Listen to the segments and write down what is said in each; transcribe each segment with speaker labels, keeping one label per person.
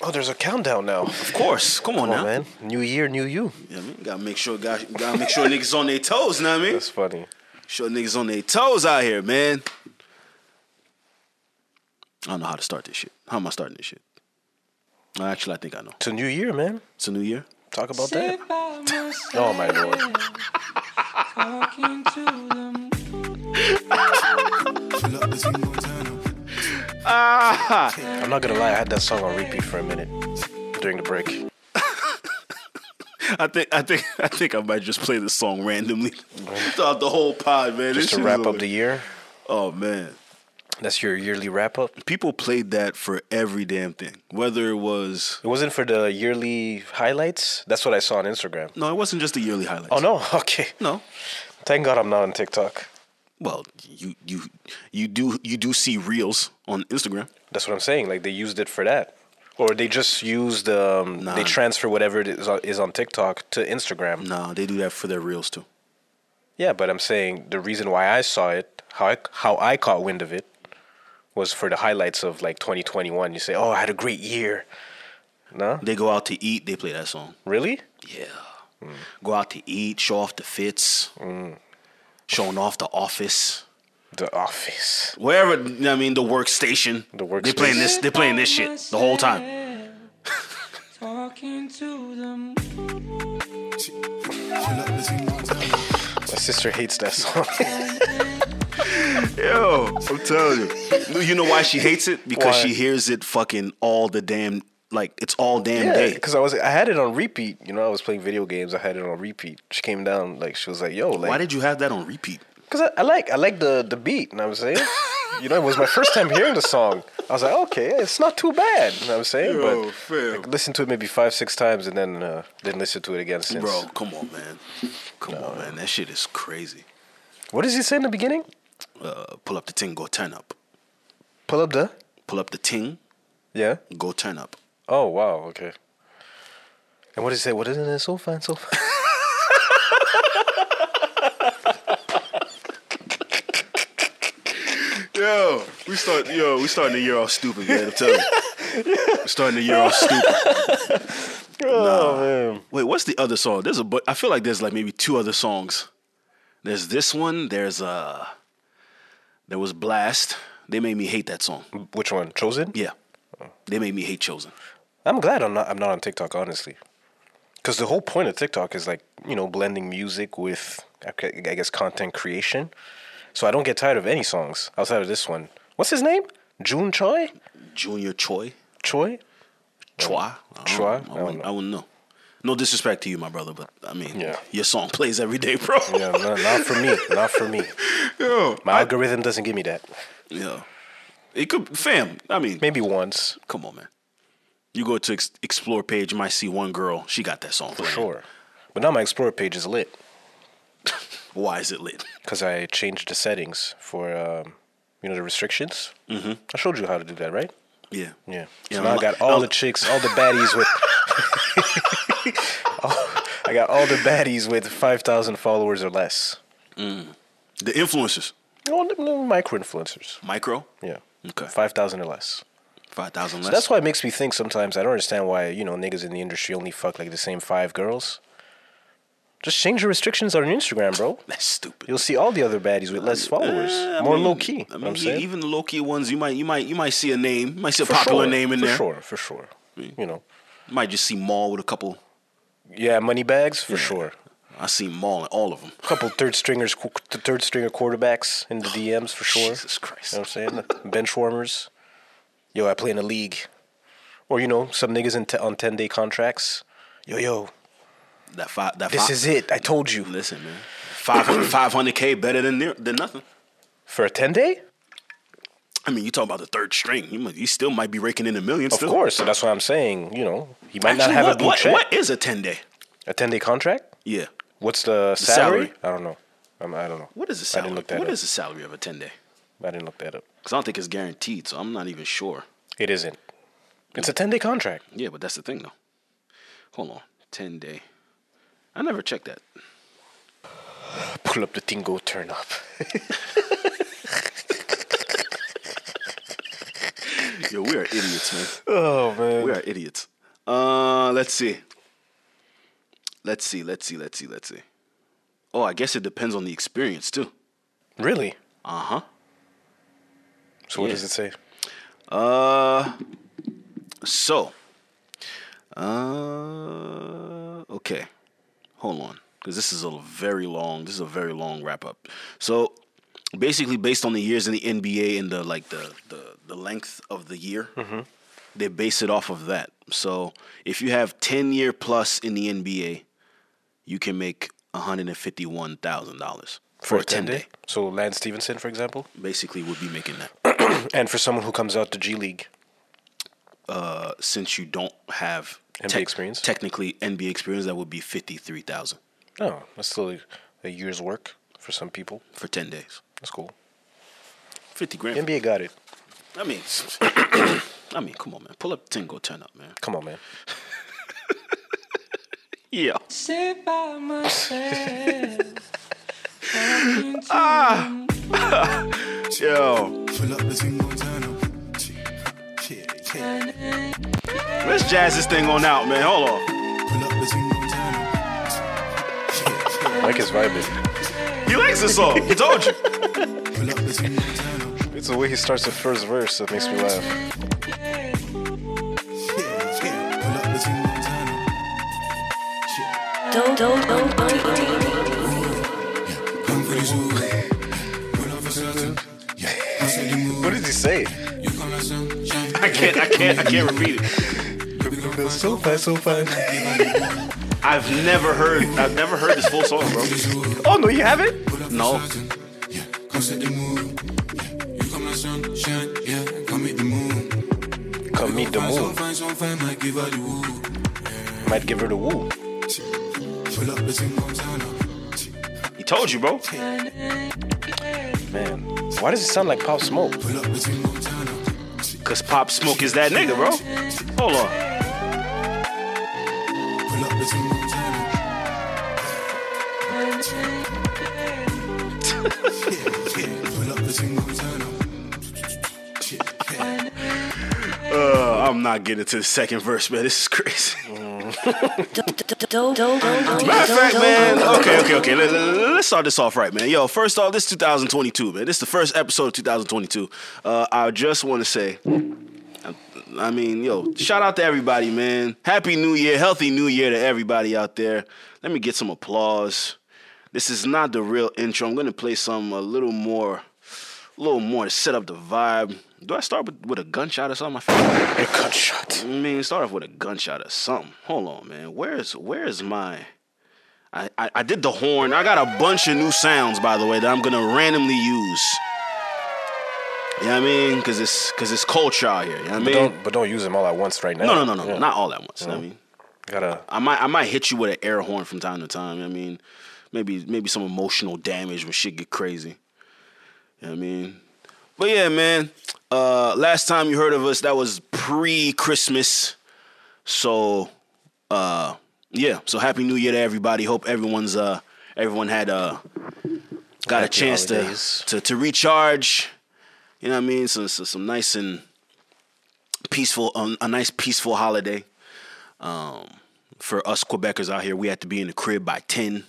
Speaker 1: Oh, there's a countdown now.
Speaker 2: Of course. Come on
Speaker 1: Come
Speaker 2: now.
Speaker 1: on, man. New year, new you.
Speaker 2: You know what I mean? Gotta make sure gotta, gotta make sure niggas on their toes, know what I mean?
Speaker 1: That's funny.
Speaker 2: Sure niggas on their toes out here, man. I don't know how to start this shit. How am I starting this shit? Uh, Actually, I think I know.
Speaker 1: It's a new year, man.
Speaker 2: It's a new year.
Speaker 1: Talk about that. Oh my lord. I'm not gonna lie, I had that song on repeat for a minute during the break.
Speaker 2: I think I think I think I might just play this song randomly throughout the whole pod, man. This
Speaker 1: Just to
Speaker 2: shit is
Speaker 1: wrap up
Speaker 2: over.
Speaker 1: the year.
Speaker 2: Oh man.
Speaker 1: That's your yearly wrap up.
Speaker 2: People played that for every damn thing. Whether it was
Speaker 1: It wasn't for the yearly highlights. That's what I saw on Instagram.
Speaker 2: no, it wasn't just the yearly highlights.
Speaker 1: Oh no, okay.
Speaker 2: No.
Speaker 1: Thank God I'm not on TikTok.
Speaker 2: Well, you you you do you do see reels on Instagram.
Speaker 1: That's what I'm saying. Like they used it for that, or they just used um,
Speaker 2: Nah.
Speaker 1: they transfer whatever it is on, is on TikTok to Instagram.
Speaker 2: No, they do that for their reels too.
Speaker 1: Yeah, but I'm saying the reason why I saw it, how I, how I caught wind of it, was for the highlights of like 2021. You say, "Oh, I had a great year." No,
Speaker 2: They go out to eat, they play that song.
Speaker 1: really?
Speaker 2: Yeah. Go out to eat, show off the fits, showing off the office,
Speaker 1: The Office.
Speaker 2: wherever. You know what I mean, the workstation.
Speaker 1: The
Speaker 2: They playing this. They playing this shit the whole time.
Speaker 3: Talking to them.
Speaker 1: My sister hates that song.
Speaker 2: Yo, I'm telling you. You know why she hates it? Because
Speaker 1: Why?
Speaker 2: she hears it fucking all the damn. Like it's all damn
Speaker 1: yeah,
Speaker 2: day.
Speaker 1: because I was I had it on repeat. You know, I was playing video games. I had it on repeat. She came down like she was like, "Yo, like
Speaker 2: Why did you have that on repeat?
Speaker 1: Cause I, I like I like the the beat, and I was saying, you know, it was my first time hearing the song. I was like, okay, it's not too bad. You know what I'm saying,
Speaker 2: Yo,
Speaker 1: but
Speaker 2: fam.
Speaker 1: like, listen to it maybe five six times, and then uh, didn't listen to it again since.
Speaker 2: Bro, come on, man. Come on, man. That shit is crazy.
Speaker 1: What does he say in the beginning?
Speaker 2: Uh, pull up the ting, go turn up.
Speaker 1: Pull up the
Speaker 2: Pull up the ting,
Speaker 1: yeah.
Speaker 2: go turn up.
Speaker 1: Oh wow, okay. And what does he say? What is it? So fine, so fine.
Speaker 2: Yo, we start. Yo, we starting the year off stupid, man. I'm telling you, we're starting the year off stupid.
Speaker 1: Oh man,
Speaker 2: Wait, what's the other song? There's a, but I feel like there's like maybe two other songs. There's this one. There's uh, there was Blast. They made me hate that song.
Speaker 1: which one? Chosen?
Speaker 2: Yeah, they made me hate Chosen.
Speaker 1: I'm glad I'm not I'm not on TikTok honestly, because the whole point of TikTok is like you know blending music with I gu- I guess content creation. So I don't get tired of any songs outside of this one. What's his name? June Choi?
Speaker 2: Junior Choi,
Speaker 1: Choi?
Speaker 2: Choi, I don't-
Speaker 1: Choi?
Speaker 2: I wouldn't, I wouldn't know. No disrespect to you, my brother, but I mean,
Speaker 1: Yeah.
Speaker 2: your song plays every day, bro.
Speaker 1: Yeah, no, not for me. Not for me.
Speaker 2: Yo,
Speaker 1: My algorithm doesn't give me that.
Speaker 2: yeah. It could, fam. I mean,
Speaker 1: Maybe once.
Speaker 2: Come on, man. You go to ex- explore page, you might see one girl. She got that song for
Speaker 1: Sure. But now my Explore page is lit
Speaker 2: Why is it lit?
Speaker 1: because I changed the settings for um, you know the restrictions. Mm-hmm. I showed you how to do that, right?
Speaker 2: Yeah.
Speaker 1: Yeah.
Speaker 2: Yeah,
Speaker 1: so now I
Speaker 2: unlo-
Speaker 1: got all the
Speaker 2: unlo-
Speaker 1: chicks, all the baddies with. I got all the baddies with five thousand followers or less.
Speaker 2: The influencers.
Speaker 1: All the little micro influencers.
Speaker 2: Micro.
Speaker 1: Yeah.
Speaker 2: Okay.
Speaker 1: Five thousand or less.
Speaker 2: Five thousand less.
Speaker 1: So that's why it makes me think sometimes. I don't understand why you know niggas in the industry only fuck like the same five girls. Just change your restrictions on Instagram, bro.
Speaker 2: That's stupid.
Speaker 1: You'll see all the other baddies with less followers,
Speaker 2: Eh, I
Speaker 1: more
Speaker 2: mean-
Speaker 1: low key.
Speaker 2: I
Speaker 1: know what
Speaker 2: mean,
Speaker 1: I'm
Speaker 2: e-
Speaker 1: saying?
Speaker 2: even the low key ones, you might, you might, you might see a name. You might see a
Speaker 1: For
Speaker 2: popular
Speaker 1: sure,
Speaker 2: name in
Speaker 1: for
Speaker 2: there.
Speaker 1: sure, for sure. You know,
Speaker 2: You might just see Maul with a couple.
Speaker 1: yeah, money bags for sure.
Speaker 2: I see Maul in all of them.
Speaker 1: couple third stringers, qu- th- third stringer quarterbacks in the DMs for sure.
Speaker 2: Jesus Christ.
Speaker 1: You know what I'm saying? Bench warmers. Yo, I play in a league. Or, you know, some niggas in te- on 10 day contracts. Yo, yo,
Speaker 2: That five. That
Speaker 1: this
Speaker 2: five.
Speaker 1: is it. I told you.
Speaker 2: Listen, man. 500 k better than near, than nothing.
Speaker 1: For a 10 day?
Speaker 2: I mean, you talking about the third string. You, might, you still might be raking in a million.
Speaker 1: Of
Speaker 2: still.
Speaker 1: course. So that's what I'm saying. You know, he might
Speaker 2: Actually,
Speaker 1: not have
Speaker 2: what,
Speaker 1: a blue
Speaker 2: what-
Speaker 1: check.
Speaker 2: what is a ten day?
Speaker 1: A 10 day contract?
Speaker 2: Yeah.
Speaker 1: What's the, salary?
Speaker 2: salary.
Speaker 1: I don't know. I'm, I don't know.
Speaker 2: What is the
Speaker 1: I
Speaker 2: salary?
Speaker 1: didn't
Speaker 2: What
Speaker 1: look
Speaker 2: is
Speaker 1: that up.
Speaker 2: the salary of a ten day?
Speaker 1: I didn't look that up.
Speaker 2: Because I don't think it's guaranteed, so I'm not even sure.
Speaker 1: It isn't. It's a 10 day contract.
Speaker 2: Yeah, but that's the thing though. Hold on, ten day. I never checked that.
Speaker 1: Pull up the tingo, turn up.
Speaker 2: Yo, we are idiots, man.
Speaker 1: Oh man.
Speaker 2: We are idiots. Uh, let's see. Let's see. Let's see. Let's see. Let's see. Oh, I guess it depends on the experience too.
Speaker 1: Really?
Speaker 2: Uh huh.
Speaker 1: So what
Speaker 2: Yeah.
Speaker 1: does it say?
Speaker 2: Uh, so, uh, okay, hold on, because this is a very long. This is a very long wrap up. So, basically, based on the years in the NBA and the like, the the, the length of the year, they base it off of that. So, if you have ten year plus in the NBA, you can make one hundred and fifty one thousand dollars for, a ten day.
Speaker 1: So Lance Stevenson, for example,
Speaker 2: Basically, would be making that.
Speaker 1: and for someone who comes out to G League,
Speaker 2: since you don't have
Speaker 1: NBA experience?
Speaker 2: technically NBA experience, that would be fifty three thousand Oh.
Speaker 1: no, that's still a, a year's work for some people.
Speaker 2: for ten days.
Speaker 1: That's cool.
Speaker 2: Fifty grand.
Speaker 1: NBA got it.
Speaker 2: I mean, I mean, come on, man. Pull up ten, go turn up, man.
Speaker 1: Come on, man.
Speaker 2: Yeah.
Speaker 3: sit by myself.
Speaker 2: Yo,
Speaker 4: Pull up the single turn up. Yeah, yeah.
Speaker 2: let's jazz this thing on out, man. Hold on.
Speaker 4: Pull up the single turn up. Yeah, yeah.
Speaker 1: Mike is vibing.
Speaker 2: He likes this song. I told you.
Speaker 4: Pull up the single turn up.
Speaker 1: It's the way he starts the first verse that makes me laugh.
Speaker 4: Yeah, yeah. Pull up the single turn up. Yeah.
Speaker 5: Don't, don't, don't, don't.
Speaker 4: Come for the zoo. Pull up for certain. Yeah. I said you move.
Speaker 1: What did he say?
Speaker 4: You come like sunshine.
Speaker 2: I can't. I can't. I can't repeat it.
Speaker 4: Baby, come find
Speaker 1: So fine, so fine.
Speaker 2: I've never heard. I've never heard this full song, bro. Oh no, you haven't?
Speaker 4: Pull up for
Speaker 2: No.
Speaker 4: certain. Yeah. Come set the mood. Yeah. You come like sunshine. Yeah. Come meet the moon.
Speaker 1: Come meet the
Speaker 4: Find some
Speaker 1: moon.
Speaker 4: fine, some fine, might give her the woo.
Speaker 1: Might give her the woo.
Speaker 4: Pull up the single turn up.
Speaker 2: He told you, bro.
Speaker 1: Man, why does it sound like Pop Smoke?
Speaker 4: Pull up the single turn up.
Speaker 2: Cause Pop Smoke is that nigga, bro. Hold on.
Speaker 4: Pull up the single turn up. Yeah, yeah. Pull up the single turn up. Yeah,
Speaker 2: Uh, I'm not getting to the second verse, man. This is crazy.
Speaker 5: Don't, don't, don't, don't, don't.
Speaker 2: Matter of
Speaker 5: don't,
Speaker 2: fact,
Speaker 5: don't,
Speaker 2: man.
Speaker 5: don't,
Speaker 2: Okay, okay, okay. Let, us start this off right, man. Yo, first off, this is 2022, man. This is the first episode of 2022. Uh, I just want to say, I- I mean, yo, shout out to everybody, man. Happy New Year, healthy New Year to everybody out there. Let me get some applause. This is not the real intro. I'm gonna play some a little more, a little more to set up the vibe. Do I start with, with a gunshot or something? I feel like-
Speaker 1: A gunshot.
Speaker 2: I mean, start off with a gunshot or something. Hold on, man. Where's where's my? I, I I did the horn. I got a bunch of new sounds, by the way, that I'm gonna randomly use. You know what I mean? Cause it's cause it's culture out here. You know what I
Speaker 1: But
Speaker 2: mean?
Speaker 1: don't, but don't use them all at once right now.
Speaker 2: No, no, no, no,
Speaker 1: Yeah.
Speaker 2: no. Not all at once. You know what I mean?
Speaker 1: Gotta.
Speaker 2: I might I might hit you with an air horn from time to time. I mean, maybe maybe some emotional damage when shit get crazy. You know what I mean? But yeah, man. Uh last time you heard of us, that was pre-Christmas. So uh yeah, so happy new year to everybody. Hope everyone's uh everyone had uh got a
Speaker 1: Happy
Speaker 2: chance to,
Speaker 1: holidays.
Speaker 2: to to recharge. You know what I mean? So, so some nice and peaceful um, a nice peaceful holiday Um, for us Quebecers out here, we had to be in the crib by ten.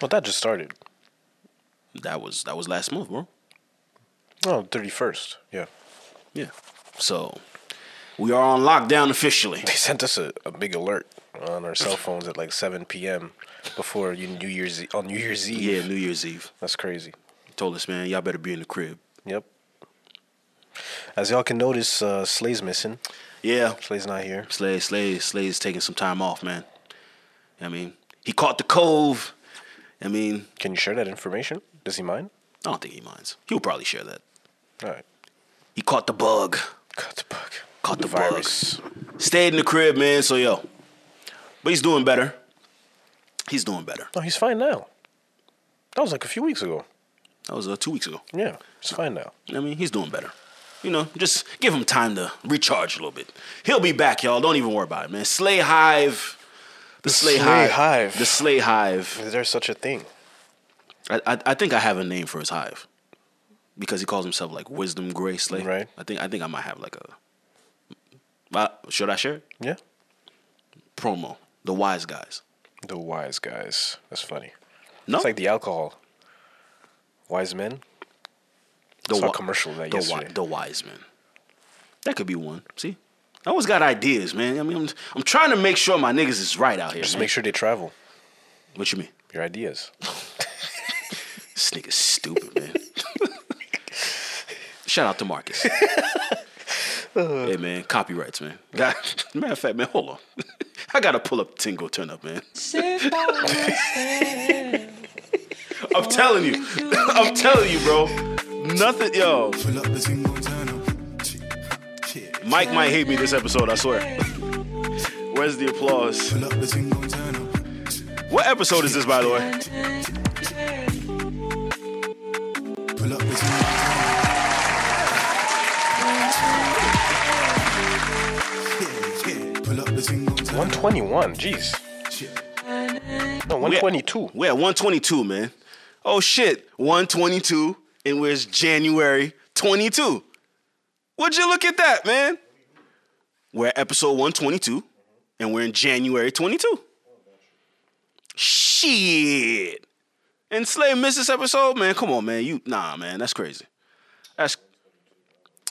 Speaker 1: Well, that just started.
Speaker 2: That was that was last month, bro.
Speaker 1: Oh, 31st. Yeah.
Speaker 2: Yeah. So we are on lockdown officially.
Speaker 1: They sent us a, a big alert on our cell phones at like 7 p.m. before you- New Year's E- on New Year's Eve.
Speaker 2: Yeah, New Year's Eve.
Speaker 1: That's crazy.
Speaker 2: Told us, man, y'all better be in the crib.
Speaker 1: Yep. As y'all can notice, uh, Slay's missing.
Speaker 2: Yeah.
Speaker 1: Slay's not here.
Speaker 2: Slay, Slay, Slay's taking some time off, man. I mean, he caught the cove. I mean,
Speaker 1: Can you share that information? Does he mind?
Speaker 2: I don't think he minds. He'll probably share that.
Speaker 1: All right.
Speaker 2: He caught the bug.
Speaker 1: Cut the bug.
Speaker 2: Caught the bug.
Speaker 1: virus.
Speaker 2: Stayed in the crib, man. So yo. But he's doing better. He's doing better.
Speaker 1: No, he's fine now. That was like a few weeks ago.
Speaker 2: That was uh, two weeks ago.
Speaker 1: Yeah, he's fine now.
Speaker 2: I mean, he's doing better. You know, just give him time to recharge a little bit. He'll be back, y'all. Don't even worry about it, man. Slay Hive. The, Slay,
Speaker 1: Slay
Speaker 2: Hive.
Speaker 1: Hive.
Speaker 2: The Slay Hive.
Speaker 1: Is there such a thing?
Speaker 2: I, I, I think I have a name for his hive. because he calls himself like Wisdom Gray Slay.
Speaker 1: Right.
Speaker 2: I think I think I might have like a. Uh, should I share it?
Speaker 1: Yeah.
Speaker 2: promo? The Wise Guys.
Speaker 1: The wise guys. That's funny.
Speaker 2: No,
Speaker 1: It's like the alcohol. Wise men.
Speaker 2: the
Speaker 1: saw
Speaker 2: wi-
Speaker 1: a commercial of that
Speaker 2: the,
Speaker 1: yesterday.
Speaker 2: the Wise Men. That could be one. See, I always got ideas, man. I mean, I'm, I'm trying to make sure my niggas is right out here.
Speaker 1: Just
Speaker 2: man.
Speaker 1: make sure they travel.
Speaker 2: What you mean?
Speaker 1: Your ideas.
Speaker 2: This nigga's stupid, man. Shout out to Marcus. hey man, copyrights, man. God, matter of fact, man, hold on. I gotta pull up Tingo Turn Up, man.
Speaker 3: Sit by myself.
Speaker 2: I'm telling you, I'm telling you, bro. Nothing, yo.
Speaker 4: Pull up the single turn up.
Speaker 2: Mike might hate me this episode. I swear. Where's the applause?
Speaker 4: Pull up the single turn up.
Speaker 2: What episode is this, by the way?
Speaker 4: Pull up the single turn up. Pull up the single turn up.
Speaker 1: 121. Jeez. No, 122.
Speaker 2: We're at 122, man. Oh shit, 122, and where's January 22? Would you look at that, man? We're at episode 122, and we're in January 22. Shit. And Slay missed this episode, man. Come on, man. You nah, man. That's crazy. That's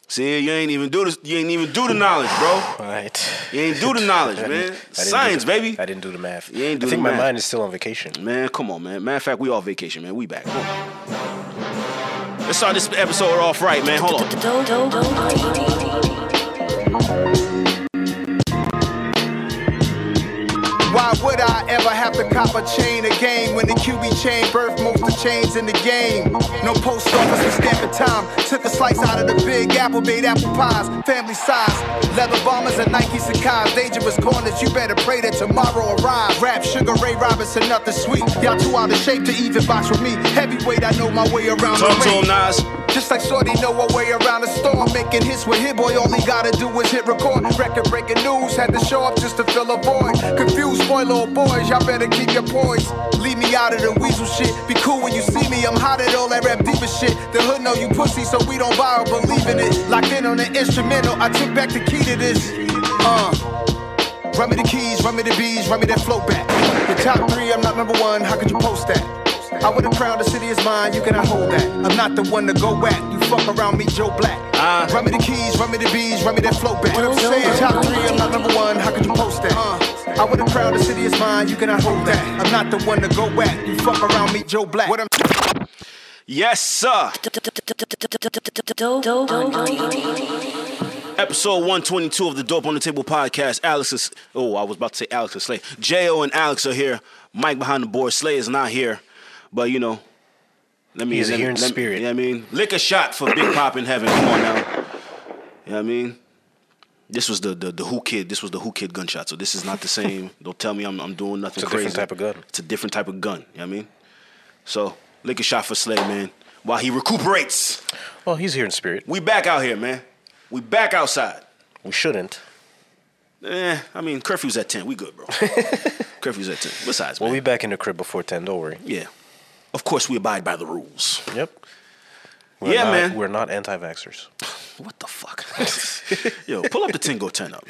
Speaker 2: see, you ain't even do this. You ain't even do the knowledge, bro.
Speaker 1: All right.
Speaker 2: You ain't do the knowledge,
Speaker 1: I didn't-
Speaker 2: man.
Speaker 1: I didn't do
Speaker 2: Science,
Speaker 1: the-
Speaker 2: baby.
Speaker 1: I didn't do the math.
Speaker 2: You ain't do
Speaker 1: I think
Speaker 2: the
Speaker 1: my
Speaker 2: math.
Speaker 1: mind is still on vacation.
Speaker 2: Man, come on, man. Matter of fact, we all vacation, man. We back. Come on. Let's start this episode off right, man. Hold on.
Speaker 6: Why would I ever have to cop a chain again when the QB chain birth most the chains in the game? No post office for stamping time. Took a slice out of the big apple, made apple pies, family size. Leather bombers and Nike Sakai's, dangerous corners. You better pray that tomorrow arrives. Rap Sugar Ray Robinson, nothing sweet. Y'all too out of shape to even box with me. Heavyweight, I know my way around
Speaker 2: Talk to
Speaker 6: the ring.
Speaker 2: him, Nas.
Speaker 6: Just like Shorty know a way around the storm, making hits with hit boy. All he gotta do is hit record. Record breaking news had to show up just to fill a void. Confused boy, little boys, y'all better keep your poise. Leave me out of the weasel shit. Be cool when you see me. I'm hot at all that rap diva shit. The hood know you pussy, so we don't borrow. Believe in it. Locked in on the instrumental. I took back the key to this. Uh. Run me the keys, run me the bees, run me that float back. The top three, I'm not number one, how could you post that? I would have crowned the city is mine, you cannot hold that. I'm not the one to go at, you fuck around me, Joe Black.
Speaker 2: Ah.
Speaker 6: Run me the keys, run me the bees, run me that float back. What I'm saying, top three, I'm not number one, how could you post that? Uh, I would have crowned the city is mine, you cannot hold that. I'm not the one to go at, you fuck around me, Joe Black. What I'm
Speaker 2: Yes, sir. Episode 122 of the Dope on the Table podcast. Alex is, oh, I was about to say Alex is Slay. J.O. and Alex are here. Mike behind the board. Slay is not here. But, you know, let me.
Speaker 1: He's
Speaker 2: let,
Speaker 1: here in
Speaker 2: let-
Speaker 1: spirit.
Speaker 2: You know what I mean? Lick a shot for Big Pop in heaven. Come on now. You know what I mean? This was the, the the Who Kid. This was the Who Kid gunshot. So this is not the same. Don't tell me I'm, I'm doing nothing
Speaker 1: It's a
Speaker 2: crazy.
Speaker 1: different type of gun.
Speaker 2: It's a different type of gun. You know what I mean? So, lick a shot for Slay, man. While he recuperates.
Speaker 1: Well, he's here in spirit.
Speaker 2: We back out here, man. We back outside.
Speaker 1: We shouldn't.
Speaker 2: Eh, I mean, curfew's at 10. We good, bro. curfew's at 10. Besides,
Speaker 1: We'll
Speaker 2: man.
Speaker 1: be back in the crib before 10, don't worry.
Speaker 2: yeah. Of course, we abide by the rules.
Speaker 1: Yep. We're
Speaker 2: Yeah,
Speaker 1: not,
Speaker 2: man.
Speaker 1: We're not anti vaxxers.
Speaker 2: What the fuck? Yo, pull up the Tingo 10 up,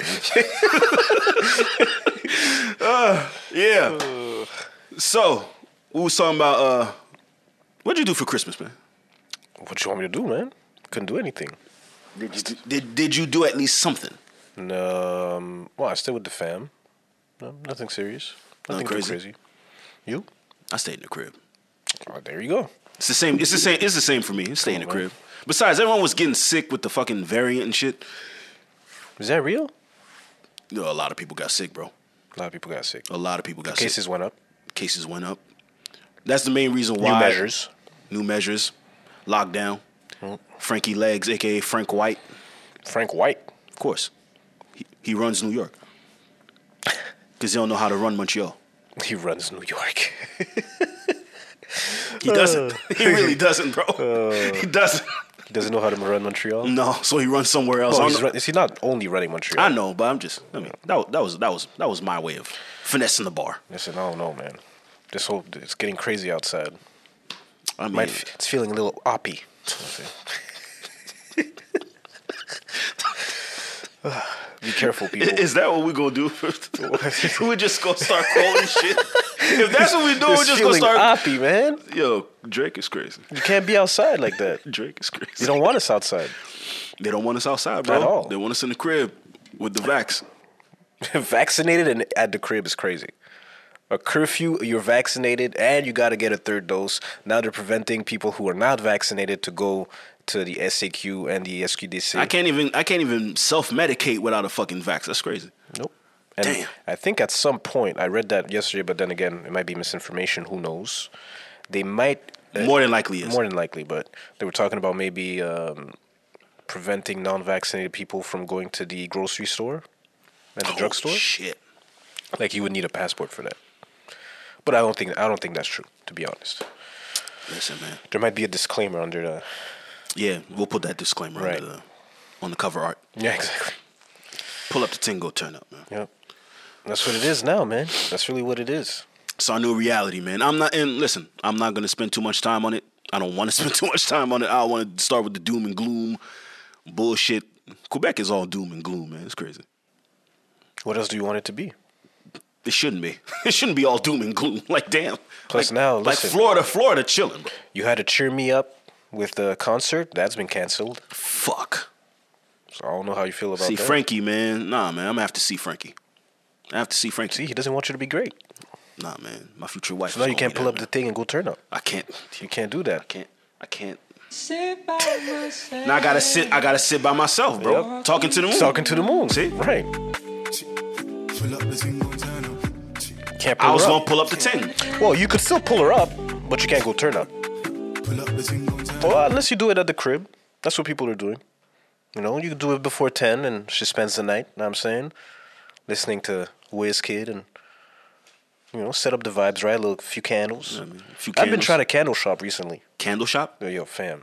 Speaker 2: man. Uh, yeah. So, we was talking about, uh, what'd you do for Christmas, man?
Speaker 1: What you want me to do, man? Couldn't do anything.
Speaker 2: Did you do, did, did you do at least something?
Speaker 1: And, um, well, I stayed with the fam. No, nothing serious.
Speaker 2: Nothing
Speaker 1: Nothing crazy.
Speaker 2: crazy?
Speaker 1: too crazy. You?
Speaker 2: I stayed in the crib.
Speaker 1: Oh, there you go.
Speaker 2: It's the same. It's the same. It's the same for me. Stay in the
Speaker 1: Come on, man.
Speaker 2: crib. Besides, everyone was getting sick with the fucking variant and shit.
Speaker 1: Is that real?
Speaker 2: Yo, a lot of people got sick, bro.
Speaker 1: A lot of people got sick.
Speaker 2: A lot of people got
Speaker 1: Cases
Speaker 2: sick.
Speaker 1: went up.
Speaker 2: Cases went up. That's the main reason why.
Speaker 1: New measures. Mm.
Speaker 2: New measures. Lockdown. Frankie Legs, aka Frank White.
Speaker 1: Frank White.
Speaker 2: Of course, he, he runs New York. Cause he don't know how to run Montreal.
Speaker 1: He runs New York.
Speaker 2: He doesn't.
Speaker 1: Uh.
Speaker 2: he really doesn't, bro. he doesn't.
Speaker 1: he doesn't know how to run Montreal.
Speaker 2: No, so he runs somewhere else. I
Speaker 1: Oh,
Speaker 2: don't
Speaker 1: he's,
Speaker 2: know-
Speaker 1: run- is he not only running Montreal?
Speaker 2: I know, but I'm just. I mean, that, wa- that was that was that was my way of finessing the bar.
Speaker 1: Listen, I "Oh, don't know, man. This whole it's getting crazy outside.
Speaker 2: I mean,
Speaker 1: Might f- it's feeling a little oppy. Be careful, people.
Speaker 2: Is that what we're gonna do? we're just gonna start calling shit. If that's what we do, we're
Speaker 1: This
Speaker 2: just gonna
Speaker 1: feeling ah.
Speaker 2: start.
Speaker 1: oppy, man.
Speaker 2: Yo, Drake is crazy.
Speaker 1: You can't be outside like that.
Speaker 2: Drake is crazy.
Speaker 1: You don't want us outside.
Speaker 2: they don't want us outside, bro.
Speaker 1: At all.
Speaker 2: They want us in the crib with the vax.
Speaker 1: vaccinated and at the crib is crazy. A curfew, you're vaccinated, and you got to get a third dose. Now they're preventing people who are not vaccinated to go to the SAQ and the SQDC.
Speaker 2: I can't even. I can't even self medicate without a fucking vax. That's crazy.
Speaker 1: Nope. And
Speaker 2: Damn.
Speaker 1: I think at some point I read that yesterday, but then again, it might be misinformation. Who knows? They might uh,
Speaker 2: More than likely is.
Speaker 1: more than likely, but they were talking about maybe um, preventing non-vaccinated people from going to the grocery store and the
Speaker 2: Oh,
Speaker 1: drugstore.
Speaker 2: Shit.
Speaker 1: Like you would need a passport for that. But I don't think I don't think that's true. To be honest,
Speaker 2: Listen, man.
Speaker 1: there might be a disclaimer under the.
Speaker 2: Yeah, we'll put that disclaimer
Speaker 1: Right.
Speaker 2: on the on the cover art.
Speaker 1: Yeah, exactly.
Speaker 2: Pull up the tingle, turn up, man.
Speaker 1: Yep. That's what it is now, man. That's really what it is.
Speaker 2: It's our new reality, man. I'm not and listen, I'm not gonna spend too much time on it. I don't wanna spend too much time on it. I don't wanna start with the doom and gloom bullshit. Quebec is all doom and gloom, man. It's crazy.
Speaker 1: What else do you want it to be?
Speaker 2: It shouldn't be. It shouldn't be all doom and gloom. Like damn.
Speaker 1: Plus
Speaker 2: like,
Speaker 1: now,
Speaker 2: like
Speaker 1: listen.
Speaker 2: Florida, Florida chilling, bro.
Speaker 1: You had to cheer me up with the concert. That's been canceled.
Speaker 2: Fuck.
Speaker 1: So I don't know how you feel about
Speaker 2: see
Speaker 1: that.
Speaker 2: Frankie, man. Nah, man. I'm gonna have to see Frankie. I have to see Frankie.
Speaker 1: See, he doesn't want you to be great.
Speaker 2: Nah, man. My future wife.
Speaker 1: So now
Speaker 2: is
Speaker 1: you
Speaker 2: gonna
Speaker 1: can't
Speaker 2: be
Speaker 1: pull
Speaker 2: there,
Speaker 1: up the
Speaker 2: man.
Speaker 1: thing and go turn up.
Speaker 2: I can't.
Speaker 1: You can't do that.
Speaker 2: I can't. I can't.
Speaker 3: Sit by myself.
Speaker 2: Now I gotta sit. I gotta sit by myself, bro.
Speaker 1: Yep.
Speaker 2: Talking to the moon.
Speaker 1: Talking to the moon.
Speaker 2: See?
Speaker 1: Right.
Speaker 4: Pull up the single turn up.
Speaker 1: Can't pull
Speaker 2: I was
Speaker 1: her
Speaker 2: gonna
Speaker 1: up.
Speaker 2: pull up the ting.
Speaker 1: Well, you could still pull her up, but you can't go turn up.
Speaker 4: Pull up the single turn up.
Speaker 1: Well, unless you do it at the crib. That's what people are doing. You know, you could do it before 10 and she spends the night, know what I'm saying? Listening to Kid and, you know, set up the vibes, right? A little few candles.
Speaker 2: I mean, a few
Speaker 1: I've been
Speaker 2: candles.
Speaker 1: trying to candle shop recently.
Speaker 2: Candle shop,
Speaker 1: Yo, yo, fam.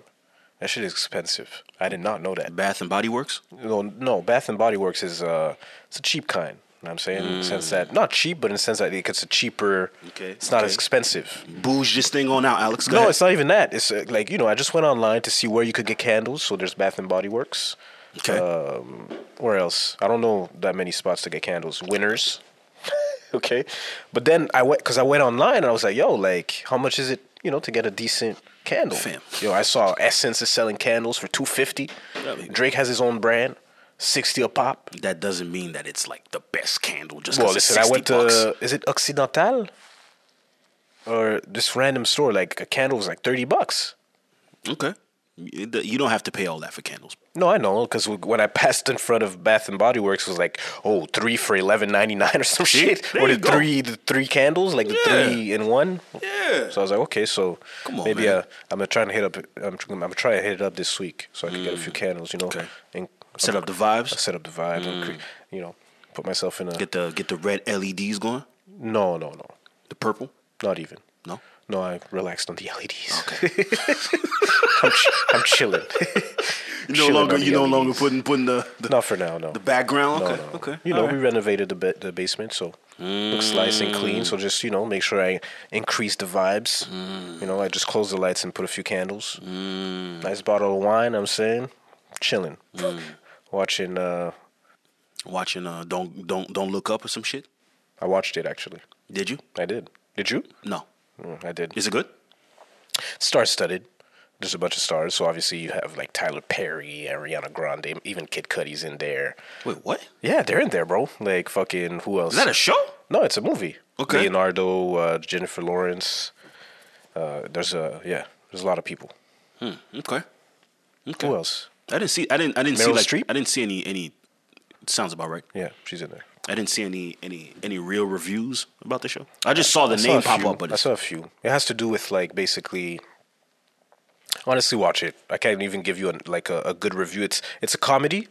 Speaker 1: That shit is expensive. I did not know that.
Speaker 2: Bath and Body Works.
Speaker 1: No, no, Bath and Body Works is uh, it's a cheap kind. You know what I'm saying, in the sense that not cheap, but in the sense that it's a cheaper.
Speaker 2: Mm. Okay,
Speaker 1: It's not
Speaker 2: okay.
Speaker 1: as expensive.
Speaker 2: Bouge this thing on out, Alex. Go
Speaker 1: No,
Speaker 2: ahead.
Speaker 1: it's not even that. It's uh, like you know, I just went online to see where you could get candles. So there's Bath and Body Works.
Speaker 2: okay.
Speaker 1: uh, Where else? I don't know that many spots to get candles. Winners. okay, but then I went because I went online and I was like, yo, like how much is it? You know, to get a decent candle.
Speaker 2: Fam.
Speaker 1: Yo, I saw Essence is selling candles for two fifty.
Speaker 2: Yeah, we-
Speaker 1: Drake has his own brand, sixty a pop.
Speaker 2: that doesn't mean that it's like the best candle. Just
Speaker 1: Well,
Speaker 2: well, it's
Speaker 1: listen,
Speaker 2: sixty
Speaker 1: I went
Speaker 2: bucks.
Speaker 1: to is it Occidental or this random store? Like a candle was like thirty bucks.
Speaker 2: Okay, you you don't have to pay all that for candles.
Speaker 1: No, I know because when I passed in front of Bath and Body Works, it was like oh three for eleven ninety nine or some
Speaker 2: See?
Speaker 1: shit.
Speaker 2: There
Speaker 1: Or
Speaker 2: you
Speaker 1: the
Speaker 2: go.
Speaker 1: three the three candles, like the
Speaker 2: Yeah.
Speaker 1: three in one.
Speaker 2: Yeah.
Speaker 1: So I was like, okay, so
Speaker 2: Come on,
Speaker 1: maybe
Speaker 2: man.
Speaker 1: uh, I'm gonna try and hit up. I'm, tr- I'm gonna try and hit it up this week so I can get a few candles. You know,
Speaker 2: Mm, Okay.
Speaker 1: and
Speaker 2: Set up the vibes. Mm.
Speaker 1: set up the vibe. And cre- you know, put myself in a
Speaker 2: Get the get the red LEDs going.
Speaker 1: no, no, no,
Speaker 2: The purple.
Speaker 1: not even.
Speaker 2: No.
Speaker 1: No, I relaxed on the LEDs. I'm, ch- I'm chilling.
Speaker 2: You
Speaker 1: Chilling on the LEDs.
Speaker 2: putting putting the, the
Speaker 1: Not for now, no.
Speaker 2: the background.
Speaker 1: No,
Speaker 2: Okay,
Speaker 1: no.
Speaker 2: okay.
Speaker 1: You know,
Speaker 2: All
Speaker 1: we
Speaker 2: right.
Speaker 1: renovated the ba- the basement, so looks nice and clean. So just you know, make sure I increase the vibes.
Speaker 2: Mm.
Speaker 1: You know, I just close the lights and put a few candles. Nice bottle of wine. I'm saying, chilling,
Speaker 2: Mm.
Speaker 1: watching. Uh,
Speaker 2: watching uh don't don't don't look up or some shit.
Speaker 1: I watched it actually.
Speaker 2: Did you?
Speaker 1: I did. Did you?
Speaker 2: No.
Speaker 1: Mm, I did.
Speaker 2: Is it good?
Speaker 1: star studded. There's a bunch of stars. So obviously you have like Tyler Perry, Ariana Grande, even Kid Cudi's in there.
Speaker 2: Wait, what?
Speaker 1: Yeah, they're in there, bro. Like fucking who else?
Speaker 2: Is that a show?
Speaker 1: no, it's a movie.
Speaker 2: Okay.
Speaker 1: Leonardo, uh, Jennifer Lawrence. Uh, there's a yeah. There's a lot of people.
Speaker 2: Okay. Okay.
Speaker 1: Who else?
Speaker 2: I didn't see. I didn't. I didn't see
Speaker 1: Meryl
Speaker 2: like.
Speaker 1: Streep?
Speaker 2: I didn't see any. Any. Sounds about right.
Speaker 1: Yeah, she's in there.
Speaker 2: I didn't see any. Any. Any real reviews about the show. I just saw the
Speaker 1: I saw
Speaker 2: name
Speaker 1: a
Speaker 2: pop
Speaker 1: few.
Speaker 2: up, but
Speaker 1: I
Speaker 2: it's,
Speaker 1: saw a few. It has to do with like basically. Honestly, watch it. I can't even give you a, like a, a good review. It's it's a comedy,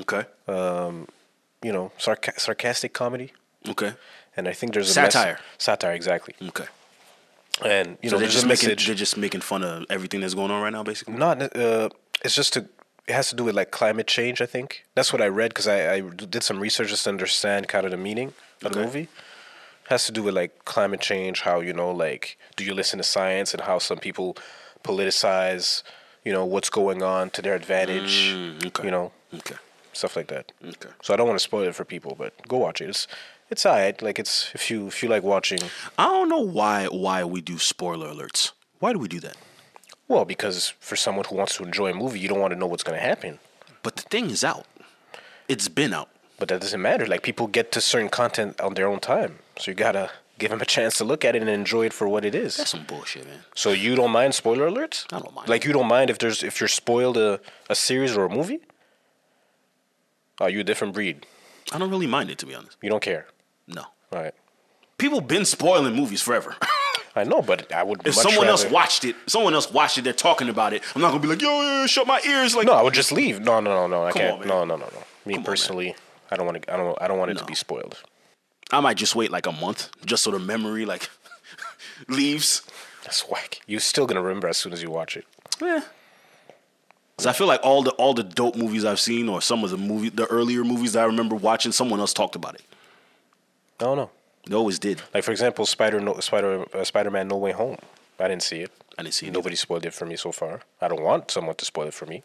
Speaker 2: okay.
Speaker 1: you know, sarca- sarcastic comedy,
Speaker 2: okay.
Speaker 1: and I think there's a
Speaker 2: Satire.
Speaker 1: Mess- satire, exactly.
Speaker 2: Okay.
Speaker 1: and you
Speaker 2: So
Speaker 1: know
Speaker 2: they're
Speaker 1: there's
Speaker 2: just
Speaker 1: a
Speaker 2: making.
Speaker 1: message.
Speaker 2: They're just making fun of everything that's going on right now, basically.
Speaker 1: Not uh, it's just to it has to do with like climate change. I think that's what I read because I, I did some research just to understand kind of the meaning of the
Speaker 2: Okay.
Speaker 1: movie. has to do with like climate change. How you know like do you listen to science and how some people politicize you know what's going on to their advantage.
Speaker 2: Mm, okay.
Speaker 1: You know
Speaker 2: Okay.
Speaker 1: stuff like that.
Speaker 2: Okay.
Speaker 1: So I don't want to spoil it for people, but go watch it. It's it's alright. Like it's if you if you like watching,
Speaker 2: I don't know why why we do spoiler alerts. Why do we do that?
Speaker 1: well, because for someone who wants to enjoy a movie, you don't want to know what's going to happen.
Speaker 2: But the thing is out. It's been out.
Speaker 1: But that doesn't matter. Like people get to certain content on their own time, so you gotta give them a chance to look at it and enjoy it for what it is.
Speaker 2: That's some bullshit, man.
Speaker 1: So you don't mind spoiler alerts?
Speaker 2: I don't mind.
Speaker 1: Like you don't mind if there's if you're spoiled a, a series or a movie? Oh, you a different breed.
Speaker 2: I don't really mind it to be honest.
Speaker 1: You don't care.
Speaker 2: No.
Speaker 1: All right.
Speaker 2: People been spoiling movies forever.
Speaker 1: I know, but I would
Speaker 2: if
Speaker 1: much
Speaker 2: someone else
Speaker 1: rather-
Speaker 2: watched it, someone else watched it, they're talking about it. I'm not gonna be like, yo, yo, yo, shut my ears. Like
Speaker 1: No, I would just leave. No, no, no, no. I
Speaker 2: Come
Speaker 1: can't.
Speaker 2: on, man.
Speaker 1: no, no, no, no. Me
Speaker 2: Come on,
Speaker 1: personally, I don't want to I don't I don't want it to
Speaker 2: No.
Speaker 1: be spoiled.
Speaker 2: I might just wait like a month just so the memory like leaves.
Speaker 1: That's whack. You're still going to remember as soon as you watch it.
Speaker 2: Yeah. Cause I feel like all the all the dope movies I've seen, or some of the movie the earlier movies that I remember watching, someone else talked about it.
Speaker 1: No, no.
Speaker 2: They always did.
Speaker 1: Like for example, Spider no, Spider uh, Spider-Man No Way Home. I didn't see it.
Speaker 2: I didn't see it.
Speaker 1: Nobody spoiled it for me so far. I don't want someone to spoil it for me.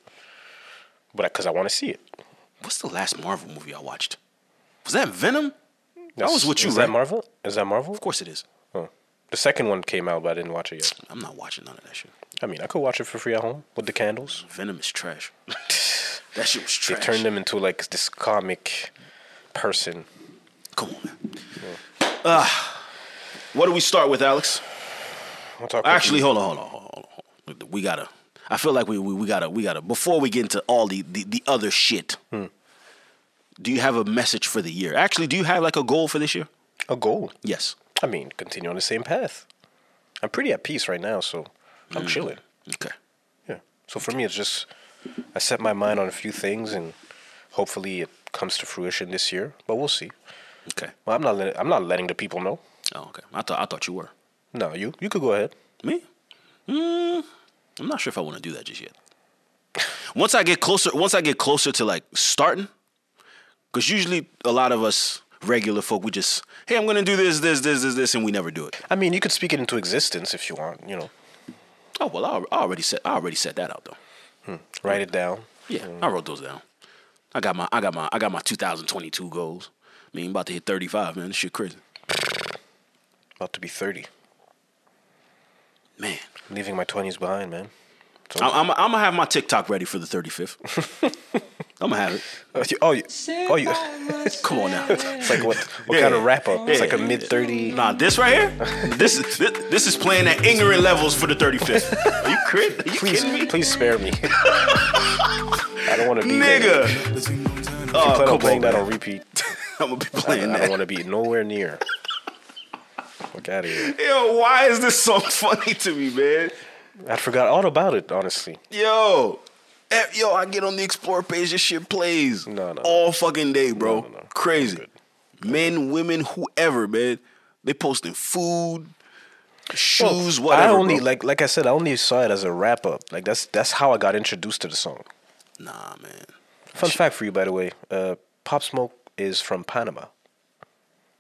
Speaker 1: But cuz I want to see it.
Speaker 2: What's the last Marvel movie I watched? Was that Venom?
Speaker 1: That's-
Speaker 2: was with you,
Speaker 1: Is
Speaker 2: right?
Speaker 1: that Marvel? Is that Marvel?
Speaker 2: Of course it is.
Speaker 1: Oh. The second one came out, but I didn't watch it yet.
Speaker 2: I'm not watching none of that shit.
Speaker 1: I mean, I could watch it for free at home with the candles.
Speaker 2: Venom is trash. that shit was
Speaker 1: They
Speaker 2: trash.
Speaker 1: turned him into like this comic person.
Speaker 2: Come on, man. Ah. what do we start with, Alex?
Speaker 1: We'll talk
Speaker 2: Actually, hold on, hold on, hold on, hold on, hold on. We gotta. I feel like we, we, we gotta we gotta before we get into all the the, the other shit.
Speaker 1: Hmm.
Speaker 2: Do you have a message for the year? Actually, do you have like a goal for this year?
Speaker 1: a goal.
Speaker 2: Yes.
Speaker 1: I mean, continue on the same path. I'm pretty at peace right now, so I'm
Speaker 2: Mm.
Speaker 1: chilling.
Speaker 2: Okay.
Speaker 1: Yeah. So for me, it's just I set my mind on a few things, and hopefully it comes to fruition this year. But we'll see.
Speaker 2: Okay.
Speaker 1: Well, I'm not. Let- I'm not letting the people know.
Speaker 2: Oh, okay. I thought I thought you were
Speaker 1: No, you. You could go ahead.
Speaker 2: me. Mm, I'm not sure if I want to do that just yet. once I get closer, once I get closer to like starting, because usually a lot of us regular folk, we just hey, I'm gonna do this, this, this, this, this, and we never do it.
Speaker 1: I mean, you could speak it into existence if you want. You know,
Speaker 2: Oh well, I al- I already said I already said that out though.
Speaker 1: write it down.
Speaker 2: Yeah, I wrote those down. I got my I got my I got my 2022 goals. I mean, I'm about to hit 35, man. This shit crazy.
Speaker 1: About to be thirty.
Speaker 2: Man,
Speaker 1: I'm leaving my twenties behind, man.
Speaker 2: I'm I'm gonna have my TikTok ready for the 35th. I'm gonna have it.
Speaker 1: Oh, you, oh, you, oh, you
Speaker 2: Come on now.
Speaker 1: it's like what, what kind of wrap up? It's like a mid thirty.
Speaker 2: Nah, this right here, this is this, this is playing at ignorant levels for the 35th. Are you, crit- are you
Speaker 1: Please,
Speaker 2: kidding me,
Speaker 1: please spare me. I don't want to be there.
Speaker 2: nigga? Oh,
Speaker 1: I plan
Speaker 2: come
Speaker 1: on playing
Speaker 2: on,
Speaker 1: that
Speaker 2: man.
Speaker 1: on repeat.
Speaker 2: I'm gonna be
Speaker 1: I,
Speaker 2: playing
Speaker 1: I don't
Speaker 2: that.
Speaker 1: want to be nowhere near. Fuck out of here.
Speaker 2: Yo, why is this so funny to me, man?
Speaker 1: I forgot all about it. Honestly,
Speaker 2: Yo, eh, yo, I get on the explore page. This shit plays
Speaker 1: No, no,
Speaker 2: all fucking day, bro.
Speaker 1: no, no.
Speaker 2: Crazy.
Speaker 1: Good.
Speaker 2: Men, women, whoever, man. They posting food,
Speaker 1: Well,
Speaker 2: shoes, whatever.
Speaker 1: I only
Speaker 2: bro.
Speaker 1: like like I said, I only saw it as a wrap up. Like that's that's how I got introduced to the song.
Speaker 2: Nah, man.
Speaker 1: Fun fact for you, by the way, uh, Pop Smoke is from Panama.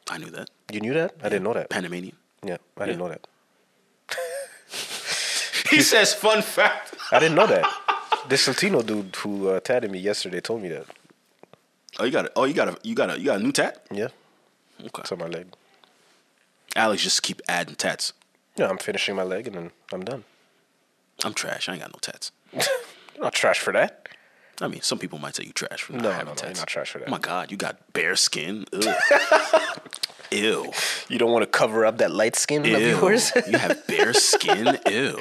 Speaker 2: I knew that.
Speaker 1: You knew that? I didn't know that.
Speaker 2: Panamanian.
Speaker 1: yeah, I didn't know that.
Speaker 2: He says fun fact.
Speaker 1: I didn't know that. This Latino dude who uh, tatted me yesterday told me that.
Speaker 2: Oh, you got it. Oh, you got a you got a you got a new tat?
Speaker 1: Yeah,
Speaker 2: Okay.
Speaker 1: it's on my leg.
Speaker 2: Alex just keep adding tats.
Speaker 1: Yeah, I'm finishing my leg and then I'm done.
Speaker 2: I'm trash. I ain't got no tats.
Speaker 1: You're not trash for that.
Speaker 2: I mean, some people might say you trash for not
Speaker 1: No, no,
Speaker 2: having
Speaker 1: no, you're
Speaker 2: tats.
Speaker 1: not trash for that.
Speaker 2: Oh my god, you got bare skin. Ugh. Ew.
Speaker 1: You don't want to cover up that light skin of
Speaker 2: Ew.
Speaker 1: yours.
Speaker 2: you have bare skin. Ew.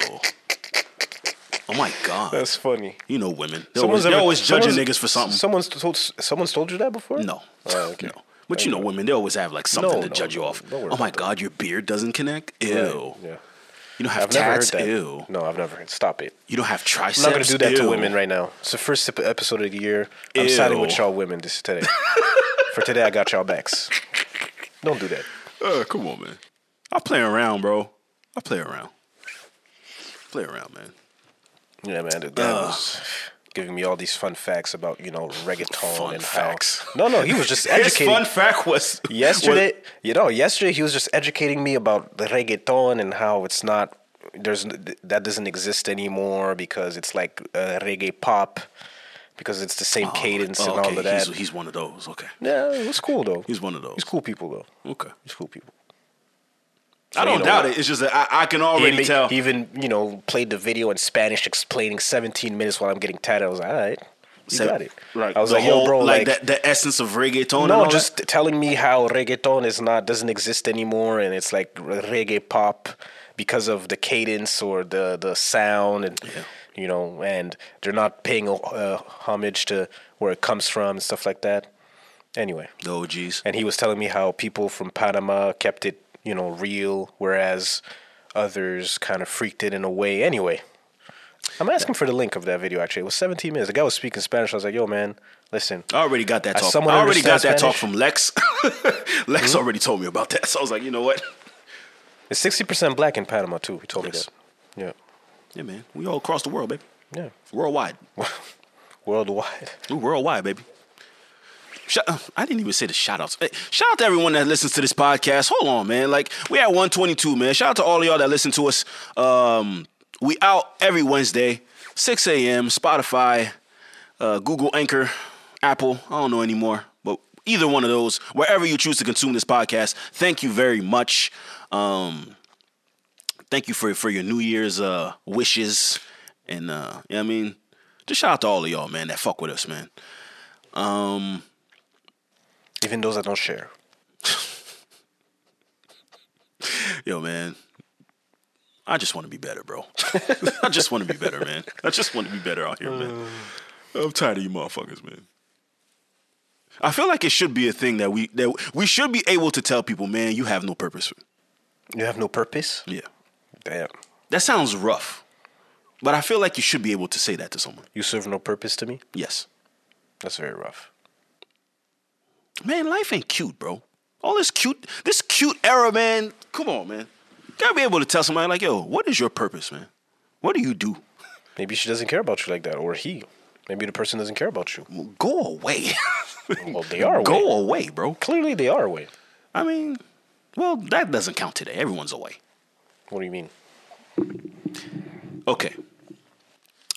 Speaker 2: Oh my god.
Speaker 1: That's funny.
Speaker 2: you know women. They're always, they're
Speaker 1: ever-
Speaker 2: always judging
Speaker 1: someone's-
Speaker 2: niggas for something.
Speaker 1: Someone's told someone's told you that before?
Speaker 2: no.
Speaker 1: Oh, okay.
Speaker 2: No. But you know women, they always have like something
Speaker 1: No,
Speaker 2: to
Speaker 1: no,
Speaker 2: judge you
Speaker 1: no,
Speaker 2: off.
Speaker 1: don't worry
Speaker 2: Oh my
Speaker 1: about that.
Speaker 2: god, your beard doesn't connect. Ew.
Speaker 1: Yeah.
Speaker 2: You don't have
Speaker 1: I've never heard
Speaker 2: tats.
Speaker 1: that.
Speaker 2: Ew.
Speaker 1: No, I've never heard. Stop it.
Speaker 2: You don't have triceps.
Speaker 1: I'm not gonna do that to
Speaker 2: Ew.
Speaker 1: women right now. It's the first ep- episode of the year. I'm
Speaker 2: Ew.
Speaker 1: siding with y'all women this today. For today, I got y'all backs. Don't do that.
Speaker 2: Uh, come on, man. I play around, bro. I play around. Play around, man.
Speaker 1: Yeah, man. The guy was giving me all these fun facts about you know reggaeton
Speaker 2: Fun
Speaker 1: and
Speaker 2: facts.
Speaker 1: How... No, no, he was just
Speaker 2: His
Speaker 1: educating.
Speaker 2: fun fact was
Speaker 1: yesterday, you know, yesterday he was just educating me about the reggaeton and how it's not there's n- that doesn't exist anymore because it's like uh, reggae pop because it's the same cadence
Speaker 2: Oh,
Speaker 1: and
Speaker 2: okay.
Speaker 1: all of that.
Speaker 2: He's, he's one of those. Okay.
Speaker 1: yeah, it was cool though.
Speaker 2: He's one of those.
Speaker 1: He's cool people though.
Speaker 2: Okay.
Speaker 1: He's cool people.
Speaker 2: I
Speaker 1: you
Speaker 2: don't
Speaker 1: know
Speaker 2: doubt
Speaker 1: what?
Speaker 2: it. It's just that I, I can
Speaker 1: He
Speaker 2: already
Speaker 1: even,
Speaker 2: tell.
Speaker 1: he even you know played the video in Spanish explaining 17 minutes while I'm getting tatted. I was like, all right, you
Speaker 2: Seven-
Speaker 1: got it.
Speaker 2: Like,
Speaker 1: I was
Speaker 2: the
Speaker 1: like,
Speaker 2: whole,
Speaker 1: yo, bro, like,
Speaker 2: that, the essence of reggaeton. and
Speaker 1: no,
Speaker 2: all
Speaker 1: just telling me how reggaeton is not doesn't exist anymore, and it's like re- reggae pop because of the cadence or the the sound, and you know, and they're not paying uh, homage to where it comes from and stuff like that. Anyway,
Speaker 2: that? the OGs.
Speaker 1: and he was telling me how people from Panama kept it, you know, real, whereas others kind of freaked it in a way. Anyway, I'm asking for the link of that video. Actually, it was 17 minutes. The guy was speaking Spanish. I was like, "Yo, man, listen."
Speaker 2: I already got that
Speaker 1: As
Speaker 2: talk.
Speaker 1: someone
Speaker 2: I already got
Speaker 1: understands
Speaker 2: that talk
Speaker 1: Spanish- Hmm?
Speaker 2: from Lex. Lex already told me about that, so I was like, you know what?
Speaker 1: It's sixty percent black in Panama too. He told
Speaker 2: Yes.
Speaker 1: me that.
Speaker 2: Yeah, man, we all across the world, baby,
Speaker 1: Yeah, yeah.
Speaker 2: worldwide,
Speaker 1: Worldwide.
Speaker 2: we worldwide, baby. Shout, I didn't even say the shout outs. Hey, shout out to everyone that listens to this podcast. Hold on, man. Like, we at 122, man. Shout out to all of y'all that listen to us. Um, we out every Wednesday, 6 a.m., Spotify, uh, Google Anchor, Apple. I don't know anymore, but either one of those, wherever you choose to consume this podcast, thank you very much. Um, thank you for for your New Year's uh, wishes, and uh, you know what I mean, just shout out to all of y'all, man, that fuck with us, man.
Speaker 1: Even those that don't share.
Speaker 2: Yo, man, I just want to be better, bro. I just want to be better, man. I just want to be better out here, man. I'm tired of you motherfuckers, man. I feel like it should be a thing that we that we should be able to tell people, man, you have no purpose.
Speaker 1: You have no purpose.
Speaker 2: Yeah,
Speaker 1: Damn.
Speaker 2: that sounds rough, but I feel like you should be able to say that to someone.
Speaker 1: You serve no purpose to me.
Speaker 2: Yes.
Speaker 1: That's very rough.
Speaker 2: Man, life ain't cute, bro. All this cute, this cute era, man. Come on, man. Gotta be able to tell somebody like, yo, what is your purpose, man? What do you do?
Speaker 1: Maybe she doesn't care about you like that, or he. Maybe the person doesn't care about you.
Speaker 2: Go away.
Speaker 1: Well, they are.
Speaker 2: Go
Speaker 1: away.
Speaker 2: away, bro.
Speaker 1: Clearly, they are away.
Speaker 2: I mean, well, that doesn't count today. Everyone's away.
Speaker 1: What do you mean?
Speaker 2: Okay.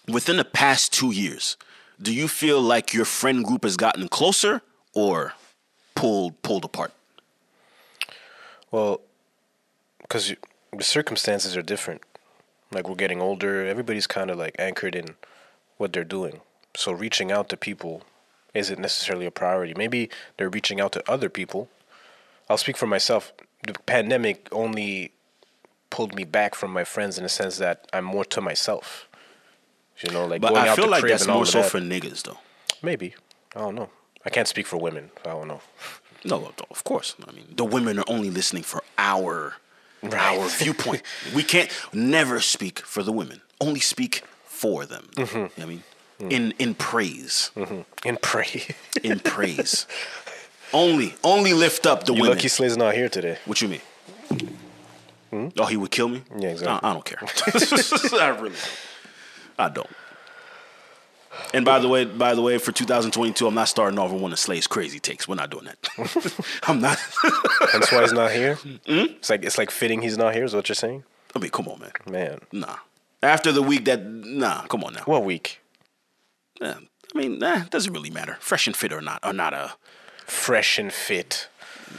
Speaker 2: Within the past two years, do you feel like your friend group has gotten closer or pulled pulled apart?
Speaker 1: Well, because the circumstances are different. Like we're getting older, everybody's kind of like anchored in what they're doing. So reaching out to people isn't necessarily a priority. Maybe they're reaching out to other people. I'll speak for myself. The pandemic only pulled me back from my friends in the sense that I'm more to myself. You know, like
Speaker 2: But
Speaker 1: going
Speaker 2: I
Speaker 1: out
Speaker 2: feel
Speaker 1: to
Speaker 2: like
Speaker 1: crib
Speaker 2: that's
Speaker 1: and all
Speaker 2: more
Speaker 1: of
Speaker 2: so
Speaker 1: that.
Speaker 2: for niggas, though.
Speaker 1: Maybe I don't know. I can't speak for women. I don't know.
Speaker 2: No, of course. I mean, the women are only listening for our our viewpoint. We can't never speak for the women. Only speak for them. You know what I mean, in in praise,
Speaker 1: And pray.
Speaker 2: in praise. Only only lift up the
Speaker 1: you
Speaker 2: women.
Speaker 1: lucky Slay's not here today.
Speaker 2: What you mean? Oh, he would kill me?
Speaker 1: Yeah, exactly.
Speaker 2: I, I don't care. I really don't. I don't. And by the way, by the way, for 2022, I'm not starting off with one of Slade's crazy takes. We're not doing that. I'm not.
Speaker 1: That's why he's not here.
Speaker 2: Hmm?
Speaker 1: It's like it's like fitting he's not here. Is what you're saying,
Speaker 2: I mean, come on, man.
Speaker 1: man?
Speaker 2: Nah. After the week that, nah, come on now.
Speaker 1: What week?
Speaker 2: Yeah, I mean, nah, it doesn't really matter. Fresh and fit or not, or not a.
Speaker 1: Fresh and fit.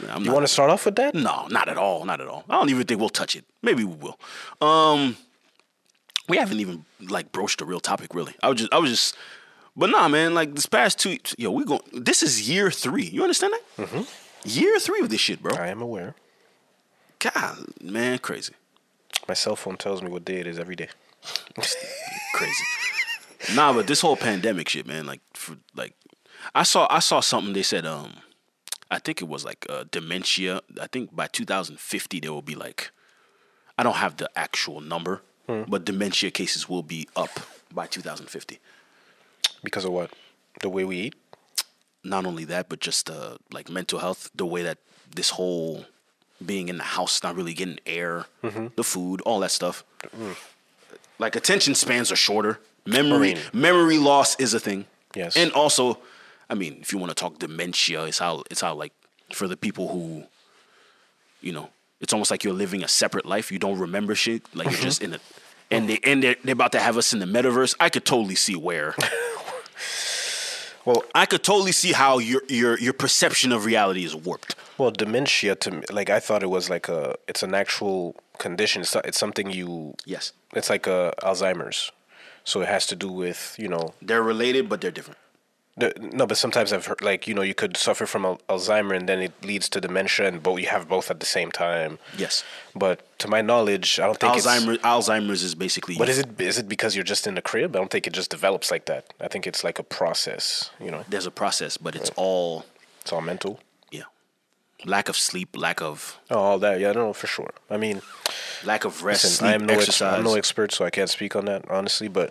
Speaker 2: I'm
Speaker 1: You
Speaker 2: not- Hmm.
Speaker 1: want to start off with that?
Speaker 2: No, not at all. Not at all. I don't even think we'll touch it. Maybe we will. Um, we haven't even like broached the real topic really. I was just, I was just, but nah, man. Like this past two, yo, we going. This is year three. You understand that? Mm-hmm. Year three of this shit, bro.
Speaker 1: I am aware.
Speaker 2: God, man, crazy,
Speaker 1: My cell phone tells me what day it is every day.
Speaker 2: crazy. nah, but this whole pandemic shit, man. Like, for, like, I saw, I saw something. They said, um, I think it was like uh, dementia. I think by 2050 there will be like, I don't have the actual number, but dementia cases will be up by 2050.
Speaker 1: Because of what? The way we eat.
Speaker 2: Not only that, but just uh, like mental health, the way that this whole being in the house, not really getting air,
Speaker 1: Mm-hmm.
Speaker 2: the food, all that stuff. Like attention spans are shorter. Memory
Speaker 1: Mm. I mean-
Speaker 2: memory loss is a thing.
Speaker 1: Yes.
Speaker 2: And also, I mean, if you want to talk dementia, it's how it's how like for the people who you know, it's almost like you're living a separate life. You don't remember shit. Like
Speaker 1: Mm-hmm.
Speaker 2: you're just in a and they and they're, they're about to have us in the metaverse. I could totally see where.
Speaker 1: Well-
Speaker 2: I could totally see how your your your perception of reality is warped.
Speaker 1: Well, dementia to me, like I thought it was like a it's an actual condition. It's, not- it's something you
Speaker 2: Yes.
Speaker 1: It's like a Alzheimer's. So it has to do with, you know,
Speaker 2: They're related, but they're different.
Speaker 1: the, no, but sometimes I've heard like, you know, you could suffer from al- Alzheimer and then it leads to dementia and both you have both at the same time.
Speaker 2: Yes.
Speaker 1: But to my knowledge, I don't think it's-
Speaker 2: Alzheimer's Alzheimer's is basically
Speaker 1: But is it is it because you're just in the crib? I don't think it just develops like that. I think it's like a process, you know.
Speaker 2: there's a process, but it's all
Speaker 1: It's all mental.
Speaker 2: yeah. Lack of sleep, lack of
Speaker 1: Oh, all that. Yeah, I don't know for sure. I mean,
Speaker 2: lack of rest,
Speaker 1: Listen,
Speaker 2: sleep,
Speaker 1: I am no ex-
Speaker 2: exercise.
Speaker 1: I'm no expert, so I can't speak on that honestly. But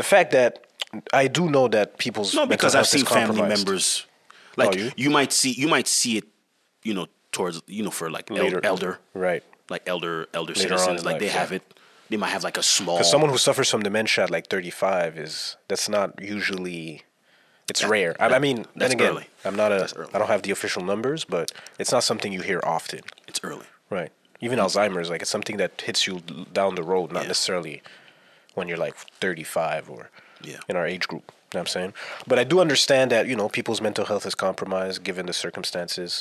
Speaker 1: the fact that I do know that people's
Speaker 2: No,
Speaker 1: mental
Speaker 2: because I've
Speaker 1: health is
Speaker 2: seen family
Speaker 1: compromised.
Speaker 2: members. Like
Speaker 1: Oh, you?
Speaker 2: you? might see, you might see it, you know, towards you know for like el-
Speaker 1: Later.
Speaker 2: elder,
Speaker 1: right?
Speaker 2: like elder elder
Speaker 1: Later on
Speaker 2: citizens.
Speaker 1: in
Speaker 2: Like
Speaker 1: life,
Speaker 2: they
Speaker 1: yeah.
Speaker 2: have it. They might have like a small.
Speaker 1: Because someone who suffers from dementia at like 35 is that's not usually. It's rare. I, I mean, then
Speaker 2: that's
Speaker 1: again,
Speaker 2: early.
Speaker 1: I'm not a.
Speaker 2: That's early.
Speaker 1: I don't have the official numbers, but it's not something you hear often,
Speaker 2: It's early.
Speaker 1: right? Even Alzheimer's, like it's something that hits you l- down the road, not
Speaker 2: Yeah.
Speaker 1: necessarily when you're like 35 or
Speaker 2: Yeah.
Speaker 1: in our age group. You know what I'm saying? But I do understand that, you know, people's mental health is compromised given the circumstances.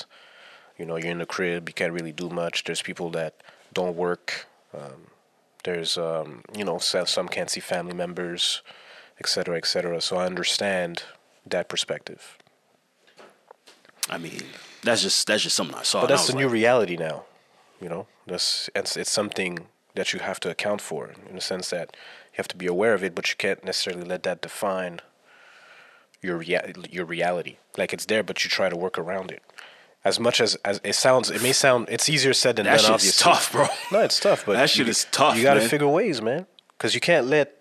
Speaker 1: You know, you're in the crib, you can't really do much. There's people that don't work. Um, there's, um, you know, so- some can't see family members, et cetera, et cetera. So I understand that perspective.
Speaker 2: I mean, that's just that's just something I saw.
Speaker 1: But
Speaker 2: and I
Speaker 1: that's the
Speaker 2: was
Speaker 1: new
Speaker 2: like,
Speaker 1: reality now. You know, that's it's, it's something that you have to account for in the sense that you have to be aware of it, but you can't necessarily let that define your rea- your reality. Like it's there, but you try to work around it. As much as, as it sounds, it may sound it's easier said than
Speaker 2: That
Speaker 1: done.
Speaker 2: shit's
Speaker 1: Obviously,
Speaker 2: tough, bro.
Speaker 1: No, it's tough, but
Speaker 2: That shit
Speaker 1: you-
Speaker 2: is tough,
Speaker 1: You gotta
Speaker 2: man.
Speaker 1: figure ways, man, because you can't let.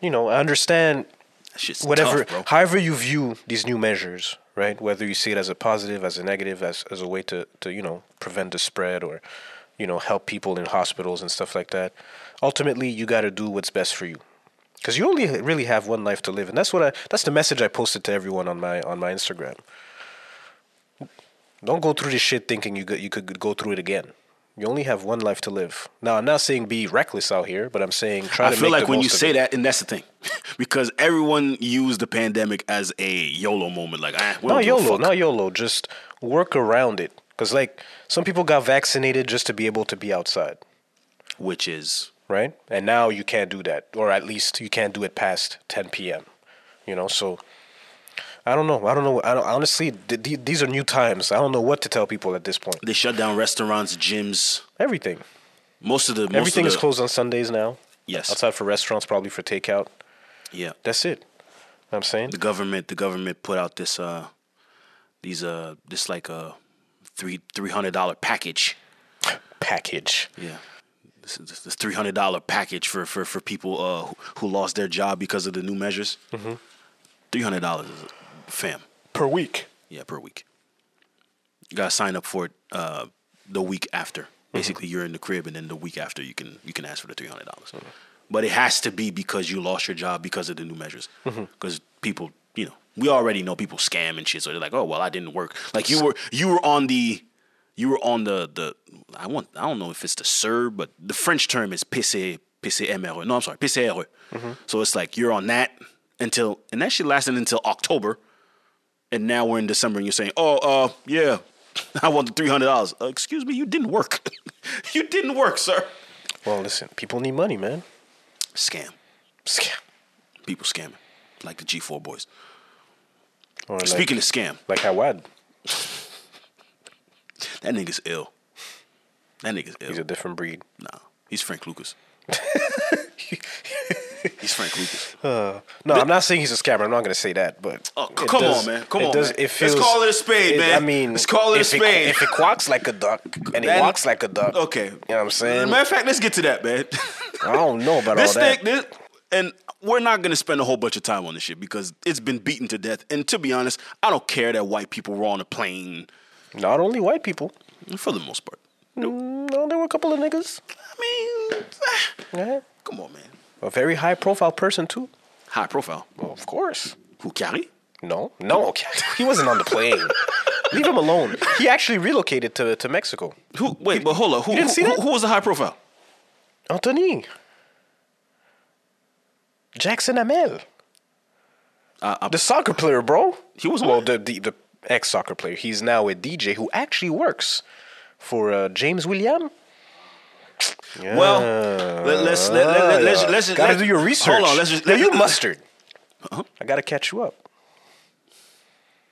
Speaker 1: You know, I understand
Speaker 2: That shit's
Speaker 1: whatever
Speaker 2: tough, bro.
Speaker 1: however you view these new measures right whether you see it as a positive as a negative as, as a way to, to you know prevent the spread or you know help people in hospitals and stuff like that ultimately you got to do what's best for you because you only really have one life to live and that's what i that's the message i posted to everyone on my on my instagram don't go through this shit thinking you, go, you could go through it again you only have one life to live. Now, I'm not saying be reckless out here, but I'm saying try
Speaker 2: I
Speaker 1: to
Speaker 2: feel
Speaker 1: make
Speaker 2: like
Speaker 1: the
Speaker 2: when
Speaker 1: most
Speaker 2: you
Speaker 1: of
Speaker 2: say
Speaker 1: it.
Speaker 2: that, and that's the thing, because everyone used the pandemic as a YOLO moment. Like, eh, we
Speaker 1: Not
Speaker 2: don't give a
Speaker 1: YOLO,
Speaker 2: fuck.
Speaker 1: not YOLO. Just work around it. Because, like, some people got vaccinated just to be able to be outside,
Speaker 2: which is
Speaker 1: right? And now you can't do that. Or at least you can't do it past 10 p.m., you know? So, I don't know. I don't know. I don't, honestly, th- th- these are new times. I don't know what to tell people at this point.
Speaker 2: they shut down restaurants, gyms,
Speaker 1: Everything.
Speaker 2: most of the most
Speaker 1: Everything
Speaker 2: of
Speaker 1: is
Speaker 2: the,
Speaker 1: closed on Sundays now.
Speaker 2: Yes.
Speaker 1: Outside for restaurants, probably for takeout.
Speaker 2: Yeah,
Speaker 1: That's it. Know what I'm saying?
Speaker 2: the government the government put out this uh these uh this like a three three hundred dollar package
Speaker 1: Package.
Speaker 2: yeah this, is- this, this three hundred dollar package for for for people uh who, who lost their job because of the new measures
Speaker 1: Mm-hmm.
Speaker 2: hundred dollars fam
Speaker 1: Per week.
Speaker 2: yeah per week you gotta sign up for it uh the week after basically you're in the crib and then the week after you can you can ask for the three hundred dollars but it has to be because you lost your job because of the new measures because people you know we already know people scam and shit so they're like oh well I didn't work like you were you were on the you were on the the I want I don't know if it's the sir but the French term is PC PCMR no I'm sorry PCR so it's like you're on that until and that shit lasted until October and now we're in December, and you're saying, "Oh, uh, yeah, I want the three hundred dollars." Uh, excuse me, you didn't work. you didn't work, sir.
Speaker 1: Well, listen, people need money, man.
Speaker 2: Scam.
Speaker 1: Scam.
Speaker 2: People scamming, like the G4 boys.
Speaker 1: Or like,
Speaker 2: Speaking of scam,
Speaker 1: like Hawad,
Speaker 2: that nigga's ill. That nigga's ill.
Speaker 1: he's a different breed.
Speaker 2: nah, he's Frank Lucas. he's Frank Lucas.
Speaker 1: No, I'm not saying he's a scammer. I'm not going to say that, but
Speaker 2: Oh, c-
Speaker 1: it
Speaker 2: come on, man. Come
Speaker 1: it
Speaker 2: on,
Speaker 1: does-
Speaker 2: man.
Speaker 1: It
Speaker 2: Let's
Speaker 1: feels,
Speaker 2: call it a spade, man.
Speaker 1: I mean,
Speaker 2: Let's call it a
Speaker 1: if
Speaker 2: spade.
Speaker 1: It, if it quacks like a duck and it
Speaker 2: That-
Speaker 1: walks like a duck,
Speaker 2: Okay,
Speaker 1: you know what I'm saying?
Speaker 2: Matter of fact, let's get to that, man.
Speaker 1: I don't know about
Speaker 2: this
Speaker 1: all that.
Speaker 2: thing, this, and we're not gonna spend a whole bunch of time on this shit because it's been beaten to death. And to be honest, I don't care that white people were on a plane
Speaker 1: Not only white people.
Speaker 2: for the most part.
Speaker 1: No, there were a couple of niggas.
Speaker 2: I mean, eh,
Speaker 1: Yeah.
Speaker 2: come on, man.
Speaker 1: A very high profile person too.
Speaker 2: High profile.
Speaker 1: Well, of course.
Speaker 2: Who carry?
Speaker 1: No, no, okay. he wasn't on the plane. Leave him alone. He actually relocated to, to Mexico.
Speaker 2: Who? Wait, but hold up. Who,
Speaker 1: You didn't
Speaker 2: who-
Speaker 1: see that?
Speaker 2: who- who was the high profile?
Speaker 1: Anthony. Jackson Amel.
Speaker 2: Uh, uh,
Speaker 1: The soccer player, bro.
Speaker 2: He was
Speaker 1: well,
Speaker 2: what?
Speaker 1: the the, the ex soccer player. He's now a DJ who actually works for uh, James William.
Speaker 2: well, let, let's let, let, let, let's let's just-
Speaker 1: uh, gotta
Speaker 2: let-
Speaker 1: do your research.
Speaker 2: Hold on, let's just
Speaker 1: Yo,
Speaker 2: let
Speaker 1: you mustard. I gotta catch you up.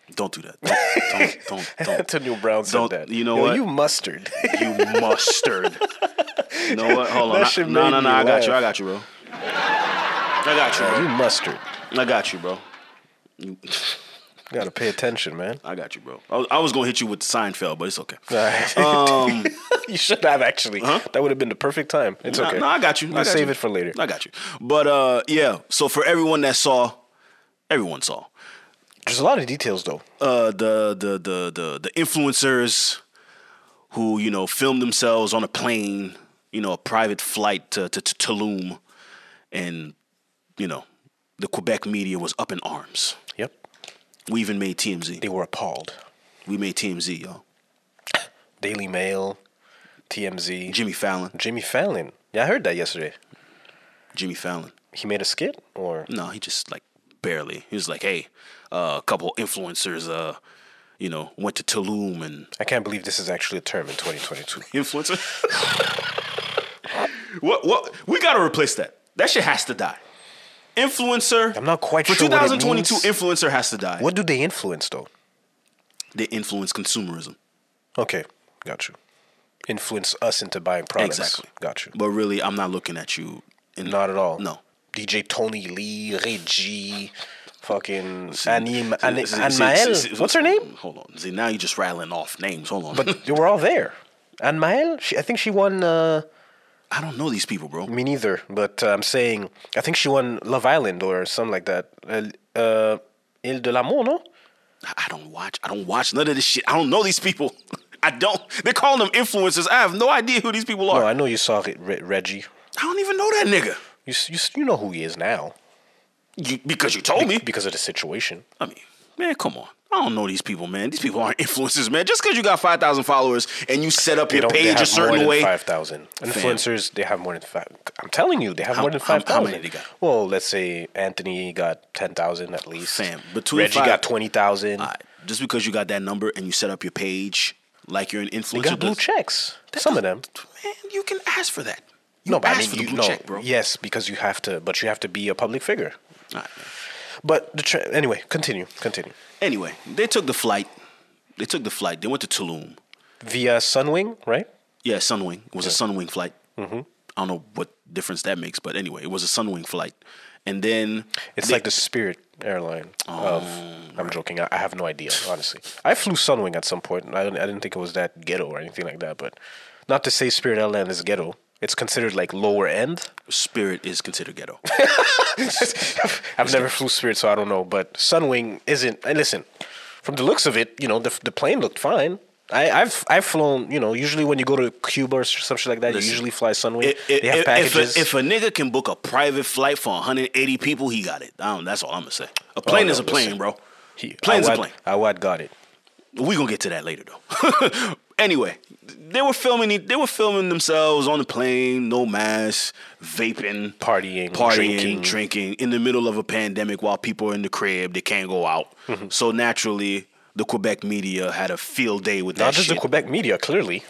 Speaker 2: Don't do that. Don't don't don't. don't.
Speaker 1: Antonio Brown said
Speaker 2: Don't-
Speaker 1: that.
Speaker 2: you know
Speaker 1: Yo,
Speaker 2: what?
Speaker 1: You mustard.
Speaker 2: you mustard. You know what? Hold on.
Speaker 1: That
Speaker 2: I-
Speaker 1: shit
Speaker 2: No,
Speaker 1: made
Speaker 2: no, no.
Speaker 1: me
Speaker 2: I got you. I
Speaker 1: laugh.
Speaker 2: got you, bro. I got you,
Speaker 1: you
Speaker 2: bro.
Speaker 1: mustard.
Speaker 2: I got you, bro.
Speaker 1: You gotta pay attention, man.
Speaker 2: I got you, bro. I was, I was gonna hit you with Seinfeld, but it's okay.
Speaker 1: All right.
Speaker 2: Um,
Speaker 1: you should have actually.
Speaker 2: Huh?
Speaker 1: That would have been the perfect time. It's
Speaker 2: no,
Speaker 1: okay.
Speaker 2: no, I got you. I
Speaker 1: We'll
Speaker 2: got
Speaker 1: save
Speaker 2: you.
Speaker 1: it for later.
Speaker 2: I got you. But uh, yeah. So for everyone that saw, everyone saw
Speaker 1: There's a lot of details though.
Speaker 2: uh, the the the the the influencers who you know filmed themselves on a plane, you know, a private flight to to, to Tulum, and you know, the Quebec media was up in arms.
Speaker 1: Yep.
Speaker 2: We even made TMZ.
Speaker 1: They were appalled.
Speaker 2: We made TMZ, y'all.
Speaker 1: Daily Mail, TMZ,
Speaker 2: Jimmy Fallon.
Speaker 1: Jimmy Fallon. Yeah, I heard that yesterday.
Speaker 2: Jimmy Fallon.
Speaker 1: He made a skit or
Speaker 2: No, he just like barely. He was like, hey, uh, a couple influencers, uh, you know, went to Tulum and
Speaker 1: I can't believe this is actually a term in 2022.
Speaker 2: influencer. what? What? We gotta replace that. That shit has to die. Influencer.
Speaker 1: I'm not quite
Speaker 2: for
Speaker 1: sure what it
Speaker 2: 2022.
Speaker 1: means.
Speaker 2: Influencer has to die.
Speaker 1: What do they influence though?
Speaker 2: They influence consumerism,
Speaker 1: Okay, got you. Influence us into buying products.
Speaker 2: Exactly.
Speaker 1: Got you.
Speaker 2: but really, I'm not looking at you. In,
Speaker 1: Not at all.
Speaker 2: No.
Speaker 1: DJ Tony Lee, Reggie, fucking
Speaker 2: See,
Speaker 1: Annie, Ma-
Speaker 2: see,
Speaker 1: Annie,
Speaker 2: see,
Speaker 1: Anne
Speaker 2: see,
Speaker 1: Mael.
Speaker 2: see, see,
Speaker 1: What's her name?
Speaker 2: Hold on. See, now you're just rattling off names. Hold on.
Speaker 1: But they were all there. Anne Mael, she, I think she won. Uh,
Speaker 2: I don't know these people, bro.
Speaker 1: me neither. But uh, I'm saying, I think she won Love Island or something like that. Uh, uh, Ile de l'amour, no?
Speaker 2: I I don't watch. I don't watch none of this shit. I don't know these people. I don't. They're calling them influencers. I have no idea who these people are.
Speaker 1: No,
Speaker 2: I,
Speaker 1: Oh, I know you saw Re- Re- Reggie.
Speaker 2: don't even know that nigga.
Speaker 1: You, s- you s- you know who he is now
Speaker 2: You, because you told me.
Speaker 1: because of the situation.
Speaker 2: I mean, man, come on. I don't know these people, man. These people aren't influencers, man. Just because you got five thousand followers and you set up
Speaker 1: They
Speaker 2: your
Speaker 1: don't. they
Speaker 2: page a
Speaker 1: have more
Speaker 2: certain
Speaker 1: than
Speaker 2: way,
Speaker 1: five thousand influencers. They have more than five. I'm telling you, they have
Speaker 2: How-
Speaker 1: more than
Speaker 2: how-
Speaker 1: five
Speaker 2: how many
Speaker 1: thousand.
Speaker 2: they got?
Speaker 1: Well, let's say Anthony got ten thousand at least.
Speaker 2: Fam, between
Speaker 1: Reggie
Speaker 2: five-
Speaker 1: got twenty thousand.
Speaker 2: Alright, uh, just because you got that number and you set up your page like you're an
Speaker 1: They
Speaker 2: influencer,
Speaker 1: got blue
Speaker 2: does-
Speaker 1: checks. Some of them.
Speaker 2: man, you can ask for that. You
Speaker 1: No, but I
Speaker 2: ask
Speaker 1: mean,
Speaker 2: for the
Speaker 1: you,
Speaker 2: blue
Speaker 1: no,
Speaker 2: check, bro.
Speaker 1: yes, because you have to, but you have to be a public figure.
Speaker 2: Alright, man.
Speaker 1: But the tra- anyway, continue, continue.
Speaker 2: Anyway, they took the flight. They took the flight. They went to Tulum.
Speaker 1: Via Sunwing, right?
Speaker 2: Yeah, Sunwing. It was a Sunwing flight. Mm-hmm. I don't know what difference that makes, but anyway, it was a Sunwing flight. And then
Speaker 1: It's
Speaker 2: they-
Speaker 1: like the Spirit airline of.
Speaker 2: Oh.
Speaker 1: I'm joking. I, I have no idea, honestly. I flew Sunwing at some point, and I, didn't- I didn't think it was that ghetto or anything like that. But not to say Spirit airline is ghetto. It's considered like lower end.
Speaker 2: Spirit is considered ghetto.
Speaker 1: I've never flew Spirit, so I don't know. But Sunwing isn't. And listen, from the looks of it, you know the the plane looked fine. I, I've I've flown. You know, usually when you go to Cuba or some shit like that,
Speaker 2: Listen,
Speaker 1: you usually fly Sunwing.
Speaker 2: If, if,
Speaker 1: they have
Speaker 2: if-
Speaker 1: packages.
Speaker 2: if a, if a nigga can book a private flight for 180 people, he got it. I don't, that's all I'm gonna say. A plane
Speaker 1: Oh, no,
Speaker 2: is a plane,
Speaker 1: listen.
Speaker 2: bro.
Speaker 1: He-
Speaker 2: plane's a
Speaker 1: Awad-
Speaker 2: plane.
Speaker 1: Awad got it.
Speaker 2: We gonna get to that later though. anyway, they were filming. it- They were filming themselves on the plane, no mask, vaping,
Speaker 1: Partying,
Speaker 2: partying,
Speaker 1: drinking.
Speaker 2: drinking, in the middle of a pandemic while people are in the crib. They can't go out.
Speaker 1: Mm-hmm.
Speaker 2: So naturally, the Quebec media had a field day with
Speaker 1: Not
Speaker 2: that.
Speaker 1: just
Speaker 2: shit.
Speaker 1: the Quebec media, clearly.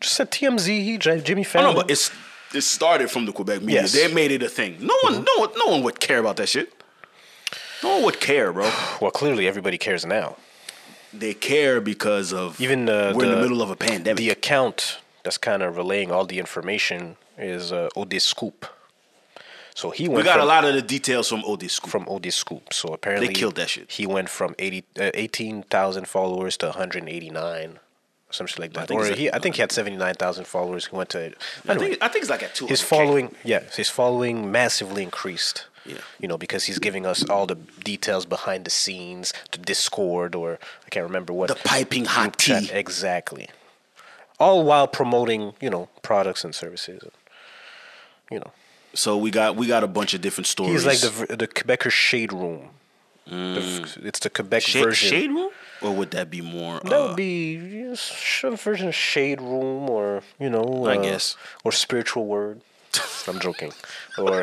Speaker 1: Just said TMZ, J- Jimmy
Speaker 2: I
Speaker 1: Fallon.
Speaker 2: know, Oh, but it's it started from the Quebec media.
Speaker 1: Yes. Mm-hmm.
Speaker 2: They made it a thing. No one, no one, no one would care about that shit. No one would care, bro.
Speaker 1: well, clearly everybody cares now.
Speaker 2: They care because of
Speaker 1: Even uh,
Speaker 2: we're in the middle of a pandemic.
Speaker 1: The account that's kind of relaying all the information is uh, Odé Scoop. So he went
Speaker 2: we got
Speaker 1: from,
Speaker 2: a lot of the details from Odie Scoop.
Speaker 1: from Odé Scoop. So apparently
Speaker 2: killed that shit.
Speaker 1: He went from 80, uh, 18,000 followers to 189. Something like that.
Speaker 2: think
Speaker 1: or
Speaker 2: it's a- uh,
Speaker 1: he, I think he had 79,000 followers. He went to.
Speaker 2: I
Speaker 1: Anyway.
Speaker 2: think I think it's like at two.
Speaker 1: his following yeah his following massively increased
Speaker 2: Yeah.
Speaker 1: you know because he's giving us all the details behind the scenes the discord or i can't remember what
Speaker 2: the piping hot
Speaker 1: chat-
Speaker 2: tea.
Speaker 1: exactly all while promoting you know products and services you know
Speaker 2: So we got we got a bunch of different stories.
Speaker 1: he's like the the quebecer shade room The f- it's the Quebec
Speaker 2: Mm. Shade,
Speaker 1: version.
Speaker 2: Shade Room? Or would that be more?
Speaker 1: That
Speaker 2: uh,
Speaker 1: would be yes, sh- a version of Shade Room or, you know, uh,
Speaker 2: I guess.
Speaker 1: Or Spiritual Word. I'm joking. Or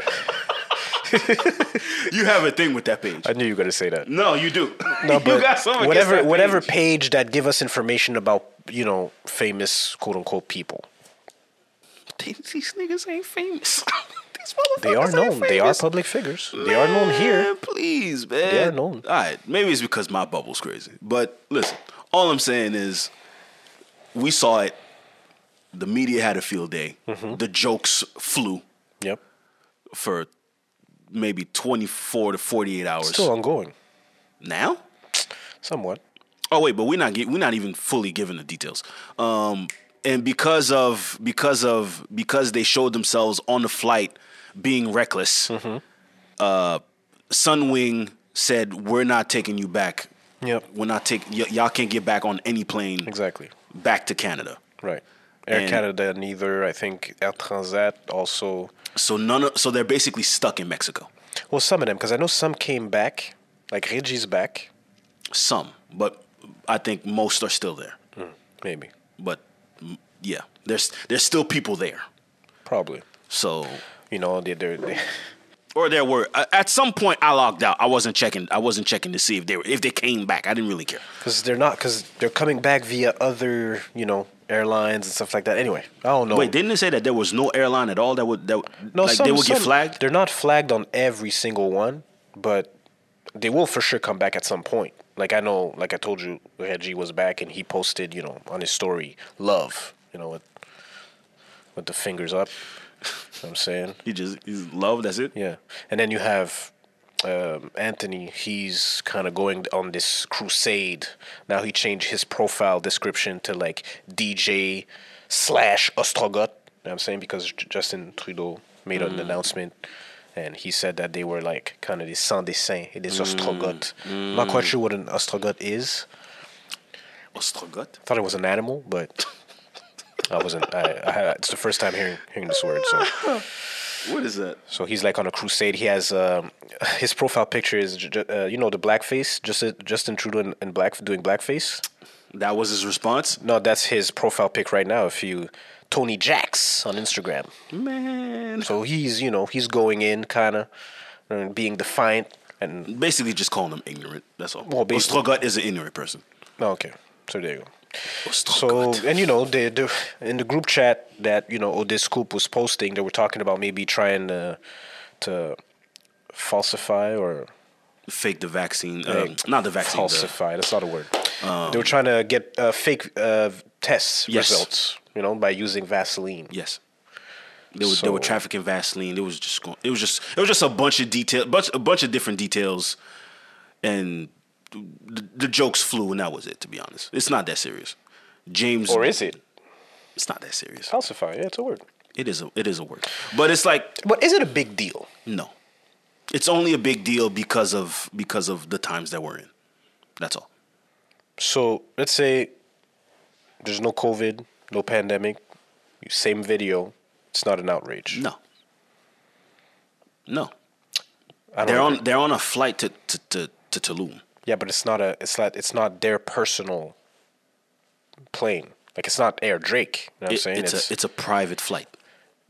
Speaker 2: you have a thing with that page.
Speaker 1: I knew you were going to say that.
Speaker 2: no, you do.
Speaker 1: No,
Speaker 2: you
Speaker 1: but
Speaker 2: got something against
Speaker 1: whatever
Speaker 2: that page.
Speaker 1: whatever page that give us information about, you know, famous quote unquote people.
Speaker 2: They- These niggas ain't famous. These
Speaker 1: They are
Speaker 2: motherfuckers ain't
Speaker 1: known. They are
Speaker 2: famous.
Speaker 1: public figures. They are known here.
Speaker 2: Man, Please, man.
Speaker 1: They are known.
Speaker 2: All right. Maybe it's because my bubble's crazy. But listen, all I'm saying is we saw it. The media had a field day.
Speaker 1: Mm-hmm.
Speaker 2: The jokes flew
Speaker 1: Yep.
Speaker 2: for maybe 24 to 48 hours.
Speaker 1: Still ongoing.
Speaker 2: now?
Speaker 1: Somewhat.
Speaker 2: Oh wait, but we're not get, we're not even fully given the details. Um, and because of because of because they showed themselves on the flight being reckless, uh, Sunwing said, "We're not taking you back.
Speaker 1: Yep.
Speaker 2: We're not taking y- y'all can't get back on any plane
Speaker 1: Exactly.
Speaker 2: back to Canada."
Speaker 1: Right. Air
Speaker 2: And-
Speaker 1: Canada neither. I think Air Transat also.
Speaker 2: So none of, so they're basically stuck in Mexico.
Speaker 1: Well, some of them, because I know some came back. Like Reggie's back,
Speaker 2: Some, but I think most are still there.
Speaker 1: maybe,
Speaker 2: But mm, yeah, there's there's still people there.
Speaker 1: probably.
Speaker 2: So
Speaker 1: You know, they, they're, they
Speaker 2: or there were a- at some point I logged out. I wasn't checking. I wasn't checking to see if they were if they came back. I didn't really care.
Speaker 1: because they're not because they're coming back via other you know airlines and stuff like that. Anyway, I don't know.
Speaker 2: Wait, didn't it say that there was no airline at all that would that Oh. no, like they would get flagged?
Speaker 1: They're not flagged on every single one, but they will for sure come back at some point. Like I know, like I told you, Reggie was back and he posted, you know, on his story, love, you know, with with the fingers up. You know what I'm saying,
Speaker 2: He just he's love. That's it.
Speaker 1: yeah. And then you have um, Anthony. He's kind of going on this crusade. Now he changed his profile description to like DJ slash Ostrogoth. You know what I'm saying because J- Justin Trudeau made an announcement. And he said that they were like kind of the sans dessin, it is Ostrogoth. I'm not quite sure what an Ostrogoth is.
Speaker 2: Ostrogoth.
Speaker 1: Thought it was an animal, but I wasn't. I, I, it's the first time hearing hearing this word. So
Speaker 2: What is that?
Speaker 1: so he's like on a crusade. He has um, his profile picture is ju- ju- uh, you know the blackface, just Justin Trudeau in, in black doing blackface.
Speaker 2: That was his response.
Speaker 1: No, that's his profile pic right now. If you Tony Jacks on Instagram,
Speaker 2: Man,
Speaker 1: so he's you know he's going in kind of and being defiant and
Speaker 2: basically just calling him ignorant. That's all.
Speaker 1: Well, basically-
Speaker 2: Ostrogoth is an ignorant person.
Speaker 1: oh, okay. So there you go. So
Speaker 2: Oh, Ostrogoth.
Speaker 1: and you know they do in the group chat that you know Odis Coop was posting, they were talking about maybe trying to to falsify or
Speaker 2: fake the vaccine.
Speaker 1: Hey,
Speaker 2: um, not the vaccine. the- Um,
Speaker 1: Falsify. That's not a word. they were trying to get uh, fake uh, tests
Speaker 2: Yes.
Speaker 1: results, you know, by using Vaseline.
Speaker 2: Yes. They were they were
Speaker 1: So-
Speaker 2: trafficking Vaseline. It was just going. It was just it was just a bunch of detail, bunch a bunch of different details, and the, the jokes flew, and that was it. To be honest, it's not that serious. James,
Speaker 1: Or is it
Speaker 2: It's not that serious.
Speaker 1: falsify? Yeah, it's a word.
Speaker 2: It is a it is a word, but it's like
Speaker 1: But is it a big deal?
Speaker 2: no, it's only a big deal because of because of the times that we're in. That's all.
Speaker 1: So let's say there's no COVID, no pandemic, same video. It's not an outrage.
Speaker 2: No, no.
Speaker 1: I don't
Speaker 2: They're
Speaker 1: agree.
Speaker 2: on they're on a flight to to to, to Tulum.
Speaker 1: Yeah, but it's not a. It's not. It's not their personal plane. Like it's not Air Drake. You know what I'm
Speaker 2: It-
Speaker 1: saying?
Speaker 2: it's, a it's a private flight.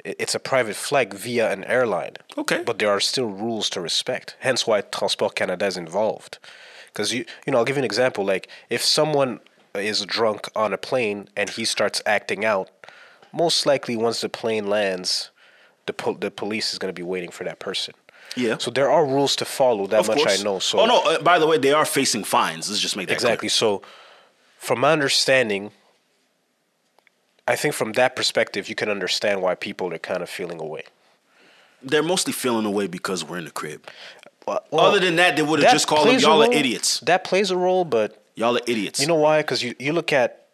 Speaker 1: it- it's a private flight via an airline.
Speaker 2: Okay.
Speaker 1: But there are still rules to respect. Hence why Transport Canada is involved. Because you, you know, I'll give you an example. Like if someone is drunk on a plane and he starts acting out, most likely once the plane lands, the pol- the police is going to be waiting for that person.
Speaker 2: Yeah.
Speaker 1: So there are rules to follow. That
Speaker 2: Of
Speaker 1: much
Speaker 2: course.
Speaker 1: I know. So
Speaker 2: oh no! Uh, by the way, they are facing fines. Let's just make that
Speaker 1: Exactly. So, from my understanding, I think from that perspective, you can understand why people are kind of feeling away.
Speaker 2: Clear. They're mostly feeling away because we're in the crib.
Speaker 1: Well, well,
Speaker 2: Other than that, they would have just called them
Speaker 1: plays a
Speaker 2: y'all are
Speaker 1: role-
Speaker 2: idiots.
Speaker 1: That plays a role, but
Speaker 2: Y'all are idiots.
Speaker 1: you know why? Because you, you look at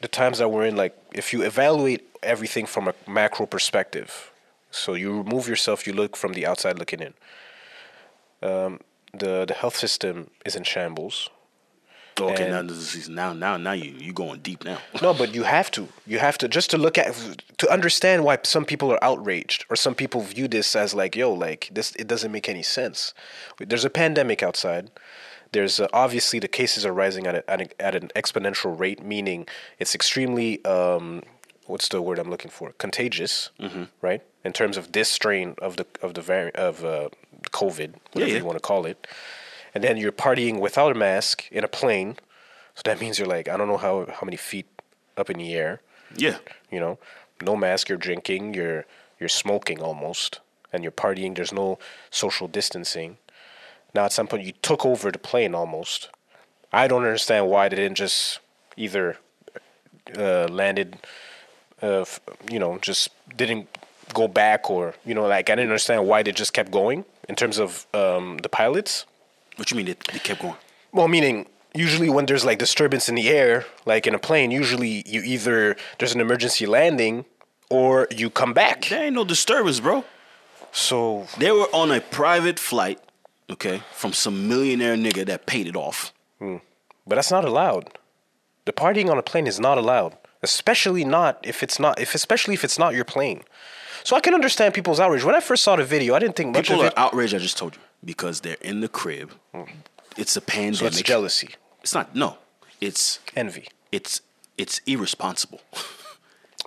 Speaker 1: the times that we're in, like, if you evaluate everything from a macro perspective, so you remove yourself, you look from the outside looking in. Um, the, the health system is in shambles.
Speaker 2: Okay,
Speaker 1: And-
Speaker 2: now this is now now now you you going deep now.
Speaker 1: No, but you have to. You have to just to look at to understand why some people are outraged or some people view this as like, yo, like this it doesn't make any sense. There's a pandemic outside. There's uh, obviously the cases are rising at a, at, a, at an exponential rate, meaning it's extremely um, what's the word I'm looking for? Contagious,
Speaker 2: Mm-hmm.
Speaker 1: right? In terms of this strain of the of the variant of uh, COVID, whatever
Speaker 2: yeah.
Speaker 1: you want to call it, and then you're partying without a mask in a plane. So that means you're like, I don't know how, how many feet up in the air,
Speaker 2: Yeah.
Speaker 1: you know, no mask, you're drinking, you're, you're smoking almost, and you're partying. There's no social distancing. Now, at some point, you took over the plane almost. I don't understand why they didn't just either uh, landed, uh, f- you know, just didn't go back or, you know, like I didn't understand why they just kept going in terms of um, the pilots.
Speaker 2: What you mean? They, they kept going.
Speaker 1: Well, meaning usually when there's like disturbance in the air, like in a plane, usually you either there's an emergency landing or you come back.
Speaker 2: There ain't no disturbance, bro.
Speaker 1: So
Speaker 2: They were on a private flight, okay, from some millionaire nigga that paid it off.
Speaker 1: But that's not allowed. The partying on a plane is not allowed, especially not if it's not if especially if it's not your plane. So I can understand people's outrage. When I first saw the video, I didn't think much
Speaker 2: People
Speaker 1: of
Speaker 2: are
Speaker 1: it. Mm.
Speaker 2: outraged. I just told you because they're in the crib. It's a pandemic.
Speaker 1: so it's jealousy,
Speaker 2: It's not. No. It's
Speaker 1: envy.
Speaker 2: it's it's irresponsible.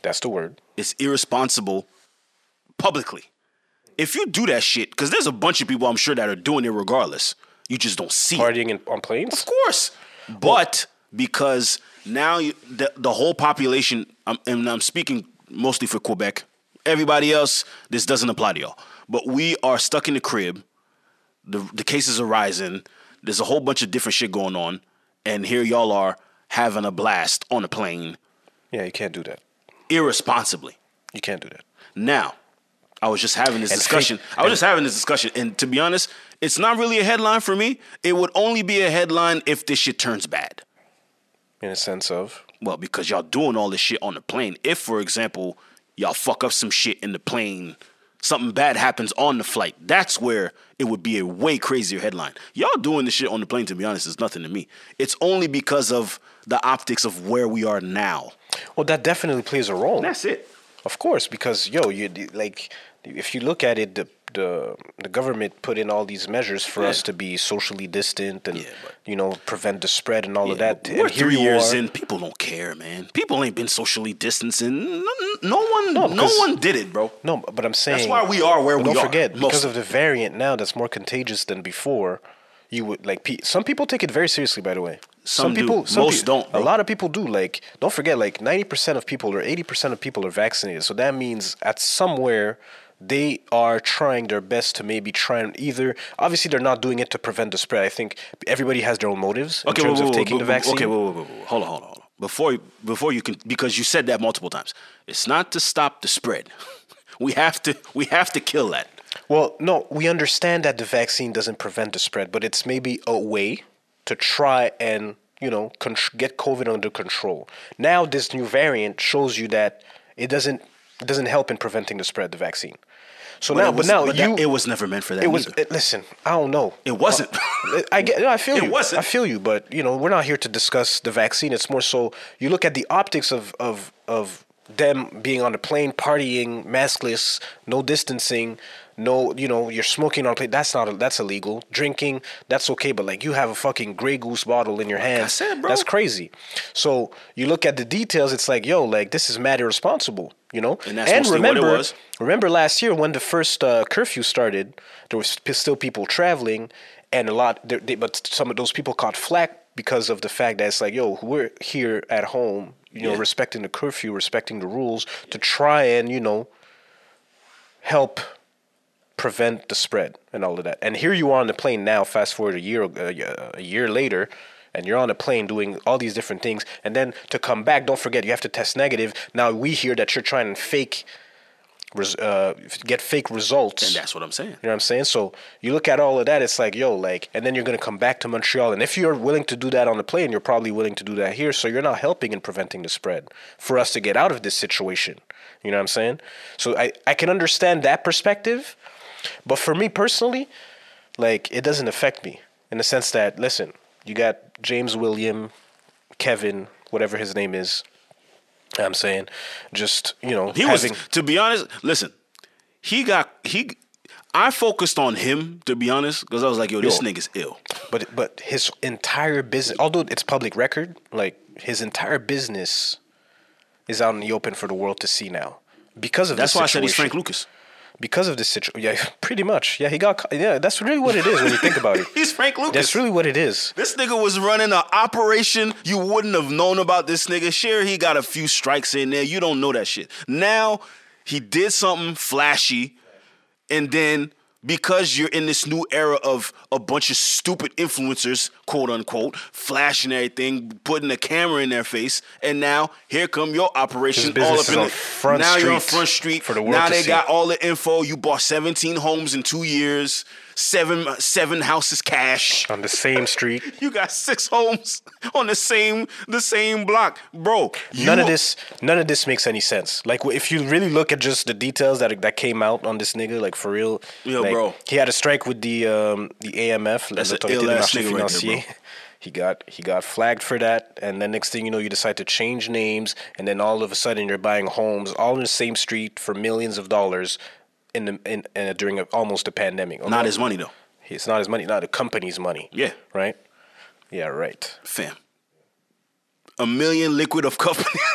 Speaker 1: That's the word.
Speaker 2: It's irresponsible publicly. If you do that shit, because there's a bunch of people I'm sure that are doing it regardless. You just don't see it.
Speaker 1: Partying in, on planes.
Speaker 2: Of course. But because now you, the, the whole population, I'm, and I'm speaking mostly for Quebec, everybody else, this doesn't apply to y'all. But we are stuck in the crib. The, the cases are rising. There's a whole bunch of different shit going on. And here y'all are having a blast on a plane
Speaker 1: Yeah, you can't do that.
Speaker 2: irresponsibly.
Speaker 1: You can't do that.
Speaker 2: Now, I was just having this
Speaker 1: And
Speaker 2: discussion.
Speaker 1: fake-
Speaker 2: I was
Speaker 1: and-
Speaker 2: just having this discussion, and to be honest, it's not really a headline for me. It would only be a headline if this shit turns bad.
Speaker 1: In a sense of
Speaker 2: Well, because y'all doing all this shit on the plane. If, for example, y'all fuck up some shit in the plane, something bad happens on the flight, that's where it would be a way crazier headline. Y'all doing this shit on the plane, to be honest, is nothing to me. It's only because of the optics of where we are now.
Speaker 1: well, that definitely plays a role.
Speaker 2: it.
Speaker 1: Of course, because yo, you like if you look at it, the the the government put in all these measures for us
Speaker 2: Yeah.
Speaker 1: to be socially distant and
Speaker 2: Yeah, but-
Speaker 1: you know prevent the spread and all of that.
Speaker 2: We're
Speaker 1: and here
Speaker 2: three
Speaker 1: you
Speaker 2: years
Speaker 1: are.
Speaker 2: in. People don't care, man. People ain't been socially distancing. No, no one, no,
Speaker 1: because-
Speaker 2: one did it, bro.
Speaker 1: No, but I'm saying
Speaker 2: why we are where
Speaker 1: but
Speaker 2: we
Speaker 1: don't
Speaker 2: are,
Speaker 1: forget because
Speaker 2: mostly.
Speaker 1: of the variant now that's more contagious than before. You would like pe- some people take it very seriously. By the way,
Speaker 2: Some do.
Speaker 1: people
Speaker 2: Most don't,
Speaker 1: A
Speaker 2: bro.
Speaker 1: lot of people do. Like, don't forget, like ninety percent of people or eighty percent of people are vaccinated. So that means at somewhere they are trying their best to maybe try and either. Obviously, they're not doing it to prevent the spread. I think everybody has their own motives in terms
Speaker 2: whoa,
Speaker 1: of
Speaker 2: whoa,
Speaker 1: taking
Speaker 2: whoa,
Speaker 1: the vaccine.
Speaker 2: Okay, whoa, whoa, whoa, whoa. hold on, hold on, hold on. Before you, before you can, because you said that multiple times. It's not to stop the spread. we have to, we have to kill that.
Speaker 1: Well, no, we understand that the vaccine doesn't prevent the spread, but it's maybe a way to try and, you know, con- get COVID under control. Now this new variant shows you that it doesn't it doesn't help in preventing the spread of the vaccine. So now,
Speaker 2: it was,
Speaker 1: but now
Speaker 2: that-
Speaker 1: you
Speaker 2: it was never meant for that.
Speaker 1: it was
Speaker 2: neither.
Speaker 1: it, listen, I don't know. Uh,
Speaker 2: It wasn't.
Speaker 1: I- I get. No, I feel
Speaker 2: It
Speaker 1: you.
Speaker 2: wasn't.
Speaker 1: I feel you, but you know, we're not here to discuss the vaccine. It's more so you look at the optics of of of them being on the plane, partying, maskless, no distancing, no, you know, you're smoking on a plane. That's not. That's illegal. Drinking, that's okay, but like you have a fucking Grey Goose bottle in your hand.
Speaker 2: said, bro.
Speaker 1: That's crazy. So you look at the details. It's like, yo, like this is mad irresponsible. You know,
Speaker 2: And that's mostly what it
Speaker 1: remember,
Speaker 2: was.
Speaker 1: Remember last year when the first uh, curfew started, there was p- still people traveling, and a lot. There, they, but some of those people caught flack because of the fact that it's like, yo, we're here at home, you know,
Speaker 2: Yeah.
Speaker 1: respecting the curfew, respecting the rules to try and you know help prevent the spread and all of that. And here you are on the plane now. Fast forward a year, uh, a year later. And you're on a plane doing all these different things, and then to come back, don't forget you have to test negative. Now we hear that you're trying to fake res- uh, f- get fake results.
Speaker 2: and that's what I'm saying.
Speaker 1: you know what I'm saying? So you look at all of that, it's like, yo, like, and then you're going to come back to Montreal. And if you're willing to do that on the plane, you're probably willing to do that here. So you're not helping in preventing the spread for us to get out of this situation. You know what I'm saying? So I, I can understand that perspective. But for me personally, like, it doesn't affect me in the sense that, listen, You got James William, Kevin, whatever his name is. I'm saying, just you know,
Speaker 2: He was,
Speaker 1: having,
Speaker 2: to be honest. Listen, he got he. I focused on him to be honest because I was like, yo, this
Speaker 1: Yo.
Speaker 2: nigga's ill.
Speaker 1: but but his entire business, although it's public record, like his entire business is out in the open for the world to see now because of
Speaker 2: That's
Speaker 1: this
Speaker 2: why I said
Speaker 1: situation.
Speaker 2: he's Frank Lucas.
Speaker 1: because of this situation. Yeah, pretty much. Yeah, he got. ca- Yeah, that's really what it is when you think about it.
Speaker 2: He's Frank Lucas.
Speaker 1: That's really what it is.
Speaker 2: This nigga was running an operation you wouldn't have known about. This nigga, sure, he got a few strikes in there. You don't know that shit. Now he did something flashy, and then because you're in this new era of a bunch of stupid influencers, quote unquote, flashing everything, putting a camera in their face, and now here come your
Speaker 1: His
Speaker 2: operation all
Speaker 1: business
Speaker 2: up in
Speaker 1: is on
Speaker 2: the
Speaker 1: Front
Speaker 2: now you're on
Speaker 1: Street
Speaker 2: front street
Speaker 1: for the world
Speaker 2: Now
Speaker 1: to
Speaker 2: they
Speaker 1: see.
Speaker 2: got all the info. You bought 17 homes in two years, seven seven houses cash.
Speaker 1: On the same street.
Speaker 2: You got six homes on the same the same block, bro. you-
Speaker 1: None of this, none of this makes any sense. Like, if you really look at just the details that that came out on this nigga, like for real,
Speaker 2: Yo,
Speaker 1: like,
Speaker 2: bro.
Speaker 1: he had a strike with the um, the AMF,
Speaker 2: That's an
Speaker 1: l'autorité
Speaker 2: ill
Speaker 1: des
Speaker 2: ass
Speaker 1: marchés
Speaker 2: nigga right there,
Speaker 1: financiers. He got he got flagged for that, and then next thing you know, you decide to change names, and then all of a sudden you're buying homes all in the same street for millions of dollars in the in, in during a, almost a pandemic.
Speaker 2: Not
Speaker 1: Okay.
Speaker 2: his money though,
Speaker 1: It's not his money, not the company's money.
Speaker 2: Yeah.
Speaker 1: Right? Yeah, right.
Speaker 2: fam. A million liquid of company.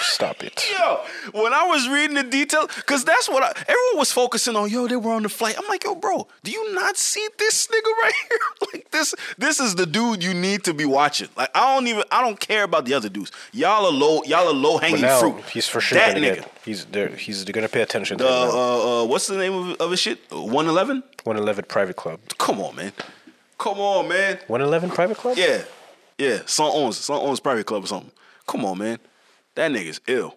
Speaker 1: Stop it.
Speaker 2: yo, when I was reading the details, cause that's what I, everyone was focusing on. Yo, they were on the flight. I'm like, yo, bro, do you not see this nigga right here? like this, this is the dude you need to be watching. Like I don't even, I don't care about the other dudes. Y'all are low, y'all are low
Speaker 1: But
Speaker 2: hanging
Speaker 1: now
Speaker 2: fruit.
Speaker 1: he's for sure
Speaker 2: that
Speaker 1: gonna
Speaker 2: nigga.
Speaker 1: get he's there he's gonna pay attention to
Speaker 2: Uh,
Speaker 1: him now.
Speaker 2: uh, uh, what's the name of, of his shit? Uh, One Eleven.
Speaker 1: 111 Private Club.
Speaker 2: Come on, man. Come on, man.
Speaker 1: 111 Private Club?
Speaker 2: Yeah. Yeah. Son owns Son owns private club or something. Come on, man. That nigga's ill.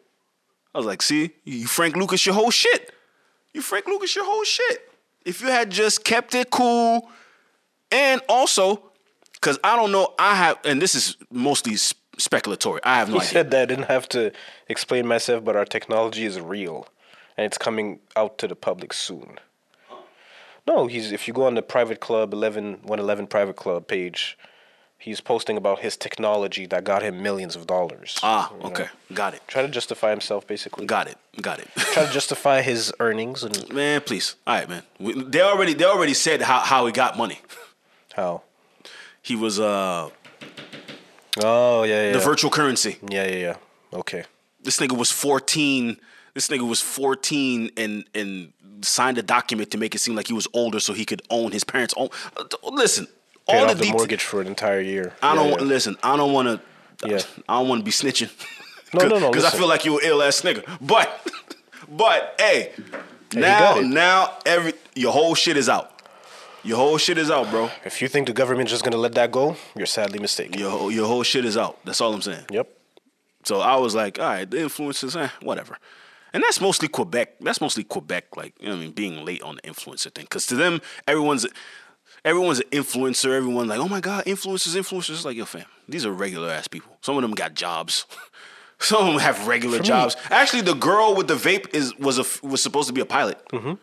Speaker 2: I was like, see, you Frank Lucas your whole shit. You Frank Lucas your whole shit. If you had just kept it cool. And also, because I don't know, I have, and this is mostly sp- speculatory. I have no
Speaker 1: He
Speaker 2: idea.
Speaker 1: said that I didn't have to explain myself, but our technology is real and it's coming out to the public soon. No, he's if you go on the private club 11 111 Private Club page, he's posting about his technology that got him millions of dollars.
Speaker 2: ah, okay. Got it.
Speaker 1: Try to justify himself basically.
Speaker 2: Got it. Got it.
Speaker 1: try to justify his earnings and
Speaker 2: man, please. All right, man. We, they already they already said how, how he got money.
Speaker 1: how.
Speaker 2: He was uh
Speaker 1: Oh yeah, yeah.
Speaker 2: the virtual currency.
Speaker 1: yeah, yeah, yeah. Okay.
Speaker 2: this nigga was 14 this nigga was 14 and and signed a document to make it seem like he was older so he could own his parents own Uh, d- listen
Speaker 1: Paid
Speaker 2: all
Speaker 1: off
Speaker 2: the,
Speaker 1: the,
Speaker 2: detail-
Speaker 1: mortgage for an entire year.
Speaker 2: i
Speaker 1: Yeah,
Speaker 2: don't
Speaker 1: yeah.
Speaker 2: listen i don't want to
Speaker 1: Yeah.
Speaker 2: i don't want to be snitching
Speaker 1: No, no, no,
Speaker 2: because i
Speaker 1: listen.
Speaker 2: feel like you an ill ass nigga but but hey, now
Speaker 1: got it.
Speaker 2: now every your whole shit is out your whole shit is out bro
Speaker 1: If you think the government's just gonna let that go, you're sadly mistaken.
Speaker 2: your, whole- your whole shit is out that's all i'm saying
Speaker 1: Yep.
Speaker 2: So I was like, all right, the influencers, eh, whatever. And that's mostly Quebec. That's mostly Quebec, like, you know what I mean, being late on the influencer thing. Cause to them, everyone's everyone's an influencer. Everyone's like, oh my God, influencers, influencers. It's like, yo, fam, these are regular ass people. Some of them got jobs. Some of them have regular jobs. Actually, the girl with the vape is was a, was supposed to be a pilot.
Speaker 1: Mm-hmm.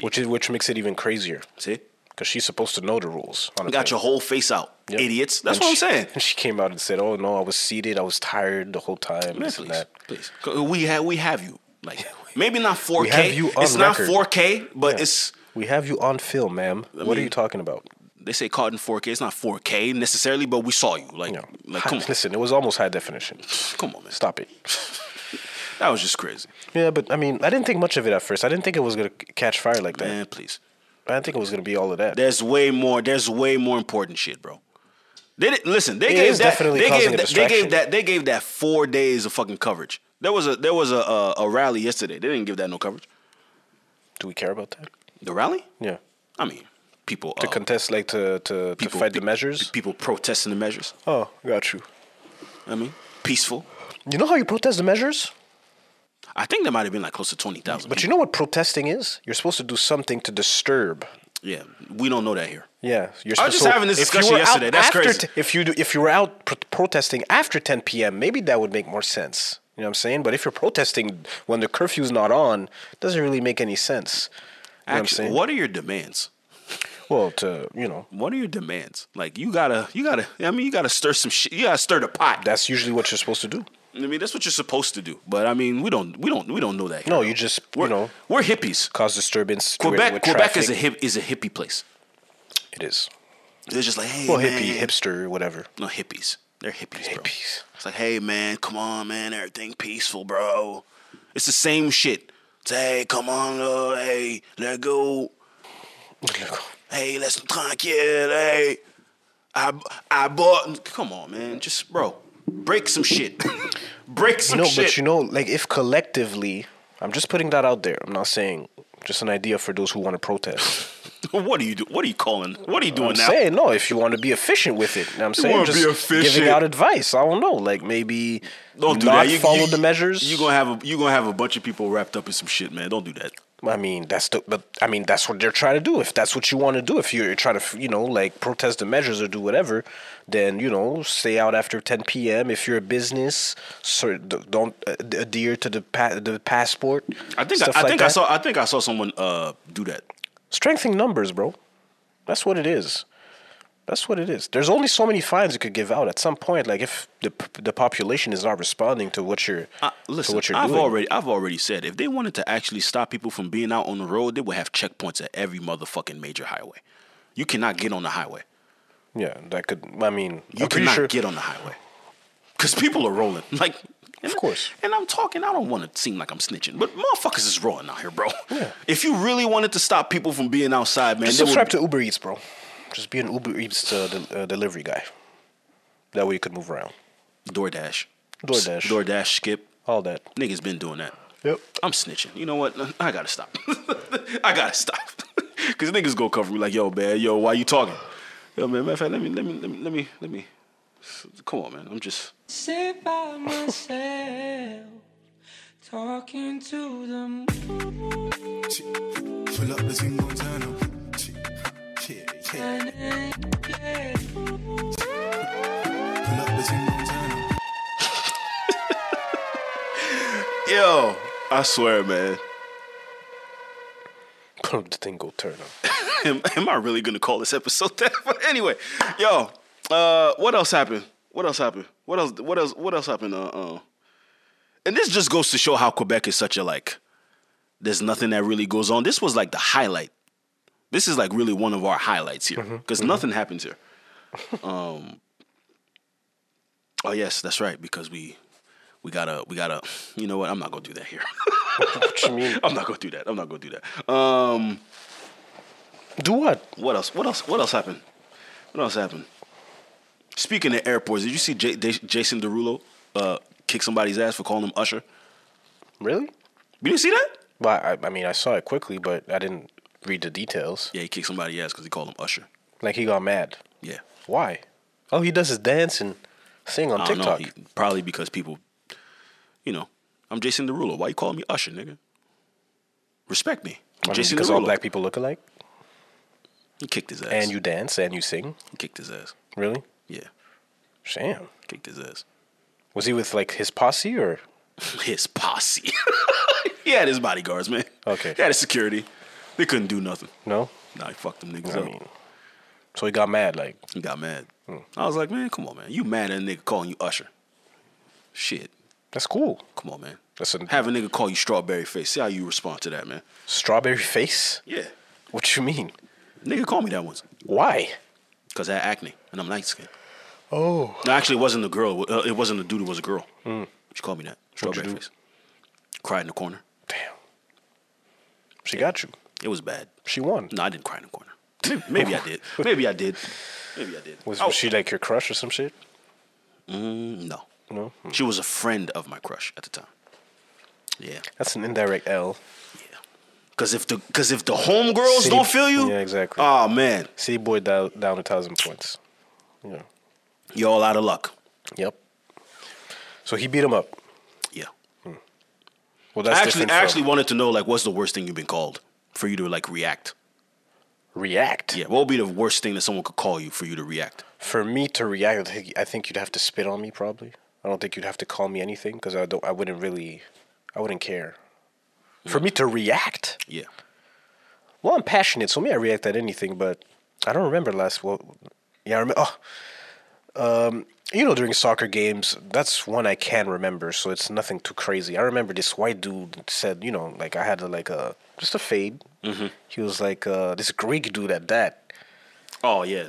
Speaker 1: Which is which makes it even crazier
Speaker 2: See?
Speaker 1: because she's supposed to know the rules. On a
Speaker 2: Got
Speaker 1: plane.
Speaker 2: your whole face out,
Speaker 1: Yep.
Speaker 2: idiots. That's
Speaker 1: And
Speaker 2: what I'm
Speaker 1: she-
Speaker 2: saying.
Speaker 1: And she came out and said, "Oh no, I was seated. I was tired the whole time."
Speaker 2: Man,
Speaker 1: this and
Speaker 2: please,
Speaker 1: that.
Speaker 2: please. 'Cause We have we have you. Like maybe not 4K.
Speaker 1: have you on
Speaker 2: it's not
Speaker 1: record.
Speaker 2: 4K, but it's
Speaker 1: We have you on film, ma'am. what are
Speaker 2: mean-
Speaker 1: you talking about?
Speaker 2: they say caught in 4K. It's not 4K necessarily, but we saw you. Like,
Speaker 1: You know,
Speaker 2: like
Speaker 1: hi-
Speaker 2: come on,
Speaker 1: listen, it was almost high definition.
Speaker 2: come on, man.
Speaker 1: Stop it.
Speaker 2: That was just crazy,
Speaker 1: Yeah, but I mean, I didn't think much of it at first. I didn't think it was gonna c- catch fire like that.
Speaker 2: man. Please,
Speaker 1: I didn't think it was gonna be all of that.
Speaker 2: there's way more. There's way more important shit, bro. They didn't listen. They
Speaker 1: It
Speaker 2: gave
Speaker 1: is
Speaker 2: that.
Speaker 1: definitely
Speaker 2: They
Speaker 1: causing
Speaker 2: gave
Speaker 1: a
Speaker 2: that. They gave
Speaker 1: distraction.
Speaker 2: that. They gave that four days of fucking coverage. There was a there was a a, a rally yesterday. They didn't give that no coverage.
Speaker 1: Do we care about that?
Speaker 2: The rally?
Speaker 1: Yeah.
Speaker 2: I mean, people
Speaker 1: To
Speaker 2: uh,
Speaker 1: contest, like to to, to
Speaker 2: people
Speaker 1: fight the
Speaker 2: pe-
Speaker 1: measures.
Speaker 2: People protesting the measures.
Speaker 1: oh, got you.
Speaker 2: I mean, peaceful.
Speaker 1: You know how you protest the measures?
Speaker 2: I think there might have been like close to twenty thousand.
Speaker 1: But you know what protesting is? You're supposed to do something to disturb.
Speaker 2: yeah, we don't know that here.
Speaker 1: Yeah, you're
Speaker 2: I was
Speaker 1: supposed-
Speaker 2: just having this
Speaker 1: if you
Speaker 2: discussion
Speaker 1: were out
Speaker 2: yesterday. That's
Speaker 1: after
Speaker 2: crazy.
Speaker 1: t- if you do, if you were out pr- protesting after 10 p.m., maybe that would make more sense. You know what I'm saying? But if you're protesting when the curfew's not on, it doesn't really make any sense. You know what I'm
Speaker 2: Actually,
Speaker 1: saying?
Speaker 2: what are your demands?
Speaker 1: Well, to you know,
Speaker 2: What are your demands? Like you gotta, you gotta. I mean, you gotta stir some shit. You gotta stir the pot.
Speaker 1: that's usually what you're supposed to do.
Speaker 2: I mean, that's what you're supposed to do. But I mean, we don't, we don't, we don't know that. here.
Speaker 1: No, you just
Speaker 2: we're,
Speaker 1: you know
Speaker 2: we're hippies.
Speaker 1: cause disturbance. with-
Speaker 2: Quebec,
Speaker 1: with
Speaker 2: Quebec is a
Speaker 1: traffic.
Speaker 2: hip, is a hippie place.
Speaker 1: It is.
Speaker 2: They're just like, hey,
Speaker 1: Well,
Speaker 2: man.
Speaker 1: hippie, hipster, whatever.
Speaker 2: No hippies. They're hippies, bro.
Speaker 1: Hippies.
Speaker 2: It's like, hey, man, come on, man. Everything peaceful, bro. It's the same shit. It's, hey, come on, uh, hey, let go. Hey, let's tranquille. Hey, I, I bought. Come on, man. Just, bro, break some shit. break some
Speaker 1: No,
Speaker 2: shit.
Speaker 1: but you know, like if collectively, I'm just putting that out there. I'm not saying just an idea for those who want to protest.
Speaker 2: what are you do? What are you calling? What are you doing
Speaker 1: I'm
Speaker 2: now?
Speaker 1: saying no, if you want to be efficient with it, you know what I'm saying
Speaker 2: wanna
Speaker 1: just
Speaker 2: be efficient.
Speaker 1: giving out advice. I don't know, like maybe
Speaker 2: Don't do
Speaker 1: not
Speaker 2: that. You,
Speaker 1: follow
Speaker 2: you-
Speaker 1: the measures.
Speaker 2: You gonna have a you gonna have a bunch of people wrapped up in some shit, man. Don't do that.
Speaker 1: I mean, that's the but I mean that's what they're trying to do. If that's what you want to do, if you're trying to you know like protest the measures or do whatever, then you know stay out after 10 p.m. If you're a business, so d- don't uh, d- adhere to the pa- the passport.
Speaker 2: I think I,
Speaker 1: stuff
Speaker 2: I
Speaker 1: like
Speaker 2: think I
Speaker 1: that.
Speaker 2: saw I think I saw someone uh do that.
Speaker 1: strengthening numbers, bro. That's what it is. That's what it is. There's only so many fines you could give out at some point. Like if the p- the population is not responding to what you're to
Speaker 2: I, Uh, listen,
Speaker 1: what you're
Speaker 2: I've
Speaker 1: doing.
Speaker 2: already I've already said if they wanted to actually stop people from being out on the road, they would have checkpoints at every motherfucking major highway. You cannot get on the highway.
Speaker 1: yeah, that could. I mean,
Speaker 2: You
Speaker 1: I'm pretty
Speaker 2: cannot
Speaker 1: sure.
Speaker 2: get on the highway because people are rolling. Like,
Speaker 1: Of course.
Speaker 2: And I'm talking. I don't want to seem like I'm snitching, but motherfuckers is rolling out here, bro. If you really wanted to stop people from being outside, man,
Speaker 1: Just
Speaker 2: they would-
Speaker 1: subscribe to Uber Eats, bro. Just be an Uber Eats uh, del- uh, delivery guy. That way you could move around.
Speaker 2: DoorDash,
Speaker 1: DoorDash.
Speaker 2: DoorDash, Skip,
Speaker 1: All that.
Speaker 2: niggas been doing that.
Speaker 1: Yep.
Speaker 2: I'm snitching. You know what? I gotta stop. I gotta stop. Cause niggas go cover me like, yo, man, yo, why you talking? Yo, man, matter of fact, let me, let me, let me, let me, let me. Come on, man. I'm just.
Speaker 3: sit by myself, talking to the moon.
Speaker 4: Pull up, let's go turn up. Yeah, yeah.
Speaker 3: Yeah.
Speaker 4: Pull up, let's go turn up.
Speaker 2: Yo, I swear, man.
Speaker 1: Put up the thing go turn up.
Speaker 2: Am, am I really gonna call this episode that? But anyway, yo, uh, what else happened? What else happened? What else? What else? What else happened? Uh, uh, and this just goes to show how Quebec is such a like. There's nothing that really goes on. This was like the highlight. This is like really one of our highlights here
Speaker 1: Mm-hmm.
Speaker 2: because nothing happens here. Um. Oh yes, that's right. Because we, we gotta, we gotta. You know what? I'm not gonna do that here.
Speaker 1: What you mean?
Speaker 2: I'm not gonna do that. I'm not gonna do that. Um.
Speaker 1: Do what?
Speaker 2: What else? What else? What else happened? What else happened? Speaking of airports, did you see J- J- Jason Derulo uh, kick somebody's ass for calling him Usher?
Speaker 1: Really?
Speaker 2: You didn't see that?
Speaker 1: Well, I, I mean, I saw it quickly, but I didn't read the details.
Speaker 2: Yeah, he kicked somebody's ass because he called him Usher.
Speaker 1: Like he got mad.
Speaker 2: Yeah,
Speaker 1: Why? Oh, he does his dance and sing on
Speaker 2: I don't know.
Speaker 1: TikTok.
Speaker 2: He, probably because people, you know, I'm Jason Derulo. Why you calling me Usher, nigga? Respect me,
Speaker 1: I mean,
Speaker 2: Jason
Speaker 1: because all
Speaker 2: Derulo.
Speaker 1: black people look alike,
Speaker 2: he kicked his ass.
Speaker 1: and you dance and you sing.
Speaker 2: He kicked his ass.
Speaker 1: Really?
Speaker 2: Yeah,
Speaker 1: Sham.
Speaker 2: kicked his ass.
Speaker 1: Was he with like his posse or?
Speaker 2: his posse. he had his bodyguards, man.
Speaker 1: Okay.
Speaker 2: He had his security. They couldn't do nothing.
Speaker 1: No.
Speaker 2: Nah, he fucked them niggas
Speaker 1: I
Speaker 2: up.
Speaker 1: mean, hmm. so he got mad. Like,
Speaker 2: he got mad. I was like, man, come on, man. You mad at a nigga calling you Usher. Shit.
Speaker 1: that's cool.
Speaker 2: Come on, man.
Speaker 1: That's a
Speaker 2: Have a nigga call you strawberry face. See how you respond to that, man.
Speaker 1: strawberry face.
Speaker 2: Yeah.
Speaker 1: What you mean?
Speaker 2: Nigga called me that once.
Speaker 1: Why?
Speaker 2: Because I had acne and I'm light skinned.
Speaker 1: Oh. Hmm.
Speaker 2: No, actually, it wasn't a girl. Uh, it wasn't a dude. It was a girl. She called me that. Strawberry
Speaker 1: do?
Speaker 2: face. Cried in the corner.
Speaker 1: Damn. She got you.
Speaker 2: It was bad.
Speaker 1: She won.
Speaker 2: No, I didn't cry in the corner. Maybe, maybe I did. Maybe I did. Maybe I did.
Speaker 1: Was,
Speaker 2: Oh,
Speaker 1: was she like your crush or some shit?
Speaker 2: mm, No.
Speaker 1: No.
Speaker 2: She was a friend of my crush at the time. Yeah.
Speaker 1: That's an indirect L.
Speaker 2: Cause if the cause if the homegirls
Speaker 1: City-
Speaker 2: don't feel you,
Speaker 1: Yeah, exactly.
Speaker 2: Oh man,
Speaker 1: City boy down, down a thousand points. You know.
Speaker 2: you're all out of luck.
Speaker 1: Yep. So he beat him up.
Speaker 2: Yeah.
Speaker 1: Well, that's
Speaker 2: I actually
Speaker 1: different
Speaker 2: I
Speaker 1: from
Speaker 2: actually wanted to know like what's the worst thing you've been called for you to like react.
Speaker 1: react.
Speaker 2: Yeah. What would be the worst thing that someone could call you for you to react?
Speaker 1: For me to react, I think- I think you'd have to spit on me probably. I don't think you'd have to call me anything because I don't. I wouldn't really. I wouldn't care. For me to react,
Speaker 2: Yeah.
Speaker 1: well, I'm passionate, so me I react at anything. But I don't remember last. Well, yeah, I remember. Oh, um, you know, during soccer games, that's one I can remember. So it's nothing too crazy. I remember this white dude said, you know, like I had a, like a just a fade.
Speaker 2: Mm-hmm.
Speaker 1: He was like uh, this Greek dude at that.
Speaker 2: Oh yeah.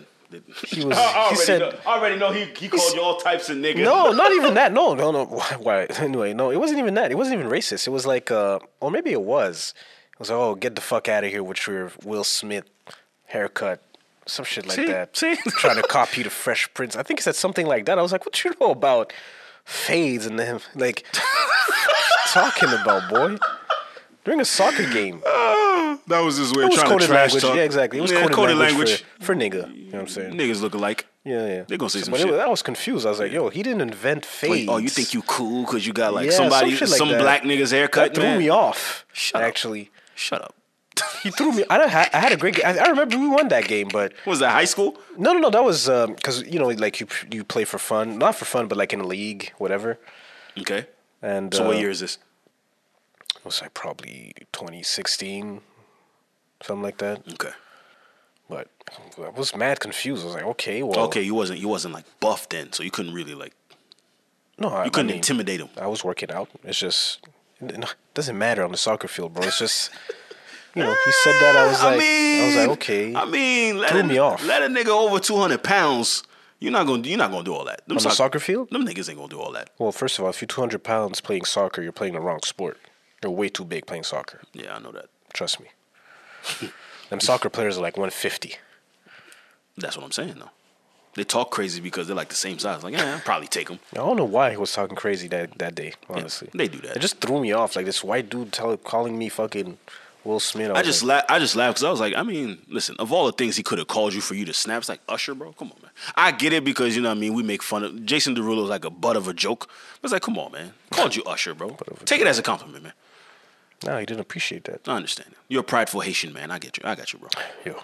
Speaker 1: He was.
Speaker 2: I
Speaker 1: he
Speaker 2: already,
Speaker 1: said,
Speaker 2: know, I already know he, he called you all types of niggas.
Speaker 1: No, not even that. No, no, no. Why? why? Anyway, no, it wasn't even that. It wasn't even racist. It was like, uh, or maybe it was. It was like, oh, get the fuck out of here with your Will Smith haircut, some shit like
Speaker 2: See?
Speaker 1: that.
Speaker 2: See?
Speaker 1: Trying to copy the Fresh Prince. I think he said something like that. I was like, what you know about fades and them? Like, talking about boy during a soccer game.
Speaker 2: that was his way
Speaker 1: It
Speaker 2: of
Speaker 1: was
Speaker 2: Uh, trying to
Speaker 1: coded
Speaker 2: trash
Speaker 1: language.
Speaker 2: talk.
Speaker 1: Yeah, exactly. It was
Speaker 2: Yeah,
Speaker 1: coded, language, for, for nigga. You know what I'm saying?
Speaker 2: Niggas look alike.
Speaker 1: Yeah, yeah.
Speaker 2: They gonna say
Speaker 1: So-
Speaker 2: some
Speaker 1: but it
Speaker 2: shit.
Speaker 1: was- I was confused. I was like, yo, he didn't invent fades.
Speaker 2: Like, oh, you think you cool because you got like
Speaker 1: Yeah, some
Speaker 2: somebody,
Speaker 1: shit
Speaker 2: some,
Speaker 1: like that.
Speaker 2: black niggas haircut?
Speaker 1: That threw
Speaker 2: man.
Speaker 1: me off.
Speaker 2: Shut up.
Speaker 1: actually,
Speaker 2: Shut up.
Speaker 1: he threw me. I, don't ha- I had a great. Game. I, I remember we won that game, but
Speaker 2: What was that high school?
Speaker 1: no, no, no. That was because you know, like you you play for fun, not for fun, but like in a league, whatever.
Speaker 2: Okay.
Speaker 1: And
Speaker 2: So
Speaker 1: uh,
Speaker 2: what year is this?
Speaker 1: It was like probably 2016, something like that.
Speaker 2: Okay.
Speaker 1: But I was mad confused. I was like, okay, well,
Speaker 2: Okay, you wasn't you wasn't like buff then, so you couldn't really like
Speaker 1: no, I,
Speaker 2: you couldn't
Speaker 1: I mean,
Speaker 2: intimidate him.
Speaker 1: I was working out. It's just it doesn't matter on the soccer field, bro. It's just you know, he said that. I was like, I, was like, okay.
Speaker 2: I mean, let
Speaker 1: Threw
Speaker 2: a,
Speaker 1: me off.
Speaker 2: Let a nigga over two hundred pounds. You're not gonna you're not gonna do all that. Them
Speaker 1: on the
Speaker 2: soc-
Speaker 1: soccer field,
Speaker 2: Them niggas ain't gonna do all that.
Speaker 1: Well, first of all, if you're 200 pounds playing soccer, you're playing the wrong sport. You're way too big playing soccer.
Speaker 2: Yeah, I know that.
Speaker 1: Trust me. Them soccer players are like 150.
Speaker 2: That's what I'm saying though. They talk crazy because they're like the same size. Like, yeah, I'll probably take them.
Speaker 1: I don't know why he was talking crazy that, that day, honestly.
Speaker 2: they do that.
Speaker 1: It just threw me off. Like this white dude tell, calling me fucking Will Smith.
Speaker 2: I
Speaker 1: was
Speaker 2: just
Speaker 1: like,
Speaker 2: la- I just laughed because I was like, I mean, listen, of all the things he could have called you for you to snap, it's like Usher, bro, come on, man. I get it because you know what I mean. We make fun of Jason Derulo is like a butt of a joke. But it's like, come on, man, called you Usher, bro. Take it as a compliment, man.
Speaker 1: no, he didn't appreciate that.
Speaker 2: I understand. You're a prideful Haitian man. I get you. I got you, bro.
Speaker 1: Yo,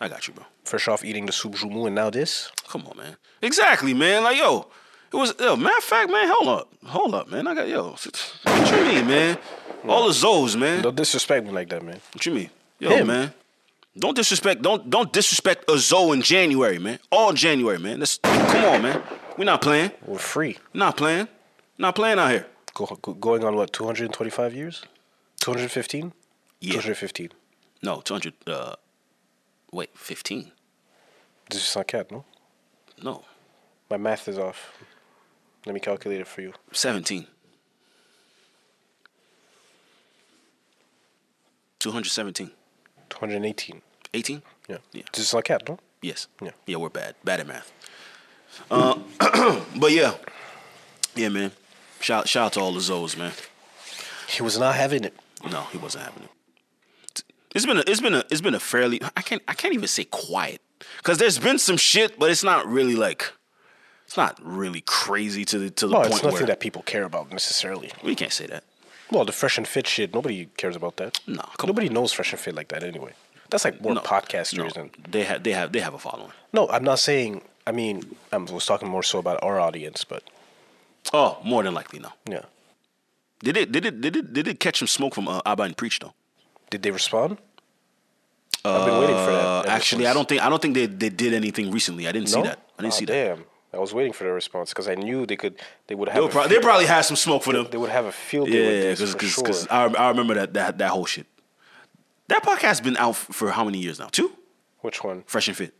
Speaker 2: I got you, bro.
Speaker 1: fresh off eating the soup jumu and now this.
Speaker 2: Come on, man. Exactly, man. Like, yo, it was. Yo, matter of fact, man, hold up, hold up, man. I got yo. What you mean, man? All the Zoes, man.
Speaker 1: Don't disrespect me like that, man.
Speaker 2: What you mean? Yo,
Speaker 1: Him.
Speaker 2: man. Don't disrespect. Don't don't disrespect a Zoe in January, man. All January, man. That's come on, man. We're not playing.
Speaker 1: We're free.
Speaker 2: Not playing. Not playing out here.
Speaker 1: Go, go, going on what 225 years? 215?
Speaker 2: Yeah.
Speaker 1: 215.
Speaker 2: No, two hundred. Uh, wait, fifteen.
Speaker 1: This is not cat, no?
Speaker 2: No,
Speaker 1: My math is off. Let me calculate it for you.
Speaker 2: seventeen. Two hundred seventeen.
Speaker 1: 218.
Speaker 2: Eighteen.
Speaker 1: Yeah.
Speaker 2: Yeah.
Speaker 1: Just like that, no?
Speaker 2: Yes.
Speaker 1: Yeah.
Speaker 2: Yeah, we're bad. Bad at math. Uh, but yeah, yeah, man. Shout shout out to all the Zoes, man.
Speaker 1: He was not having it.
Speaker 2: No, he wasn't having it. It's been a, it's been a, it's been a fairly I can't I can't even say quiet because there's been some shit, but it's not really like it's not really crazy to the to the
Speaker 1: Well,
Speaker 2: point
Speaker 1: it's nothing
Speaker 2: where
Speaker 1: that people care about necessarily.
Speaker 2: we can't say that.
Speaker 1: Well, the fresh and fit shit, nobody cares about that.
Speaker 2: No, come
Speaker 1: Nobody knows fresh and fit like that anyway. That's like more
Speaker 2: No,
Speaker 1: podcasters
Speaker 2: no,
Speaker 1: and
Speaker 2: they have they have they have a following.
Speaker 1: No, I'm not saying I mean I was talking more so about our audience, but
Speaker 2: Oh, more than likely no.
Speaker 1: yeah.
Speaker 2: Did it did it did it did it catch some smoke from uh, Abba and Preach though?
Speaker 1: Did they respond? I've been waiting for that.
Speaker 2: Uh,
Speaker 1: ever
Speaker 2: actually, I
Speaker 1: since.
Speaker 2: don't think I don't think they, they did anything recently. I didn't see
Speaker 1: No?
Speaker 2: that. I didn't
Speaker 1: Ah,
Speaker 2: see that.
Speaker 1: Damn. I was waiting for their response because I knew they could they would have
Speaker 2: They'll
Speaker 1: a
Speaker 2: prob-
Speaker 1: field-
Speaker 2: they probably had some smoke for them.
Speaker 1: they would have a field day
Speaker 2: Yeah,
Speaker 1: with this
Speaker 2: because
Speaker 1: for
Speaker 2: because
Speaker 1: sure.
Speaker 2: because I, I remember that that that whole shit. That podcast's been out f- for how many years now? Two,
Speaker 1: Which one?
Speaker 2: fresh and fit.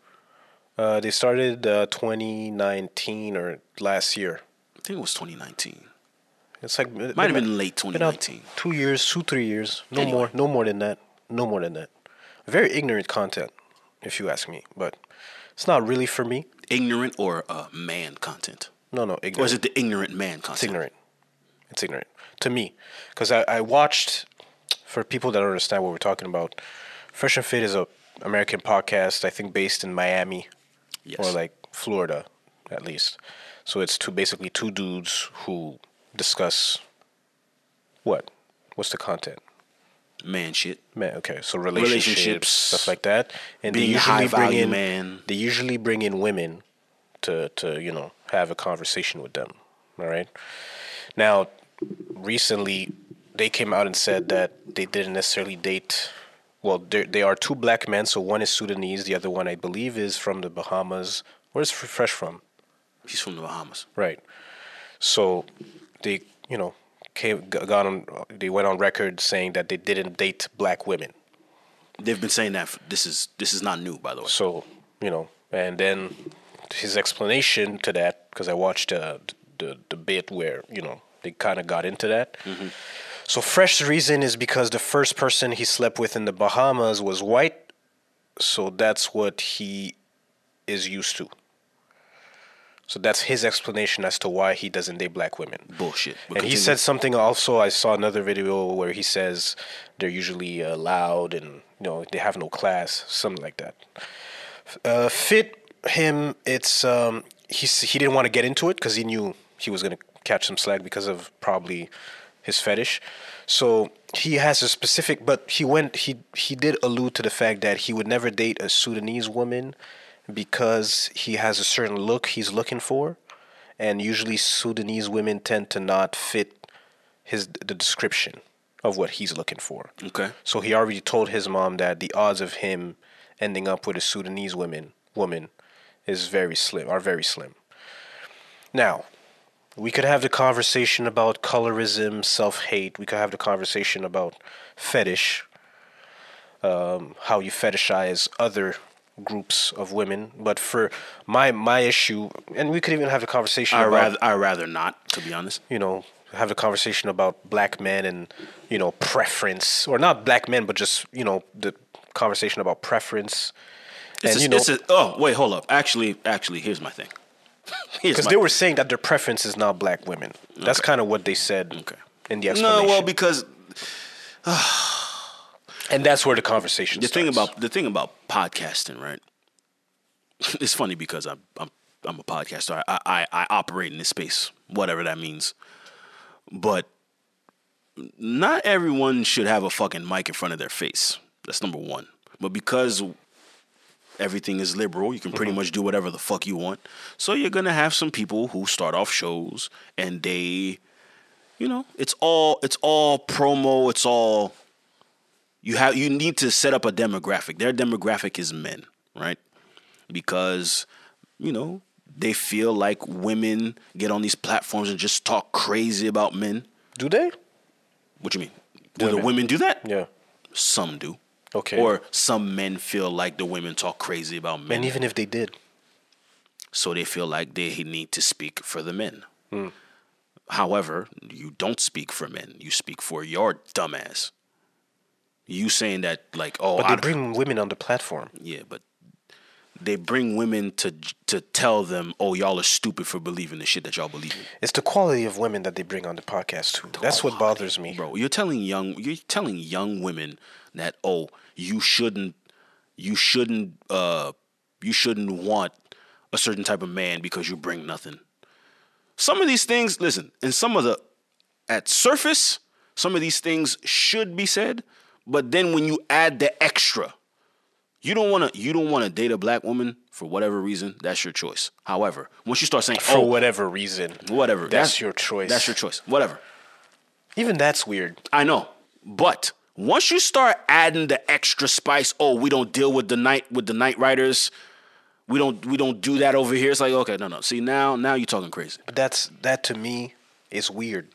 Speaker 1: Uh, they started uh, 2019 or last year.
Speaker 2: I think it was 2019.
Speaker 1: It's like might
Speaker 2: have been late 2019.
Speaker 1: two years, two three years, no
Speaker 2: Anyway.
Speaker 1: more, no more than that, no more than that. Very ignorant content, if you ask me. But it's not really for me.
Speaker 2: Ignorant or uh, man content,
Speaker 1: No, no,
Speaker 2: or
Speaker 1: ignorant.
Speaker 2: is it the ignorant man content?
Speaker 1: It's ignorant. It's ignorant to me, because I, I watched. For people that don't understand what we're talking about, Fresh and Fit is a American podcast. I think based in Miami.
Speaker 2: Yes.
Speaker 1: or like Florida, at least. So it's two basically two dudes who discuss what? What's the content?
Speaker 2: man shit.
Speaker 1: Man, okay, so relationships,
Speaker 2: Relationships,
Speaker 1: stuff like that, and they
Speaker 2: being a
Speaker 1: usually bring
Speaker 2: high-value
Speaker 1: in
Speaker 2: man.
Speaker 1: they usually bring in women to to you know have a conversation with them. All right. Now, recently, they came out and said that they didn't necessarily date well, there, they are two black men. So one is Sudanese, the other one I believe is from the Bahamas. Where's F- Fresh from?
Speaker 2: He's from the Bahamas.
Speaker 1: Right. So they, you know, came g- got on. They went on record saying that they didn't date black women.
Speaker 2: They've been saying that. For, this is this is not new, by the way.
Speaker 1: So you know, and then his explanation to that, because I watched uh, the the bit where you know they kind of got into that. So Fresh's reason is because the first person he slept with in the Bahamas was white, so that's what he is used to. So that's his explanation as to why he doesn't date black women.
Speaker 2: Bullshit. But
Speaker 1: And he
Speaker 2: continue.
Speaker 1: said something also. I saw another video where he says they're usually uh, loud and you know they have no class, something like that. Uh, fit him. It's um, he s- he didn't want to get into it because he knew he was gonna catch some slack because of probably his fetish. So he has a specific, but he went he he did allude to the fact that he would never date a Sudanese woman because he has a certain look he's looking for and usually Sudanese women tend to not fit his the description of what he's looking for.
Speaker 2: Okay.
Speaker 1: So he already told his mom that the odds of him ending up with a Sudanese woman woman is very slim are very slim. Now, we could have the conversation about colorism, self-hate. We could have the conversation about fetish, um, how you fetishize other groups of women. But for my my issue, and we could even have a conversation
Speaker 2: I
Speaker 1: about
Speaker 2: rather I rather not, to be honest.
Speaker 1: you know have a conversation about black men and you know preference, or not black men, but just you know the conversation about preference.
Speaker 2: It's
Speaker 1: and
Speaker 2: a,
Speaker 1: you know,
Speaker 2: it's a, oh wait, hold up. Actually, actually, here's my thing. Here's
Speaker 1: because
Speaker 2: my
Speaker 1: they were saying that their preference is not black women. That's kind of what they said
Speaker 2: Okay.
Speaker 1: in the
Speaker 2: no,
Speaker 1: explanation.
Speaker 2: well, because
Speaker 1: and that's where the conversation.
Speaker 2: the thing
Speaker 1: starts.
Speaker 2: about the thing about podcasting, right? it's funny because I'm I'm I'm a podcaster. I, I I operate in this space, whatever that means. But not everyone should have a fucking mic in front of their face. That's number one. But because everything is liberal, you can pretty much do whatever the fuck you want. So you're gonna have some people who start off shows and they, you know, it's all it's all promo. It's all you have. You need to set up a demographic. Their demographic is men, right? because you know they feel like women get on these platforms and just talk crazy about men.
Speaker 1: do they?
Speaker 2: What you mean? Do the
Speaker 1: Women.
Speaker 2: women do that?
Speaker 1: Yeah.
Speaker 2: Some do.
Speaker 1: Okay.
Speaker 2: Or some men feel like the women talk crazy about men,
Speaker 1: and even if they did,
Speaker 2: so they feel like they need to speak for the men.
Speaker 1: Hmm.
Speaker 2: However, you don't speak for men. You speak for your dumbass. You saying that like, oh,
Speaker 1: but
Speaker 2: I,
Speaker 1: they bring women on the platform.
Speaker 2: Yeah, but they bring women to to tell them, "Oh, y'all are stupid for believing the shit that y'all believe in."
Speaker 1: It's the quality of women that they bring on the podcast too. That's what bothers me.
Speaker 2: Bro, you're telling young you're telling young women that, "Oh, you shouldn't you shouldn't uh you shouldn't want a certain type of man because you bring nothing." Some of these things, listen, and some of the at surface, some of these things should be said, but then when you add the extra, You don't want to. You don't want to date a black woman for whatever reason. That's your choice. However, once you start saying,
Speaker 1: For
Speaker 2: "Oh,
Speaker 1: whatever reason,
Speaker 2: whatever,"
Speaker 1: That's, your choice.
Speaker 2: That's your choice. Whatever.
Speaker 1: Even that's weird.
Speaker 2: I know, but once you start adding the extra spice, oh, we don't deal with the night with the night riders. We don't. We don't do that over here. It's like, okay, no, no. See now, now you're talking crazy.
Speaker 1: But that's that to me is weird.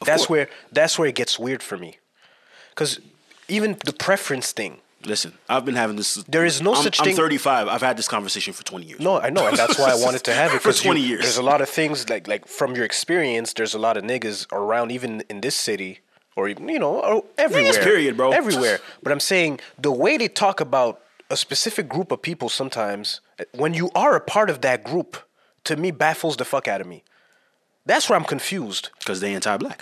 Speaker 2: Of
Speaker 1: that's
Speaker 2: course.
Speaker 1: where that's where it gets weird for me. Because even the preference thing.
Speaker 2: Listen, I've been having this.
Speaker 1: There is no
Speaker 2: I'm,
Speaker 1: such
Speaker 2: I'm
Speaker 1: thing-
Speaker 2: 35. I've had this conversation for 20 years.
Speaker 1: No, I know, and that's why I wanted to have it
Speaker 2: For
Speaker 1: you-
Speaker 2: 20 years.
Speaker 1: There's a lot of things like like from your experience. There's a lot of niggas around, even in this city, or even you know, or everywhere.
Speaker 2: period, bro.
Speaker 1: Everywhere. But I'm saying the way they talk about a specific group of people sometimes, eh, when you are a part of that group, to me baffles the fuck out of me. That's where I'm confused.
Speaker 2: because they anti-black.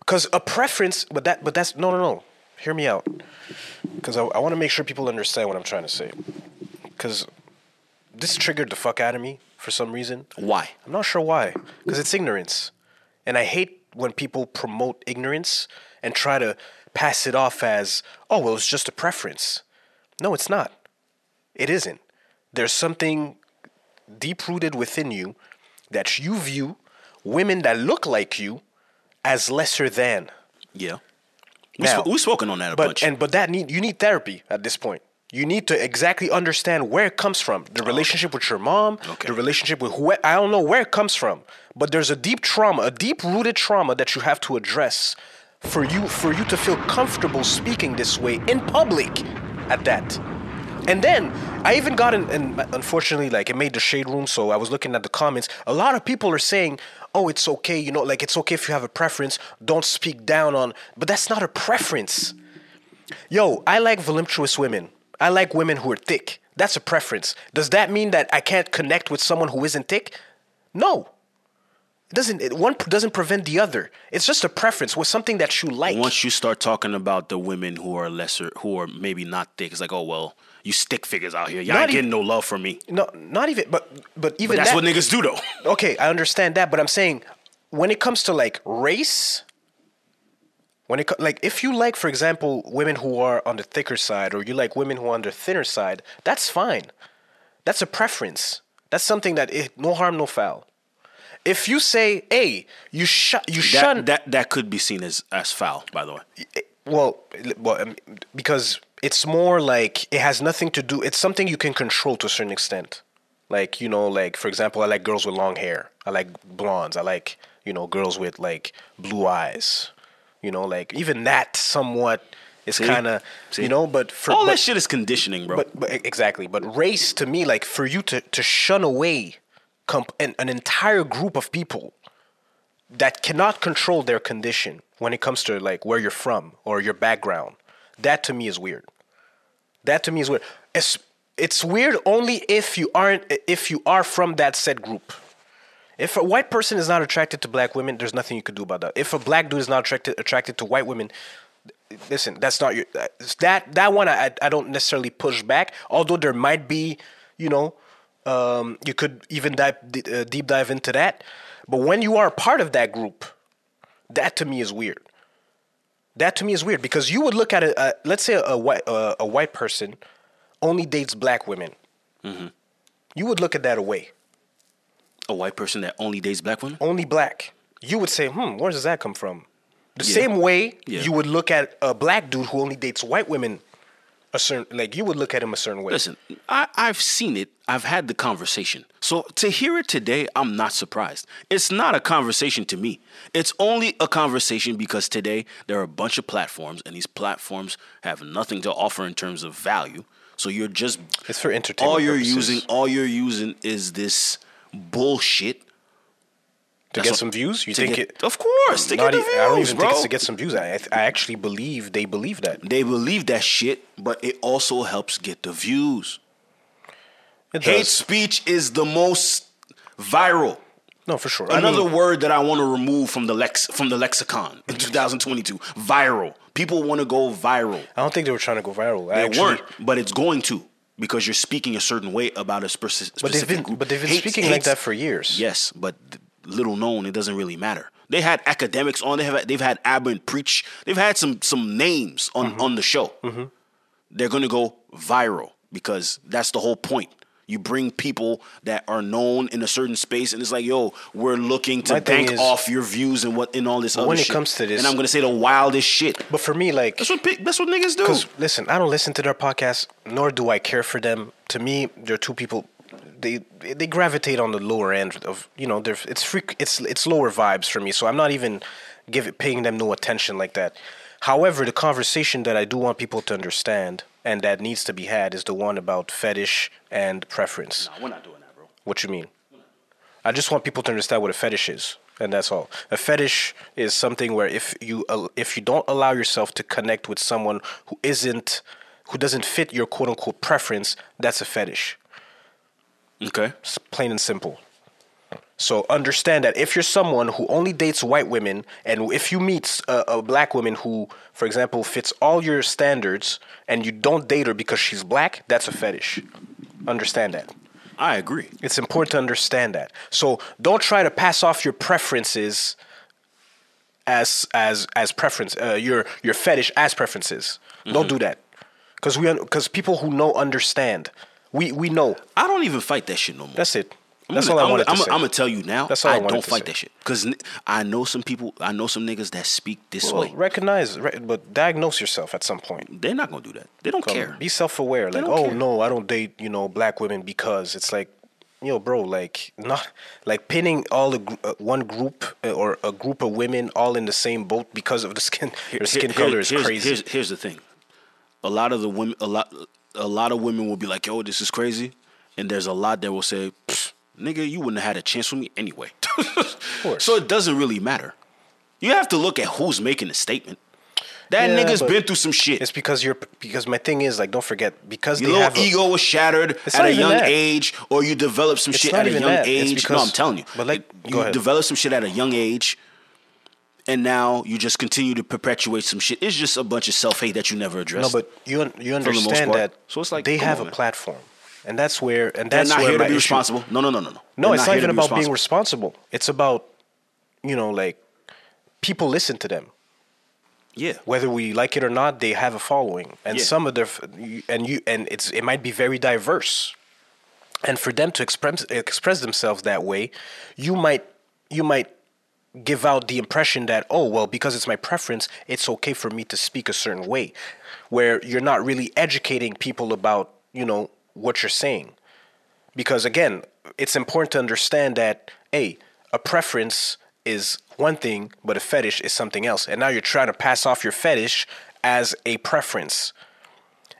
Speaker 1: Because a preference, but that, but that's no, no, no. Hear me out. Because I, I want to make sure people understand what I'm trying to say. Because this triggered the fuck out of me for some reason.
Speaker 2: Why?
Speaker 1: I'm not sure why. Because it's ignorance, and I hate when people promote ignorance and try to pass it off as, oh, well, it's just a preference. No, it's not. It isn't. There's something deep rooted within you that you view women that look like you as lesser than.
Speaker 2: Yeah. We
Speaker 1: now.
Speaker 2: sp- we've spoken on that a
Speaker 1: but
Speaker 2: bunch.
Speaker 1: and but that need you need therapy at this point. You need to exactly understand where it comes from. The relationship with your mom,
Speaker 2: Okay.
Speaker 1: the relationship with who I don't know where it comes from, but there's a deep trauma, a deep rooted trauma that you have to address for you for you to feel comfortable speaking this way in public at that. And then I even got in, and unfortunately, like it made the shade room. So I was looking at the comments. A lot of people are saying, "Oh, it's okay, you know, like it's okay if you have a preference. Don't speak down on." But that's not a preference. Yo, I like voluptuous women. I like women who are thick. That's a preference. Does that mean that I can't connect with someone who isn't thick? No. It doesn't. It, one doesn't prevent the other. It's just a preference. with something that you like.
Speaker 2: once you start talking about the women who are lesser, who are maybe not thick, it's like, oh well, you stick figures out here. Y'all
Speaker 1: Not
Speaker 2: ain't
Speaker 1: e-
Speaker 2: getting no love from me.
Speaker 1: no, not even. But but even
Speaker 2: But that's
Speaker 1: that-
Speaker 2: what niggas do though.
Speaker 1: okay, I understand that, but I'm saying when it comes to like race, when it co- like if you like, for example, women who are on the thicker side, or you like women who are on the thinner side, that's fine. That's a preference. That's something that it, no harm, no foul. If you say, "Hey, you shut, you shun,"
Speaker 2: That, that that could be seen as as foul, by the way.
Speaker 1: well, l- well, um, because it's more like it has nothing to do. It's something you can control to a certain extent. Like you know, like for example, I like girls with long hair. I like blondes. I like you know girls with like blue eyes. You know, like even that somewhat is kind of
Speaker 2: See?
Speaker 1: you know. But for
Speaker 2: All
Speaker 1: but,
Speaker 2: that shit is conditioning, bro.
Speaker 1: but, but exactly. But race to me, like for you to to shun away comp- an, an entire group of people that cannot control their condition when it comes to like where you're from or your background, that to me is weird. That to me is weird. It's it's weird only if you aren't if you are from that said group. If a white person is not attracted to black women, there's nothing you could do about that. If a black dude is not attracted attracted to white women, listen, that's not your that that one. I I don't necessarily push back. Although there might be, you know, um, you could even dive uh, deep dive into that. But when you are a part of that group, that to me is weird. That to me is weird because you would look at a, a let's say a white uh, a white person only dates black women. You would look at that away
Speaker 2: a white person that only dates black women.
Speaker 1: only black, you would say, hmm, where does that come from? The
Speaker 2: Yeah.
Speaker 1: same way
Speaker 2: Yeah.
Speaker 1: you would look at a black dude who only dates white women a certain like you would look at him a certain way.
Speaker 2: Listen, I, I've seen it. I've had the conversation. So to hear it today, I'm not surprised. It's not a conversation to me. It's only a conversation because today there are a bunch of platforms, and these platforms have nothing to offer in terms of value. So you're just
Speaker 1: It's for entertainment
Speaker 2: all you're
Speaker 1: purposes.
Speaker 2: using. All you're using is this bullshit.
Speaker 1: to
Speaker 2: that's
Speaker 1: get
Speaker 2: what-
Speaker 1: some views, you
Speaker 2: to
Speaker 1: think
Speaker 2: get-
Speaker 1: it
Speaker 2: Of course, to
Speaker 1: not
Speaker 2: get the
Speaker 1: e- I don't
Speaker 2: views,
Speaker 1: even
Speaker 2: bro.
Speaker 1: think it's to get some views. I I I actually believe they believe that.
Speaker 2: They believe that shit, but it also helps get the views.
Speaker 1: It
Speaker 2: Hate
Speaker 1: does.
Speaker 2: speech is the most viral.
Speaker 1: No, for sure. I
Speaker 2: Another
Speaker 1: mean,
Speaker 2: word that I want to remove from the lex from the lexicon in 2022. Viral. People want to go viral.
Speaker 1: I don't think they were trying to go viral. I
Speaker 2: They
Speaker 1: actually,
Speaker 2: weren't, but it's going to because you're speaking a certain way about a spec- specific
Speaker 1: But they've been
Speaker 2: group.
Speaker 1: but they've been
Speaker 2: Hate-
Speaker 1: speaking
Speaker 2: hate-
Speaker 1: like that for years.
Speaker 2: Yes, but th- little known. It doesn't really matter. They had academics on. They have they've had Abba and preach. They've had some some names on
Speaker 1: Mm-hmm.
Speaker 2: on the show. They're gonna go viral because that's the whole point. You bring people that are known in a certain space, and it's like, yo, we're looking to
Speaker 1: My thing
Speaker 2: bank
Speaker 1: is-
Speaker 2: off your views and what and all this other
Speaker 1: when it
Speaker 2: shit.
Speaker 1: comes to this-
Speaker 2: and I'm gonna say the wildest shit.
Speaker 1: But for me, like
Speaker 2: That's what pi- that's what niggas
Speaker 1: Because
Speaker 2: do.
Speaker 1: listen, I don't listen to their podcast, nor do I care for them. To me, they're two people. They they gravitate on the lower end of you know. They're, it's freak. It's it's lower vibes for me. So I'm not even give paying them no attention like that. However, the conversation that I do want people to understand and that needs to be had is the one about fetish and preference.
Speaker 2: We're not doing that, bro.
Speaker 1: What you mean? I just want people to understand what a fetish is, and that's all. A fetish is something where if you al- if you don't allow yourself to connect with someone who isn't who doesn't fit your quote unquote preference, that's a fetish.
Speaker 2: Okay.
Speaker 1: It's plain and simple. So understand that if you're someone who only dates white women, and if you meet a, a black woman who, for example, fits all your standards, and you don't date her because she's black, that's a fetish. Understand that.
Speaker 2: I agree.
Speaker 1: It's important to understand that. So don't try to pass off your preferences as as as preference uh, your your fetish as preferences.
Speaker 2: Mm-hmm.
Speaker 1: Don't do that. Cuz we cuz people who know understand. We we know.
Speaker 2: I don't even fight that shit no more.
Speaker 1: That's it. That's
Speaker 2: gonna,
Speaker 1: all I
Speaker 2: am
Speaker 1: wanted to
Speaker 2: I'm,
Speaker 1: say.
Speaker 2: I'm gonna tell you now.
Speaker 1: That's all I wanted
Speaker 2: don't
Speaker 1: to
Speaker 2: fight
Speaker 1: say.
Speaker 2: that shit because I know some people. I know some niggas that speak this
Speaker 1: Well,
Speaker 2: way.
Speaker 1: recognize, re- but diagnose yourself at some point.
Speaker 2: They're not gonna do that. They don't
Speaker 1: Come,
Speaker 2: care.
Speaker 1: Be self aware. Like,
Speaker 2: don't
Speaker 1: oh
Speaker 2: care.
Speaker 1: no, I don't date, you know, black women because it's like, yo, bro, like, not like pinning all the gr- uh, one group uh, or a group of women all in the same boat because of the skin, your skin
Speaker 2: Here- here-
Speaker 1: color is
Speaker 2: here's,
Speaker 1: crazy.
Speaker 2: Here's, here's the thing: a lot of the women, a lot, a lot of women will be like, "Yo, this is crazy," and there's a lot that will say, "Pfft, "Nigga, you wouldn't have had a chance with me anyway."
Speaker 1: course.
Speaker 2: so it doesn't really matter. You have to look at who's making the statement. That
Speaker 1: Yeah,
Speaker 2: nigga's
Speaker 1: but
Speaker 2: been through some shit.
Speaker 1: It's because you're because my thing is like, don't forget because
Speaker 2: Your
Speaker 1: they have
Speaker 2: little
Speaker 1: a-
Speaker 2: ego was shattered
Speaker 1: It's
Speaker 2: at
Speaker 1: not
Speaker 2: a
Speaker 1: even
Speaker 2: young
Speaker 1: that.
Speaker 2: age, or you developed some
Speaker 1: It's
Speaker 2: shit
Speaker 1: not
Speaker 2: at a
Speaker 1: even
Speaker 2: young
Speaker 1: that. It's
Speaker 2: age. no,
Speaker 1: because-
Speaker 2: I'm telling you.
Speaker 1: but, like,
Speaker 2: you
Speaker 1: go ahead.
Speaker 2: develop some shit at a young age, and now you just continue to perpetuate some shit. It's just a bunch of self hate that you never
Speaker 1: No,
Speaker 2: address.
Speaker 1: but you un- you
Speaker 2: most
Speaker 1: understand
Speaker 2: part.
Speaker 1: that.
Speaker 2: So it's like,
Speaker 1: they
Speaker 2: come
Speaker 1: have
Speaker 2: on,
Speaker 1: a
Speaker 2: man.
Speaker 1: platform, and that's where and
Speaker 2: they're
Speaker 1: that's
Speaker 2: not
Speaker 1: where
Speaker 2: here to
Speaker 1: my
Speaker 2: be
Speaker 1: issue-
Speaker 2: responsible. No, no, no, no, no.
Speaker 1: No,
Speaker 2: They're
Speaker 1: it's not
Speaker 2: here to
Speaker 1: even
Speaker 2: be
Speaker 1: about being
Speaker 2: responsible.
Speaker 1: responsible. It's about you know like people listen to them.
Speaker 2: yeah.
Speaker 1: whether we like it or not, they have a following, and
Speaker 2: Yeah.
Speaker 1: some of their f- and you and it's it might be very diverse, and for them to express express themselves that way, you might you might give out the impression that oh well because it's my preference, it's okay for me to speak a certain way, where you're not really educating people about you know what you're saying, because again, it's important to understand that hey, a preference is one thing, but a fetish is something else. And now you're trying to pass off your fetish as a preference.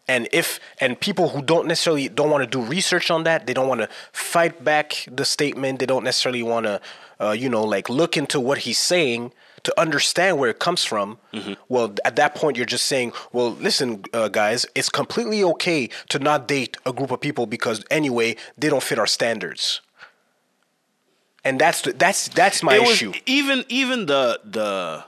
Speaker 1: And if and people who don't necessarily don't want to do research on that, they don't want to fight back the statement. They don't necessarily want to, uh, you know, like look into what he's saying to understand where it comes from.
Speaker 2: Mm-hmm.
Speaker 1: Well, at that point, you're just saying, well, listen, uh, guys, it's completely okay to not date a group of people because anyway, they don't fit our standards. And that's the, that's that's my
Speaker 2: It was-
Speaker 1: issue.
Speaker 2: even even the the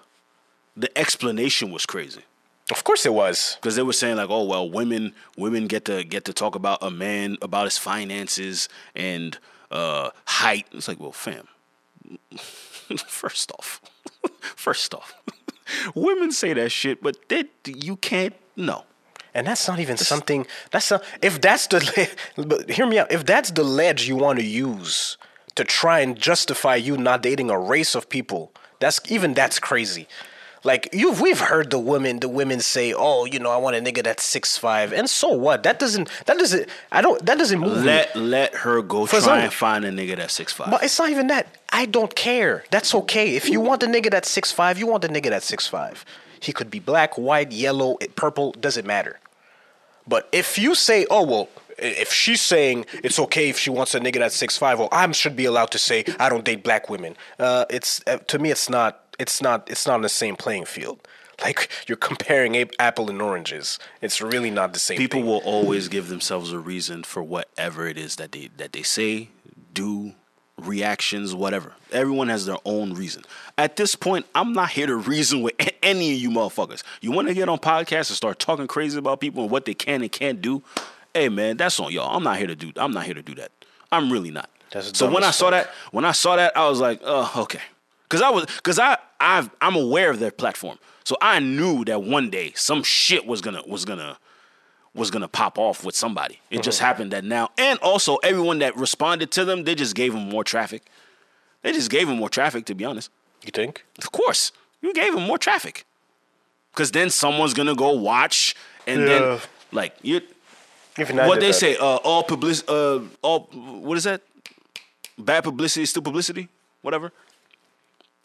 Speaker 2: the explanation was crazy.
Speaker 1: Of course, it was.
Speaker 2: because they were saying like, oh well, women women get to get to talk about a man about his finances and uh, height. It's like, well, fam. first off, first off, women say that shit, but that you can't. No,
Speaker 1: And that's not even something. That's not, if that's the. le- But hear me out. If that's the ledge you want to use to try and justify you not dating a race of people, that's even that's crazy. Like you, have we've heard the women, the women say, "Oh, you know, I want a nigga that's six five. and so what? That doesn't. That doesn't. I don't. That doesn't move. me.
Speaker 2: let let her go
Speaker 1: For
Speaker 2: try
Speaker 1: some-
Speaker 2: and find a nigga that's six five.
Speaker 1: But it's not even that. I don't care. That's okay. If you want the nigga that's six five, you want the nigga that's six five. He could be black, white, yellow, eh, purple, doesn't matter. But if you say, oh well, i- if she's saying it's okay if she wants a nigga that's six five, well, I should be allowed to say I don't date black women. Uh, it's uh, to me, it's not, it's not, it's not on the same playing field. Like you're comparing ap- apple and oranges. It's really not the same.
Speaker 2: People
Speaker 1: thing.
Speaker 2: will always give themselves a reason for whatever it is that they that they say, do, reactions, whatever. Everyone has their own reason. At this point, I'm not here to reason with a- any of you motherfuckers. You want to get on podcasts and start talking crazy about people and what they can and can't do? Hey man, that's on y'all. I'm not here to do. I'm not here to do that. I'm really not.
Speaker 1: That's
Speaker 2: so
Speaker 1: dumb
Speaker 2: when
Speaker 1: as
Speaker 2: I saw
Speaker 1: fuck.
Speaker 2: that, when I saw that, I was like, oh, okay. Cause I was, cause I, I've, I'm aware of their platform, so I knew that one day some shit was gonna, was gonna, was gonna pop off with somebody. It
Speaker 1: Mm-hmm.
Speaker 2: just happened that now, and also everyone that responded to them, they just gave them more traffic. They just gave them more traffic, to be honest.
Speaker 1: you think?
Speaker 2: Of course, you gave them more traffic, because then someone's gonna go watch, and
Speaker 1: Yeah.
Speaker 2: then like you,
Speaker 1: Even I
Speaker 2: what
Speaker 1: did
Speaker 2: they
Speaker 1: that.
Speaker 2: say, uh, all public, uh, all what is that? Bad publicity is still publicity, whatever.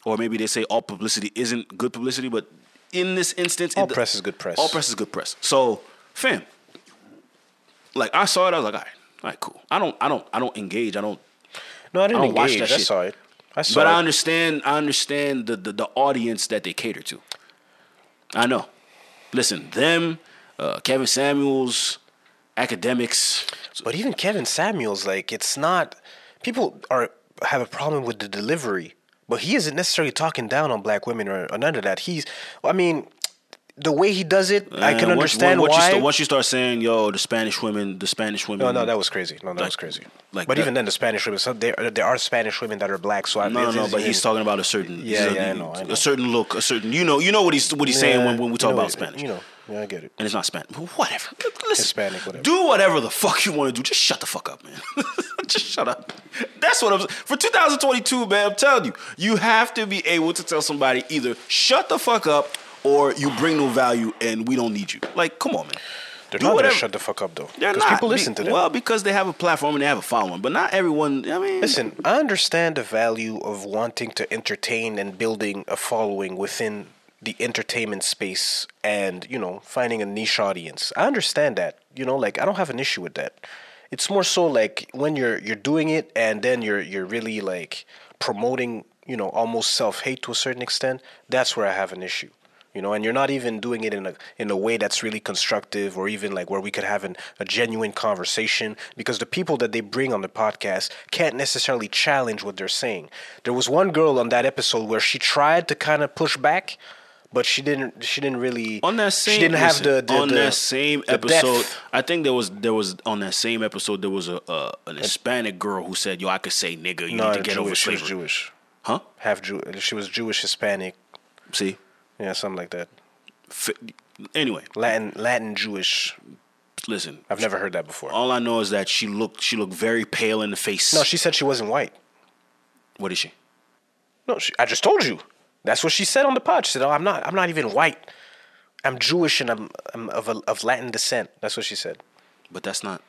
Speaker 2: Or maybe they say all publicity isn't good publicity, but in this instance,
Speaker 1: All
Speaker 2: it-
Speaker 1: press is good press.
Speaker 2: All press is good press. So, fam, like I saw it, I was like, all right, all right, cool. I don't, I don't, I don't engage. I don't.
Speaker 1: No, I didn't
Speaker 2: I don't watch
Speaker 1: engage.
Speaker 2: that
Speaker 1: I
Speaker 2: shit.
Speaker 1: saw it. I saw
Speaker 2: but
Speaker 1: it.
Speaker 2: I understand, I understand the, the the audience that they cater to. I know. Listen, them, uh, Kevin Samuels, academics.
Speaker 1: But even Kevin Samuels, like, it's not. People are have a problem with the delivery, but he isn't necessarily talking down on black women or, or none of that. He's, I mean, the way he does it, I
Speaker 2: And
Speaker 1: can
Speaker 2: once-
Speaker 1: understand
Speaker 2: once, Uh, You
Speaker 1: why.
Speaker 2: start, once you start saying, "Yo, the Spanish women, the Spanish women."
Speaker 1: no, no, that was crazy. No, that
Speaker 2: Like-
Speaker 1: was crazy.
Speaker 2: like
Speaker 1: but
Speaker 2: that-
Speaker 1: even then, the Spanish women. So there, there are Spanish women that are black. So I
Speaker 2: No, no,
Speaker 1: this
Speaker 2: no,
Speaker 1: is
Speaker 2: but he's
Speaker 1: even-
Speaker 2: talking about a certain,
Speaker 1: Yeah,
Speaker 2: a,
Speaker 1: yeah, I know, I know.
Speaker 2: a certain look, a certain, you know, you know what he's what he's saying when,
Speaker 1: Yeah,
Speaker 2: when we
Speaker 1: you
Speaker 2: talk
Speaker 1: know,
Speaker 2: about Spanish,
Speaker 1: You know, yeah, I get it.
Speaker 2: and it's not Spanish, whatever. Listen,
Speaker 1: Hispanic, whatever.
Speaker 2: Do whatever the fuck you want to do. Just shut the fuck up, man. Just shut up. That's what I'm for 2022, man. I'm telling you, you have to be able to tell somebody either shut the fuck up or you bring no value and we don't need you. Like, come on, man.
Speaker 1: They're
Speaker 2: Do
Speaker 1: not
Speaker 2: whatever.
Speaker 1: gonna shut the fuck up though,
Speaker 2: They're
Speaker 1: because
Speaker 2: not.
Speaker 1: people
Speaker 2: Be-
Speaker 1: listen to them.
Speaker 2: Well, because they have a platform and they have a following, but not everyone. I mean,
Speaker 1: Listen, I understand the value of wanting to entertain and building a following within the entertainment space and, you know, finding a niche audience. I understand that. You know, like I don't have an issue with that. It's more so like when you're you're doing it and then you're you're really like promoting, you know, almost self-hate to a certain extent, that's where I have an issue. You know, and you're not even doing it in a in a way that's really constructive or even like where we could have an, a genuine conversation because the people that they bring on the podcast can't necessarily challenge what they're saying. There was one girl on that episode where she tried to kind of push back, but she didn't she didn't really
Speaker 2: on that same
Speaker 1: she didn't have
Speaker 2: listen,
Speaker 1: the, the
Speaker 2: on
Speaker 1: the-
Speaker 2: that same
Speaker 1: the depth.
Speaker 2: episode. I think there was there was on that same episode there was a uh, an Hispanic girl who said, "Yo, I could say nigga. You
Speaker 1: No,
Speaker 2: need to get
Speaker 1: Jewish,
Speaker 2: over
Speaker 1: she was
Speaker 2: slavery."
Speaker 1: Jewish.
Speaker 2: Huh?
Speaker 1: Half Jew she was Jewish Hispanic,
Speaker 2: See,
Speaker 1: yeah, something like that.
Speaker 2: F- anyway,
Speaker 1: Latin Latin Jewish.
Speaker 2: listen.
Speaker 1: I've never heard that before.
Speaker 2: All I know is that she looked she looked very pale in the face.
Speaker 1: No, she said she wasn't white.
Speaker 2: what is she?
Speaker 1: No, she, I just told you. That's what she said on the pod. She said, "Oh, I'm not. I'm not even white. I'm Jewish and I'm, I'm of a, of Latin descent." That's what she said.
Speaker 2: But that's not.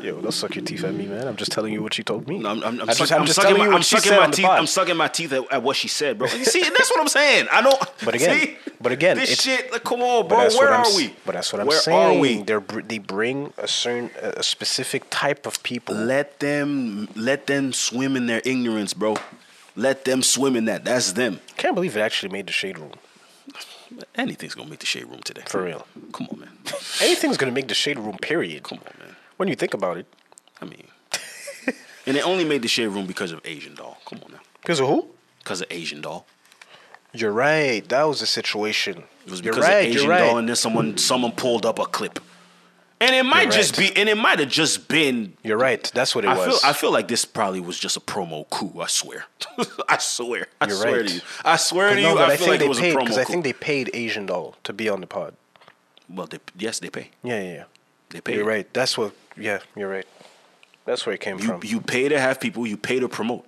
Speaker 1: Yo, don't suck your teeth at me, man. I'm just telling you what she told me.
Speaker 2: No, I'm, I'm, I'm,
Speaker 1: I
Speaker 2: suck- I'm sucking my, I'm sucking my teeth. I'm sucking my teeth at, at what she said, bro. You see, that's what I'm saying. I don't.
Speaker 1: But again-
Speaker 2: see?
Speaker 1: but again,
Speaker 2: this
Speaker 1: it's-
Speaker 2: shit. Like, come on,
Speaker 1: But
Speaker 2: bro.
Speaker 1: that's
Speaker 2: Where
Speaker 1: what I'm
Speaker 2: are
Speaker 1: s-
Speaker 2: we?
Speaker 1: But that's what I'm
Speaker 2: Where
Speaker 1: saying.
Speaker 2: Are we?
Speaker 1: They're, br- they bring a certain a specific type of people.
Speaker 2: Let them let them swim in their ignorance, bro. Let them swim in that. That's them.
Speaker 1: Can't believe it actually made the shade room.
Speaker 2: Anything's gonna make the shade room today.
Speaker 1: For real.
Speaker 2: Come on, man.
Speaker 1: Anything's gonna make the shade room. Period.
Speaker 2: Come on, man.
Speaker 1: When you think about it,
Speaker 2: I mean, and it only made the shade room because of Asian doll. Come on now,
Speaker 1: because of who?
Speaker 2: because of Asian doll.
Speaker 1: You're right. That was the situation.
Speaker 2: It was
Speaker 1: you're
Speaker 2: because
Speaker 1: right.
Speaker 2: of
Speaker 1: you're
Speaker 2: Asian
Speaker 1: right.
Speaker 2: doll, and then someone someone pulled up a clip. And it might
Speaker 1: You're
Speaker 2: just
Speaker 1: right.
Speaker 2: be, and it might have just been
Speaker 1: You're right. That's what it
Speaker 2: I
Speaker 1: was.
Speaker 2: feel I feel like this probably was just a promo coup. I swear, I swear, I
Speaker 1: You're
Speaker 2: swear
Speaker 1: right.
Speaker 2: to you, I swear to
Speaker 1: no,
Speaker 2: you.
Speaker 1: but
Speaker 2: I
Speaker 1: I,
Speaker 2: feel
Speaker 1: think
Speaker 2: like
Speaker 1: they
Speaker 2: it was
Speaker 1: paid
Speaker 2: a promo
Speaker 1: because
Speaker 2: coup.
Speaker 1: I think they paid Asian Doll to be on the pod.
Speaker 2: well, they, yes, they pay.
Speaker 1: Yeah, yeah, yeah.
Speaker 2: They pay.
Speaker 1: You're right. That's what. Yeah, you're right. That's where it came
Speaker 2: You
Speaker 1: from.
Speaker 2: you pay to have people. You pay to promote.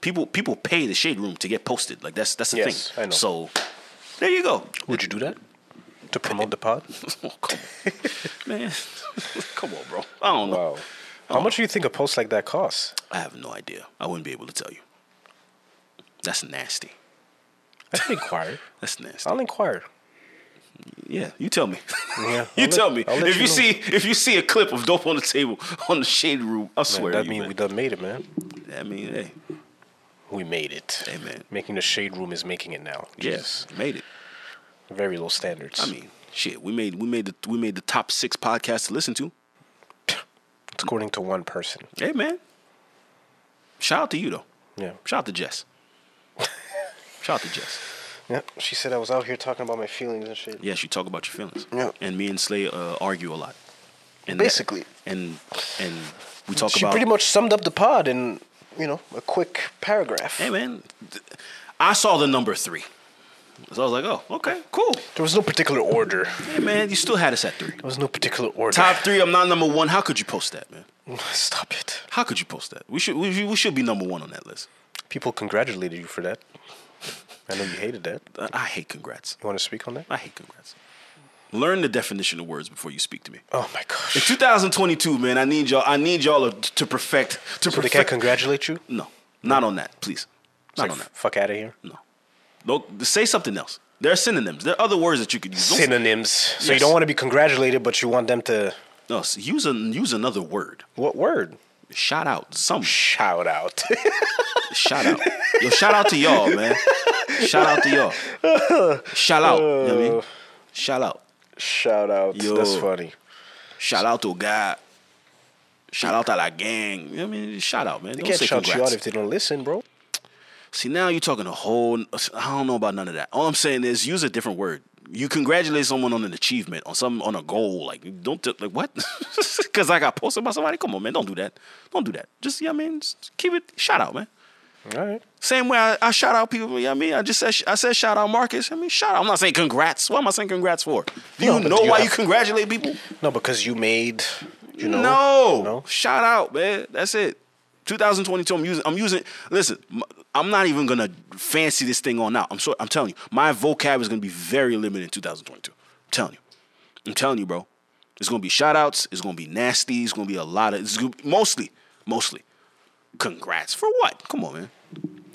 Speaker 2: People people pay the shade room to get posted. Like that's that's the
Speaker 1: Yes,
Speaker 2: thing.
Speaker 1: I know.
Speaker 2: So there you go.
Speaker 1: Would you do that to promote the pod?
Speaker 2: Oh, come on, man. come on, bro. I don't know.
Speaker 1: Wow. How much do you think a post like that costs?
Speaker 2: I have no idea. I wouldn't be able to tell you. That's nasty.
Speaker 1: I can inquire.
Speaker 2: That's nasty.
Speaker 1: I'll inquire.
Speaker 2: Yeah, you tell me.
Speaker 1: Yeah,
Speaker 2: you
Speaker 1: I'll
Speaker 2: tell
Speaker 1: let-
Speaker 2: me.
Speaker 1: I'll let
Speaker 2: If you,
Speaker 1: you know.
Speaker 2: see if you see a clip of dope on the table on the shade room, I
Speaker 1: Man,
Speaker 2: swear.
Speaker 1: that
Speaker 2: to
Speaker 1: mean
Speaker 2: you,
Speaker 1: we
Speaker 2: man.
Speaker 1: done made it, man.
Speaker 2: I mean, hey,
Speaker 1: We made it.
Speaker 2: Hey, man.
Speaker 1: Making the shade room is making it now.
Speaker 2: yes, made it.
Speaker 1: Very low standards.
Speaker 2: I mean, shit, we made we made the we made the top six podcasts to listen to.
Speaker 1: it's according to one person.
Speaker 2: Hey, man. Shout out to you though.
Speaker 1: Yeah.
Speaker 2: Shout out to Jess. Shout out to Jess.
Speaker 1: Yeah. She said I was out here talking about my feelings and shit.
Speaker 2: Yes, you talk about your feelings.
Speaker 1: Yeah.
Speaker 2: And me and Slay uh, argue a lot. And
Speaker 1: Basically.
Speaker 2: and and we talk
Speaker 1: she
Speaker 2: about
Speaker 1: pretty much summed up the pod in you know a quick paragraph.
Speaker 2: Hey man, th- I saw the number three, so I was like, oh, okay, cool.
Speaker 1: There was no particular order. There
Speaker 2: Hey man, you still had us at three.
Speaker 1: was no particular order.
Speaker 2: Top three. I'm not number one. How could you post that, man?
Speaker 1: Stop it.
Speaker 2: How could you post that? We should we, should- we should be number one on that list.
Speaker 1: People congratulated you for that. I know you hated that.
Speaker 2: I, I hate congrats.
Speaker 1: You want to speak on that?
Speaker 2: I hate congrats. Learn the definition of words before you speak to me.
Speaker 1: Oh my gosh.
Speaker 2: In 2022, man, I need y'all. I need y'all to to perfect.
Speaker 1: So
Speaker 2: To
Speaker 1: they
Speaker 2: perfect.
Speaker 1: can't congratulate you?
Speaker 2: no, not on that, please. Not
Speaker 1: Like,
Speaker 2: on that.
Speaker 1: fuck out of here.
Speaker 2: No. Don't say something else. There are synonyms. There are other words that you could use. Don't-
Speaker 1: Synonyms. So you
Speaker 2: Yes.
Speaker 1: don't want to be congratulated, but you want them to.
Speaker 2: No, s- use a, use another word.
Speaker 1: What word?
Speaker 2: Shout out some
Speaker 1: Shout out.
Speaker 2: shout out. Yo, shout out to y'all, man. Shout out to y'all. Shout out. You know what I mean? Shout out.
Speaker 1: Shout out.
Speaker 2: Yo.
Speaker 1: That's funny.
Speaker 2: Shout out to God. Shout out to la gang. You know what I mean? Shout out, man.
Speaker 1: They
Speaker 2: Don't
Speaker 1: can't
Speaker 2: say
Speaker 1: shout you
Speaker 2: congrats.
Speaker 1: out if they don't listen, bro.
Speaker 2: See, now you're talking a whole. I don't know about none of that. All I'm saying is use a different word. You congratulate someone on an achievement, on some, on a goal. Like, don't t- like what? Because I got posted by somebody. Come on, man, don't do that. Don't do that. Just yeah, you know I mean, just keep it. Shout out, man.
Speaker 1: All right.
Speaker 2: Same way I, I shout out people. You know what I mean, I just said I said shout out Marcus. I mean, shout out. I'm not saying congrats. What am I saying congrats for? Do you
Speaker 1: No, but
Speaker 2: know
Speaker 1: you
Speaker 2: why
Speaker 1: have-
Speaker 2: you congratulate people?
Speaker 1: No, because you made, you know.
Speaker 2: No.
Speaker 1: No?
Speaker 2: Shout out, man. That's it. 2022. I'm using. I'm using. Listen, m- I'm not even gonna fancy this thing on out. I'm sorry. I'm telling you, my vocab is gonna be very limited in 2022. I'm telling you. I'm telling you, bro. It's gonna be shout outs. It's gonna be nasty. It's gonna be a lot of. It's gonna be, mostly, mostly. Congrats for what? Come on, man.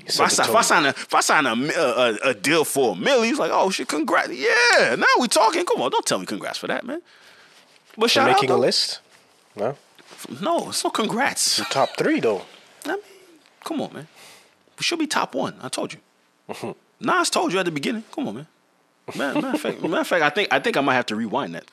Speaker 2: If I,
Speaker 1: said the
Speaker 2: sign, if I
Speaker 1: total.
Speaker 2: sign a if I sign a, mi- a, a- a deal for a milli, it's like, oh shit, congrats. Yeah, now we talking. Come on, don't tell me congrats for that, man. But
Speaker 1: For
Speaker 2: shout
Speaker 1: making a
Speaker 2: out, though.
Speaker 1: list. No.
Speaker 2: No, it's no congrats.
Speaker 1: Top three though.
Speaker 2: I mean, come on, man. We should be top one. I told you. Nas told you at the beginning. Come on, man. Man, matter of fact, matter of fact, I think I think I might have to rewind that.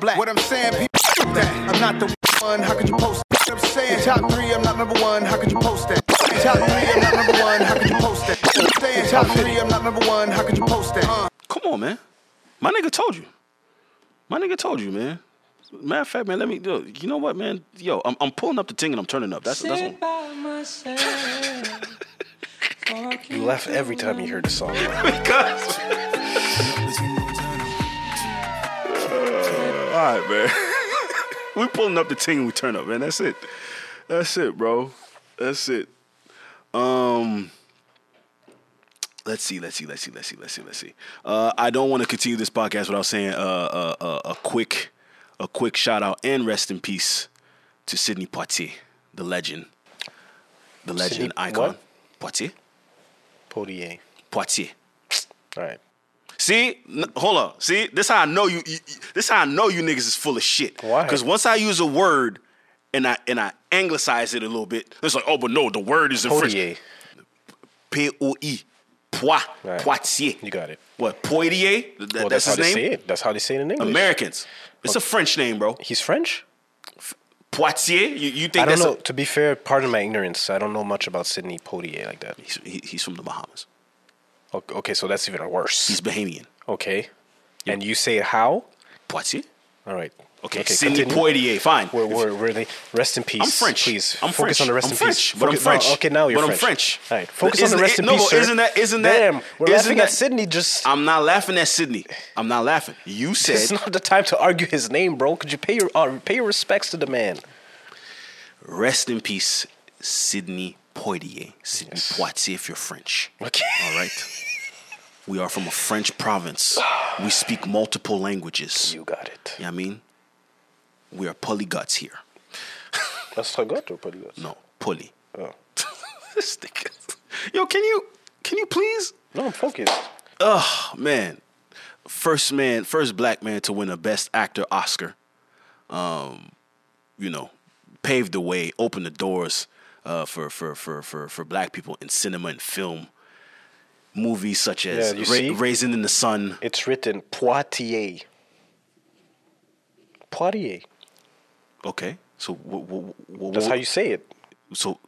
Speaker 6: black. What I'm saying, people, that I'm not the one. How could you post that? I'm saying top three, I'm not number one. How could you post that? Top three, I'm not number one. How could you post that? I'm saying top three, I'm not number one. How could you post that? Uh.
Speaker 2: Come on, man. My nigga told you. My nigga told you, man. Matter of fact, man, let me yo, you know what, man? Yo, I'm, I'm pulling up the thing and I'm turning up. That's that's
Speaker 3: Sit
Speaker 2: one.
Speaker 3: by myself.
Speaker 1: You
Speaker 3: talking
Speaker 1: laugh
Speaker 3: to
Speaker 1: every time you hear the song.
Speaker 2: Because all right, man. we pulling up the thing and we turn up, man. That's it. That's it, bro. That's it. Um let's see, let's see, let's see, let's see, let's see, let's see. Uh, I don't want to continue this podcast without saying uh, uh, uh, a quick, a quick shout out and rest in peace to Sidney Poitier, the legend, the legend
Speaker 1: Sidney
Speaker 2: icon.
Speaker 1: what?
Speaker 2: Poitier,
Speaker 1: Podier.
Speaker 2: Poitier.
Speaker 1: All right.
Speaker 2: See, N- hold on. See, this how I know you, you. you- This how I know you niggas is full of shit.
Speaker 1: Why?
Speaker 2: Because once I use a word, and I and I anglicize it a little bit, it's like, oh, but no, the word is in
Speaker 1: Podier.
Speaker 2: French. P O E, pois,
Speaker 1: Right.
Speaker 2: Poitiers.
Speaker 1: You got it.
Speaker 2: What Poitier? Th-
Speaker 1: Well, that's,
Speaker 2: that's,
Speaker 1: how
Speaker 2: his
Speaker 1: they
Speaker 2: name.
Speaker 1: say it. That's how they say it in English.
Speaker 2: Americans. It's a French name, bro.
Speaker 1: He's French.
Speaker 2: Poitiers. You, you think
Speaker 1: I don't
Speaker 2: that's
Speaker 1: know.
Speaker 2: A,
Speaker 1: to be fair, pardon my ignorance. I don't know much about Sydney Poitier like that.
Speaker 2: he's, he, he's from the Bahamas.
Speaker 1: O- Okay, so that's even worse.
Speaker 2: He's Bahamian.
Speaker 1: okay, and you say how?
Speaker 2: Poitiers.
Speaker 1: All right.
Speaker 2: Okay, Sidney
Speaker 1: continue.
Speaker 2: Poitier. Fine.
Speaker 1: We're, we're, we're the, rest in peace.
Speaker 2: I'm French.
Speaker 1: Please.
Speaker 2: I'm
Speaker 1: focus
Speaker 2: French.
Speaker 1: on the rest
Speaker 2: I'm
Speaker 1: in
Speaker 2: French,
Speaker 1: peace.
Speaker 2: But
Speaker 1: Focus-
Speaker 2: I'm French.
Speaker 1: no, okay, now you're
Speaker 2: but
Speaker 1: French.
Speaker 2: I'm French.
Speaker 1: All right. Focus on
Speaker 2: Isn't
Speaker 1: the rest
Speaker 2: it-
Speaker 1: in
Speaker 2: no,
Speaker 1: peace.
Speaker 2: but
Speaker 1: sir.
Speaker 2: Isn't that? Isn't that?
Speaker 1: Damn. We're
Speaker 2: isn't
Speaker 1: laughing
Speaker 2: that,
Speaker 1: at Sydney. Just.
Speaker 2: I'm not laughing at Sydney. I'm not laughing. You
Speaker 1: it's
Speaker 2: said
Speaker 1: not the time to argue his name, bro. Could you pay your uh, pay your respects to the man?
Speaker 2: rest in peace, Sydney Poitier. Sydney
Speaker 1: Yes.
Speaker 2: Poitier, if you're French.
Speaker 1: Okay.
Speaker 2: All right. We are from a French province. We speak multiple languages. You
Speaker 1: You got it.
Speaker 2: know what I mean? We are polyglots here.
Speaker 1: That's how good or pretty good.
Speaker 2: No, poly.
Speaker 1: Oh.
Speaker 2: this nigga. Yo, can you can you please?
Speaker 1: No, I'm focused.
Speaker 2: man, first man, first black man to win a Best Actor Oscar. Um, you know, paved the way, opened the doors uh, for, for for for for black people in cinema and film. Movies such as
Speaker 1: Yeah, you see?
Speaker 2: Ra- Raising in the Sun.
Speaker 1: It's written Poitiers. Poitiers.
Speaker 2: Okay, so wh- wh- wh-
Speaker 1: That's
Speaker 2: wh-
Speaker 1: how you say it.
Speaker 2: so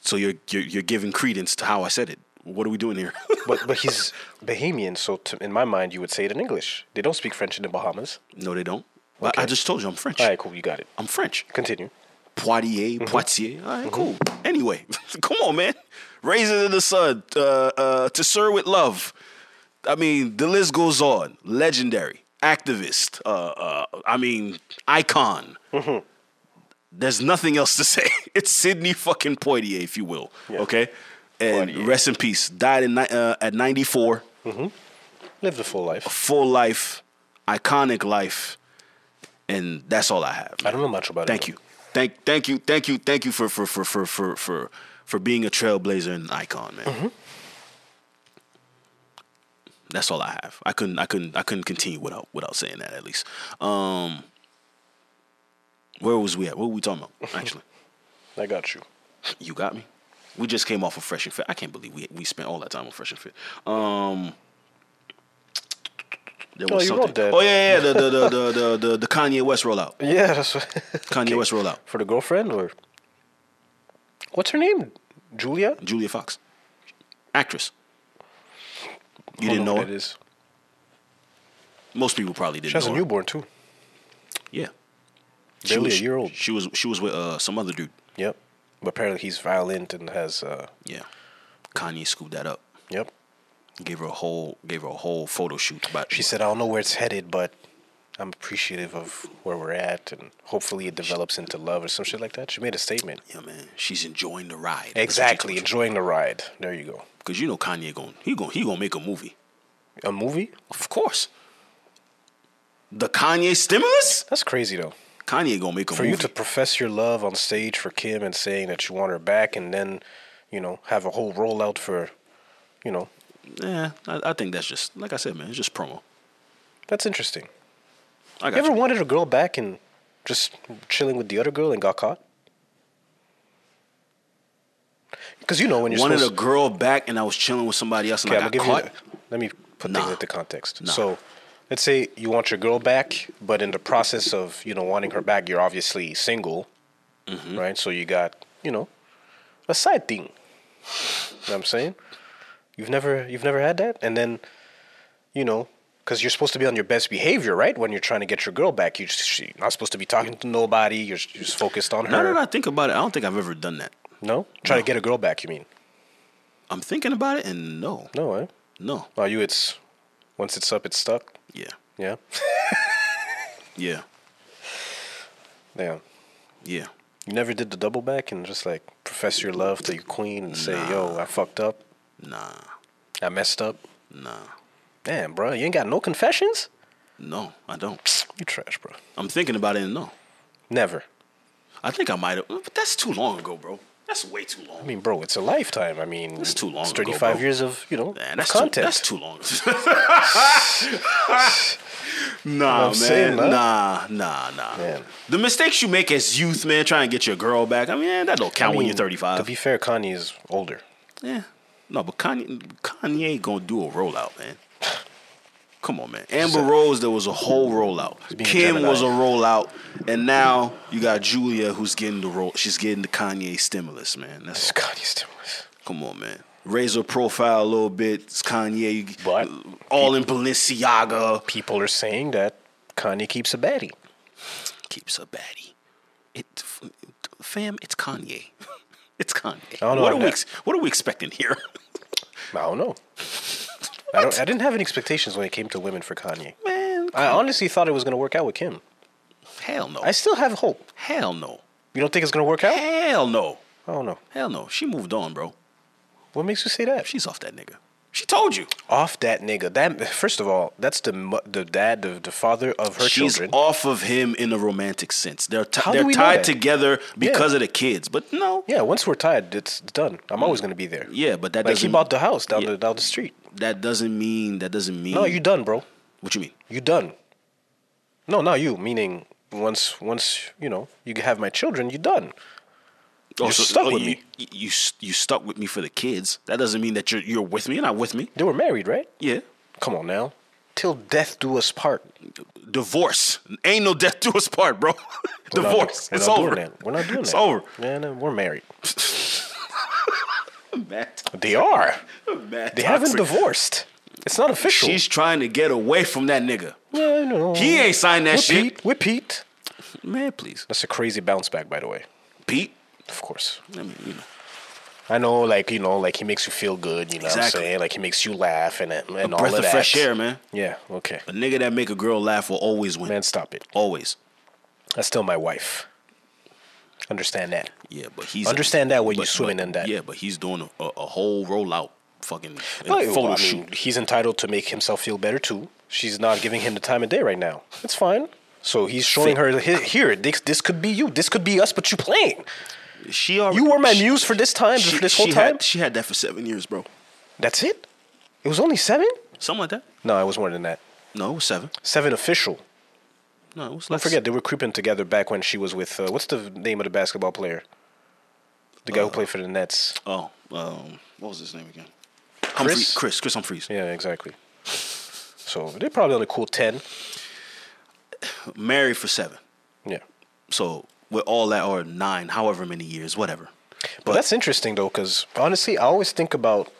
Speaker 2: so you're, you're you're giving credence to how I said it. What are we doing here?
Speaker 1: But but he's Bahamian, so to, in my mind, you would say it in English. They don't speak French in the Bahamas.
Speaker 2: no, they don't. But I
Speaker 1: Okay.
Speaker 2: just told you I'm French.
Speaker 1: All right, cool. You got it.
Speaker 2: I'm French.
Speaker 1: Continue.
Speaker 2: Poitiers, Poitiers. All right, cool. Anyway, come on, man. Raising in the Sun, uh, uh, To Sir with Love. I mean, the list goes on. Legendary, activist, uh, uh, I mean, icon. There's nothing else to say. It's Sidney fucking Poitier, if you will. Okay? And
Speaker 1: Poitier.
Speaker 2: rest in peace. Died in, ni- uh, at 94
Speaker 1: Live the full life.
Speaker 2: full life, iconic life, and that's all I have.
Speaker 1: I don't know much about
Speaker 2: Thank
Speaker 1: it.
Speaker 2: you, thank, thank you, thank you, thank you for for for for for for, for being a trailblazer and an icon, man.
Speaker 1: Mm-hmm.
Speaker 2: That's all I have. I couldn't, I couldn't, I couldn't continue without without saying that at least. Um, where was we at? What were we talking about? Actually,
Speaker 1: I got you.
Speaker 2: you got me. We just came off of Fresh and Fit. I can't believe we we spent all that time on Fresh and Fit. Um, there
Speaker 1: Oh,
Speaker 2: was
Speaker 1: you
Speaker 2: something.
Speaker 1: wrote that.
Speaker 2: Oh yeah, yeah, the the the the the, the, the Kanye West rollout.
Speaker 1: Yeah, that's what.
Speaker 2: Kanye West rollout.
Speaker 1: For the girlfriend or what's her name? Julia.
Speaker 2: Julia Fox. actress. You didn't know
Speaker 1: who
Speaker 2: her?
Speaker 1: that is.
Speaker 2: Most people probably didn't.
Speaker 1: She has
Speaker 2: know
Speaker 1: a
Speaker 2: her.
Speaker 1: newborn too.
Speaker 2: Yeah. She
Speaker 1: Barely
Speaker 2: was-
Speaker 1: a year old.
Speaker 2: She was she was with uh, some other dude.
Speaker 1: Yep. But apparently he's violent and has uh
Speaker 2: Yeah. Kanye scooped that up.
Speaker 1: yep.
Speaker 2: Gave her a whole gave her a whole photo shoot about
Speaker 1: She said, I don't know where it's headed, but I'm appreciative of where we're at and hopefully it develops into love or some shit like that. She made a statement.
Speaker 2: Yeah man, she's enjoying the ride.
Speaker 1: Exactly. Enjoying the ride. There you go.
Speaker 2: Because you know Kanye going he going he gonna make a movie.
Speaker 1: A movie?
Speaker 2: Of course. The Kanye stimulus?
Speaker 1: That's crazy though.
Speaker 2: Kanye gonna make a
Speaker 1: For
Speaker 2: movie.
Speaker 1: you to profess your love on stage for Kim and saying that you want her back and then, you know, have a whole rollout for you know,
Speaker 2: yeah, I, I think that's just like I said, man, it's just promo.
Speaker 1: that's interesting.
Speaker 2: I got
Speaker 1: You ever
Speaker 2: you.
Speaker 1: wanted a girl back and just chilling with the other girl and got caught? Because you know when you're
Speaker 2: wanted a
Speaker 1: supposed
Speaker 2: girl back and I was chilling with somebody else and
Speaker 1: Okay,
Speaker 2: I
Speaker 1: I'ma
Speaker 2: got
Speaker 1: give you
Speaker 2: caught.
Speaker 1: the- let me put
Speaker 2: Nah.
Speaker 1: things into context.
Speaker 2: Nah.
Speaker 1: So, let's say you want your girl back, but in the process of you know wanting her back, you're obviously single,
Speaker 2: Mm-hmm.
Speaker 1: right? So you got you know a side thing. You know what I'm saying you've never you've never had that, and then you know because you're supposed to be on your best behavior, right? When you're trying to get your girl back, you just, you're not supposed to be talking to nobody. You're, just- you're just focused on her.
Speaker 2: Now that I think about it, I don't think I've ever done that.
Speaker 1: No, try to get a girl back. You mean
Speaker 2: I'm thinking about it and no.
Speaker 1: no? Eh?
Speaker 2: No.
Speaker 1: Are you? It's once it's up, it's stuck.
Speaker 2: Yeah.
Speaker 1: Yeah,
Speaker 2: Yeah.
Speaker 1: yeah.
Speaker 2: Yeah.
Speaker 1: You never did the double back and just like profess your love to your queen and say, "Yo, I fucked up.
Speaker 2: Nah.
Speaker 1: I messed up."
Speaker 2: Nah.
Speaker 1: Damn, bro, you ain't got no confessions.
Speaker 2: No, I don't.
Speaker 1: You trash, bro.
Speaker 2: I'm thinking about it and no.
Speaker 1: Never.
Speaker 2: I think I might have but that's too long ago, bro. That's way too long.
Speaker 1: I mean, bro, it's a lifetime. I mean,
Speaker 2: That's too long
Speaker 1: It's
Speaker 2: ago, bro.
Speaker 1: thirty-five years of you know
Speaker 2: Man, that's Too,
Speaker 1: content.
Speaker 2: that's too long. nah, man.
Speaker 1: saying, huh?
Speaker 2: nah, nah, nah.
Speaker 1: Man.
Speaker 2: The mistakes you make as youth, man, trying to get your girl back. I mean, eh, that don't count when you're
Speaker 1: mean,
Speaker 2: 35.
Speaker 1: To be fair, Kanye is older.
Speaker 2: yeah. No, but Kanye, Kanye gonna do a rollout, man. Come on, man. Amber Rose, there was a whole rollout.
Speaker 1: being
Speaker 2: Kim
Speaker 1: Gemini.
Speaker 2: was a rollout, and now you got Julia, who's getting the roll. She's getting the Kanye stimulus, man. That's
Speaker 1: It's Kanye stimulus.
Speaker 2: Come on, man. Raise her profile a little bit. It's Kanye,
Speaker 1: But-
Speaker 2: all in Balenciaga.
Speaker 1: People are saying that Kanye keeps a baddie.
Speaker 2: Keeps a baddie. It, f- fam, it's Kanye. It's Kanye.
Speaker 1: don't know
Speaker 2: what,
Speaker 1: about
Speaker 2: are we
Speaker 1: that.
Speaker 2: ex- what are we expecting here?
Speaker 1: I don't know. I don't. I didn't have any expectations when it came to women for Kanye.
Speaker 2: man,
Speaker 1: I honestly thought it was gonna work out with Kim.
Speaker 2: hell no.
Speaker 1: I still have hope.
Speaker 2: hell no.
Speaker 1: You don't think it's gonna work out? I
Speaker 2: Hell no.
Speaker 1: don't know.
Speaker 2: Hell no. She moved on, bro.
Speaker 1: What makes you say that?
Speaker 2: She's off that nigga. She told you.
Speaker 1: off that nigga. That first of all, that's the mo- the dad, the, the father of her
Speaker 2: She's
Speaker 1: children.
Speaker 2: off of him in a romantic sense. They're, ti-
Speaker 1: How do
Speaker 2: they're
Speaker 1: we know
Speaker 2: tied
Speaker 1: that?
Speaker 2: together because of the kids. But no.
Speaker 1: yeah, once we're tied, it's done. I'm always gonna be there.
Speaker 2: Yeah, but that
Speaker 1: like he
Speaker 2: doesn't
Speaker 1: bought the house down
Speaker 2: Yeah.
Speaker 1: the down the street.
Speaker 2: that doesn't mean that doesn't mean
Speaker 1: No, you done, bro.
Speaker 2: what you mean?
Speaker 1: You done. No, not you. Meaning once once you know you have my children, you done.
Speaker 2: Oh,
Speaker 1: You're stuck with
Speaker 2: you,
Speaker 1: me.
Speaker 2: You, you s- you stuck with me for the kids. That doesn't mean that you're you're with me. You're not with me.
Speaker 1: They were married, right?
Speaker 2: Yeah.
Speaker 1: Come on now. Till death do us part.
Speaker 2: Divorce. Ain't no death to us part, bro.
Speaker 1: We're not do-
Speaker 2: Divorce.
Speaker 1: we're
Speaker 2: it's
Speaker 1: not
Speaker 2: over.
Speaker 1: Doing that. We're not doing
Speaker 2: It's
Speaker 1: that.
Speaker 2: over.
Speaker 1: Man, uh, we're married.
Speaker 2: Matt,
Speaker 1: They are.
Speaker 2: Matt
Speaker 1: They haven't
Speaker 2: Toxic.
Speaker 1: divorced. It's not official.
Speaker 2: She's trying to get away from that nigga.
Speaker 1: yeah, no.
Speaker 2: He ain't signed that
Speaker 1: with
Speaker 2: shit.
Speaker 1: Pete, with Pete.
Speaker 2: Man, please.
Speaker 1: That's a crazy bounce back, by the way.
Speaker 2: Pete.
Speaker 1: Of course.
Speaker 2: I mean, you know.
Speaker 1: I know, like, you know, like he makes you feel good, you know what I'm
Speaker 2: Exactly.
Speaker 1: saying? Like he makes you laugh and, and all
Speaker 2: Breath
Speaker 1: of
Speaker 2: of
Speaker 1: that.
Speaker 2: fresh air, man.
Speaker 1: Yeah, okay.
Speaker 2: A nigga that make a girl laugh will always win.
Speaker 1: Man, stop it.
Speaker 2: Always.
Speaker 1: That's still my wife. Understand that.
Speaker 2: Yeah, but he's
Speaker 1: Understand that when
Speaker 2: but-
Speaker 1: you're swimming
Speaker 2: but-
Speaker 1: in that.
Speaker 2: Yeah, but he's doing a, a, a whole rollout, fucking and
Speaker 1: Well,
Speaker 2: photo
Speaker 1: I
Speaker 2: shoot.
Speaker 1: mean, he's entitled to make himself feel better too. She's not giving him the time of day right now. It's fine. So he's showing her "Here- here. This, this could be you. This could be us, but you playing.
Speaker 2: She already,
Speaker 1: You were my
Speaker 2: she-
Speaker 1: muse for this time,
Speaker 2: she-
Speaker 1: for this whole
Speaker 2: she
Speaker 1: time.
Speaker 2: Had, she had that for seven years, bro.
Speaker 1: That's it. It was only seven.
Speaker 2: Something like that.
Speaker 1: No, it was more than that.
Speaker 2: No, it was seven.
Speaker 1: Seven official.
Speaker 2: No, it was
Speaker 1: Don't
Speaker 2: less.
Speaker 1: forget, they were creeping together back when she was with, uh, what's the name of the basketball player? The guy
Speaker 2: Uh.
Speaker 1: who played for the Nets.
Speaker 2: Oh, um, what was his name again? Humphrey,
Speaker 1: Chris?
Speaker 2: Chris, Chris Humphreys.
Speaker 1: Yeah, exactly. So they're probably on a cool 10.
Speaker 2: Married for seven.
Speaker 1: Yeah.
Speaker 2: So with all that, or nine, however many years, whatever.
Speaker 1: But that's interesting, though, because honestly, I always think about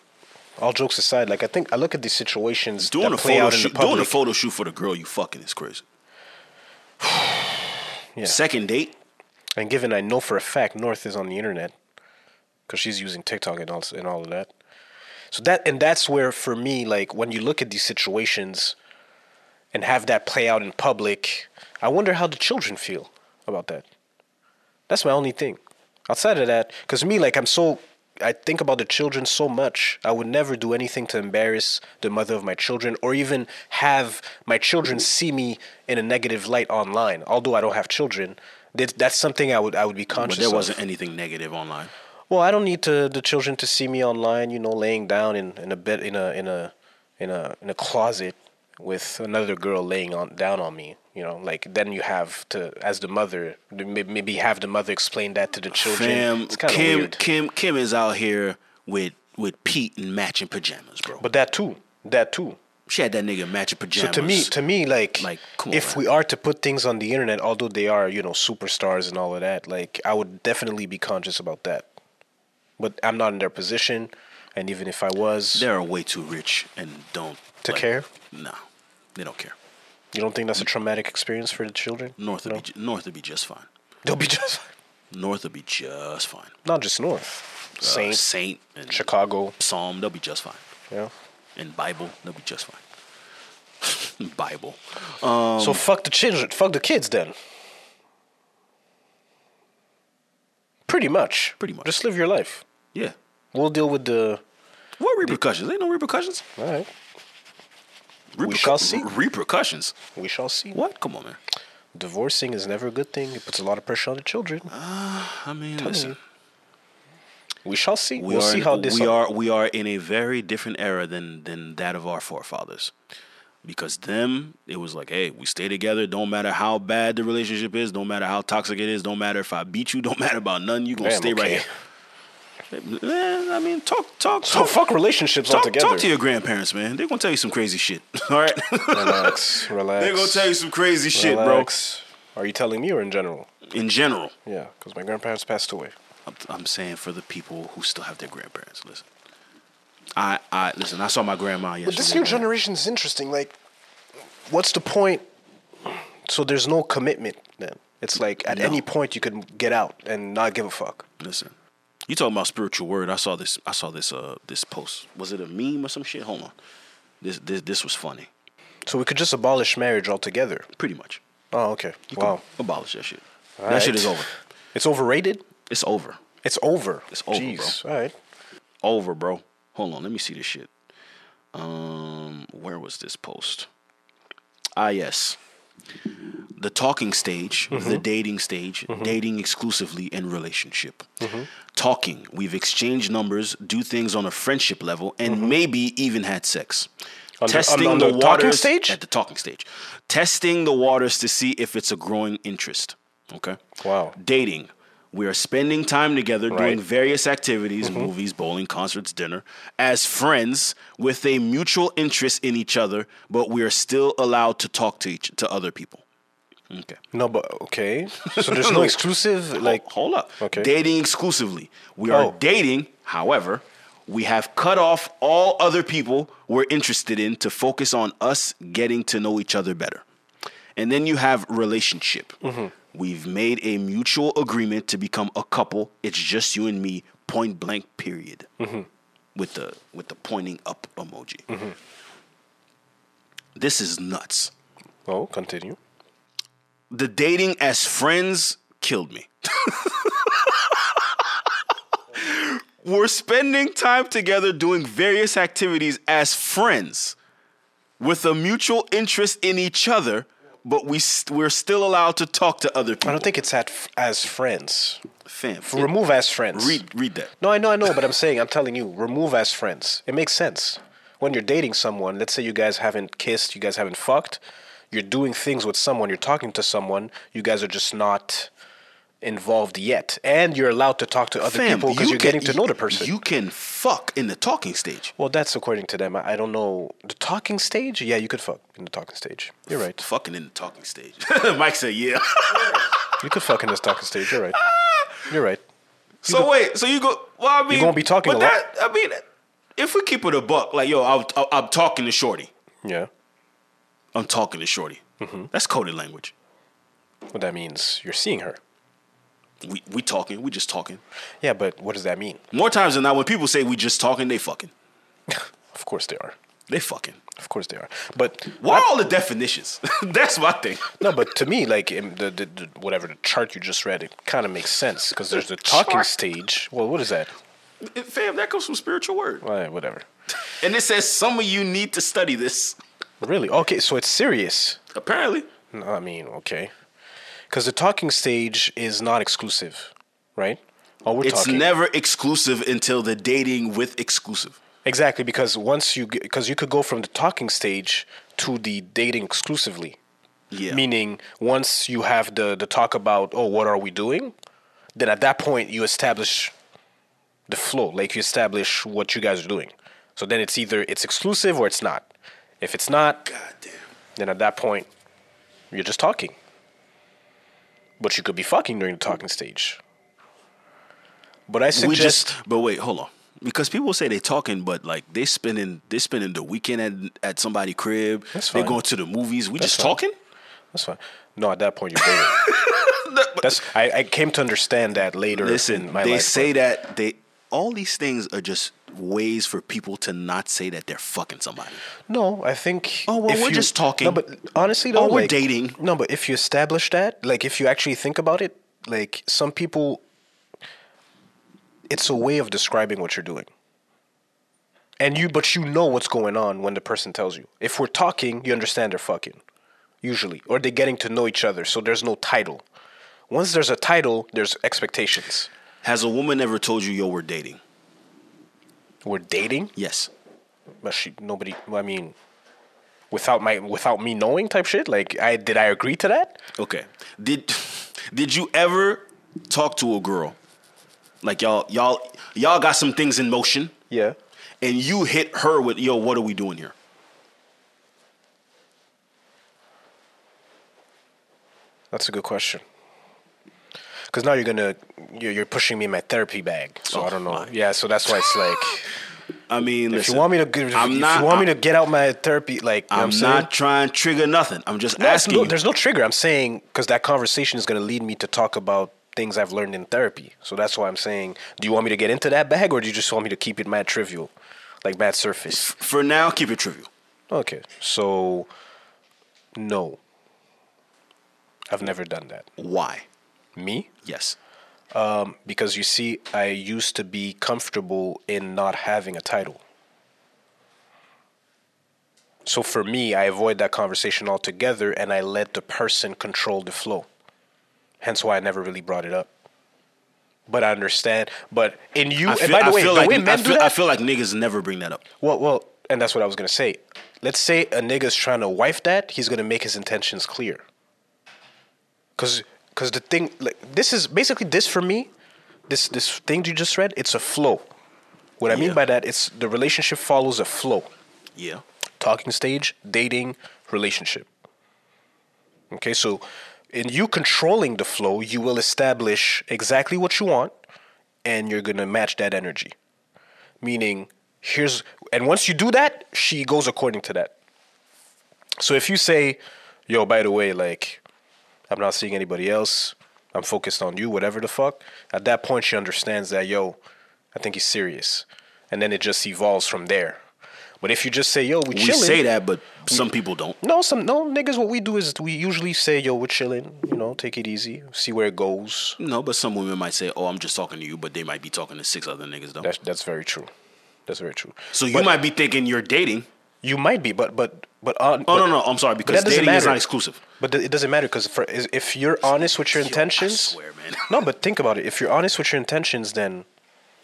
Speaker 1: all jokes aside, like I think I look at these situations
Speaker 2: Doing
Speaker 1: that
Speaker 2: a
Speaker 1: play
Speaker 2: photo
Speaker 1: out in the
Speaker 2: shoot,
Speaker 1: public.
Speaker 2: doing a photo shoot for the girl you fucking is crazy.
Speaker 1: Yeah.
Speaker 2: Second date,
Speaker 1: and given I know for a fact North is on the internet because she's using TikTok and all and all of that. So that and that's where for me, like when you look at these situations and have that play out in public, I wonder how the children feel about that. That's my only thing. Outside of that, because me, like I'm so. I think about the children so much. I would never do anything to embarrass the mother of my children or even have my children see me in a negative light online. Although I don't have children, that, that's something I would I would be
Speaker 2: but
Speaker 1: conscious
Speaker 2: there
Speaker 1: of.
Speaker 2: wasn't anything negative online.
Speaker 1: Well, I don't need to, the children to see me online, you know, laying down in, in a bed in a in a in a in a closet with another girl laying on down on me. You know, like then you have to, as the mother, the- may- maybe have the mother explain that to the children.
Speaker 2: Fam,
Speaker 1: it's kind of
Speaker 2: Kim,
Speaker 1: weird.
Speaker 2: Kim, Kim is out here with with Pete in matching pajamas, bro.
Speaker 1: But that too, that too.
Speaker 2: she had that nigga in matching
Speaker 1: So
Speaker 2: pajamas.
Speaker 1: to me, to me, like,
Speaker 2: Like, come on,
Speaker 1: if
Speaker 2: man.
Speaker 1: we are to put things on the internet, although they are, you know, superstars and all of that, like, I would definitely be conscious about that. But I'm not in their position, and even if I was,
Speaker 2: they're way too rich and don't
Speaker 1: To care?
Speaker 2: No, they don't care.
Speaker 1: You don't think that's a traumatic experience for the children?
Speaker 2: North would
Speaker 1: no?
Speaker 2: be ju- North would be just fine.
Speaker 1: They'll be just
Speaker 2: North would be just fine.
Speaker 1: not just North,
Speaker 2: Uh,
Speaker 1: Saint,
Speaker 2: Saint, and
Speaker 1: Chicago.
Speaker 2: Psalm, they'll be just fine.
Speaker 1: Yeah.
Speaker 2: And Bible, they'll be just fine. Bible. Um,
Speaker 1: so fuck the children. Fuck the kids then. Pretty much.
Speaker 2: Pretty much.
Speaker 1: Just live your life.
Speaker 2: Yeah.
Speaker 1: We'll deal with the.
Speaker 2: What repercussions? Ain't no repercussions.
Speaker 1: All right.
Speaker 2: Repercu-
Speaker 1: shall see.
Speaker 2: Repercussions.
Speaker 1: We shall see.
Speaker 2: What? Come on, man.
Speaker 1: Divorcing is never a good thing. It puts a lot of pressure on the children.
Speaker 2: Uh, I mean, listen.
Speaker 1: you. we shall see.
Speaker 2: We
Speaker 1: We will
Speaker 2: are
Speaker 1: see
Speaker 2: in-
Speaker 1: how this.
Speaker 2: we are we are in a very different era than than that of our forefathers. Because them, it was like, hey, we stay together. Don't matter how bad the relationship is. Don't matter how toxic it is. Don't matter if I beat you. Don't matter about none. You gonna
Speaker 1: Damn,
Speaker 2: stay
Speaker 1: okay.
Speaker 2: right here. Eh, I mean, talk, talk,
Speaker 1: So
Speaker 2: talk,
Speaker 1: fuck relationships
Speaker 2: talk,
Speaker 1: altogether.
Speaker 2: talk to your grandparents, man. They're gonna tell you some crazy shit. All right,
Speaker 1: Relax. Relax.
Speaker 2: they're gonna tell you some crazy shit, bro.
Speaker 1: relax. Are you telling me or in general?
Speaker 2: In general,
Speaker 1: Yeah, because my grandparents passed away.
Speaker 2: I'm, I'm saying for the people who still have their grandparents. Listen, I, I listen. I saw my grandma yesterday.
Speaker 1: But this new
Speaker 2: man.
Speaker 1: generation is interesting. Like, what's the point? So there's no commitment then. It's like at
Speaker 2: No.
Speaker 1: any point you can get out and not give a fuck.
Speaker 2: Listen, you talking about spiritual word? I saw this. I saw this. Uh, this post was it a meme or some shit? Hold on, this this this was funny.
Speaker 1: So we could just abolish marriage altogether.
Speaker 2: Pretty much.
Speaker 1: Oh, okay.
Speaker 2: You can
Speaker 1: wow.
Speaker 2: abolish that shit. that
Speaker 1: Alright.
Speaker 2: shit is over.
Speaker 1: It's overrated?
Speaker 2: It's over.
Speaker 1: It's over.
Speaker 2: It's over,
Speaker 1: Jeez. All right.
Speaker 2: Over, bro. Hold on, let me see this shit. Um, where was this post? Ah, yes. The talking stage, the
Speaker 1: Mm-hmm.
Speaker 2: dating stage, dating exclusively in relationship.
Speaker 1: Mm-hmm.
Speaker 2: Talking, we've exchanged numbers, do things on a friendship level, and maybe even had sex.
Speaker 1: On the- on-
Speaker 2: Testing
Speaker 1: on
Speaker 2: the,
Speaker 1: Mm-hmm. the talking
Speaker 2: waters
Speaker 1: stage?
Speaker 2: at the talking stage. Testing the waters to see if it's a growing interest. Okay.
Speaker 1: Wow.
Speaker 2: Dating. We are spending time together
Speaker 1: Right.
Speaker 2: doing various activities, movies, bowling, concerts, dinner, as friends with a mutual interest in each other, but we are still allowed to talk to each to other people. Okay.
Speaker 1: No, but okay. So there's no exclusive, like,
Speaker 2: Hold up.
Speaker 1: Okay.
Speaker 2: Dating exclusively. We are
Speaker 1: Oh.
Speaker 2: dating, however, we have cut off all other people we're interested in to focus on us getting to know each other better. And then you have relationship.
Speaker 1: Mm-hmm.
Speaker 2: We've made a mutual agreement to become a couple. It's just you and me, point blank, period.
Speaker 1: Mm-hmm.
Speaker 2: With the with the pointing up emoji. This is nuts
Speaker 1: oh, continue.
Speaker 2: the dating as friends killed me. We're spending time together doing various activities as friends with a mutual interest in each other, but we st- we're still allowed to talk to other
Speaker 1: I
Speaker 2: people.
Speaker 1: don't think it's at f- as friends.
Speaker 2: Fam,
Speaker 1: Remove as friends.
Speaker 2: read read that.
Speaker 1: No, I know, I know, but I'm saying, I'm telling you, remove as friends. It makes sense. When you're dating someone, let's say you guys haven't kissed, you guys haven't fucked, you're doing things with someone, you're talking to someone, you guys are just not involved yet. And you're allowed to talk to other
Speaker 2: Fam,
Speaker 1: people because you are
Speaker 2: can-
Speaker 1: getting to know the person.
Speaker 2: You can fuck in the talking stage.
Speaker 1: well, that's according to them. I, I don't know. The talking stage? Yeah, you could fuck in the talking stage. You're right.
Speaker 2: Fucking in the talking stage. Mike said, "Yeah."
Speaker 1: You could fuck in this talking stage. You're right. You're right.
Speaker 2: So wait, so you go? Well, I mean,
Speaker 1: gonna be talking
Speaker 2: but
Speaker 1: a lot.
Speaker 2: That, I mean, if we keep it a buck, like yo, I'm, I'm talking to Shorty.
Speaker 1: Yeah.
Speaker 2: I'm talking to Shorty.
Speaker 1: Mm-hmm.
Speaker 2: That's coded language.
Speaker 1: Well, that means you're seeing her.
Speaker 2: We we talking. We just talking.
Speaker 1: Yeah, but what does that mean?
Speaker 2: More times than not, when people say we just talking, they fucking.
Speaker 1: Of course they are.
Speaker 2: They fucking.
Speaker 1: Of course they are. But
Speaker 2: Why all the definitions? That's my thing.
Speaker 1: no, but to me, like in the, the, the whatever the chart you just read, it kind of makes sense because there's the talking
Speaker 2: Chart.
Speaker 1: stage. Well, what is that?
Speaker 2: Fam, that comes from spiritual word.
Speaker 1: Well, whatever.
Speaker 2: And it says some of you need to study this.
Speaker 1: Really? Okay, so it's serious.
Speaker 2: Apparently.
Speaker 1: No, I mean, okay, because the talking stage is not exclusive, right? All we're
Speaker 2: It's
Speaker 1: talking
Speaker 2: never exclusive until the dating with exclusive.
Speaker 1: exactly because once you because you could go from the talking stage to the dating exclusively.
Speaker 2: Yeah.
Speaker 1: Meaning, once you have the the talk about oh, what are we doing, then at that point you establish the flow, like you establish what you guys are doing. So then it's either it's exclusive or it's not. If it's not,
Speaker 2: God damn.
Speaker 1: then at that point you're just talking. But you could be fucking during the talking stage. But I
Speaker 2: we
Speaker 1: suggest
Speaker 2: just but wait, hold on. Because people say they talking, but like they spending they spending the weekend at at somebody crib.
Speaker 1: That's
Speaker 2: They
Speaker 1: fine.
Speaker 2: going to the movies. We just
Speaker 1: fine.
Speaker 2: talking?
Speaker 1: that's fine. No, at that point you're dating. that's I, I came to understand that later in
Speaker 2: Listen,
Speaker 1: my
Speaker 2: they
Speaker 1: life.
Speaker 2: say
Speaker 1: but-
Speaker 2: that they all these things are just ways for people to not say that they're fucking somebody.
Speaker 1: No, I think.
Speaker 2: Oh, well,
Speaker 1: if
Speaker 2: we're
Speaker 1: you-
Speaker 2: just talking.
Speaker 1: No, but honestly, though,
Speaker 2: Oh, we're
Speaker 1: like-
Speaker 2: dating.
Speaker 1: No, but if you establish that, like, if you actually think about it, like, some people, it's a way of describing what you're doing. And you, but you know what's going on when the person tells you. If we're talking, you understand they're fucking, usually, or they're getting to know each other. So there's no title. Once there's a title, there's expectations.
Speaker 2: Has a woman ever told you, yo, we're dating?
Speaker 1: We're dating,
Speaker 2: Yes.
Speaker 1: but she, nobody. I mean, without my, without me knowing, type shit. Like, I did I agree to that?
Speaker 2: Okay. Did did you ever talk to a girl? Like y'all y'all y'all got some things in motion
Speaker 1: Yeah.
Speaker 2: and you hit her with, yo, what are we doing here?
Speaker 1: That's a good question. Because now you're gonna you're, you're pushing me in my therapy bag, so
Speaker 2: Oh,
Speaker 1: I don't know.
Speaker 2: my.
Speaker 1: Yeah, so that's why it's like
Speaker 2: I mean,
Speaker 1: if you
Speaker 2: listen,
Speaker 1: want me to g- if,
Speaker 2: I'm
Speaker 1: if
Speaker 2: not-
Speaker 1: you want me
Speaker 2: I'm-
Speaker 1: to get out my therapy, like you know
Speaker 2: I'm
Speaker 1: what
Speaker 2: not trying to trigger nothing. I'm just
Speaker 1: saying? No, it's
Speaker 2: asking
Speaker 1: no-
Speaker 2: you.
Speaker 1: There's no trigger. I'm saying because that conversation is gonna lead me to talk about things I've learned in therapy. So that's why I'm saying, do you want me to get into that bag, or do you just want me to keep it mad trivial, like mad surface?
Speaker 2: For now, keep it trivial.
Speaker 1: Okay, so no, I've never done that.
Speaker 2: Why?
Speaker 1: Me?
Speaker 2: Yes.
Speaker 1: because you see, I used to be comfortable in not having a title. So for me, I avoid that conversation altogether and I let the person control the flow. Hence why I never really brought it up. But I understand. But in you,
Speaker 2: I feel,
Speaker 1: and by the
Speaker 2: I
Speaker 1: way,
Speaker 2: feel
Speaker 1: the
Speaker 2: like
Speaker 1: way men
Speaker 2: I,
Speaker 1: do
Speaker 2: feel,
Speaker 1: that,
Speaker 2: I feel like niggas never bring that up.
Speaker 1: well, well, and that's what I was gonna say. Let's say a nigga's trying to wife that, he's gonna make his intentions clear. Cause, cause the thing, like, this is basically this for me. This this thing you just read, it's a flow. What I mean
Speaker 2: Yeah.
Speaker 1: by that, it's the relationship follows a flow.
Speaker 2: Yeah.
Speaker 1: Talking stage, dating, relationship. Okay, so in you controlling the flow, you will establish exactly what you want and you're going to match that energy. Meaning, here's, and once you do that, she goes according to that. So if you say, yo, by the way, like, I'm not seeing anybody else, I'm focused on you, whatever the fuck, at that point, she understands that, yo, I think he's serious. And then it just evolves from there. But if you just say, yo, we
Speaker 2: We
Speaker 1: chilling.
Speaker 2: say that, but some people don't.
Speaker 1: No, some no niggas. What we do is we usually say, "Yo, we're chilling. You know, take it easy. See where it goes."
Speaker 2: No, but some women might say, "Oh, I'm just talking to you," but they might be talking to six other niggas though.
Speaker 1: That's that's very true. That's very true.
Speaker 2: so you
Speaker 1: But-
Speaker 2: might be thinking you're dating.
Speaker 1: you might be, but but but on.
Speaker 2: Oh no, no, I'm sorry because
Speaker 1: that doesn't
Speaker 2: dating is
Speaker 1: matter.
Speaker 2: not exclusive.
Speaker 1: But th- it doesn't matter because if you're honest with your
Speaker 2: Yo, I
Speaker 1: intentions,
Speaker 2: swear, man.
Speaker 1: no, but think about it. If you're honest with your intentions, then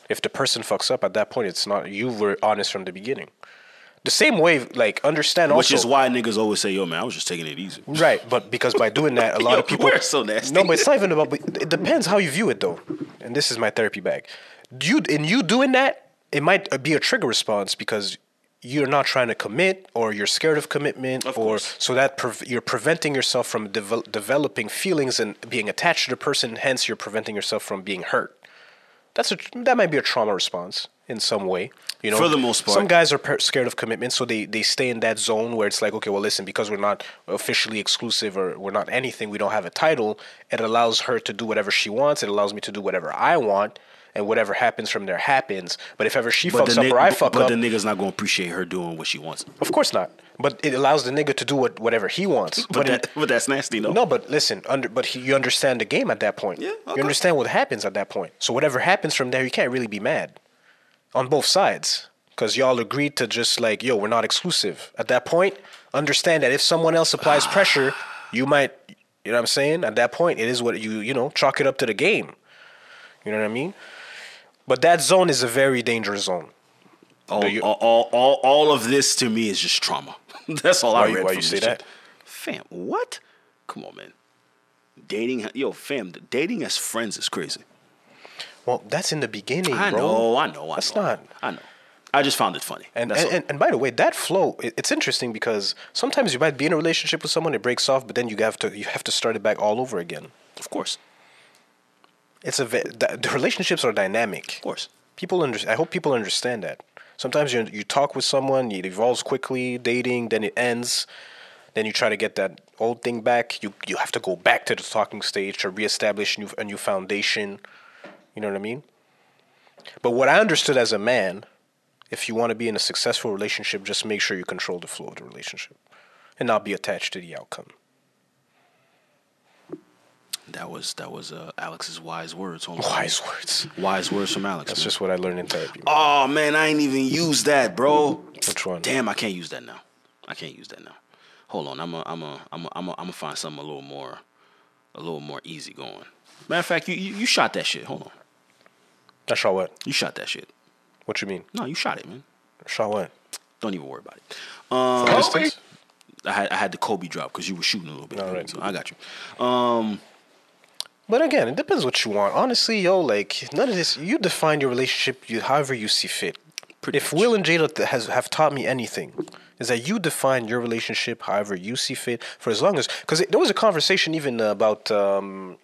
Speaker 1: if the person fucks up at that point, it's not you were honest from the beginning. The same way, like understand
Speaker 2: Which
Speaker 1: also
Speaker 2: is why niggas always say, "Yo, man, I was just taking it easy."
Speaker 1: Right, but because by doing that, a lot
Speaker 2: Yo,
Speaker 1: of people
Speaker 2: we're so nasty.
Speaker 1: No, but it's not even about. But it depends how you view it, though. And this is my therapy bag. You in you doing that, it might be a trigger response because you're not trying to commit, or you're scared of commitment,
Speaker 2: Of
Speaker 1: or
Speaker 2: course.
Speaker 1: so that prev- you're preventing yourself from devel- developing feelings and being attached to the person. Hence, you're preventing yourself from being hurt. That's a, that might be a trauma response. in some way. You know,
Speaker 2: For the most part.
Speaker 1: some guys are per- scared of commitment, so they they stay in that zone where it's like, okay, well, listen, because we're not officially exclusive or we're not anything, we don't have a title. It allows her to do whatever she wants. It allows me to do whatever I want. And whatever happens from there happens. But if ever she fucks
Speaker 2: the
Speaker 1: up
Speaker 2: ni-
Speaker 1: or I fuck
Speaker 2: but
Speaker 1: up,
Speaker 2: the nigga's not gonna appreciate her doing what she wants.
Speaker 1: of course not. But it allows the nigga to do what, whatever he wants.
Speaker 2: But
Speaker 1: in-
Speaker 2: that, but that's nasty though.
Speaker 1: no, but listen, under but he, you understand the game at that point.
Speaker 2: Yeah, okay.
Speaker 1: You understand what happens at that point. So whatever happens from there, you can't really be mad on both sides because y'all agreed to just like, yo, we're not exclusive. At that point, understand that if someone else applies pressure, you might, you know what I'm saying? At that point, it is what you you know chalk it up to the game. You know what I mean? But that zone is a very dangerous zone.
Speaker 2: all,
Speaker 1: you-
Speaker 2: all, all, all, all of this to me is just trauma. That's all I
Speaker 1: Why-
Speaker 2: read.
Speaker 1: why
Speaker 2: from
Speaker 1: you
Speaker 2: this
Speaker 1: say
Speaker 2: shit.
Speaker 1: that?
Speaker 2: fam? What? Come on, man. Dating, yo, fam. Dating as friends is crazy.
Speaker 1: Well, that's in the beginning,
Speaker 2: I
Speaker 1: bro.
Speaker 2: know, I know, I
Speaker 1: That's
Speaker 2: know.
Speaker 1: not-
Speaker 2: I know. I just found it funny.
Speaker 1: And
Speaker 2: That's
Speaker 1: and, and and by the way, that flow it- it's interesting because sometimes you might be in a relationship with someone, it breaks off, but then you have to you have to start it back all over again.
Speaker 2: all. of course,
Speaker 1: It's a ve- the, the relationships are dynamic.
Speaker 2: of course.
Speaker 1: People under, I hope people understand that. Sometimes you you talk with someone, it evolves quickly, dating, then it ends. Then you try to get that old thing back. You you have to go back to the talking stage to reestablish new, a new foundation. You know what I mean? But what I understood as a man, if you want to be in a successful relationship, just make sure you control the flow of the relationship and not be attached to the outcome.
Speaker 2: That was that was uh, Alex's wise words. homie.
Speaker 1: Wise words.
Speaker 2: wise words from Alex.
Speaker 1: That's
Speaker 2: man.
Speaker 1: just what I learned in therapy.
Speaker 2: oh man, I ain't even used that, bro.
Speaker 1: Which one?
Speaker 2: Damn, I can't use that now. I can't use that now. Hold on, I'm a, I'm a, I'm a, I'm a, I'm gonna find something a little more, a little more easy going. Matter of fact, you, you you shot that shit. Hold on,
Speaker 1: That's shot what?
Speaker 2: you shot that shit.
Speaker 1: What you mean?
Speaker 2: No, you shot it, man.
Speaker 1: Shot what?
Speaker 2: Don't even worry about it. Um,
Speaker 1: From distance?
Speaker 2: I had I had the Kobe drop because you were shooting a little bit.
Speaker 1: All right.
Speaker 2: So I got you. Um,
Speaker 1: But again, it depends what you want. Honestly, yo, like none of this. You define your relationship you, however you see fit.
Speaker 2: Pretty
Speaker 1: if
Speaker 2: much.
Speaker 1: Will and Jada th- has have taught me anything, is that you define your relationship however you see fit for as long as because there was a conversation even about um,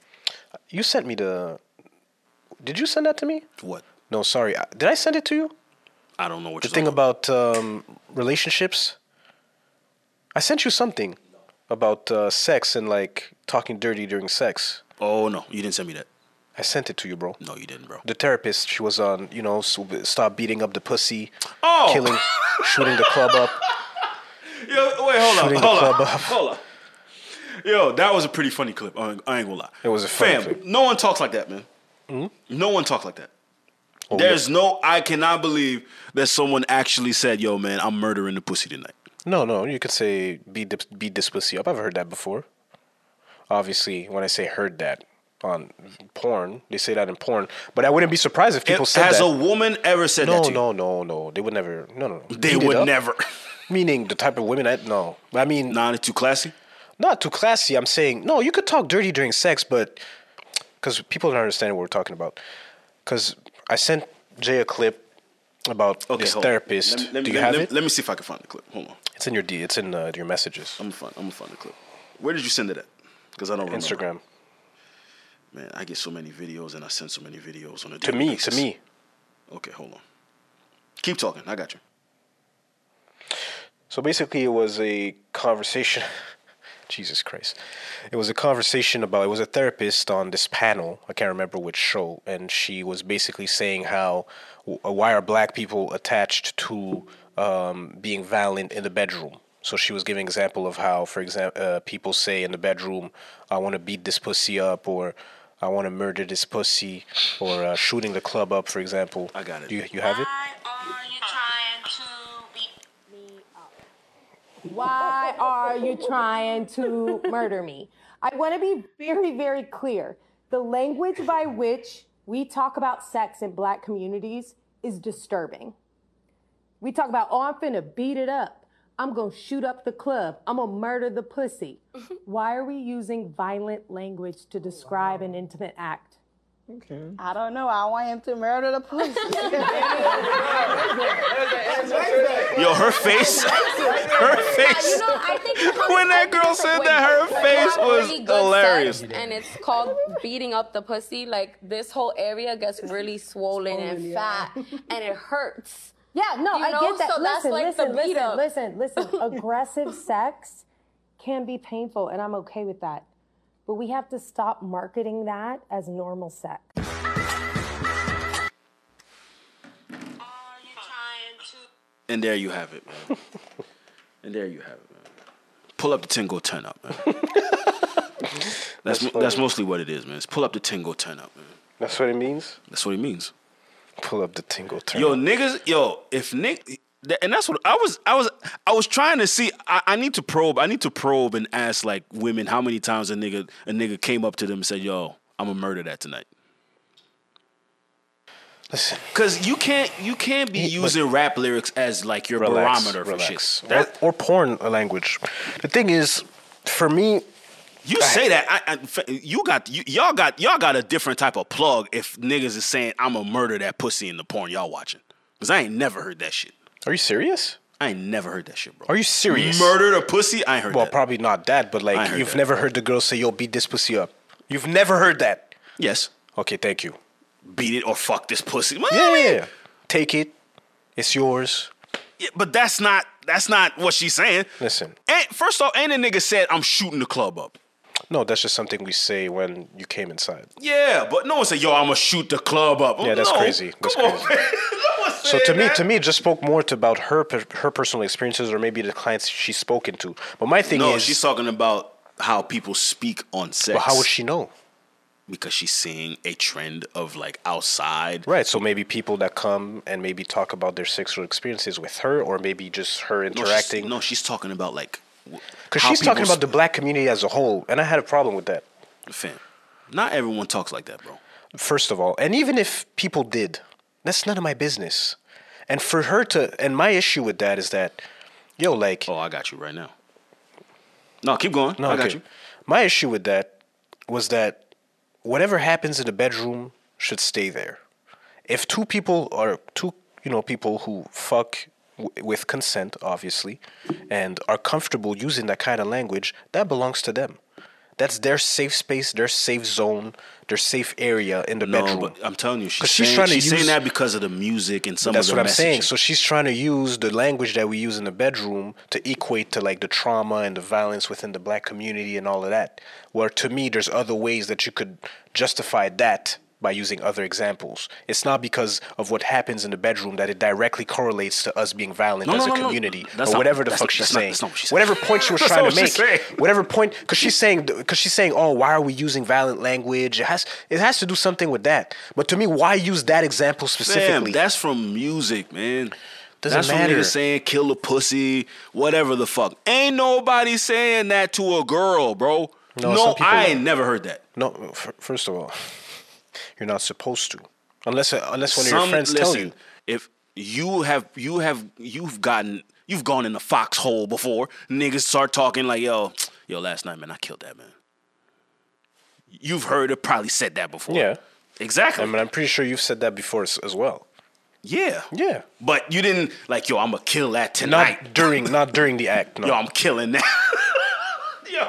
Speaker 1: you sent me the. Did you send that to me?
Speaker 2: What?
Speaker 1: No, sorry. I- Did I send it to you?
Speaker 2: I don't know what
Speaker 1: The
Speaker 2: you're
Speaker 1: thing
Speaker 2: talking
Speaker 1: about um, relationships. I sent you something about uh, sex and like talking dirty during sex.
Speaker 2: Oh no, you didn't send me that.
Speaker 1: I sent it to you, bro.
Speaker 2: No, you didn't, bro.
Speaker 1: the therapist she was on you know so stop beating up the pussy
Speaker 2: Oh!
Speaker 1: killing shooting the club up
Speaker 2: Yo, wait, hold
Speaker 1: Shooting
Speaker 2: on,
Speaker 1: the
Speaker 2: hold on,
Speaker 1: club up.
Speaker 2: hold on. Yo, that was a pretty funny clip. I ain't, I ain't gonna lie.
Speaker 1: It was a funny
Speaker 2: Fam,
Speaker 1: clip. Hmm?
Speaker 2: No one talks like that, man. No one talks like that.
Speaker 1: Oh,
Speaker 2: There's no. I cannot believe that someone actually said, "Yo, man, I'm murdering the pussy tonight."
Speaker 1: yeah. no no you could say beat, the, beat this pussy up i've heard that before obviously when i say heard that on porn they say that in porn but i wouldn't be surprised if people
Speaker 2: If-
Speaker 1: said
Speaker 2: Has
Speaker 1: that
Speaker 2: a woman ever said
Speaker 1: no
Speaker 2: that to you?
Speaker 1: no no no they would never no no no
Speaker 2: They
Speaker 1: Beat it
Speaker 2: would
Speaker 1: up.
Speaker 2: never.
Speaker 1: meaning the type of women i no i mean
Speaker 2: nah, it's too classy.
Speaker 1: not too classy. I'm saying no. You could talk dirty during sex, but because people don't understand what we're talking about. Because I sent Jay a clip about
Speaker 2: Okay,
Speaker 1: this
Speaker 2: hold on.
Speaker 1: therapist.
Speaker 2: Let me- let me-
Speaker 1: Do you
Speaker 2: let
Speaker 1: have
Speaker 2: me-
Speaker 1: it?
Speaker 2: Let me see if I can find the clip. Hold on.
Speaker 1: it's in your D. It's in uh, your messages.
Speaker 2: I'm gonna find. I'm gonna find the clip. Where did you send it at? Because I don't remember.
Speaker 1: Instagram.
Speaker 2: Man, I get so many videos and I send so many videos on a
Speaker 1: To
Speaker 2: daily
Speaker 1: me,
Speaker 2: basis.
Speaker 1: to me.
Speaker 2: Okay, hold on. Keep talking. I got you.
Speaker 1: So basically, it was a conversation. Jesus Christ. It was a conversation about, it was a therapist on this panel. I can't remember which show. And she was basically saying how, w- uh, why are black people attached to um, being violent in the bedroom? So she was giving example of how, for example, uh, people say in the bedroom, I want to beat this pussy up or I want to murder this pussy or uh, shooting the club up, for example.
Speaker 2: I got it.
Speaker 1: You, you have it?
Speaker 7: Why are you trying to beat me up? Why are you trying to murder me? I want to be very, very clear. The language by which we talk about sex in black communities is disturbing. We talk about, oh, I'm finna beat it up. I'm gonna shoot up the club. I'm gonna murder the pussy. Why are we using violent language to describe an intimate act?
Speaker 8: Okay.
Speaker 9: I don't know. I want him to murder the pussy.
Speaker 2: Yo, her face, her face.
Speaker 10: You know, I think it comes
Speaker 2: When that
Speaker 10: in
Speaker 2: girl
Speaker 10: different
Speaker 2: said that, her
Speaker 10: ways. Like,
Speaker 2: face
Speaker 10: you have
Speaker 2: was
Speaker 10: really good
Speaker 2: hilarious.
Speaker 10: sex, and it's called beating up the pussy. Like this whole area gets really swollen and fat, and it hurts.
Speaker 7: Yeah, no,
Speaker 10: You
Speaker 7: Oh, I
Speaker 10: know,
Speaker 7: get that.
Speaker 10: so that's
Speaker 7: listen,
Speaker 10: like
Speaker 7: listen,
Speaker 10: the beat up.
Speaker 7: listen, listen, listen. Aggressive sex can be painful, and I'm okay with that. But we have to stop marketing that as normal sex.
Speaker 10: Are you trying to?
Speaker 2: And there you have it, man. And there you have it, man. Pull up the tingle, turn up, man. that's mo- that's mostly what it is, man. It's pull up the tingle, turn up, man.
Speaker 1: That's what it means.
Speaker 2: That's what it means.
Speaker 1: Pull up the tingle turn.
Speaker 2: Yo, niggas, yo, if Nick, th- and that's what I was, I was, I was trying to see. I, I need to probe. I need to probe and ask like women how many times a nigga a nigga came up to them and said, "Yo, I'm gonna murder that tonight."
Speaker 1: listen.
Speaker 2: Cause you can't you can't be using rap lyrics as like your
Speaker 1: Relax,
Speaker 2: barometer for
Speaker 1: relax.
Speaker 2: shit.
Speaker 1: Or,
Speaker 2: That-
Speaker 1: or porn language. The thing is, for me,
Speaker 2: you say that I, I, fa- you got you, y'all got y'all got a different type of plug if niggas is saying I'm gonna murder that pussy in the porn y'all watching. Cause I ain't never heard that shit.
Speaker 1: are you serious?
Speaker 2: I ainain't never heard that shit, bro.
Speaker 1: Are you serious?
Speaker 2: Murder a pussy? I ain't heard
Speaker 1: Well,
Speaker 2: that.
Speaker 1: probably not that, but
Speaker 2: I
Speaker 1: like
Speaker 2: heard
Speaker 1: you've
Speaker 2: that.
Speaker 1: never heard the girl say, "Yo, beat this pussy up." You've never heard that.
Speaker 2: yes.
Speaker 1: Okay, thank you.
Speaker 2: beat it or fuck this pussy.
Speaker 1: Yeah, yeah, yeah. Take it. It's yours.
Speaker 2: Yeah, But that's not that's not what she's saying.
Speaker 1: Listen.
Speaker 2: And first off, ain't a nigga said I'm shooting the club up.
Speaker 1: No, that's just something we say when you came inside.
Speaker 2: Yeah, but no one said, yo, I'm gonna shoot the club up.
Speaker 1: Yeah, that's
Speaker 2: No,
Speaker 1: crazy. That's
Speaker 2: come on,
Speaker 1: crazy.
Speaker 2: man. No one
Speaker 1: So
Speaker 2: said
Speaker 1: to me,
Speaker 2: that.
Speaker 1: to me, it just spoke more to about her per- her personal experiences or maybe the clients she's spoken to. But my thing
Speaker 2: No,
Speaker 1: is,
Speaker 2: she's talking about how people speak on sex.
Speaker 1: but how would she know?
Speaker 2: Because she's seeing a trend of like outside.
Speaker 1: Right. So maybe people that come and maybe talk about their sexual experiences with her, or maybe just her
Speaker 2: No, she's-
Speaker 1: interacting.
Speaker 2: No, she's talking about like
Speaker 1: Because
Speaker 2: how
Speaker 1: she's talking
Speaker 2: people
Speaker 1: about the black community as a whole, and I had a problem with that.
Speaker 2: sp- fam. Not everyone talks like that, bro.
Speaker 1: First of all, and even if people did, that's none of my business. And for her to, and my issue with that is that, yo, like,
Speaker 2: Oh, I got you right now. No, keep going.
Speaker 1: No,
Speaker 2: I got
Speaker 1: okay.
Speaker 2: you.
Speaker 1: My issue with that was that whatever happens in the bedroom should stay there. If two people are two, you know, people who fuck w- with consent, obviously, and are comfortable using that kind of language, that belongs to them. That's their safe space, their safe zone, their safe area in the
Speaker 2: No,
Speaker 1: bedroom.
Speaker 2: but I'm telling you, she's,
Speaker 1: 'Cause she's
Speaker 2: saying,
Speaker 1: trying to
Speaker 2: she's
Speaker 1: use-
Speaker 2: saying that because of the music and some
Speaker 1: That's
Speaker 2: of
Speaker 1: what
Speaker 2: the
Speaker 1: I'm saying.
Speaker 2: messaging.
Speaker 1: So she's trying to use the language that we use in the bedroom to equate to like the trauma and the violence within the black community and all of that. Where to me, there's other ways that you could justify that by using other examples. It's not because of what happens in the bedroom that it directly correlates to us being violent
Speaker 2: No,
Speaker 1: as
Speaker 2: no,
Speaker 1: a
Speaker 2: no, no.
Speaker 1: community
Speaker 2: That's
Speaker 1: or
Speaker 2: not-
Speaker 1: whatever the
Speaker 2: that's
Speaker 1: fuck
Speaker 2: not-
Speaker 1: she's
Speaker 2: that's not-
Speaker 1: saying.
Speaker 2: that's not what she said.
Speaker 1: Whatever point she was
Speaker 2: That's
Speaker 1: trying
Speaker 2: not
Speaker 1: to
Speaker 2: what
Speaker 1: make.
Speaker 2: she's saying.
Speaker 1: Whatever point, because she's saying, because she's saying, oh, why are we using violent language? It has, it has to do something with that. But to me, why use that example
Speaker 2: Fam,
Speaker 1: specifically?
Speaker 2: that's from music, man.
Speaker 1: Doesn't
Speaker 2: that's From
Speaker 1: matter.
Speaker 2: niggas saying kill a pussy, whatever the fuck. Ain't nobody saying that to a girl, bro.
Speaker 1: No,
Speaker 2: No,
Speaker 1: some people-
Speaker 2: I ain't never heard that.
Speaker 1: No, f- first of all, you're not supposed to, unless uh, unless one of your
Speaker 2: Some-
Speaker 1: friends tell you.
Speaker 2: If you have you have you've gotten you've gone in the foxhole before, niggas start talking like, yo, yo, last night, man, I killed that man. You've heard it probably said that before.
Speaker 1: Yeah.
Speaker 2: Exactly.
Speaker 1: I mean, I'm pretty sure you've said that before as, as well.
Speaker 2: yeah.
Speaker 1: Yeah.
Speaker 2: But you didn't like, yo, I'ma kill that
Speaker 1: Not
Speaker 2: tonight.
Speaker 1: during, not during the act. No.
Speaker 2: Yo, I'm killing that. yo,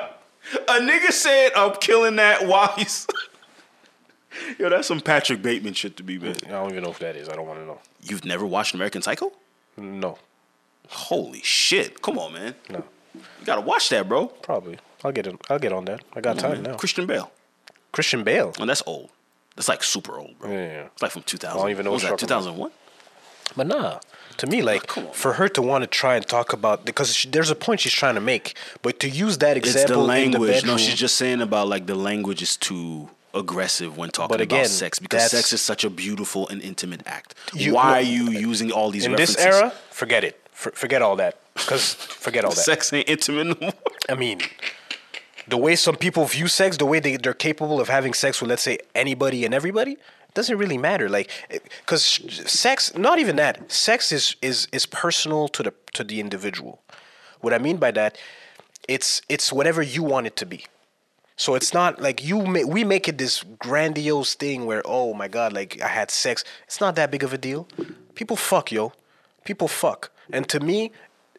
Speaker 2: a nigga said I'm killing that while he's. yo, that's some Patrick Bateman shit to be, man.
Speaker 1: I don't even know if that is. I don't want to know.
Speaker 2: You've never watched American Psycho?
Speaker 1: No,
Speaker 2: Holy shit! Come on, man.
Speaker 1: no,
Speaker 2: You gotta watch that, bro.
Speaker 1: probably. I'll get in, I'll get on that. I got time now.
Speaker 2: Christian Bale.
Speaker 1: Christian Bale.
Speaker 2: And that's old. That's like super old, bro.
Speaker 1: Yeah, yeah, yeah.
Speaker 2: It's like from 2000.
Speaker 1: I don't even know
Speaker 2: What was
Speaker 1: what you're
Speaker 2: that
Speaker 1: talking
Speaker 2: 2001.
Speaker 1: But nah, to me, like
Speaker 2: come on,
Speaker 1: for her to want to try and talk about because she, there's a point she's trying to make, but to use that
Speaker 2: It's
Speaker 1: example
Speaker 2: the
Speaker 1: in
Speaker 2: language.
Speaker 1: the bedroom,
Speaker 2: no, she's just saying about like the language is too aggressive when talking
Speaker 1: But again,
Speaker 2: about sex because
Speaker 1: that's-
Speaker 2: sex is such a beautiful and intimate act.
Speaker 1: You-
Speaker 2: Why
Speaker 1: no,
Speaker 2: are you using all these
Speaker 1: in
Speaker 2: references?
Speaker 1: this era. Forget it. For, forget all that. Because forget all that.
Speaker 2: Sex ain't intimate no more.
Speaker 1: I mean, the way some people view sex, the way they, they're capable of having sex with, let's say, anybody and everybody, it doesn't really matter. Like, because sex, not even that, sex is, is, is personal to the, to the individual. What I mean by that, it's, it's whatever you want it to be. So it's not like you ma- we make it this grandiose thing where oh my god like I had sex. It's not that big of a deal. People fuck yo. People fuck. And to me,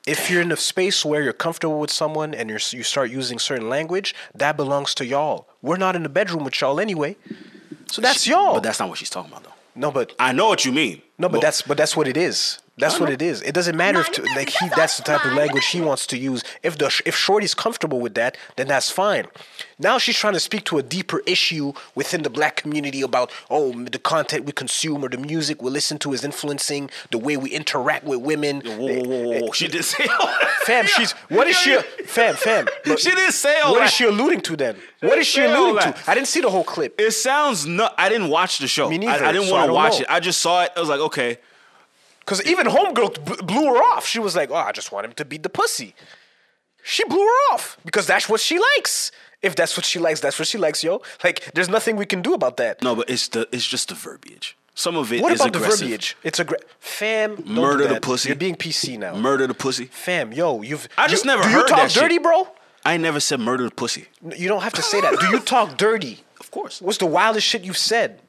Speaker 1: if you're in a space where you're comfortable with someone and you're, you start using certain language, that belongs to y'all. We're not in the bedroom with y'all anyway. So that's y'all.
Speaker 2: But that's not what she's talking about, though.
Speaker 1: no, but
Speaker 2: I know what you mean.
Speaker 1: no, but that's but that's what it is. That's what it is. It doesn't matter if to, like he that's the type of language he wants to use. If the if Shorty's comfortable with that, then that's fine. Now she's trying to speak to a deeper issue within the black community about oh the content we consume or the music we listen to is influencing the way we interact with women. Eh,
Speaker 2: Whoa, whoa, whoa, whoa, whoa. She did say all that.
Speaker 1: Fam,
Speaker 2: Yeah.
Speaker 1: she's what is she?
Speaker 2: Yeah, yeah.
Speaker 1: Fam, fam. but
Speaker 2: She didn't say all
Speaker 1: What
Speaker 2: that.
Speaker 1: is she alluding to then? What is she
Speaker 2: say all
Speaker 1: alluding to?
Speaker 2: that.
Speaker 1: I didn't see the whole clip.
Speaker 2: It sounds nut. I didn't watch the show.
Speaker 1: Me
Speaker 2: I-
Speaker 1: neither,
Speaker 2: I, didn't
Speaker 1: so I
Speaker 2: want to
Speaker 1: don't
Speaker 2: watch
Speaker 1: know.
Speaker 2: it. I just saw it. I was like, okay.
Speaker 1: Because even Homegirl b- blew her off. She was like, oh, I just want him to beat the pussy. She blew her off because that's what she likes. If that's what she likes, that's what she likes, yo. Like, there's nothing we can do about that.
Speaker 2: No, but it's the it's just the verbiage. Some of it is
Speaker 1: what about
Speaker 2: aggressive.
Speaker 1: the verbiage? It's a gra- fam. don't do
Speaker 2: Murder the
Speaker 1: that.
Speaker 2: pussy.
Speaker 1: You're being PC now.
Speaker 2: Murder the pussy.
Speaker 1: fam, yo, you've.
Speaker 2: I just
Speaker 1: you-
Speaker 2: never
Speaker 1: do
Speaker 2: heard
Speaker 1: you talk
Speaker 2: that shit.
Speaker 1: dirty, bro?
Speaker 2: I ain't never said murder the pussy.
Speaker 1: You don't have to say that. do you talk dirty?
Speaker 2: Of course.
Speaker 1: What's the wildest shit you've said?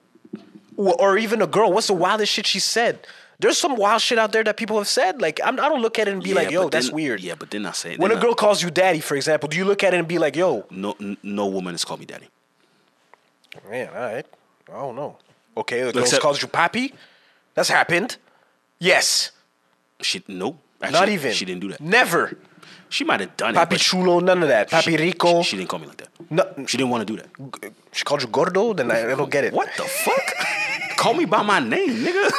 Speaker 1: Or, or even a girl, what's the wildest shit she said? There's some wild shit out there that people have said. Like, I'm, I don't look at it and be
Speaker 2: Yeah,
Speaker 1: like, yo,
Speaker 2: but
Speaker 1: that's
Speaker 2: then-
Speaker 1: weird.
Speaker 2: Yeah, but then I say
Speaker 1: When a
Speaker 2: then I-
Speaker 1: girl calls you daddy, for example, do you look at it and be like, yo,
Speaker 2: no n- no woman has called me daddy.
Speaker 1: man, all right, I don't know. Okay, the girl
Speaker 2: Except-
Speaker 1: calls you papi? That's happened. Yes.
Speaker 2: She no.
Speaker 1: Not
Speaker 2: Actually,
Speaker 1: even.
Speaker 2: She didn't do that.
Speaker 1: Never.
Speaker 2: She might have done it.
Speaker 1: Papi
Speaker 2: but she-
Speaker 1: chulo, none of that. Papi
Speaker 2: she-
Speaker 1: rico.
Speaker 2: She, she didn't call me like that.
Speaker 1: no,
Speaker 2: She didn't want to do that.
Speaker 1: she called you gordo, then I, I don't get it.
Speaker 2: What the fuck? call me by my name, nigga.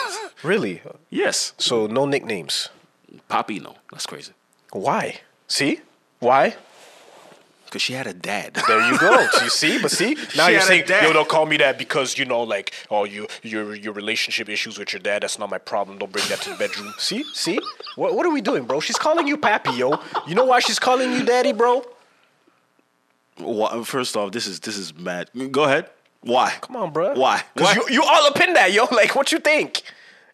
Speaker 1: Really?
Speaker 2: yes.
Speaker 1: So, no nicknames.
Speaker 2: Poppy, no. That's crazy.
Speaker 1: Why? See? Why?
Speaker 2: Because she had a dad.
Speaker 1: There you go. So you see, but see, now you're
Speaker 2: She had a
Speaker 1: saying
Speaker 2: dad.
Speaker 1: yo, don't call me that because you know, like, oh, you your your relationship issues with your dad. That's not my problem. Don't bring that to the bedroom. see, see, what what are we doing, bro? She's calling you pappy, yo. You know why she's calling you daddy, bro?
Speaker 2: Why, first off, this is this is mad. Go ahead. Why?
Speaker 1: Come on, bro.
Speaker 2: Why? Why?
Speaker 1: Because you you all up in that, yo. Like, what you think?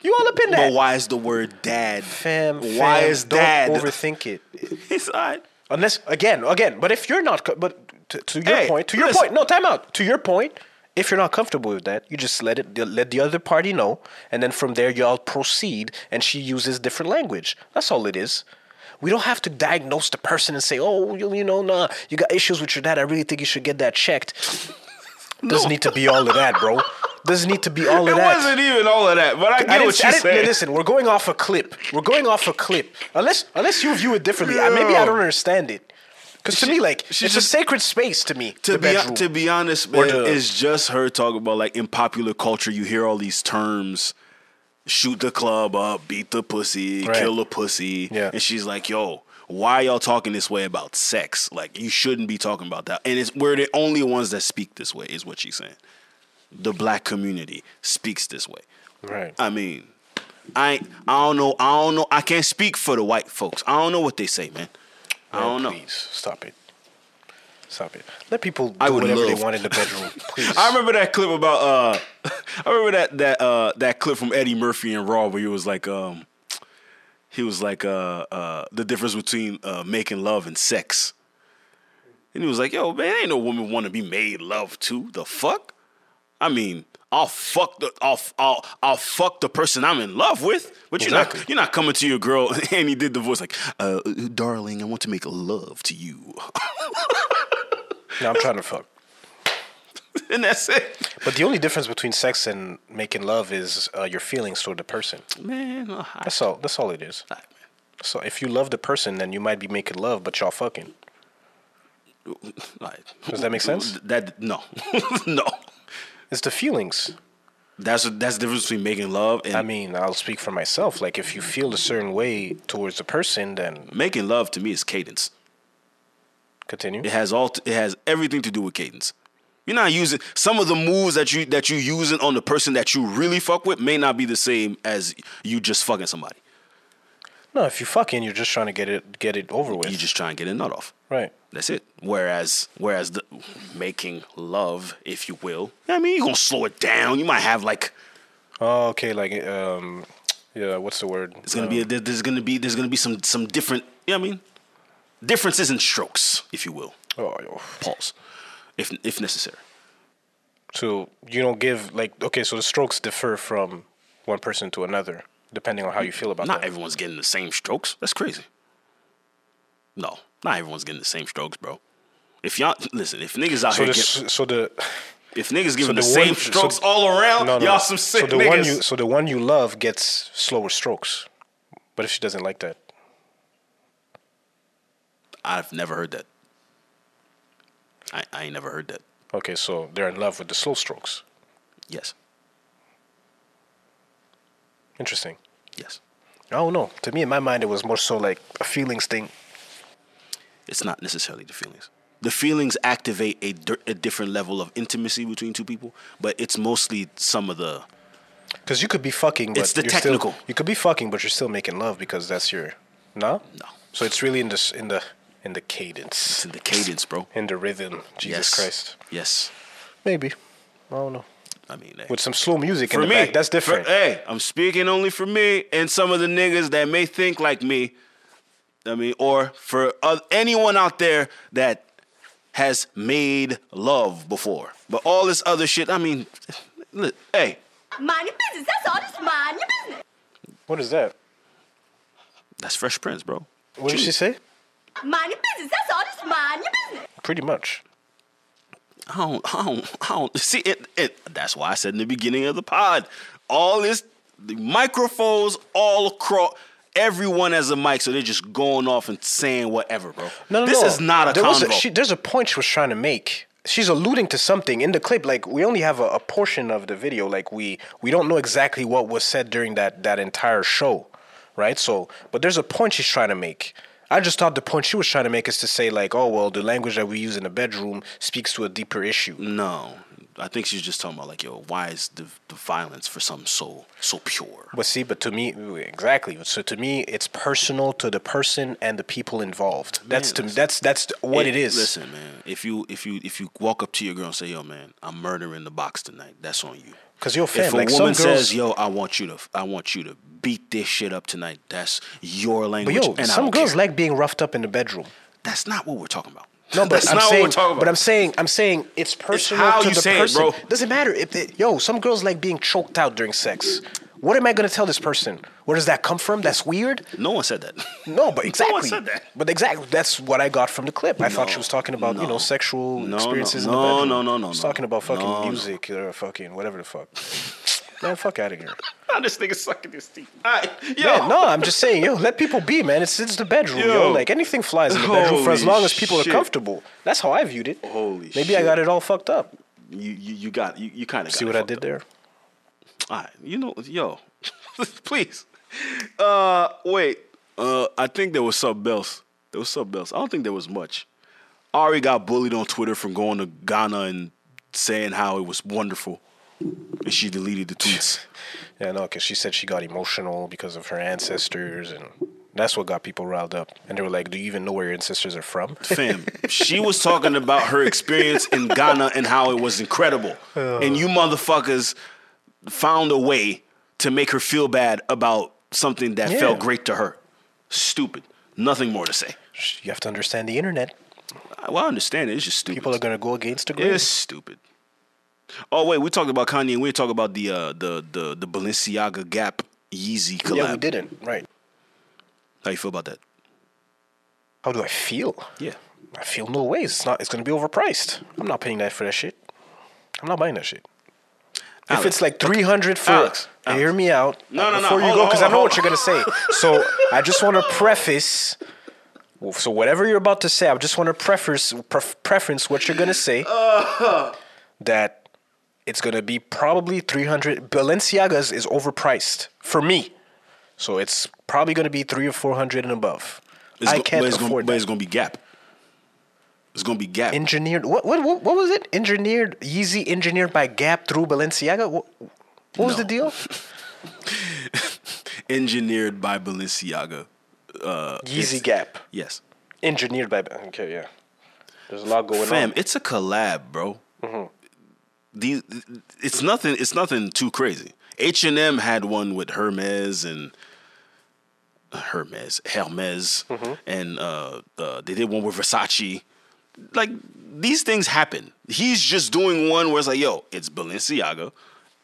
Speaker 1: You all up in that,
Speaker 2: But why is the word dad?
Speaker 1: fam?
Speaker 2: Why
Speaker 1: fam,
Speaker 2: is
Speaker 1: don't
Speaker 2: dad?
Speaker 1: Overthink it.
Speaker 2: It's alright.
Speaker 1: Unless again, again, but if you're not, co- but to, to your
Speaker 2: Hey,
Speaker 1: point, to your
Speaker 2: listen.
Speaker 1: point, no time out. To your point, if you're not comfortable with that, you just let it, let the other party know, and then from there y'all proceed. And she uses different language. That's all it is. We don't have to diagnose the person and say, oh, you, you know, nah, you got issues with your dad. I really think you should get that checked. Doesn't need to be all of that, bro. Doesn't need to be all of
Speaker 2: It
Speaker 1: that.
Speaker 2: wasn't even all of that, but I get
Speaker 1: I
Speaker 2: what
Speaker 1: didn't, I
Speaker 2: you
Speaker 1: didn't-
Speaker 2: said.
Speaker 1: Listen, we're going off a clip. We're going off a clip. Unless unless you view it differently. I- maybe I
Speaker 2: Yo.
Speaker 1: don't understand it. Because to me, like, it's
Speaker 2: she
Speaker 1: a
Speaker 2: just-
Speaker 1: sacred space to me.
Speaker 2: to
Speaker 1: the
Speaker 2: be
Speaker 1: bedroom.
Speaker 2: to be honest,
Speaker 1: Or
Speaker 2: man,
Speaker 1: the-
Speaker 2: it's just her talking about like in popular culture, you hear all these terms: shoot the club up, beat the pussy,
Speaker 1: Right.
Speaker 2: kill the pussy,
Speaker 1: Yeah.
Speaker 2: and she's like, "Yo, why y'all talking this way about sex? Like, you shouldn't be talking about that." And it's we're the only ones that speak this way, is what she's saying. The black community speaks this way.
Speaker 1: Right.
Speaker 2: I mean, I I don't know, I don't know, I can't speak for the white folks. I don't know what they say, man. I
Speaker 1: Man,
Speaker 2: don't know.
Speaker 1: Please stop it. Stop it. Let people do
Speaker 2: I would
Speaker 1: whatever they
Speaker 2: love-
Speaker 1: want in the bedroom. Please.
Speaker 2: I remember that clip about uh I remember that that uh that clip from Eddie Murphy and Raw where he was like um he was like uh uh the difference between uh making love and sex. And he was like, "Yo, man, ain't no woman want to be made love to. The fuck? I mean, I'll fuck the I'll I'll, I'll fuck the person I'm in love with, but you're
Speaker 1: Exactly.
Speaker 2: not you're not coming to your girl." And he did the voice like, "Uh, darling, I want to make love to you."
Speaker 1: No, I'm trying to fuck.
Speaker 2: and that's it.
Speaker 1: But the only difference between sex and making love is uh, your feelings toward the person.
Speaker 2: Man, uh, I-
Speaker 1: That's all. That's all it is.
Speaker 2: I- man.
Speaker 1: So if you love the person, then you might be making love, but y'all fucking.
Speaker 2: Like,
Speaker 1: Does that make sense?
Speaker 2: That no, no.
Speaker 1: It's the feelings.
Speaker 2: That's that's the difference between making love and
Speaker 1: I mean, I'll speak for myself. Like, if you feel a certain way towards a person, then
Speaker 2: making love to me is cadence.
Speaker 1: continue.
Speaker 2: It has all. It has everything to do with cadence. You're not using some of the moves that you that you using on the person that you really fuck with may not be the same as you just fucking somebody.
Speaker 1: No, if you fucking, you're just trying to get it get it over with.
Speaker 2: You just try and get a nut off.
Speaker 1: right.
Speaker 2: That's it. Whereas, whereas the making love, if you will, I mean, you're gonna slow it down. You might have like
Speaker 1: Oh, okay. Like, um, yeah. What's the word?
Speaker 2: It's gonna be there- there's gonna be there's gonna be some some different. You know what I mean, differences in strokes, if you will.
Speaker 1: Uh, Oh, oh.
Speaker 2: Pause. if if necessary.
Speaker 1: So you don't give like okay. So the strokes differ from one person to another depending on how you feel about
Speaker 2: Not
Speaker 1: them.
Speaker 2: everyone's getting the same strokes. That's crazy. No, not everyone's getting the same strokes, bro. If y'all listen, if niggas out
Speaker 1: So
Speaker 2: here,
Speaker 1: the
Speaker 2: get,
Speaker 1: s- so the
Speaker 2: if niggas giving
Speaker 1: so
Speaker 2: the,
Speaker 1: the
Speaker 2: same
Speaker 1: one- so-
Speaker 2: strokes all around,
Speaker 1: no, no,
Speaker 2: Oh, y'all
Speaker 1: no.
Speaker 2: some sick
Speaker 1: so the
Speaker 2: niggas.
Speaker 1: one you so the one you love gets slower strokes. But if she doesn't like that,
Speaker 2: I've never heard that. I, I ain't never heard that.
Speaker 1: okay, so they're in love with the slow strokes.
Speaker 2: Yes,
Speaker 1: Interesting.
Speaker 2: yes.
Speaker 1: I don't know. To me, in my mind, it was more so like a feelings thing.
Speaker 2: It's not necessarily the feelings. The feelings activate a, dir- a different level of intimacy between two people, but it's mostly some of the
Speaker 1: Because you could be fucking, but
Speaker 2: It's the
Speaker 1: you're still-
Speaker 2: technical.
Speaker 1: you could be fucking, but you're still making love because that's your no.
Speaker 2: No.
Speaker 1: So it's really in the s- in the in the
Speaker 2: it's
Speaker 1: cadence,
Speaker 2: in the cadence, bro.
Speaker 1: in the rhythm. Jesus
Speaker 2: yes.
Speaker 1: Christ.
Speaker 2: Yes.
Speaker 1: Maybe. I don't know.
Speaker 2: I mean, hey.
Speaker 1: With some slow music
Speaker 2: for
Speaker 1: in the
Speaker 2: me,
Speaker 1: back, that's different.
Speaker 2: For, hey, I'm speaking only for me and some of the niggas that may think like me. I mean, or for oth- anyone out there that has made love before, but all this other shit. I mean, li- hey,
Speaker 3: Mind your business. That's all. Just mind your business.
Speaker 1: What is that?
Speaker 2: that's Fresh Prince, bro.
Speaker 1: What did she say?
Speaker 3: Mind your business. That's all. Just mind your business.
Speaker 1: Pretty much.
Speaker 2: I don't, I don't, I don't see it, it. That's why I said in the beginning of the pod, all this the microphones all across. Everyone has a mic, so they're just going off and saying whatever, bro.
Speaker 1: No, no,
Speaker 2: this
Speaker 1: no.
Speaker 2: is not a
Speaker 1: there was
Speaker 2: convo.
Speaker 1: she, there's a point she was trying to make. She's alluding to something in the clip. Like we only have a, a portion of the video. Like we we don't know exactly what was said during that that entire show, right? So, but there's a point she's trying to make. I just thought the point she was trying to make is to say like, oh well, the language that we use in the bedroom speaks to a deeper issue.
Speaker 2: No, I think she's just talking about like, yo, why is the, the violence for some so so pure?
Speaker 1: But see, but to me, exactly. So to me, it's personal to the person and the people involved. That's to that's that's what it is.
Speaker 2: Listen, man, if you if you if you walk up to your girl and say, yo, man, I'm murdering the box tonight, that's on you.
Speaker 1: 'Cause yo, fam,
Speaker 2: if a
Speaker 1: like, some
Speaker 2: woman
Speaker 1: girls-
Speaker 2: says, yo, I want you to, I want you to beat this shit up tonight, that's your
Speaker 1: But
Speaker 2: language.
Speaker 1: yo,
Speaker 2: and I
Speaker 1: some
Speaker 2: don't
Speaker 1: girls
Speaker 2: care.
Speaker 1: like being roughed up in the bedroom.
Speaker 2: that's not what we're talking about.
Speaker 1: No, but
Speaker 2: that's
Speaker 1: I'm
Speaker 2: not
Speaker 1: saying,
Speaker 2: what we're talking about.
Speaker 1: But I'm saying, I'm saying it's personal
Speaker 2: how
Speaker 1: to
Speaker 2: you
Speaker 1: the
Speaker 2: say it,
Speaker 1: person.
Speaker 2: bro.
Speaker 1: Doesn't matter if they, yo, some girls like being choked out during sex. What am I gonna tell this person? Where does that come from? That's weird.
Speaker 2: no one said that.
Speaker 1: No, but exactly.
Speaker 2: said that.
Speaker 1: But exactly, that's what I got from the clip. I thought she
Speaker 2: No,
Speaker 1: was talking about you
Speaker 2: no.
Speaker 1: know sexual
Speaker 2: No, no,
Speaker 1: experiences. in
Speaker 2: no,
Speaker 1: the bedroom.
Speaker 2: no, no, no,
Speaker 1: She's
Speaker 2: no,
Speaker 1: talking about fucking
Speaker 2: no, no.
Speaker 1: music or fucking whatever the fuck. Man, fuck out of here.
Speaker 2: this nigga sucking his teeth. All right, yo,
Speaker 1: Man, no, I'm just saying, yo, let people be, man. It's it's the bedroom, yo.
Speaker 2: Yo.
Speaker 1: Like anything flies in the bedroom for as
Speaker 2: Holy
Speaker 1: long as people
Speaker 2: shit.
Speaker 1: are comfortable. That's how I viewed it.
Speaker 2: Holy
Speaker 1: Maybe I
Speaker 2: shit.
Speaker 1: got it all fucked up.
Speaker 2: you, you you got you, you kind of
Speaker 1: See what I did there?
Speaker 2: All right, you know, yo, please. Uh, wait. Uh, I think there was something else. There was something else. I don't think there was much. Ari got bullied on Twitter from going to Ghana and saying how it was wonderful, and she deleted the tweets.
Speaker 1: Yeah, no, because she said she got emotional because of her ancestors, and that's what got people riled up. And they were like, "Do you even know where your ancestors are from?"
Speaker 2: Fam, she was talking about her experience in Ghana and how it was incredible, and you motherfuckers found a way to make her feel bad about something that
Speaker 1: Yeah.
Speaker 2: felt great to her. Stupid. Nothing more to say.
Speaker 1: you have to understand the internet.
Speaker 2: I- Well, I understand it. It's just stupid.
Speaker 1: People are gonna go against the grain.
Speaker 2: It's stupid. Oh wait, we talked about Kanye. and We didn't talk about the uh, the the the Balenciaga Gap Yeezy collab.
Speaker 1: yeah, we didn't. Right?
Speaker 2: How you feel about that?
Speaker 1: How do I feel?
Speaker 2: Yeah.
Speaker 1: I feel no ways. It's not. It's gonna be overpriced. I'm not paying that for that shit. I'm not buying that shit.
Speaker 2: Alex,
Speaker 1: if it's like 300 for
Speaker 2: Alex, Alex.
Speaker 1: hear me out
Speaker 2: No, no, no,
Speaker 1: before you
Speaker 2: hold
Speaker 1: go
Speaker 2: on,
Speaker 1: because
Speaker 2: hold
Speaker 1: i
Speaker 2: on,
Speaker 1: know
Speaker 2: hold
Speaker 1: what you're going to say so i just want to preface so whatever you're about to say i just want to preface pref- preference what you're going to say
Speaker 2: Uh.
Speaker 1: that it's going to be probably 300 balenciaga's is overpriced for me so it's probably going to be three or 400 and above
Speaker 2: It's
Speaker 1: i
Speaker 2: go-
Speaker 1: can't
Speaker 2: but it's Gonna,
Speaker 1: afford
Speaker 2: but
Speaker 1: that.
Speaker 2: it's gonna be Gap. It's gonna be Gap.
Speaker 1: engineered what, what what what was it engineered yeezy engineered by gap through balenciaga what, what was the
Speaker 2: No. Uh,
Speaker 1: deal
Speaker 2: Engineered by Balenciaga.
Speaker 1: yeezy gap
Speaker 2: Yes.
Speaker 1: engineered by. Okay, yeah. There's a lot going
Speaker 2: Fam,
Speaker 1: on.
Speaker 2: it's a collab, bro.
Speaker 1: Mm-hmm.
Speaker 2: These, it's nothing. It's nothing too crazy. H and M had one with Hermes and
Speaker 1: Mm-hmm.
Speaker 2: Hermes, Hermes, and uh, uh, they did one with Versace. like these things happen. He's just doing one where it's like, yo, it's Balenciaga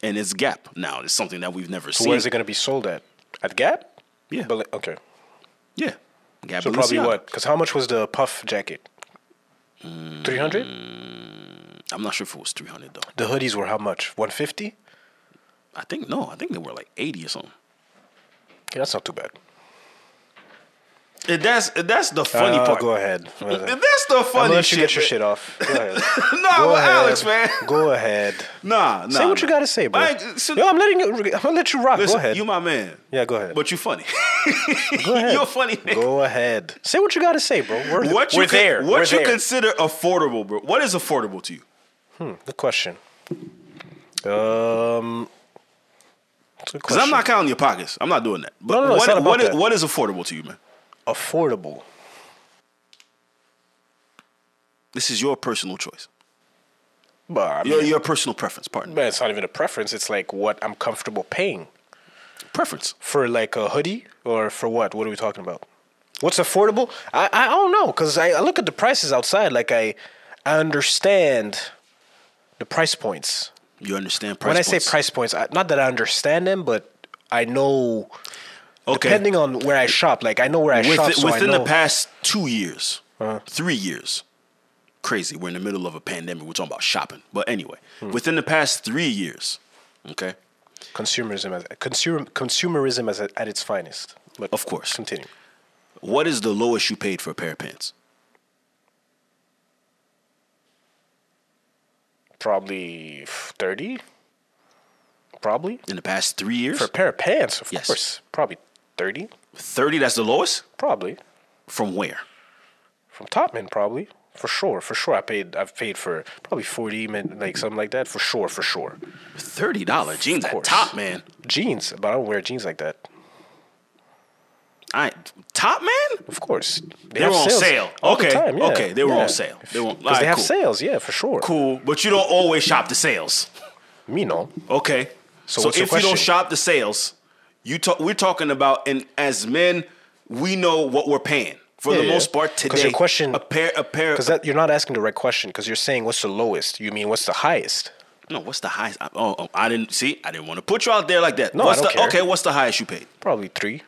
Speaker 2: and it's Gap. Now it's something that we've never seen.
Speaker 1: Where is it going to be sold at? At Gap?
Speaker 2: Yeah.
Speaker 1: Bal- okay.
Speaker 2: yeah. Gap
Speaker 1: So probably
Speaker 2: Balenciaga.
Speaker 1: what? Because how much was the puff jacket?
Speaker 2: Mm.
Speaker 1: Three hundred.
Speaker 2: I'm not sure if it was 300 though.
Speaker 1: The hoodies were how much? One fifty.
Speaker 2: I think no, I think they were like 80 or something.
Speaker 1: Yeah, that's not too bad.
Speaker 2: And that's and that's the funny
Speaker 1: Uh,
Speaker 2: part.
Speaker 1: go ahead. Go ahead.
Speaker 2: And that's the
Speaker 1: I'm gonna
Speaker 2: funny
Speaker 1: let you
Speaker 2: shit.
Speaker 1: get your
Speaker 2: man.
Speaker 1: shit off. Go ahead.
Speaker 2: Nah,
Speaker 1: Go
Speaker 2: well,
Speaker 1: ahead.
Speaker 2: Alex, man.
Speaker 1: Go ahead.
Speaker 2: Nah, nah.
Speaker 1: Say what you
Speaker 2: nah.
Speaker 1: gotta say, bro.
Speaker 2: I- so-
Speaker 1: Yo, I'm letting you. I'm gonna let you rock.
Speaker 2: Listen,
Speaker 1: go ahead.
Speaker 2: You my man.
Speaker 1: yeah, go ahead.
Speaker 2: But you funny.
Speaker 1: go ahead.
Speaker 2: You're funny. nigga.
Speaker 1: Go ahead. Say what you gotta say, bro. We're,
Speaker 2: What you
Speaker 1: we're
Speaker 2: con-
Speaker 1: there.
Speaker 2: What
Speaker 1: We're
Speaker 2: you
Speaker 1: there.
Speaker 2: consider affordable, bro? What is affordable to you?
Speaker 1: Good question. Um. it's a good
Speaker 2: Because I'm
Speaker 1: question.
Speaker 2: not counting your pockets. I'm not doing that. But
Speaker 1: No, no, no, it's
Speaker 2: what,
Speaker 1: not about
Speaker 2: what is-
Speaker 1: that.
Speaker 2: what is affordable to you, man?
Speaker 1: affordable.
Speaker 2: This is your personal choice.
Speaker 1: But I
Speaker 2: Your
Speaker 1: mean,
Speaker 2: your personal preference, pardon. me.
Speaker 1: but it's not even a preference. It's like what I'm comfortable paying
Speaker 2: Preference.
Speaker 1: for, like a hoodie or for what? What are we talking about? What's affordable? I I don't know because I, I look at the prices outside. Like I I understand the price points.
Speaker 2: You understand price
Speaker 1: when I
Speaker 2: points.
Speaker 1: say price points, I, not that I understand them, but I know
Speaker 2: okay.
Speaker 1: depending on where I shop. Like I know where I
Speaker 2: With-
Speaker 1: shop.
Speaker 2: within
Speaker 1: so I know, Uh-huh.
Speaker 2: the past two years, three years, crazy. We're in the middle of a pandemic. We're talking about shopping. But anyway,
Speaker 1: Hmm.
Speaker 2: within the past three years, okay,
Speaker 1: consumerism as consumer, consumerism as at its finest. But
Speaker 2: of course.
Speaker 1: continue.
Speaker 2: What is the lowest you paid for a pair of pants?
Speaker 1: Probably thirty. Probably
Speaker 2: In the past three years?
Speaker 1: for a pair of pants, of
Speaker 2: Yes.
Speaker 1: course. Probably thirty.
Speaker 2: 30, that's the lowest?
Speaker 1: Probably
Speaker 2: From where?
Speaker 1: from Topman. Probably for sure. For sure, I paid. I've paid for probably forty, min- like something like that. For sure. For sure.
Speaker 2: $30 jeans at
Speaker 1: course.
Speaker 2: Top Man.
Speaker 1: Jeans, but I don't wear jeans like that.
Speaker 2: I Top Man?
Speaker 1: Of course,
Speaker 2: They were on sale.
Speaker 1: all the
Speaker 2: Okay,
Speaker 1: time, yeah,
Speaker 2: okay, they were
Speaker 1: yeah.
Speaker 2: on sale. They were
Speaker 1: Because
Speaker 2: alright,
Speaker 1: they have
Speaker 2: cool.
Speaker 1: sales, yeah, for sure.
Speaker 2: Cool, but you don't always shop the sales.
Speaker 1: Me no.
Speaker 2: Okay. So,
Speaker 1: So what's your
Speaker 2: if you don't
Speaker 1: question?
Speaker 2: shop the sales, you talk. We're talking about, and as men, we know what we're paying for
Speaker 1: Yeah,
Speaker 2: the
Speaker 1: yeah.
Speaker 2: most part
Speaker 1: 'Cause
Speaker 2: today.
Speaker 1: your question-
Speaker 2: a pair, a pair.
Speaker 1: Because that you're not asking the right question. Because you're saying what's the lowest. You mean what's the highest?
Speaker 2: no, what's the highest? I, oh, oh, I didn't see. I didn't want to put you out there like that.
Speaker 1: No, I
Speaker 2: what's
Speaker 1: don't
Speaker 2: the,
Speaker 1: care.
Speaker 2: Okay, what's the highest you paid?
Speaker 1: Probably three,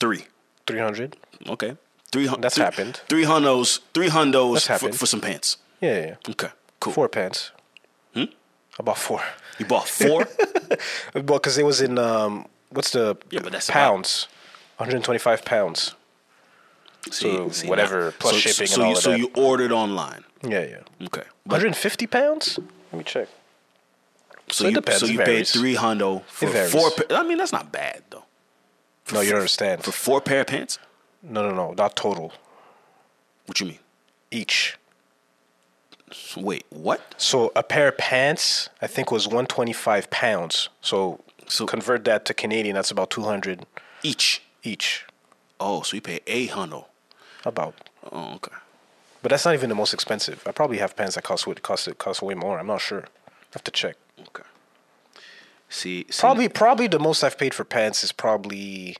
Speaker 2: Three.
Speaker 1: three hundred.
Speaker 2: Okay. Three hundred.
Speaker 1: That's happened.
Speaker 2: Three hundos. Three hundos
Speaker 1: That's
Speaker 2: for,
Speaker 1: happened.
Speaker 2: for some pants.
Speaker 1: Yeah, yeah, yeah.
Speaker 2: Okay. Cool.
Speaker 1: Four pants. Hmm. About four.
Speaker 2: You bought four.
Speaker 1: Well, because it was in um, what's the
Speaker 2: Yeah, but that's a lot.
Speaker 1: pounds, one hundred twenty-five pounds. So whatever, plus
Speaker 2: so,
Speaker 1: shipping
Speaker 2: So,
Speaker 1: and all
Speaker 2: you,
Speaker 1: of
Speaker 2: so
Speaker 1: that.
Speaker 2: you ordered online.
Speaker 1: Yeah, yeah.
Speaker 2: Okay.
Speaker 1: One hundred fifty pounds. Let me check.
Speaker 2: So,
Speaker 1: it
Speaker 2: you,
Speaker 1: depends.
Speaker 2: So
Speaker 1: It
Speaker 2: you
Speaker 1: varies.
Speaker 2: paid three hundo for
Speaker 1: It varies.
Speaker 2: four. Pa- I mean, that's not bad though.
Speaker 1: No, you don't understand.
Speaker 2: For four pair of pants?
Speaker 1: No, no, no. Not total.
Speaker 2: What you mean?
Speaker 1: Each.
Speaker 2: Wait, what?
Speaker 1: So a pair of pants, I think, was 125 pounds. So,
Speaker 2: So-
Speaker 1: convert that to Canadian, that's about 200
Speaker 2: Each.
Speaker 1: each,
Speaker 2: Oh, so you pay eight hundo.
Speaker 1: about.
Speaker 2: Oh, okay.
Speaker 1: But that's not even the most expensive. I probably have pants that cost what- cost cost way more. I'm not sure. I have to check.
Speaker 2: Okay. See, see
Speaker 1: Probably, probably the most I've paid for pants is probably.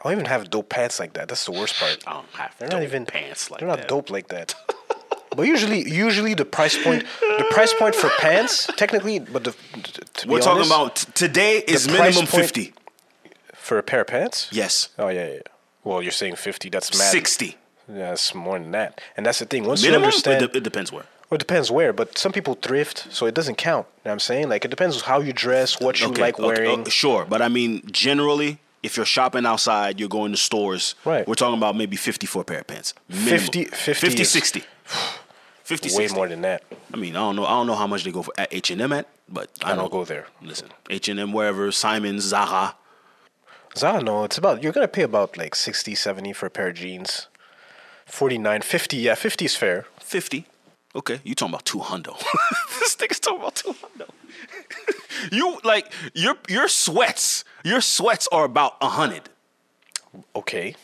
Speaker 1: I don't even have dope pants like that. That's the worst part.
Speaker 2: I don't have
Speaker 1: They're
Speaker 2: Ah, dope
Speaker 1: not even
Speaker 2: pants like
Speaker 1: They're not
Speaker 2: that.
Speaker 1: dope like that. but usually, usually the price point, the price point for pants, technically, but the, to be
Speaker 2: We're
Speaker 1: honest,
Speaker 2: talking about t- today is
Speaker 1: the price
Speaker 2: minimum
Speaker 1: point-
Speaker 2: fifty.
Speaker 1: for a pair of pants.
Speaker 2: Yes.
Speaker 1: Oh yeah, yeah. yeah. Well, you're saying fifty. That's mad.
Speaker 2: Sixty.
Speaker 1: Yeah, that's more than that. And that's the thing. Once
Speaker 2: Minimum
Speaker 1: you
Speaker 2: It de-
Speaker 1: understand,
Speaker 2: it, depends where.
Speaker 1: well, it depends where. But some people thrift, so it doesn't count. You know what I'm saying, like, it depends how you dress, what you like
Speaker 2: okay,
Speaker 1: wearing.
Speaker 2: oh, sure. But I mean generally if you're shopping outside, you're going to stores.
Speaker 1: Right.
Speaker 2: We're talking about maybe 50 for a pair of pants. Minimum.
Speaker 1: 50 50
Speaker 2: 50,
Speaker 1: is
Speaker 2: 60. 50,
Speaker 1: Way
Speaker 2: 60.
Speaker 1: more than that.
Speaker 2: I mean, I don't know. I don't know how much they go for at H and M at, but I,
Speaker 1: I
Speaker 2: know
Speaker 1: don't go there.
Speaker 2: Listen, H and M wherever Simon's, Zara.
Speaker 1: Zara, no, it's about you're gonna pay about like 60, 70 for a pair of jeans. 49, 50, yeah, 50 is fair.
Speaker 2: 50. Okay, you talking about 200. this nigga's talking about 200. you like your your sweats. Your sweats are about 100.
Speaker 1: Okay.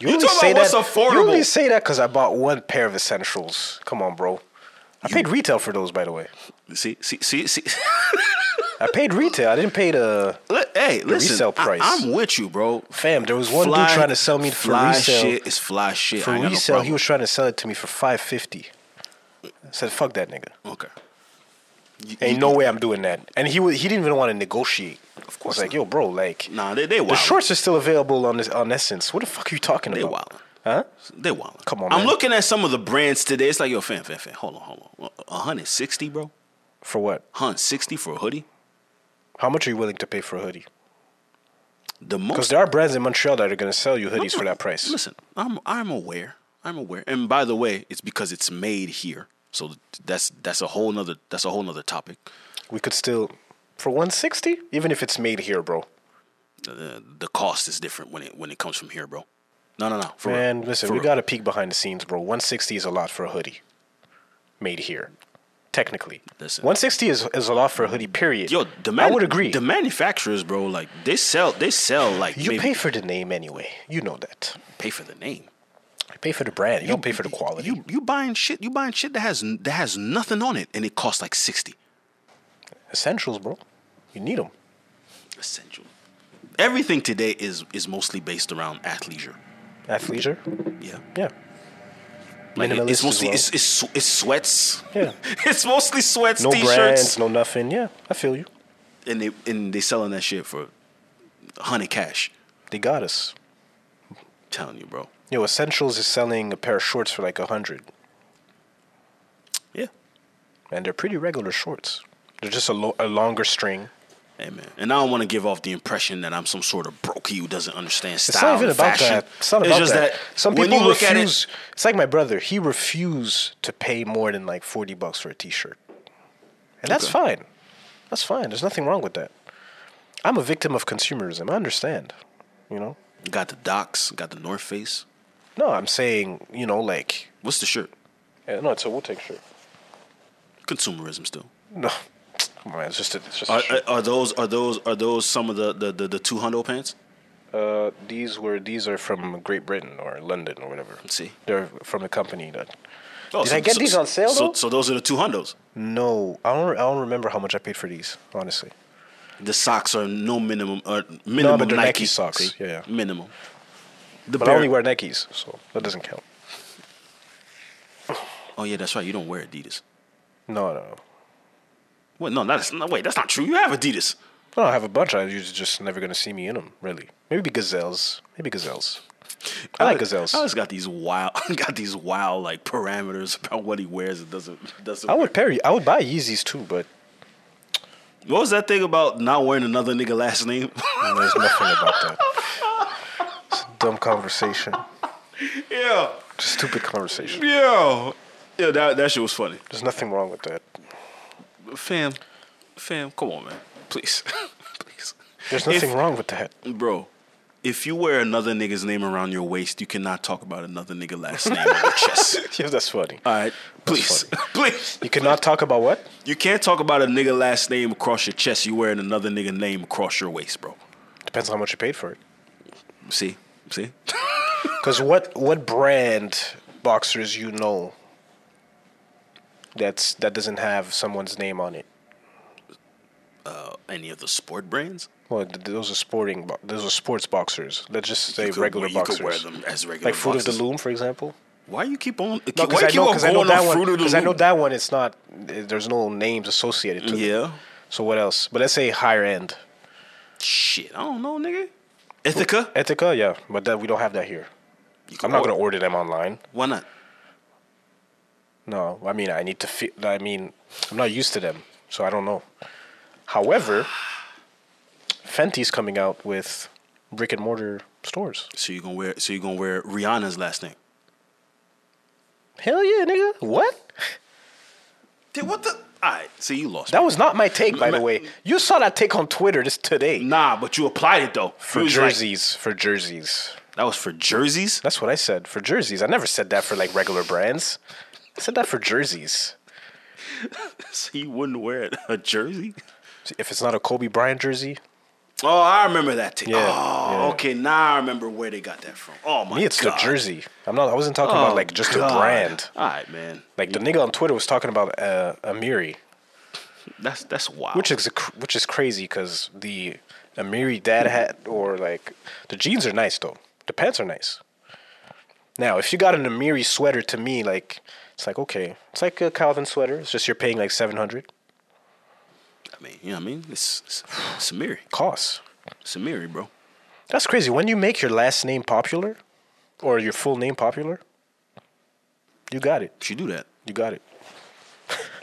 Speaker 2: You talking about what's affordable.
Speaker 1: You only say that because I bought one pair of essentials. Come on, bro. I paid retail for those, by the way.
Speaker 2: See, see, see, see.
Speaker 1: I paid retail. I didn't pay the
Speaker 2: Li- Hey, listen,
Speaker 1: resale price.
Speaker 2: I, am with you, bro.
Speaker 1: fam. There was one dude trying to sell me for
Speaker 2: fly
Speaker 1: resale.
Speaker 2: shit is fly shit.
Speaker 1: For
Speaker 2: I ain't got no
Speaker 1: resale, he
Speaker 2: problem.
Speaker 1: was trying to sell it to me for five fifty. I said, "Fuck that nigga.
Speaker 2: okay. You-
Speaker 1: Ain't
Speaker 2: you-
Speaker 1: no way I'm doing that." And he was, he didn't even want to negotiate. Of
Speaker 2: course
Speaker 1: like,
Speaker 2: not.
Speaker 1: yo, bro, like,
Speaker 2: Nah, they they
Speaker 1: the
Speaker 2: wild.
Speaker 1: shorts are still available on this on Essence. What the fuck are you talking
Speaker 2: They
Speaker 1: about?
Speaker 2: wild.
Speaker 1: Huh?
Speaker 2: They wild.
Speaker 1: Come on,
Speaker 2: I'm
Speaker 1: man.
Speaker 2: looking at some of the brands today. It's like yo, fan, fan, fan. Hold on, hold on. 160, bro.
Speaker 1: For what?
Speaker 2: 160 for a hoodie.
Speaker 1: How much are you willing to pay for a hoodie?
Speaker 2: The
Speaker 1: Because
Speaker 2: most
Speaker 1: there are brands in Montreal that are going to sell you hoodies for that price.
Speaker 2: Listen, I'm I'm aware. I'm aware. And by the way, it's because it's made here. So that's that's a whole nother that's a whole nother topic.
Speaker 1: We could still for one sixty, even if it's made here, bro.
Speaker 2: The, the cost is different when it when it comes from here, bro. No, no, no. For real.
Speaker 1: Man, listen,
Speaker 2: For
Speaker 1: we
Speaker 2: real.
Speaker 1: got to peek behind the scenes, bro. One sixty is a lot for a hoodie made here. Technically,
Speaker 2: Listen.
Speaker 1: one sixty is is a lot for a hoodie. Period.
Speaker 2: Yo, the man,
Speaker 1: I would agree.
Speaker 2: The manufacturers, bro, like they sell they sell like
Speaker 1: you
Speaker 2: maybe-
Speaker 1: pay for the name anyway. You know that.
Speaker 2: pay for the name.
Speaker 1: You pay for the brand. You, don't pay for the quality.
Speaker 2: You you buying shit, you buying shit that has that has nothing on it and it costs like 60.
Speaker 1: Essentials, bro. You need them.
Speaker 2: Essential. Everything today is is mostly based around athleisure.
Speaker 1: Athleisure.
Speaker 2: Yeah.
Speaker 1: Yeah.
Speaker 2: Like, it-
Speaker 1: Minimalist
Speaker 2: it's
Speaker 1: as
Speaker 2: mostly
Speaker 1: well.
Speaker 2: it's, it's it's sweats.
Speaker 1: Yeah.
Speaker 2: it's mostly sweats,
Speaker 1: No
Speaker 2: t-shirts,
Speaker 1: brands, no nothing. Yeah, I feel you.
Speaker 2: and they and they selling that shit for hundred cash.
Speaker 1: They got us.
Speaker 2: telling you, bro.
Speaker 1: Yo, Essentials is selling a pair of shorts for like a hundred,
Speaker 2: Yeah.
Speaker 1: and they're pretty regular shorts. They're just a, lo- a longer string.
Speaker 2: Hey man, and I don't want to give off the impression that I'm some sort of brokey who doesn't understand style.
Speaker 1: It's not even
Speaker 2: and
Speaker 1: about
Speaker 2: fashion.
Speaker 1: that. It's not
Speaker 2: It's
Speaker 1: about
Speaker 2: just
Speaker 1: that.
Speaker 2: that
Speaker 1: Some
Speaker 2: when
Speaker 1: people
Speaker 2: you look at it-
Speaker 1: refuse. it's like my brother. He refused to pay more than like forty bucks for a T-shirt, and that's fine. That's fine. There's nothing wrong with that. I'm a victim of consumerism. I understand. You know.
Speaker 2: Got the docs, got the North Face.
Speaker 1: No, I'm saying you know like
Speaker 2: What's the shirt?
Speaker 1: uh, no. It's a Wu-Tang shirt.
Speaker 2: Consumerism still.
Speaker 1: No, come on. It's just a, it's just. a
Speaker 2: Are,
Speaker 1: shirt.
Speaker 2: are, are those are those are those some of the the the, the two hundo pants?
Speaker 1: Uh, these were these are from Great Britain or London or whatever.
Speaker 2: see.
Speaker 1: they're from a company that.
Speaker 2: Oh,
Speaker 1: Did I get these on sale,
Speaker 2: So,
Speaker 1: though?
Speaker 2: so those are the two hundos.
Speaker 1: No, I don't. I don't remember how much I paid for these. Honestly,
Speaker 2: The socks are no minimum. Uh, minimum
Speaker 1: but they're
Speaker 2: Nike,
Speaker 1: Nike socks.
Speaker 2: See?
Speaker 1: Yeah, yeah.
Speaker 2: Minimum. The
Speaker 1: but I
Speaker 2: bare-
Speaker 1: only wear Nikes, so that doesn't count.
Speaker 2: Oh yeah, that's right. You don't wear Adidas.
Speaker 1: No, no, no.
Speaker 2: Wait, no, that's no. Wait, that's not true. You have Adidas.
Speaker 1: No, I have a bunch. I you're just never gonna see me in them. Really, maybe gazelles. Maybe gazelles. I like gazelles.
Speaker 2: I just got these wild, got these wild like parameters about what he wears and doesn't doesn't.
Speaker 1: I would pair. I would buy Yeezys too, but
Speaker 2: What was that thing about not wearing another nigga last name?
Speaker 1: there's nothing about that. It's a dumb conversation.
Speaker 2: yeah,
Speaker 1: Just stupid conversation.
Speaker 2: yeah, yeah. That that shit was funny.
Speaker 1: There's nothing wrong with that.
Speaker 2: Fam, fam, come on, man, please, please.
Speaker 1: There's nothing wrong with that.
Speaker 2: wrong, bro. If you wear another nigga's name around your waist, you cannot talk about another nigga last name on your chest.
Speaker 1: Yeah, that's funny.
Speaker 2: All right, please,
Speaker 1: funny.
Speaker 2: please.
Speaker 1: You cannot talk about what?
Speaker 2: You can't talk about a nigga last name across your chest. You wearing another nigga name across your waist, bro.
Speaker 1: Depends on how much you paid for it.
Speaker 2: See, see.
Speaker 1: Because what what brand boxers you know that's that doesn't have someone's name on it?
Speaker 2: Any of the sport brands?
Speaker 1: Well, th- those are sporting. bo- Those are sports boxers. Let's just say
Speaker 2: You could
Speaker 1: regular
Speaker 2: wear-
Speaker 1: boxers.
Speaker 2: You could wear them as regular.
Speaker 1: like Fruit of
Speaker 2: boxers.
Speaker 1: the Loom, for example.
Speaker 2: Why you keep on?
Speaker 1: No,
Speaker 2: why
Speaker 1: because I
Speaker 2: you keep
Speaker 1: know
Speaker 2: on
Speaker 1: because I know
Speaker 2: going
Speaker 1: that
Speaker 2: on
Speaker 1: one.
Speaker 2: Fruit of the
Speaker 1: Because I know
Speaker 2: Loom?
Speaker 1: that one. It's not. eh, There's no names associated to it.
Speaker 2: Yeah.
Speaker 1: So what else? But let's say higher end.
Speaker 2: Shit, I don't know, nigga. Ithaca.
Speaker 1: Ethica, yeah, but that we don't have that here.
Speaker 2: You
Speaker 1: Eh, I'm
Speaker 2: can
Speaker 1: not gonna order them online.
Speaker 2: Why not?
Speaker 1: No, I mean I need to feel. I mean, I'm not used to them, so I don't know. However, Fenty's coming out with brick and mortar stores.
Speaker 2: So you gonna wear? So you gonna wear Rihanna's last name?
Speaker 1: Hell yeah, nigga! What?
Speaker 2: Dude, what the? Alright, see you lost.
Speaker 1: That
Speaker 2: me.
Speaker 1: was not my take, by the
Speaker 2: Ma-
Speaker 1: way. You saw that take on Twitter this today
Speaker 2: nah, but you applied it though.
Speaker 1: for
Speaker 2: You was like-
Speaker 1: jerseys. for jerseys,
Speaker 2: that was for jerseys.
Speaker 1: that's what I said for jerseys. I never said that for like regular brands. I said that for jerseys.
Speaker 2: So you wouldn't wear a jersey?
Speaker 1: If it's not a Kobe Bryant jersey,
Speaker 2: Oh, I remember that thing.
Speaker 1: Yeah,
Speaker 2: oh,
Speaker 1: yeah.
Speaker 2: okay. Now I remember where they got that from. Oh my
Speaker 1: me it's
Speaker 2: god.
Speaker 1: the jersey. I'm not. I wasn't talking
Speaker 2: Oh,
Speaker 1: about like just
Speaker 2: God.
Speaker 1: a brand.
Speaker 2: All right, man.
Speaker 1: Like the nigga on Twitter was talking about uh, Amiri.
Speaker 2: That's that's wild.
Speaker 1: which is cr- which is crazy because the Amiri dad hat or like the jeans are nice though. The pants are nice. Now, if you got an Amiri sweater, to me, like it's like okay, it's like a Calvin sweater. It's just you're paying like seven hundred
Speaker 2: I mean, you know what I mean? It's, it's Samiri.
Speaker 1: costs.
Speaker 2: Samiri, bro.
Speaker 1: That's crazy. When you make your last name popular, or your full name popular, you got it.
Speaker 2: She do that.
Speaker 1: You got it.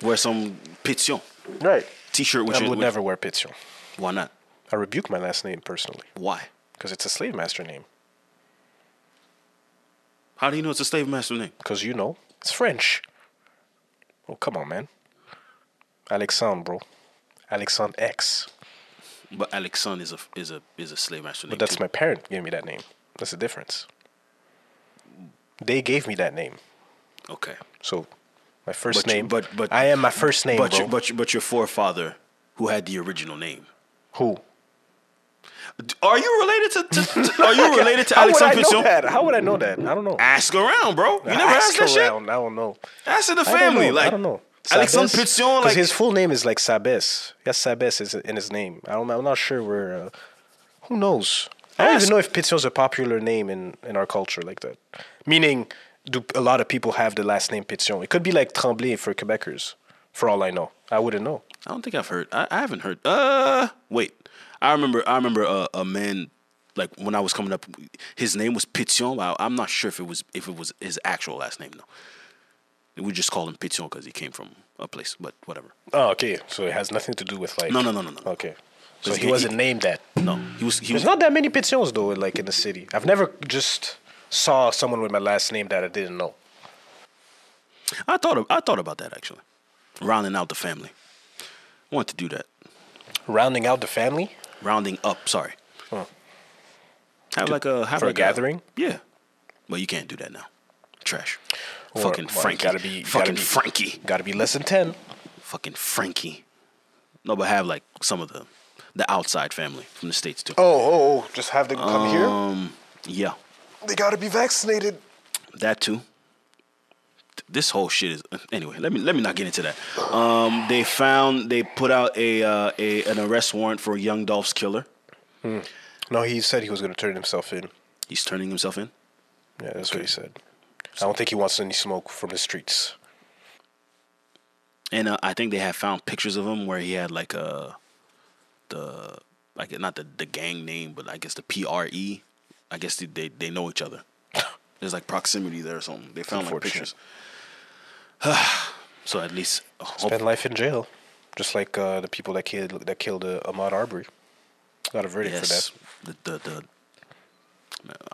Speaker 2: Wear some Pitsion
Speaker 1: Right.
Speaker 2: t-shirt with
Speaker 1: I
Speaker 2: your
Speaker 1: would
Speaker 2: with-
Speaker 1: never wear Pitzel.
Speaker 2: Why not?
Speaker 1: I rebuke my last name personally
Speaker 2: Why?
Speaker 1: because it's a slave master name.
Speaker 2: How do you know it's a slave master name?
Speaker 1: Because you know, it's French. Oh, come on, man. Alexandre, bro. Alexandre X.
Speaker 2: But Alexon is a is a is a slave master name.
Speaker 1: But that's
Speaker 2: too.
Speaker 1: my parent gave me that name. That's the difference. They gave me that name.
Speaker 2: okay.
Speaker 1: So my first
Speaker 2: But you-
Speaker 1: name.
Speaker 2: but- but-
Speaker 1: I am my first name,
Speaker 2: But
Speaker 1: bro.
Speaker 2: your, but your, but your forefather who had the original name.
Speaker 1: Who?
Speaker 2: Are you related to, to, to- Are you related to
Speaker 1: How would I
Speaker 2: Alexon
Speaker 1: know
Speaker 2: Pitsion?
Speaker 1: that? How would I know that? I don't know.
Speaker 2: Ask around, bro. You never asked that shit.
Speaker 1: I don't know.
Speaker 2: Ask in the
Speaker 1: I don't
Speaker 2: family.
Speaker 1: know.
Speaker 2: Like
Speaker 1: I don't know.
Speaker 2: Alexandre
Speaker 1: Sabes?
Speaker 2: Pitsion,
Speaker 1: 'Cause
Speaker 2: like
Speaker 1: his full name is like Sabes. Yes, Sabes is in his name. I don't, I'm not sure where. Uh, who knows? I don't
Speaker 2: Ask.
Speaker 1: even know if Pitsion's a popular name in, in our culture like that. Meaning, do a lot of people have the last name Pition? It could be like Tremblay for Quebecers, for all I know. I wouldn't know.
Speaker 2: I don't think I've heard. I, I haven't heard. Uh, wait. I remember. I remember a, a man like when I was coming up. His name was Pition. I, I'm not sure if it was if it was his actual last name though. We just called him Pition because he came from a place, but whatever.
Speaker 1: Oh, okay. So it has nothing to do with like.
Speaker 2: No, no, no, no, no.
Speaker 1: Okay. So
Speaker 2: 'Cause
Speaker 1: he,
Speaker 2: he-
Speaker 1: wasn't named that.
Speaker 2: No, he was. He was
Speaker 1: There's not that many Pitions though, like in the city. I've never just saw someone with my last name that I didn't know.
Speaker 2: I thought. Of, I thought about that actually. Rounding out the family. I want to do that.
Speaker 1: Rounding out the family.
Speaker 2: Rounding up. Sorry.
Speaker 1: Huh.
Speaker 2: Have like a have
Speaker 1: for a
Speaker 2: like
Speaker 1: gathering?
Speaker 2: yeah. Well, you can't do that now. Trash.
Speaker 1: Or-
Speaker 2: fucking
Speaker 1: well,
Speaker 2: Frankie.
Speaker 1: gotta be-
Speaker 2: fucking
Speaker 1: gotta be-
Speaker 2: Frankie.
Speaker 1: Got to be less than ten.
Speaker 2: fucking Frankie. No, but have like some of the the outside family from the states too.
Speaker 1: Oh, oh, oh. Just have them come
Speaker 2: Yeah,
Speaker 1: here. They gotta be vaccinated.
Speaker 2: that too. Th- This whole shit is anyway. Let me let me not get into that. Um, they found they put out a, uh, a an arrest warrant for young Dolph's killer.
Speaker 1: No, he said he was gonna turn himself in.
Speaker 2: He's turning himself in.
Speaker 1: Yeah, that's what he said. I don't think he wants any smoke from the streets.
Speaker 2: And uh, I think they had found pictures of him where he had like a the like not the, the gang name, but I guess the PRE. I guess they they, they know each other. There's like proximity there or something. They found like
Speaker 1: Unfortunate.
Speaker 2: pictures. so at least uh, hope-
Speaker 1: Spend life in jail, just like uh, the people that killed that killed uh, Ahmad Arbery. Got a verdict
Speaker 2: yes,
Speaker 1: for that.
Speaker 2: the the the. uh,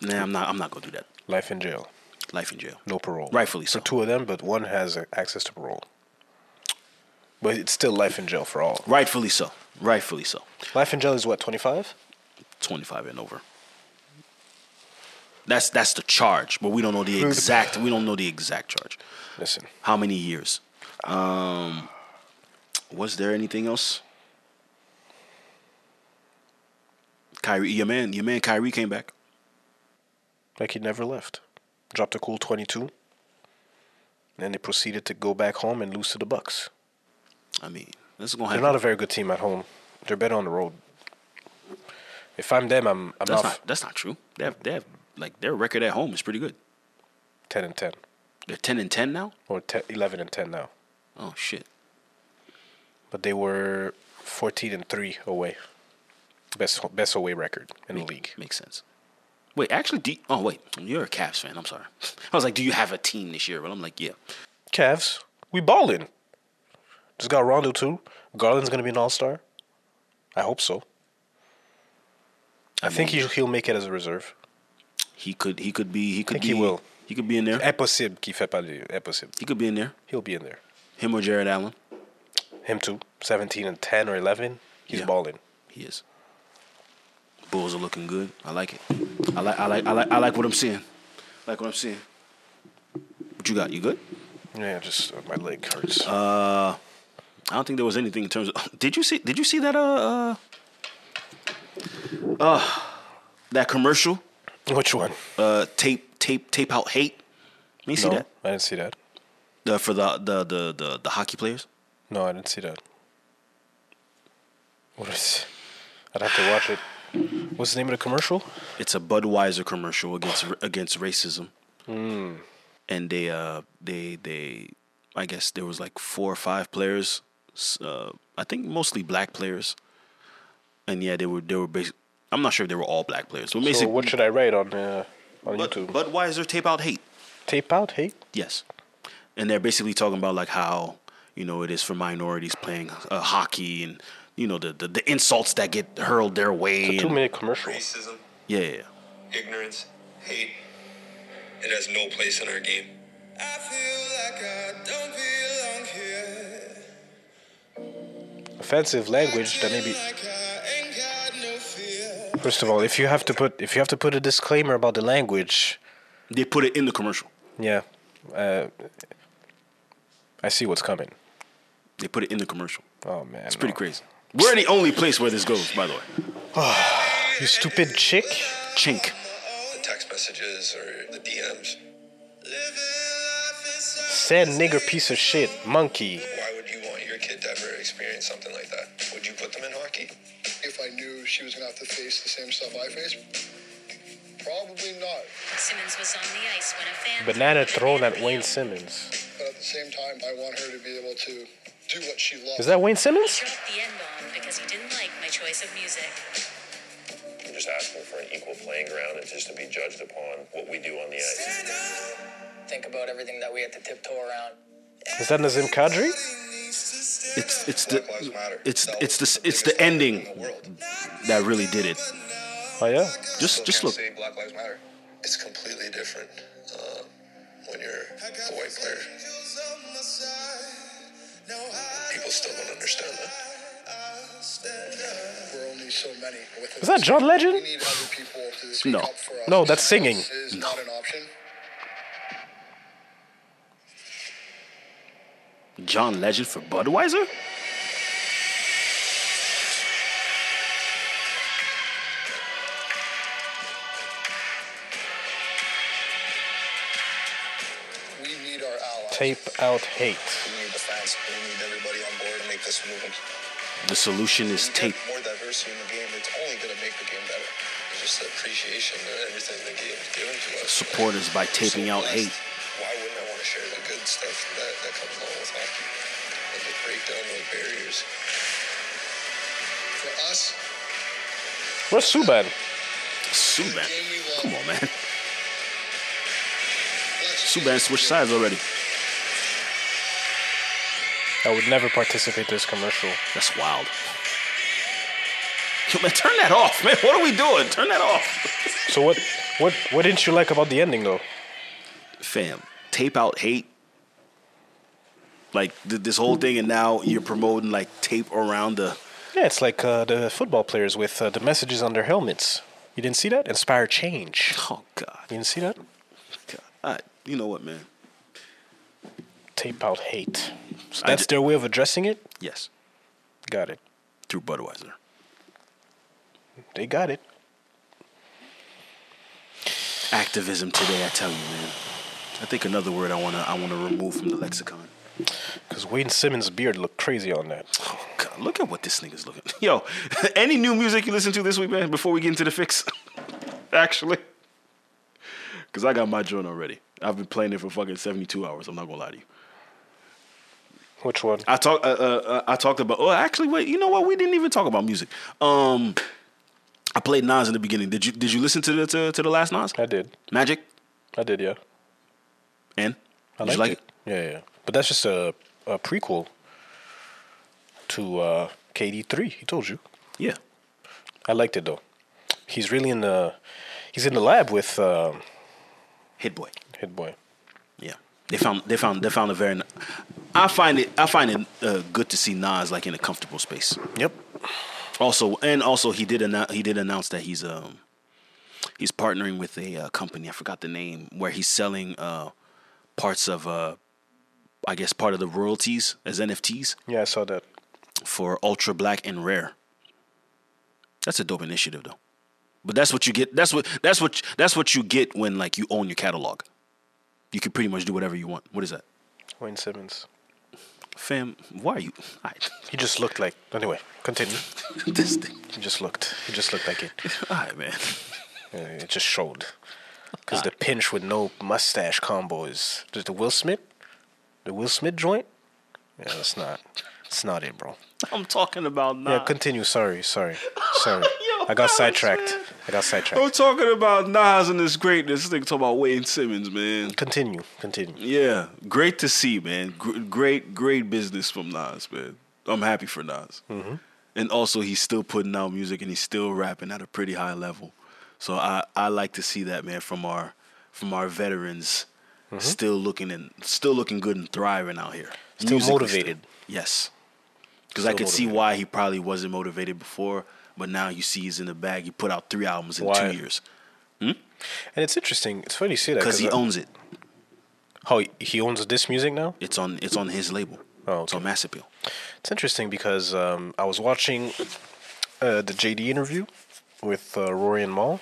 Speaker 2: Nah, I'm not. I'm not gonna do that.
Speaker 1: Life in jail,
Speaker 2: Life in jail.
Speaker 1: no parole.
Speaker 2: Rightfully so.
Speaker 1: For two of them, but one has uh, access to parole. But it's still life in jail for all.
Speaker 2: Rightfully so. Rightfully so.
Speaker 1: Life in jail is what twenty five.
Speaker 2: 25 and over. That's that's the charge, but we don't know the exact. We don't know the exact charge.
Speaker 1: Listen,
Speaker 2: How many years? Um, was there anything else? Kyrie, your man, your man Kyrie came back.
Speaker 1: like he never left. Dropped a cool 22. Then they proceeded to go back home and lose to the Bucks.
Speaker 2: I mean, this is gonna
Speaker 1: They're
Speaker 2: happen.
Speaker 1: not a very good team at home. They're better on the road. If I'm them, I'm I'm
Speaker 2: that's
Speaker 1: off
Speaker 2: not that's not true. They have they have like their record at home is pretty good.
Speaker 1: 10 and 10
Speaker 2: They're ten and ten now.
Speaker 1: or 10, 11 and 10 now.
Speaker 2: Oh shit!
Speaker 1: But they were 14 and 3 away. Best best away record in the league.
Speaker 2: Makes sense. Wait, actually, do oh wait, you're a Cavs fan. I'm sorry. I was like, do you have a team this year? But I'm like, yeah.
Speaker 1: Cavs, we balling. Just got Rondo too. Garland's gonna be an All Star. I hope so. I, think he he'll make it as a reserve.
Speaker 2: He could he could be he could
Speaker 1: Think
Speaker 2: be
Speaker 1: he will.
Speaker 2: he could be in there.
Speaker 1: Impossible qu'il fait pas de impossible.
Speaker 2: He could be in there.
Speaker 1: He'll be in there.
Speaker 2: Him or Jared Allen.
Speaker 1: Him too. 17 and 10 or 11. He's
Speaker 2: Yeah.
Speaker 1: balling.
Speaker 2: He is. Bulls are looking good. I like it. I like I like I like I like what I'm seeing. Like what I'm seeing. What you got? You good? Uh,
Speaker 1: Yeah, just uh, my leg hurts.
Speaker 2: I don't think there was anything in terms of. Did you see? Did you see that? Uh, uh, uh, that commercial.
Speaker 1: Which one?
Speaker 2: Uh, tape tape tape out hate. You see
Speaker 1: no,
Speaker 2: that?
Speaker 1: I didn't see that.
Speaker 2: The, for the, the the the the hockey players.
Speaker 1: No, I didn't see that. What is? I'd have to watch it. What's the name of the commercial?
Speaker 2: It's a Budweiser commercial against against racism.
Speaker 1: Hmm.
Speaker 2: And they uh they they I guess there was like four or five players s- uh I think mostly black players. And yeah, they were they were basic I'm not sure if they were all black players.
Speaker 1: So
Speaker 2: But basically
Speaker 1: what should I write on uh, on
Speaker 2: Bud-
Speaker 1: YouTube?
Speaker 2: Budweiser tape out hate.
Speaker 1: Tape out hate.
Speaker 2: Yes. And they're basically talking about like how, you know, it is for minorities playing uh, hockey and you know the, the the insults that get hurled their way.
Speaker 1: It's a
Speaker 2: and-
Speaker 1: two minute commercial.
Speaker 8: racism,
Speaker 2: Yeah, yeah, yeah.
Speaker 8: ignorance, hate. It has no place in our game. I feel like I don't belong here.
Speaker 1: Offensive language that maybe. First of all, if you have to put if you have to put a disclaimer about the language,
Speaker 2: They put it in the commercial.
Speaker 1: yeah, uh, I see what's coming.
Speaker 2: They put it in the commercial.
Speaker 1: Oh man,
Speaker 2: It's pretty crazy. We're the only place where this goes, by the way.
Speaker 1: You stupid chick.
Speaker 2: Chink.
Speaker 8: The text messages or the DMs.
Speaker 1: Said nigger piece of shit, monkey.
Speaker 8: Why would you want your kid to ever experience something like that? Would you put them in hockey?
Speaker 11: if I knew she was going to have to face the same stuff I faced? Probably not.
Speaker 12: Simmons was on the ice when a fan
Speaker 1: Banana thrown at Wayne Simmons.
Speaker 11: But Uh, at the same time, I want her to be able to do what she loves.
Speaker 1: Is that Wayne Simmons?
Speaker 12: dropped the N-bomb because he didn't like my choice of music.
Speaker 8: I'm just asking for an equal playing ground and just to be judged upon what we do on the ice.
Speaker 13: Think about everything that we had to tiptoe around.
Speaker 1: Is that Nazim Kadri?
Speaker 2: It's it's
Speaker 8: Black Lives
Speaker 2: the
Speaker 8: Matter.
Speaker 2: it's it's the it's the ending that really did it.
Speaker 1: Oh yeah.
Speaker 2: Just just
Speaker 8: Still
Speaker 2: look.
Speaker 8: can't Say Black Lives Matter. It's completely different uh, when you're a white player. People still don't understand that.
Speaker 11: We're only so many. With
Speaker 1: Is that John Legend?
Speaker 11: We need other people to speak
Speaker 2: No.
Speaker 11: up for us.
Speaker 1: No, that's singing.
Speaker 11: This is not an option.
Speaker 2: John Legend for Budweiser?
Speaker 11: We need our allies.
Speaker 1: Tape out hate.
Speaker 8: We need the fans. We need everybody on board to make this movement.
Speaker 2: The solution is tape.
Speaker 8: More diversity in the game. It's only going to make the game better. It's just the appreciation and everything the game is giving to us.
Speaker 2: Support us by taping out hate.
Speaker 8: Why wouldn't I want to share the good stuff that, that comes along with hockey? And to break down those barriers.
Speaker 11: For us,
Speaker 1: Where's Subban?
Speaker 2: Subban. Come on, man.
Speaker 11: let's
Speaker 2: Subban switched sides already.
Speaker 1: I would never participate in this commercial.
Speaker 2: That's wild. Yo, man, turn that off, man. What are we doing? Turn that off.
Speaker 1: So what? What? What didn't you like about the ending though?
Speaker 2: Fam, tape out hate. Like th- this whole thing, and now you're promoting like tape around the.
Speaker 1: Yeah, it's like uh, the football players with uh, the messages on their helmets. You didn't see that? Inspire change.
Speaker 2: Oh God.
Speaker 1: You didn't see that?
Speaker 2: God. All right, you know what, man?
Speaker 1: Tape out hate. So
Speaker 2: I
Speaker 1: that's
Speaker 2: ju-
Speaker 1: their way of addressing it.
Speaker 2: Yes,
Speaker 1: Got it.
Speaker 2: through Budweiser.
Speaker 1: They got it.
Speaker 2: Activism today, I tell you, man. I think another word I wanna I wanna remove from the lexicon.
Speaker 1: Because Wayne Simmons' beard looked crazy on that.
Speaker 2: Oh, God, look at what this nigga's looking. Yo, any new music you listen to this week, man? Before we get into the fix, actually, because I got my joint already. I've been playing it for fucking seventy-two hours. I'm not gonna lie to you.
Speaker 1: Which one?
Speaker 2: I talked. Uh, uh, I talked about. Oh, actually, wait. You know what? We didn't even talk about music. Um, I played Nas in the beginning. Did you Did you listen to the to, to the last Nas?
Speaker 1: I did.
Speaker 2: Magic
Speaker 1: I did, yeah.
Speaker 2: and
Speaker 1: I
Speaker 2: Did you
Speaker 1: liked
Speaker 2: like
Speaker 1: it. Yeah, yeah, yeah. But that's just a, a prequel to uh, KD3. He told you.
Speaker 2: Yeah.
Speaker 1: I liked it though. He's really in the. He's in the lab with uh,
Speaker 2: Hit Boy.
Speaker 1: Hit Boy.
Speaker 2: Yeah, they found they found they found a very. I find it I find it uh, good to see Nas like in a comfortable space.
Speaker 1: Yep.
Speaker 2: Also, and also he did announce he did announce that he's um he's partnering with a uh, company I forgot the name where he's selling uh parts of uh I guess part of the royalties as NFTs
Speaker 1: Yeah, I saw that.
Speaker 2: for ultra black and rare. That's a dope initiative though. But that's what you get. That's what that's what that's what you get when like you own your catalog. You can pretty much do whatever you want. What is that?
Speaker 1: Wayne Simmons.
Speaker 2: Fam, why are you?
Speaker 1: He just looked like. Anyway, continue.
Speaker 2: this thing.
Speaker 1: He just looked. He just looked like it.
Speaker 2: All right, man.
Speaker 1: Uh, it just showed. Because the pinch with no mustache combo is just the Will Smith, the Will Smith joint. Yeah, that's not. That's not it, bro.
Speaker 2: I'm talking about now.
Speaker 1: Yeah, continue. Sorry, sorry, sorry. I got sidetracked. I got sidetracked.
Speaker 2: I'm talking about Nas and his greatness. This nigga talking about Wayne Simmons, man.
Speaker 1: Continue, continue.
Speaker 2: Yeah, great to see, man. Gr- great, great business from Nas, man. I'm happy for Nas.
Speaker 1: Mhm.
Speaker 2: And also, he's still putting out music and he's still rapping at a pretty high level. So I, I like to see that, man, from our from our veterans,
Speaker 1: Mm-hmm.
Speaker 2: still looking and still looking good and thriving out here.
Speaker 1: Still motivated.
Speaker 2: yes, because I
Speaker 1: Still
Speaker 2: could see
Speaker 1: motivated.
Speaker 2: why he probably wasn't motivated before, but now you see he's in the bag. He put out three albums in
Speaker 1: Why?
Speaker 2: two years.
Speaker 1: And it's interesting. It's funny you say that
Speaker 2: 'Cause he owns it.
Speaker 1: Oh, he owns this music now.
Speaker 2: It's on. It's on his label.
Speaker 1: Oh,
Speaker 2: it's on Mass Appeal.
Speaker 1: It's interesting because um, I was watching uh, the JD interview with uh, Rory and Maul,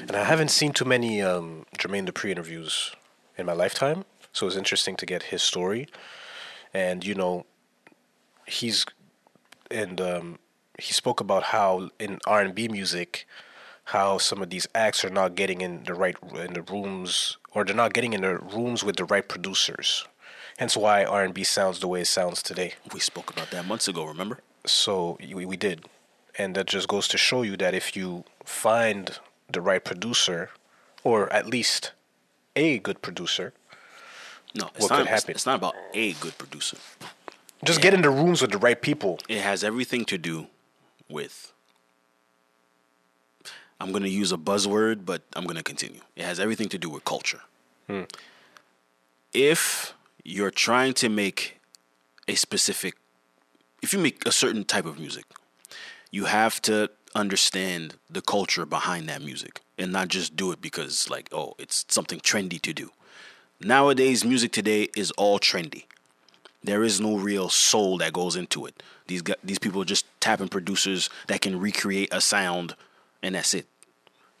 Speaker 1: and I haven't seen too many um, Jermaine Dupri interviews in my lifetime, so it was interesting to get his story. And you know, he's and um, he spoke about how in R and B music, how some of these acts are not getting in the right in the rooms, or they're not getting in the rooms with the right producers. Hence why R and B sounds the way it sounds today.
Speaker 2: We spoke about that months ago. Remember?
Speaker 1: So we, we did, and that just goes to show you that if you find the right producer, or at least a good producer,
Speaker 2: No, it's
Speaker 1: what
Speaker 2: not,
Speaker 1: could
Speaker 2: it's-
Speaker 1: happen?
Speaker 2: It's not about a good producer.
Speaker 1: Just get in the rooms with the right people.
Speaker 2: It has everything to do with. I'm going to use a buzzword, but I'm going to continue. It has everything to do with culture.
Speaker 1: Hmm.
Speaker 2: If you're trying to make a specific, if you make a certain type of music, you have to understand the culture behind that music and not just do it because, like, oh, it's something trendy to do. Nowadays, music today is all trendy. There is no real soul that goes into it. These gu- these people are just tapping producers that can recreate a sound, and that's it.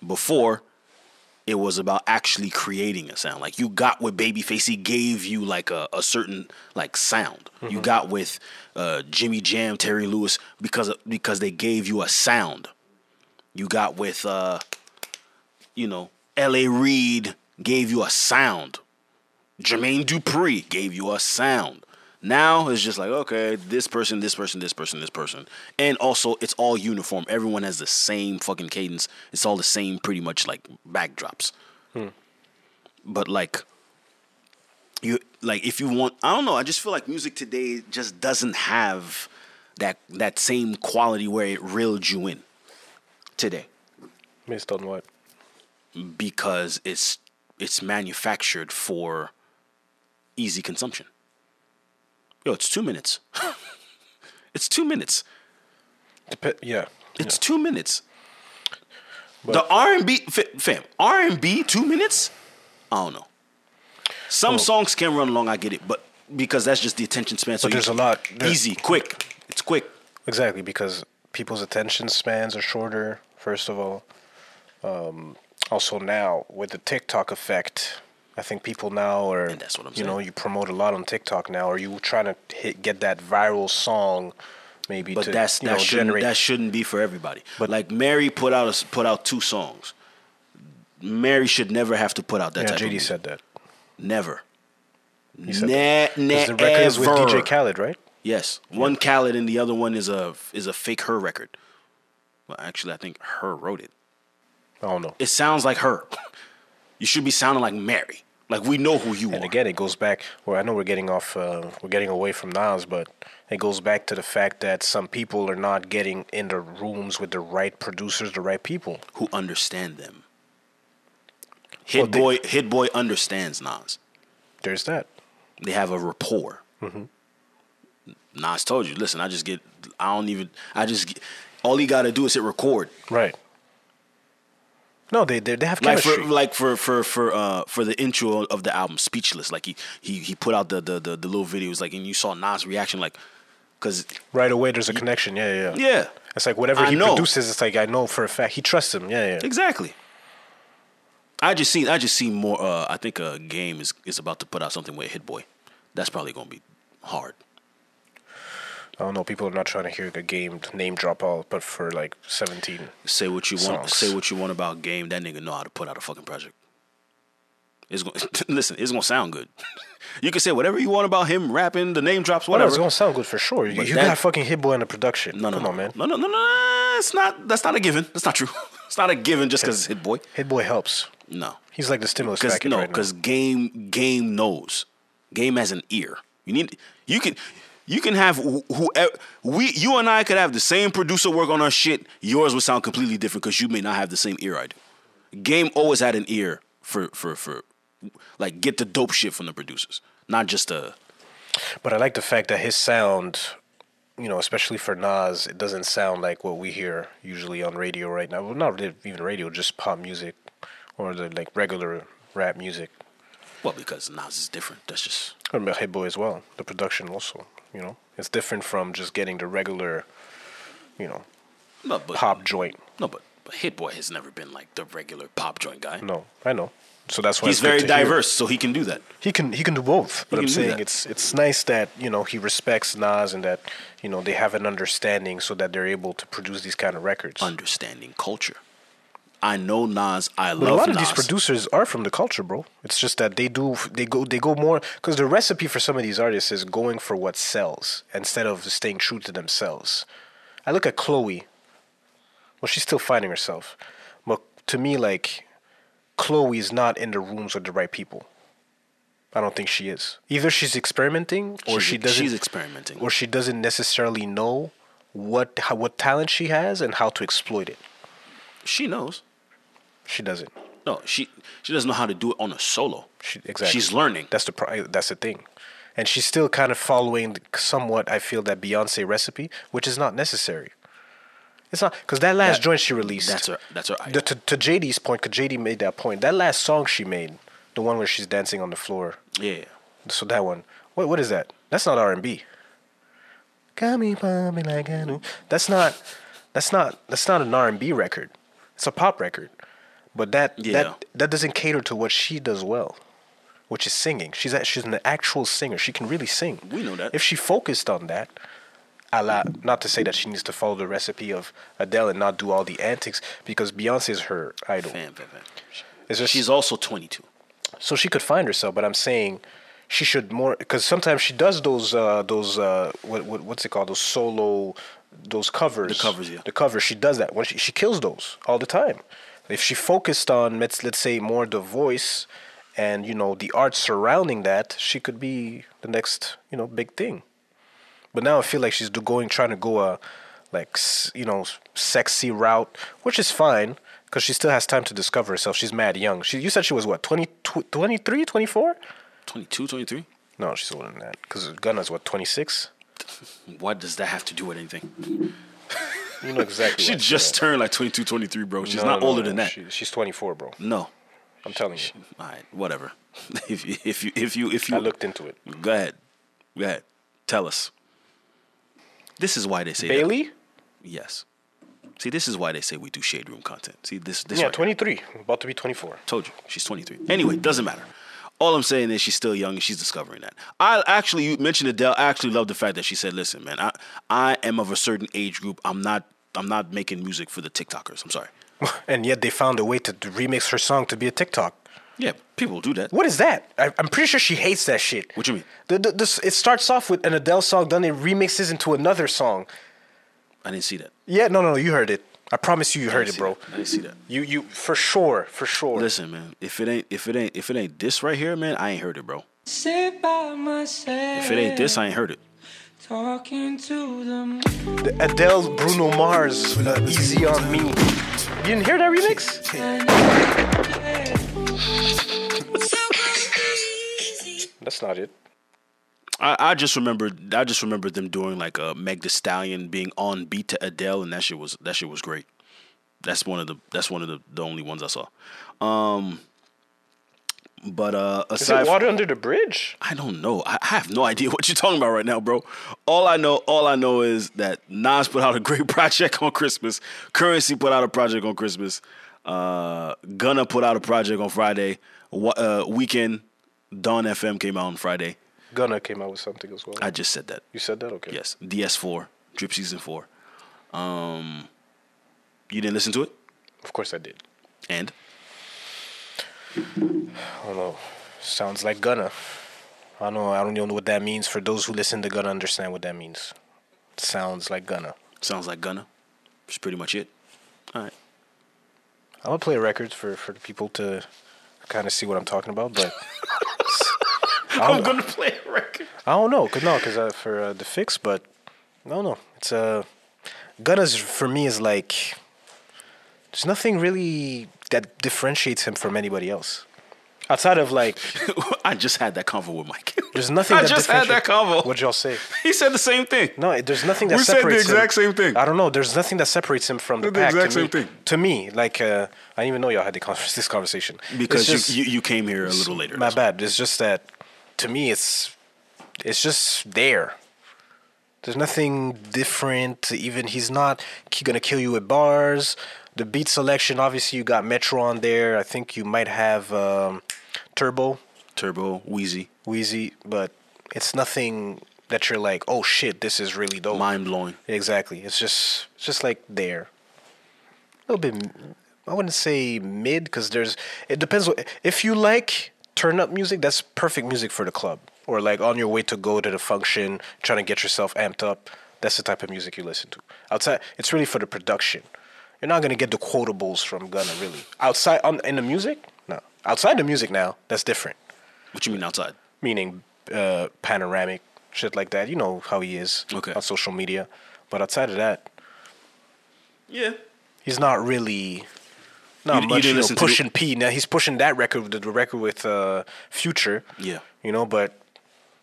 Speaker 2: Before, it was about actually creating a sound. Like you got with Babyface, he gave you like a, a certain like sound. You got with uh, Jimmy Jam, Terry Lewis because of, because they gave you a sound. You got with uh, you know L.A. Reid gave you a sound. Jermaine Dupri gave you a sound. Now it's just like, okay, this person, this person, this person, this person. And also, it's all uniform. Everyone has the same fucking cadence. It's all the same, pretty much like backdrops.
Speaker 1: Hmm.
Speaker 2: But like, you like if you want, I don't know. I just feel like music today just doesn't have that that same quality where it reeled you in today
Speaker 1: Based on what?
Speaker 2: because it's it's manufactured for easy consumption. Yo, it's two minutes. it's two minutes.
Speaker 1: yeah,
Speaker 2: it's two minutes. the R and B fam R and B two minutes. I don't know. Some songs can run long. I get it, but because that's just the attention span. So
Speaker 1: but
Speaker 2: you-
Speaker 1: there's a lot. there-
Speaker 2: easy, quick. It's quick.
Speaker 1: Exactly because people's attention spans are shorter. First of all, um, also now with the TikTok effect, I think people now are. And that's what I'm You know, you promote a lot on TikTok now. Are you trying to hit, get that viral song? Maybe,
Speaker 2: But
Speaker 1: to,
Speaker 2: that's
Speaker 1: you
Speaker 2: that
Speaker 1: know,
Speaker 2: shouldn't
Speaker 1: generate
Speaker 2: that shouldn't be for everybody. But like Mary put out a s put out two songs. Mary should never have to put out that
Speaker 1: Yeah,
Speaker 2: type
Speaker 1: JD
Speaker 2: of music.
Speaker 1: said that.
Speaker 2: Never.
Speaker 1: He said
Speaker 2: Ne-
Speaker 1: that. 'Cause
Speaker 2: ne-
Speaker 1: the record is with DJ
Speaker 2: ever.
Speaker 1: Khaled, right?
Speaker 2: Yes, one Khaled and the other one is a is a fake her record. Well, actually, I think her wrote it.
Speaker 1: I don't know.
Speaker 2: It sounds like her. You should be sounding like Mary. Like we know who you
Speaker 1: and again, it goes back. Well, I know we're getting off. Uh, we're getting away from Nas, but it goes back to the fact that some people are not getting in the rooms with the right producers, the right people
Speaker 2: who understand them. Hit boy, Hit boy understands Nas.
Speaker 1: There's that.
Speaker 2: They have a rapport.
Speaker 1: Mm-hmm.
Speaker 2: Nas told you, listen, I just get, I don't even, I just, get, all he got to do is hit record.
Speaker 1: Right. No, they they, they have
Speaker 2: like
Speaker 1: chemistry.
Speaker 2: for like for for for uh for the intro of the album speechless like he he he put out the the the, the little videos like and you saw Nas reaction like cuz
Speaker 1: right away, there's a connection. Yeah, yeah.
Speaker 2: Yeah.
Speaker 1: It's like whatever
Speaker 2: I
Speaker 1: he
Speaker 2: know.
Speaker 1: produces, it's like I know for a fact he trusts him. Yeah, yeah.
Speaker 2: Exactly. I just seen I just seen more uh I think uh game is is about to put out something with Hit Boy that's probably gonna be hard.
Speaker 1: I don't know. People are not trying to hear a game name drop out, but for like 17.
Speaker 2: Say what you want.
Speaker 1: Songs.
Speaker 2: Say what you want about game. That nigga know how to put out a fucking project. It's going listen. It's gonna sound good. you can say whatever you want about him rapping, the name drops,
Speaker 1: Whatever.
Speaker 2: whatever.
Speaker 1: Oh, It's gonna sound good for sure. You,
Speaker 2: But
Speaker 1: you
Speaker 2: that-
Speaker 1: got fucking Hit Boy in the production. No, no, Come on, man.
Speaker 2: No, no, no, no, no. It's not. That's not a given. That's not true. It's not a given just because it's Hit Boy.
Speaker 1: Hit Boy helps.
Speaker 2: No,
Speaker 1: he's like the stimulus
Speaker 2: Cause,
Speaker 1: package
Speaker 2: No,
Speaker 1: right now.
Speaker 2: because game game knows. Game has an ear. You need. You can. You can have wh- whoever we you and I could have the same producer work on our shit. Yours would sound completely different because you may not have the same ear I do. Game always had an ear for for for like get the dope shit from the producers, not just uh, the
Speaker 1: But I like the fact that his sound, you know, especially for Nas, it doesn't sound like what we hear usually on radio right now. Well, not really even radio, just pop music or the like regular rap music.
Speaker 2: well because Nas is different. That's just
Speaker 1: Or about Hit Boy as well. The production also, you know, it's different from just getting the regular, you know,
Speaker 2: no, but
Speaker 1: pop joint.
Speaker 2: no, but, but Hit Boy has never been like the regular pop joint guy.
Speaker 1: No, I know. So that's why
Speaker 2: he's
Speaker 1: it's good
Speaker 2: very
Speaker 1: to hear.
Speaker 2: diverse, so he can do that.
Speaker 1: He can he can do both, but
Speaker 2: He
Speaker 1: I'm
Speaker 2: can do
Speaker 1: saying
Speaker 2: that.
Speaker 1: it's it's nice that you know he respects Nas and that you know they have an understanding so that they're able to produce these kind of records.
Speaker 2: Understanding culture. I know Nas. I
Speaker 1: But
Speaker 2: love
Speaker 1: a lot of
Speaker 2: Nas.
Speaker 1: these producers are from the culture, bro. It's just that they do they go they go more because the recipe for some of these artists is going for what sells instead of staying true to themselves. I look at Chloe. Well, she's still finding herself, but to me, like Chloe is not in the rooms with the right people. I don't think she is. Either she's experimenting, or
Speaker 2: She's-
Speaker 1: she doesn't.
Speaker 2: she's experimenting.
Speaker 1: or she doesn't necessarily know what how, what talent she has and how to exploit it.
Speaker 2: She knows.
Speaker 1: She doesn't.
Speaker 2: No, she she doesn't know how to do it on a solo.
Speaker 1: She, exactly.
Speaker 2: She's learning.
Speaker 1: That's the pro- that's the thing, and she's still kind of following the- somewhat. I feel that Beyonce recipe, which is not necessary. It's not because that last
Speaker 2: That-
Speaker 1: joint she released.
Speaker 2: that's her- that's her
Speaker 1: the- to, to JD's point, because JD made that point. That last song she made, the one where she's dancing on the floor.
Speaker 2: Yeah.
Speaker 1: So that one. What what is that? That's not R and B. Got me bumming like I knew. That's not. That's not. That's not an R and B record. It's a pop record. But that
Speaker 2: Yeah.
Speaker 1: that that doesn't cater to what she does well, which is singing. She's a, she's an actual singer. She can really sing.
Speaker 2: We know that.
Speaker 1: If she focused on that, a la not to say that she needs to follow the recipe of Adele and not do all the antics because Beyonce is her idol.
Speaker 2: Fam, fam, fam.
Speaker 1: It's just-
Speaker 2: She's also 22.
Speaker 1: so she could find herself. But I'm saying she should more because sometimes she does those uh, those uh, what, what what's it called those solo those covers
Speaker 2: The covers, yeah.
Speaker 1: the covers she does that when she she kills those all the time. If she focused on let's let's say more the voice and you know the art surrounding that, she could be the next you know big thing. But now I feel like she's do- going trying to go a like s- you know s- sexy route, which is fine because she still has time to discover herself. She's mad young. She you said she was what 20, tw- 23, 24?
Speaker 2: 22, 23?
Speaker 1: No, she's older than that because Gunna's what twenty six.
Speaker 2: What does that have to do with anything?
Speaker 1: You know exactly.
Speaker 2: she
Speaker 1: what I
Speaker 2: just
Speaker 1: said.
Speaker 2: turned like 22, 23, bro. She's
Speaker 1: No,
Speaker 2: not
Speaker 1: no, no,
Speaker 2: older
Speaker 1: no.
Speaker 2: than that.
Speaker 1: She- she's twenty four, bro.
Speaker 2: no.
Speaker 1: I'm telling you.
Speaker 2: All right, whatever. if you if you if you if you
Speaker 1: I looked into it.
Speaker 2: Go ahead. Go ahead. Tell us. This is why they say that-
Speaker 1: Bailey?
Speaker 2: Yes. See, this is why they say we do shade room content. See, this this
Speaker 1: yeah,
Speaker 2: right here.
Speaker 1: twenty three, about to be twenty four.
Speaker 2: Told you, she's 23. Anyway, doesn't matter. All I'm saying is she's still young and she's discovering that. I actually, you mentioned Adele. I actually love the fact that she said, "Listen, man, I I am of a certain age group. I'm not I'm not making music for the TikTokers. I'm sorry.
Speaker 1: And yet they found a way to to remix her song to be a TikTok.
Speaker 2: Yeah, people do that.
Speaker 1: What is that? I, I'm pretty sure she hates that shit.
Speaker 2: What you mean?
Speaker 1: The, the, this, it starts off with an Adele song, then it remixes into another song.
Speaker 2: I didn't see that.
Speaker 1: Yeah, no, no, no, you heard it. I promise you, you
Speaker 2: I
Speaker 1: heard
Speaker 2: didn't
Speaker 1: it,
Speaker 2: see
Speaker 1: bro.
Speaker 2: that. I didn't see that.
Speaker 1: You, you, for sure, for sure.
Speaker 2: Listen, man, if it ain't if it ain't if it ain't this right here, man, I ain't heard it, bro.
Speaker 14: Sit by myself.
Speaker 2: If it ain't this, I ain't heard it.
Speaker 14: Talking to them.
Speaker 1: The Adele, Bruno Mars, uh, Easy on Me. You didn't hear that remix? That's not it.
Speaker 2: I, I just remember I just remember them doing like a Meg The Stallion being on beat to Adele, and that shit was that shit was great. That's one of the that's one of the, the only ones I saw. Um, but uh,
Speaker 1: Is
Speaker 2: aside
Speaker 1: it Water Under the Bridge?
Speaker 2: I don't know. I, I have no idea what you're talking about right now, bro. All I know, all I know is that Nas put out a great project on Christmas. Currency put out a project on Christmas. Uh, Gunna put out a project on Friday. Wa- Uh, weekend, Dawn FM came out on Friday.
Speaker 1: Gunna came out with something as well.
Speaker 2: I just said that.
Speaker 1: You said that? Okay.
Speaker 2: Yes. DS4, Drip Season 4. Um, you didn't listen to it?
Speaker 1: Of course I did.
Speaker 2: And?
Speaker 1: I don't know. Sounds like Gunna. I know. I don't even know what that means. For those who listen to Gunna, understand what that means. Sounds like Gunna.
Speaker 2: Sounds like Gunna. That's pretty much it. All right.
Speaker 1: I'm gonna play records for for the people to kind of see what I'm talking about, but I
Speaker 2: I'm
Speaker 1: don't,
Speaker 2: gonna play a record.
Speaker 1: I don't know, cause no, cause uh, for uh, the fix, but no, no, it's uh, Gunna's for me is like there's nothing really that differentiates him from anybody else outside of like
Speaker 2: I just had that convo with Mike.
Speaker 1: there's nothing.
Speaker 2: I
Speaker 1: that
Speaker 2: just had that
Speaker 1: differentiates-
Speaker 2: convo.
Speaker 1: What'd y'all say?
Speaker 2: He said the same thing.
Speaker 1: No, it- there's nothing that
Speaker 2: We said the
Speaker 1: separates
Speaker 2: exact
Speaker 1: him. same thing. I don't know. There's nothing that separates him from the,
Speaker 2: Said the
Speaker 1: pack. to
Speaker 2: exact same
Speaker 1: me,
Speaker 2: thing.
Speaker 1: To me, like uh, I didn't even know y'all had the converse, this conversation
Speaker 2: Because
Speaker 1: It's
Speaker 2: you-
Speaker 1: just-
Speaker 2: you- you came here a little later,
Speaker 1: My bad. It's just that to me, it's it's just there. There's nothing different. Even he's not k- gonna kill you with bars. The beat selection, obviously, you got Metro on there. I think you might have um, Turbo.
Speaker 2: Turbo, Wheezy.
Speaker 1: Wheezy, but it's nothing that you're like, oh shit, this is really dope.
Speaker 2: Mind blowing.
Speaker 1: Exactly. It's just, it's just like there. A little bit. m- I wouldn't say mid because there's. It depends. What, if you like turn up music, that's perfect music for the club or like on your way to go to the function, trying to get yourself amped up. That's the type of music you listen to. Outside, it's really for the production. You're not gonna get the quotables from Gunna really. Outside on in the music, no. Outside the music now, that's different.
Speaker 2: What you mean outside?
Speaker 1: Meaning uh, panoramic shit like that. You know how he is on social media, but outside of that,
Speaker 2: Yeah.
Speaker 1: he's not really
Speaker 2: You-
Speaker 1: not
Speaker 2: you
Speaker 1: much
Speaker 2: didn't
Speaker 1: you know,
Speaker 2: listen to
Speaker 1: pushing P. Now he's pushing that record with the, the record with uh, Future.
Speaker 2: Yeah.
Speaker 1: You know, but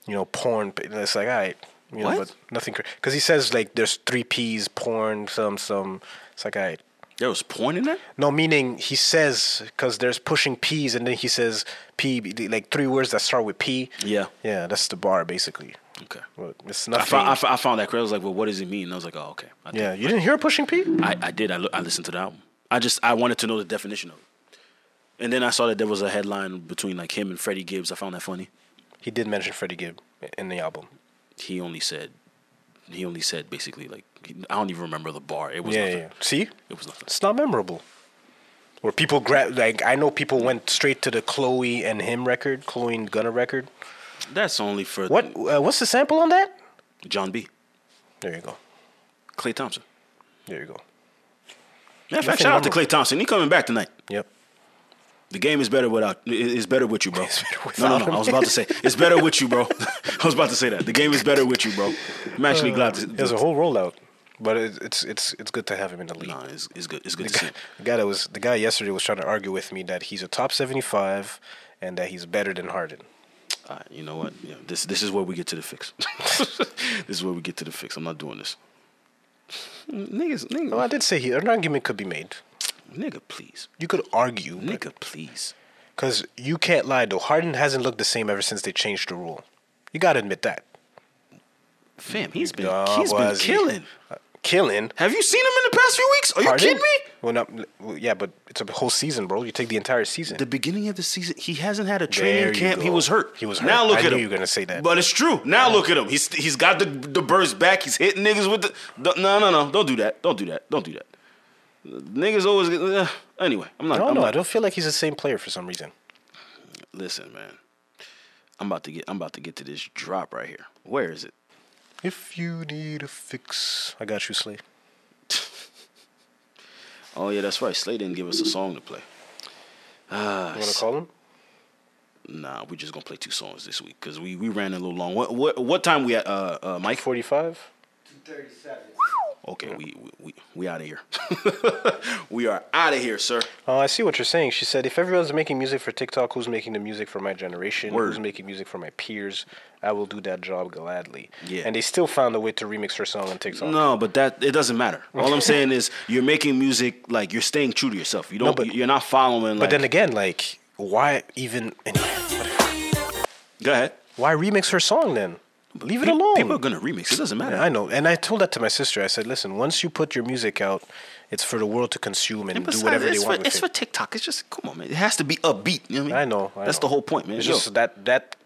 Speaker 1: you know, porn. p- It's like all right, you know,
Speaker 2: What?
Speaker 1: but nothing because he says like there's three P's: porn, some, some. It's like all right.
Speaker 2: There was porn in there.
Speaker 1: No, meaning he says because there's pushing P's and then he says P b- like three words that start with P.
Speaker 2: Yeah.
Speaker 1: Yeah, that's the bar basically.
Speaker 2: Okay.
Speaker 1: But it's
Speaker 2: I
Speaker 1: nothing.
Speaker 2: found, I, found, I found that crazy. I was like, well, what does it mean? And I was like, oh, okay. I
Speaker 1: yeah, you didn't hear pushing P?
Speaker 2: I, I did. I, lo- I listened to the album. I just I wanted to know the definition of it, and then I saw that there was a headline between like him and Freddie Gibbs. I found that funny.
Speaker 1: He did mention Freddie Gibbs in the album.
Speaker 2: He only said, he only said basically like I don't even remember the bar. It was
Speaker 1: yeah,
Speaker 2: nothing.
Speaker 1: yeah. See,
Speaker 2: it was nothing.
Speaker 1: It's not memorable. Where people grab like I know people went straight to the Chloe and him record, Chloe and Gunna record.
Speaker 2: That's only for
Speaker 1: What uh, what's the sample on that?
Speaker 2: John B.
Speaker 1: There you go.
Speaker 2: Clay Thompson.
Speaker 1: There you go.
Speaker 2: Matter of fact,
Speaker 1: Nothing
Speaker 2: shout out to
Speaker 1: memorable.
Speaker 2: Clay Thompson. He coming back tonight.
Speaker 1: Yep.
Speaker 2: The game is better without. i- Is better with you, bro. no,
Speaker 1: without
Speaker 2: no, no.
Speaker 1: him.
Speaker 2: I was about to say it's better with you, bro. I was about to say that the game is better with you, bro. I'm actually glad. To,
Speaker 1: Uh, There's a whole rollout, but it, it's it's it's good to have him in the league.
Speaker 2: Nah, it's, it's good. It's good
Speaker 1: the,
Speaker 2: to see.
Speaker 1: guy,
Speaker 2: him.
Speaker 1: the guy that was the guy yesterday was trying to argue with me that he's a top 75 and that he's better than Harden.
Speaker 2: All right, you know what? Yeah, this this is where we get to the fix. this is where we get to the fix. I'm not doing this. Niggas, niggas.
Speaker 1: No, I did say he, an argument could be made.
Speaker 2: Nigga, please.
Speaker 1: You could argue.
Speaker 2: Nigga, please.
Speaker 1: Because you can't lie, though. Harden hasn't looked the same ever since they changed the rule. You got to admit that.
Speaker 2: Fam, he's been
Speaker 1: Nah,
Speaker 2: he's been
Speaker 1: was he?
Speaker 2: killing.
Speaker 1: Killing.
Speaker 2: Have you seen him in the past few weeks? Are you
Speaker 1: Harden?
Speaker 2: kidding me?
Speaker 1: Well, not, well, yeah, but it's a whole season, bro. You take the entire season.
Speaker 2: The beginning of the season, he hasn't had a
Speaker 1: There
Speaker 2: training
Speaker 1: you
Speaker 2: camp. He
Speaker 1: go.
Speaker 2: was hurt.
Speaker 1: He was
Speaker 2: Now
Speaker 1: hurt.
Speaker 2: look
Speaker 1: I
Speaker 2: at
Speaker 1: knew
Speaker 2: him.
Speaker 1: you were gonna say that.
Speaker 2: But it's true. Now look at him. He's he's got the the birds back. He's hitting niggas with the, the no no no. Don't do that. Don't do that. Don't do that. Niggas always. get- Uh, anyway, I'm
Speaker 1: I
Speaker 2: not.
Speaker 1: don't
Speaker 2: I'm
Speaker 1: know.
Speaker 2: not-
Speaker 1: I don't feel like he's the same player for some reason.
Speaker 2: Listen, man. I'm about to get I'm about to get to this drop right here. Where is it?
Speaker 1: If you need a fix, I got you, Slay.
Speaker 2: Oh yeah, that's right. Slay didn't give us a song to play. Ah,
Speaker 1: You want to call him?
Speaker 2: Nah, we just gonna play two songs this week because we, we ran a little long. What what what time we at? Uh, uh Mike forty five. Okay, we we we, we out of here. we are out of here, sir.
Speaker 1: Oh, I see what you're saying. She said, if everyone's making music for TikTok, who's making the music for my generation?
Speaker 2: Word.
Speaker 1: Who's making music for my peers? I will do that job gladly.
Speaker 2: Yeah.
Speaker 1: And they still found a way to remix her song on TikTok.
Speaker 2: No, but that it doesn't matter. All I'm saying is you're making music like you're staying true to yourself. You don't.
Speaker 1: No, but-
Speaker 2: you're not following.
Speaker 1: But
Speaker 2: Like,
Speaker 1: then again, like, why even.
Speaker 2: go ahead.
Speaker 1: Why remix her song then? Leave it alone.
Speaker 2: People are gonna remix. It doesn't matter.
Speaker 1: I know. And I told that to my sister. I said, listen, once you put your music out, it's for the world to consume and,
Speaker 2: And
Speaker 1: do
Speaker 2: besides,
Speaker 1: whatever they want
Speaker 2: it's For,
Speaker 1: with
Speaker 2: it's
Speaker 1: it.
Speaker 2: for TikTok. It's just come on, man. It has to be upbeat. You know what I
Speaker 1: I
Speaker 2: mean?
Speaker 1: know. I
Speaker 2: That's
Speaker 1: know.
Speaker 2: the whole point, man.
Speaker 1: It's
Speaker 2: Yo.
Speaker 1: just that that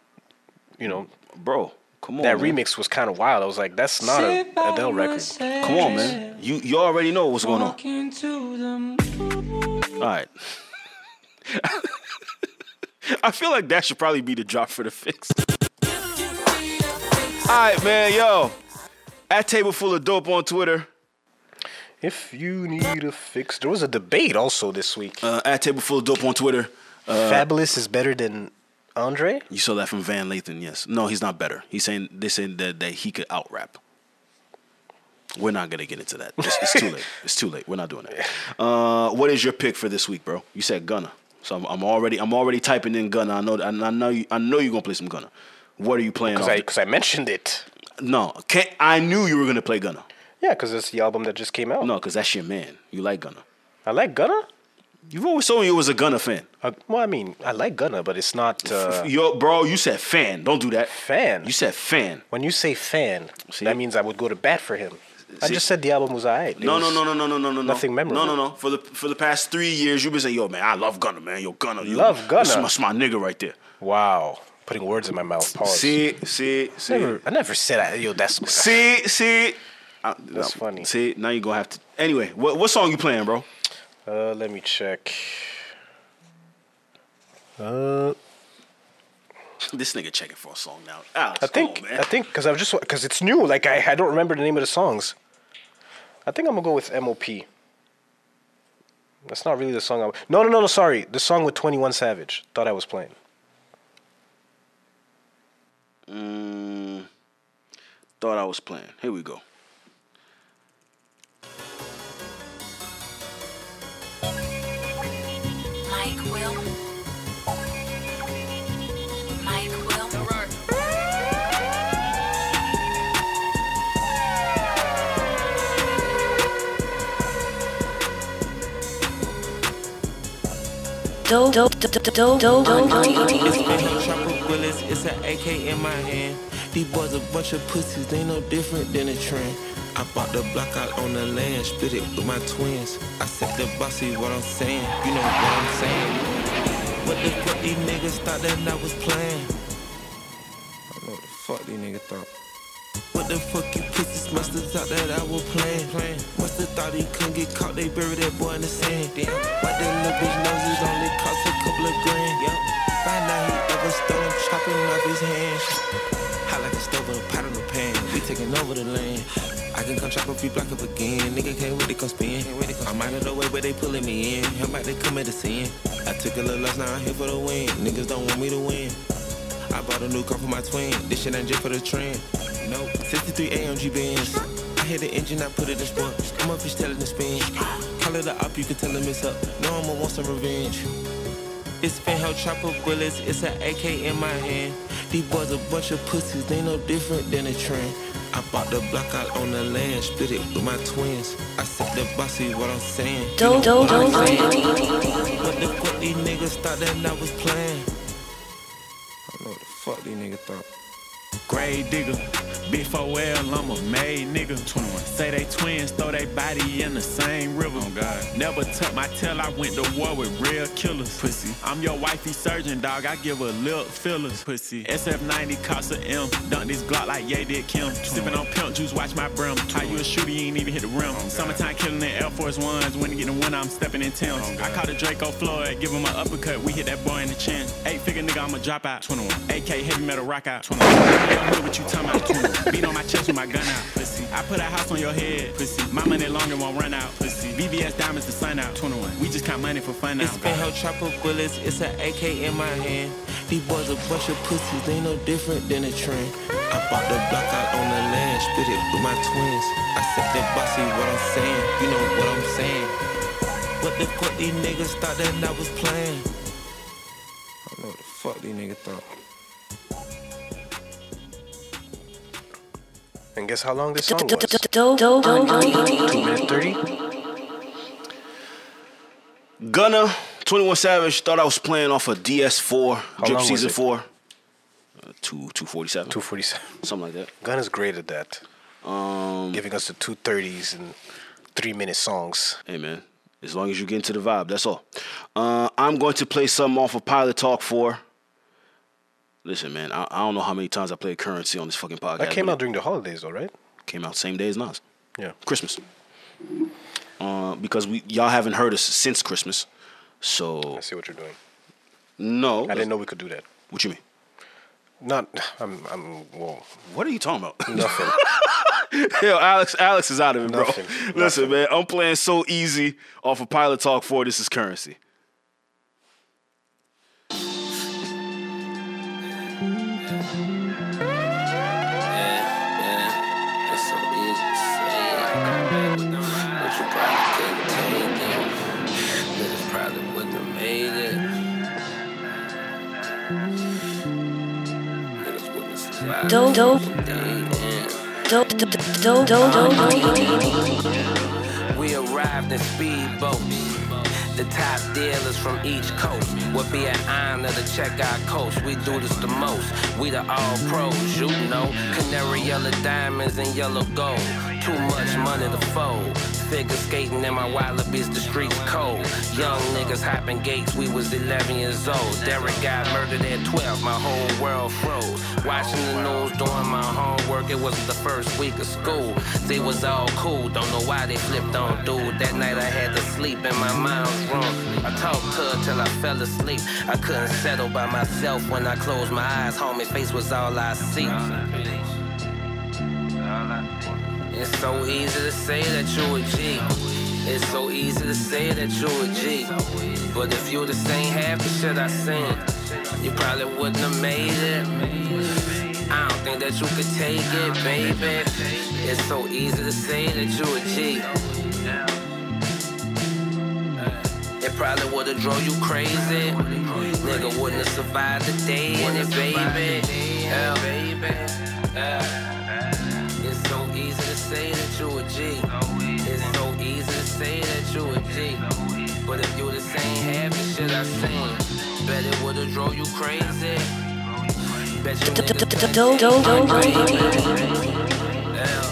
Speaker 1: you know,
Speaker 2: bro. Come on,
Speaker 1: that
Speaker 2: man.
Speaker 1: remix was kind of wild. I was like, that's not a
Speaker 14: Sit by
Speaker 1: Adele record.
Speaker 14: myself.
Speaker 2: Come on, man. You you already know what's going on.
Speaker 14: Talking to them.
Speaker 2: All right. I feel like that should probably be the drop for the fix. All right, man. Yo, at table full of dope on Twitter.
Speaker 1: If you need a fix, there was a debate also this week.
Speaker 2: Uh, at table full of dope on Twitter. Uh,
Speaker 1: Fabulous is better than Andre.
Speaker 2: You saw that from Van Lathan, yes. No, he's not better. He's saying they saying that, that he could out rap. We're not gonna get into that. It's, it's too late. It's too late. We're not doing that. Uh, what is your pick for this week, bro? You said Gunna, so I'm, I'm already I'm already typing in Gunna. I know I, I know you I know you're gonna play some Gunna. What are you playing?
Speaker 1: Because
Speaker 2: off
Speaker 1: I,
Speaker 2: the-
Speaker 1: 'cause I mentioned it.
Speaker 2: no, can't, I knew you were gonna play Gunna.
Speaker 1: Yeah, because it's the album that just came out.
Speaker 2: No, because that's your man. You like Gunna.
Speaker 1: I like Gunna.
Speaker 2: You've always told me you was a Gunna fan.
Speaker 1: Uh, well, I mean, I like Gunna, but it's not. Uh,
Speaker 2: Yo, bro, you said fan. Don't do that.
Speaker 1: Fan.
Speaker 2: You said fan.
Speaker 1: when you say fan, that means I would go to bat for him. I
Speaker 2: See?
Speaker 1: just said the album was alright.
Speaker 2: No, no, no, no, no, no, no, no, no.
Speaker 1: nothing memorable.
Speaker 2: No, no, no. For the for the past three years, you've been saying, "Yo, man, I love Gunna, man. Yo, Gunna, yo,
Speaker 1: Love Gunna.
Speaker 2: This is my, this my nigga right there."
Speaker 1: Wow, putting words in my mouth. Pause.
Speaker 2: See, see, see,
Speaker 1: Oh, Never- I never said I, yo. That's
Speaker 2: see, see. I-
Speaker 1: That's
Speaker 2: no,
Speaker 1: funny.
Speaker 2: See, now you're gonna have to. Anyway, what what song you playing, bro?
Speaker 1: Uh, let me check. Uh,
Speaker 2: This nigga checking for a song now. Alex,
Speaker 1: I think
Speaker 2: come on, man.
Speaker 1: I think because I've just because it's new. Like I, I don't remember the name of the songs. I think I'm gonna go with M.O.P. That's not really the song. I, no, no, no, no. Sorry, the song with Twenty One Savage. Thought I was playing.
Speaker 2: Mm, thought I was playing. Here we go.
Speaker 5: Mike will. Mike will. Do do do do do do do.
Speaker 15: Chopper bullets, it's an AK in my hand. These boys a bunch of pussies, they no different than a trend. I bought the block out on the land, split it with my twins. I said the bossy what I'm saying, you know what I'm saying. What the fuck these niggas thought that I was playing? I know what the fuck these niggas thought. What the fuck you pussies must have thought that I was playing? playing. Must have thought he couldn't get caught, they buried that boy in the sand. Damn. But that little bitch knows it only cost a couple of grand. Yep. By now he ever stone chopping off his hand. Hot like a stove with a pot on the pan. We taking over the land. I can come chop a few block up again. Nigga can't wait to come spin. I'm out of the way, but they pulling me in. I'm about to commit a sin. I took a little loss, now I'm here for the win. Niggas don't want me to win. I bought a new car for my twin. This shit ain't just for the trend. Nope. 63 AMG Benz. I hit the engine, I put it in sport. I'm up, he's telling the spin. Call it a up, you can tell him it's up. No, I'ma want some revenge. It's been hell chopper bullets, it's an AK in my hand. These boys a bunch of pussies, they no different than a trend. I bought the block out on the land, split it with my twins. I said the bossy what I'm saying. You
Speaker 5: Do,
Speaker 15: know
Speaker 5: do,
Speaker 15: what I'm
Speaker 5: do,
Speaker 15: saying.
Speaker 5: do, do, do, do.
Speaker 15: What the fuck these niggas thought that I was playing? I know what the fuck these niggas thought.
Speaker 16: Grave digger, big 4L, I'm a made nigga. 21. Say they twins, throw they body in the same river. Never tuck my tail, I went to war with real killers. Pussy. I'm your wifey surgeon, dog, I give her lip fillers. Pussy. SF90 cost a M, dunk this Glock like Ye did Kim. Sipping on pimp juice, watch my brim. How you a shooter, you ain't even hit the rim. Summertime killing the Air Force Ones, when it get the wind, I'm stepping in Tim's. I caught a Draco Floyd, give him an uppercut, we hit that boy in the chin. Eight figure nigga, I'm a dropout. 21. AK heavy metal rock out. 21. Hell, what you talking about? 21. Beat on my chest with my gun out. Pussy. I put a house on your head. Pussy. My money longer won't run out. Pussy. VVS diamonds the sun out. 21. We just count money for fun now.
Speaker 15: It's been hell chopper bullets, it's an AK in my hand. These boys a bunch of pussies, they no different than a trend. I bought the block out on the land, split it with my twins. I said the bossy what I'm saying, you know what I'm saying. What the fuck these niggas thought that I was playing? I know what the fuck these niggas thought.
Speaker 1: And guess how long this
Speaker 5: Do
Speaker 1: song
Speaker 5: do
Speaker 1: was?
Speaker 5: do do do do
Speaker 1: Two
Speaker 5: do.
Speaker 1: minute thirty.
Speaker 2: Gunna, 21 Savage, thought I was playing off of DS4, Drip
Speaker 1: long was
Speaker 2: Season Uh,
Speaker 1: it?
Speaker 2: 4. Uh, 2 247.
Speaker 1: 247.
Speaker 2: Something like
Speaker 1: Gunna's great at that.
Speaker 2: that. Um,
Speaker 1: Giving us the two thirties and three minute songs.
Speaker 2: hey man, as long as you get into the vibe, that's all. Uh, I'm going to play something off of Pilot Talk 4. Listen, man, I, I don't know how many times I played currency on this fucking podcast.
Speaker 1: That came
Speaker 2: but
Speaker 1: out during the holidays, though, right?
Speaker 2: it Came out same day as Nas.
Speaker 1: Yeah.
Speaker 2: Christmas. Uh, because we y'all haven't heard us since Christmas. So I
Speaker 1: see what you're doing.
Speaker 2: No.
Speaker 1: I didn't know we could do that.
Speaker 2: What you mean?
Speaker 1: Not I'm I'm well.
Speaker 2: What are you talking about?
Speaker 1: Nothing.
Speaker 2: Yo, Alex, Alex is out of it, bro.
Speaker 1: Nothing.
Speaker 2: Listen, man, I'm playing so easy off of Pilot Talk 4. This is currency.
Speaker 17: It's so easy to say. But you probably couldn't take it. Niggas probably wouldn't have made it. Niggas wouldn't have survived.
Speaker 5: Don't- don't- Don't don't don't don't
Speaker 17: We arrived in speedboat. The top dealers from each coast would be an honor to check our coach. We do this the most. We the all pros, you know. Canary yellow diamonds and yellow gold. Too much money to fold. Figure skating in my wallabies, the streets cold. Young niggas hopping gates, we was 11 years old. Derek got murdered at 12, my whole world froze. Watching the news, doing my homework, it wasn't the first week of school. They was all cool, don't know why they flipped on dude. That night I had to sleep in my mom's room. I talked to her till I fell asleep. I couldn't settle by myself when I closed my eyes. Homie face was all I see. It's so easy to say that you a G. It's so easy to say that you a G. But if you just ain't half the shit I seen, you probably wouldn't have made it. I don't think that you could take it, baby. It's so easy to say that you a G. It probably would've drove you crazy. Nigga wouldn't have survived the day in it, baby. Yeah. Yeah. It's so easy to say that you a G. It's so easy to say that you a G. But if you the same half the shit I seen, bet it would've drove you crazy. Bet you niggas
Speaker 5: don't don't
Speaker 17: Yeah.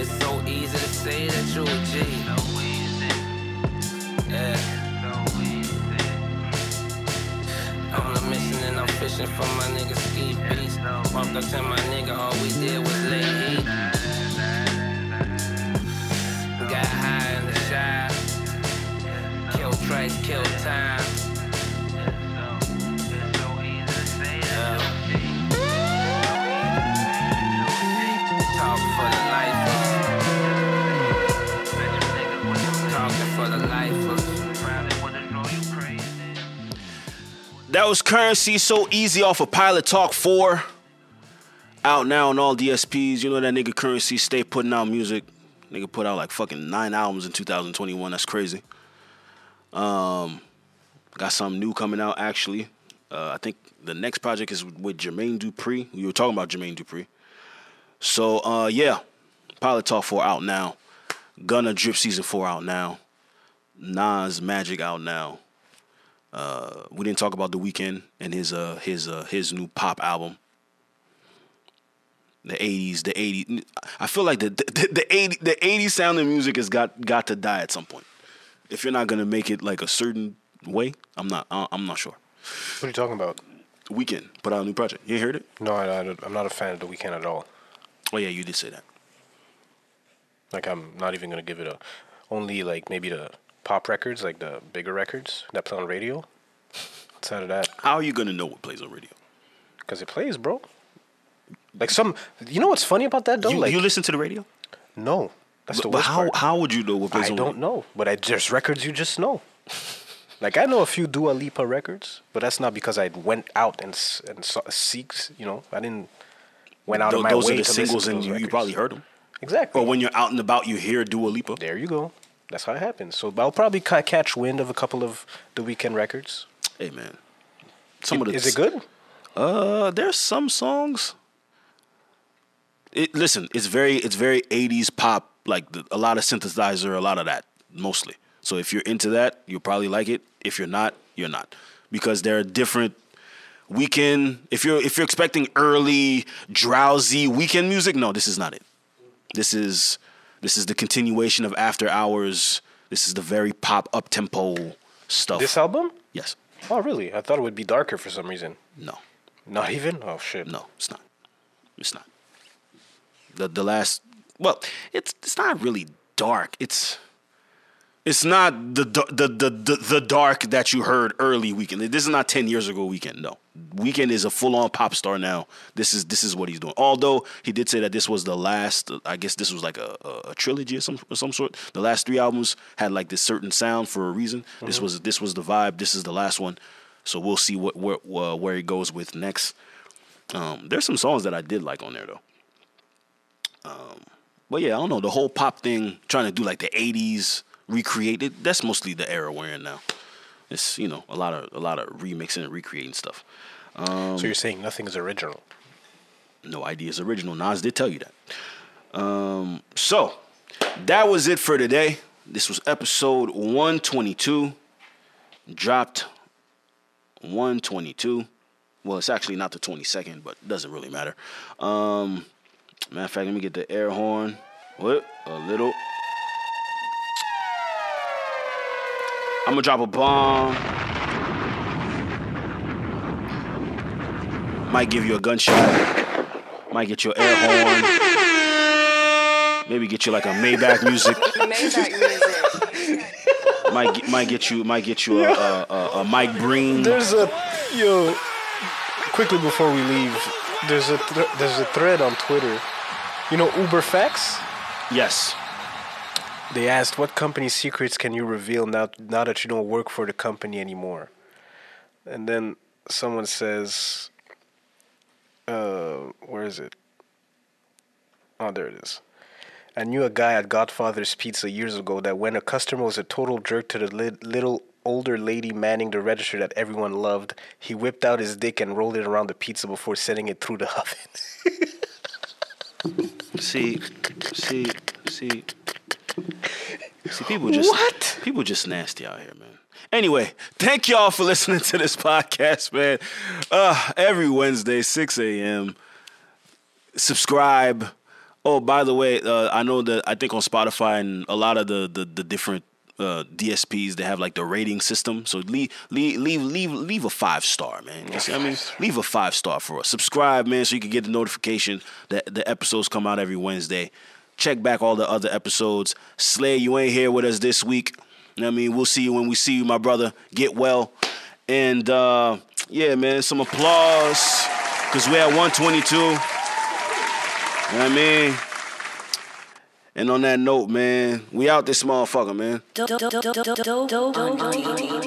Speaker 17: It's so easy to say that you a G. Yeah. I'm not missing and I'm fishing for my nigga Ski Beats. Walked up to my nigga, all we did was lay heat. Got high in the shot. Kill tracks, kill time. Yeah. Talk for the lifers. Talking for the lifers.
Speaker 2: That was currency so easy off of Pilot Talk 4. Out now on all DSPs. You know that nigga currency stay putting out music. Nigga put out like fucking nine albums in 2021. That's crazy. Um got something new coming out actually. Uh, I think the next project is with Jermaine Dupree. We were talking about Jermaine Dupree. So uh yeah. Pilot Talk 4 out now. Gunna Drip Season 4 out now. Nas Magic out now. Uh, we didn't talk about the weekend and his uh his uh his new pop album. The 80s, the 80s. I feel like the the, the 80 the 80s sound of music has got got to die at some point. If you're not going to make it like a certain way, I'm not I- I'm not sure.
Speaker 1: What are you talking about?
Speaker 2: Weekend put out a new project. You heard it?
Speaker 1: No, I, I, I'm not a fan of the weekend at all.
Speaker 2: Oh yeah, you did say that.
Speaker 1: Like I'm not even gonna give it a only like maybe the pop records, like the bigger records that play on radio. Outside of that,
Speaker 2: how are you gonna know what plays on radio?
Speaker 1: Because it plays, bro. Like some, you know what's funny about that though?
Speaker 2: You-
Speaker 1: like
Speaker 2: you listen to the radio?
Speaker 1: No, that's
Speaker 2: But-
Speaker 1: the
Speaker 2: but
Speaker 1: worst
Speaker 2: how-
Speaker 1: part.
Speaker 2: how would you know what plays
Speaker 1: I
Speaker 2: on
Speaker 1: don't know, but I, there's records you just know. like I know a few Dua Lipa records, but that's not because I went out and s- and saw, seeks. You know, I didn't went out
Speaker 2: Tho-
Speaker 1: of my
Speaker 2: those
Speaker 1: way
Speaker 2: are the
Speaker 1: to
Speaker 2: singles,
Speaker 1: listen
Speaker 2: and
Speaker 1: to those
Speaker 2: you, you
Speaker 1: records.
Speaker 2: probably heard them.
Speaker 1: Exactly.
Speaker 2: Or when you're out and about, you hear Dua Lipa.
Speaker 1: There you go. That's how it happens. So I'll probably ca- catch wind of a couple of the weekend records.
Speaker 2: Hey man, some of the
Speaker 1: is it good?
Speaker 2: Uh, there's some songs. It listen, it's very it's very 80s pop, like the, a lot of synthesizer, a lot of that mostly. So if you're into that, you'll probably like it. If you're not, you're not, because there are different weekend. If you're if you're expecting early drowsy weekend music, no, this is not it. This is this is the continuation of After Hours. This is the very pop up tempo stuff.
Speaker 1: This album?
Speaker 2: Yes.
Speaker 1: Oh, really? I thought it would be darker for some reason.
Speaker 2: No.
Speaker 1: Not even? Oh, shit.
Speaker 2: No, it's not. It's not. The the last well, it's it's not really dark. It's it's not the d- the the the, the dark that you heard early weekend. This is not 10 years ago weekend, no. Weekend is a full-on pop star now. This is this is what he's doing. Although he did say that this was the last I guess this was like a, a, a trilogy or some or some sort. The last three albums had like this certain sound for a reason. This
Speaker 1: Mhm.
Speaker 2: was this was the vibe. This is the last one. So we'll see what where uh, where he goes with next. Um, there's some songs that I did like on there though. Um, but yeah, I don't know the whole pop thing, trying to do like the '80s recreated. That's mostly the era we're in now. It's you know a lot of a lot of remixing and recreating stuff. Um,
Speaker 1: So you're saying nothing is original?
Speaker 2: No idea is original. Nas did tell you that. Um, so that was it for today. This was episode 122. Dropped 122. Well, it's actually not the 22nd, but doesn't really matter. Um, matter of fact, let me get the air horn. What? A little. I'm gonna drop a bomb. Might give you a gunshot. Might get you an air horn. Maybe get you like a Maybach music. might get, might get you might get you a, a, a, a Mike Breen.
Speaker 1: There's a yo. Quickly before we leave, there's a thr there's a thread on Twitter. You know Uber Facts?
Speaker 2: Yes.
Speaker 1: They asked what company secrets can you reveal now now that you don't work for the company anymore, and then someone says, uh, "Where is it? Oh, there it is." I knew a guy at Godfather's Pizza years ago that when a customer was a total jerk to the li- little older lady manning the register that everyone loved, he whipped out his dick and rolled it around the pizza before sending it through the oven.
Speaker 2: See, see, see. See, people just
Speaker 1: What?
Speaker 2: People just nasty out here, man. Anyway, thank y'all for listening to this podcast, man. Uh, every Wednesday, 6 a.m. Subscribe. Oh, by the way, uh, I know that I think on Spotify and a lot of the the, the different uh, DSPs they have like the rating system. So leave leave leave leave, leave a five star, man. You see, what I mean, leave a five star for us. Subscribe, man, so you can get the notification that the episodes come out every Wednesday. Check back all the other episodes. Slay, you ain't here with us this week. You know what I mean, we'll see you when we see you, my brother. Get well. And uh, yeah, man, some applause. Cause we're at 122. You know what I mean? And on that note, man, we out this motherfucker, man.
Speaker 5: Do do do do do do do do do do do do do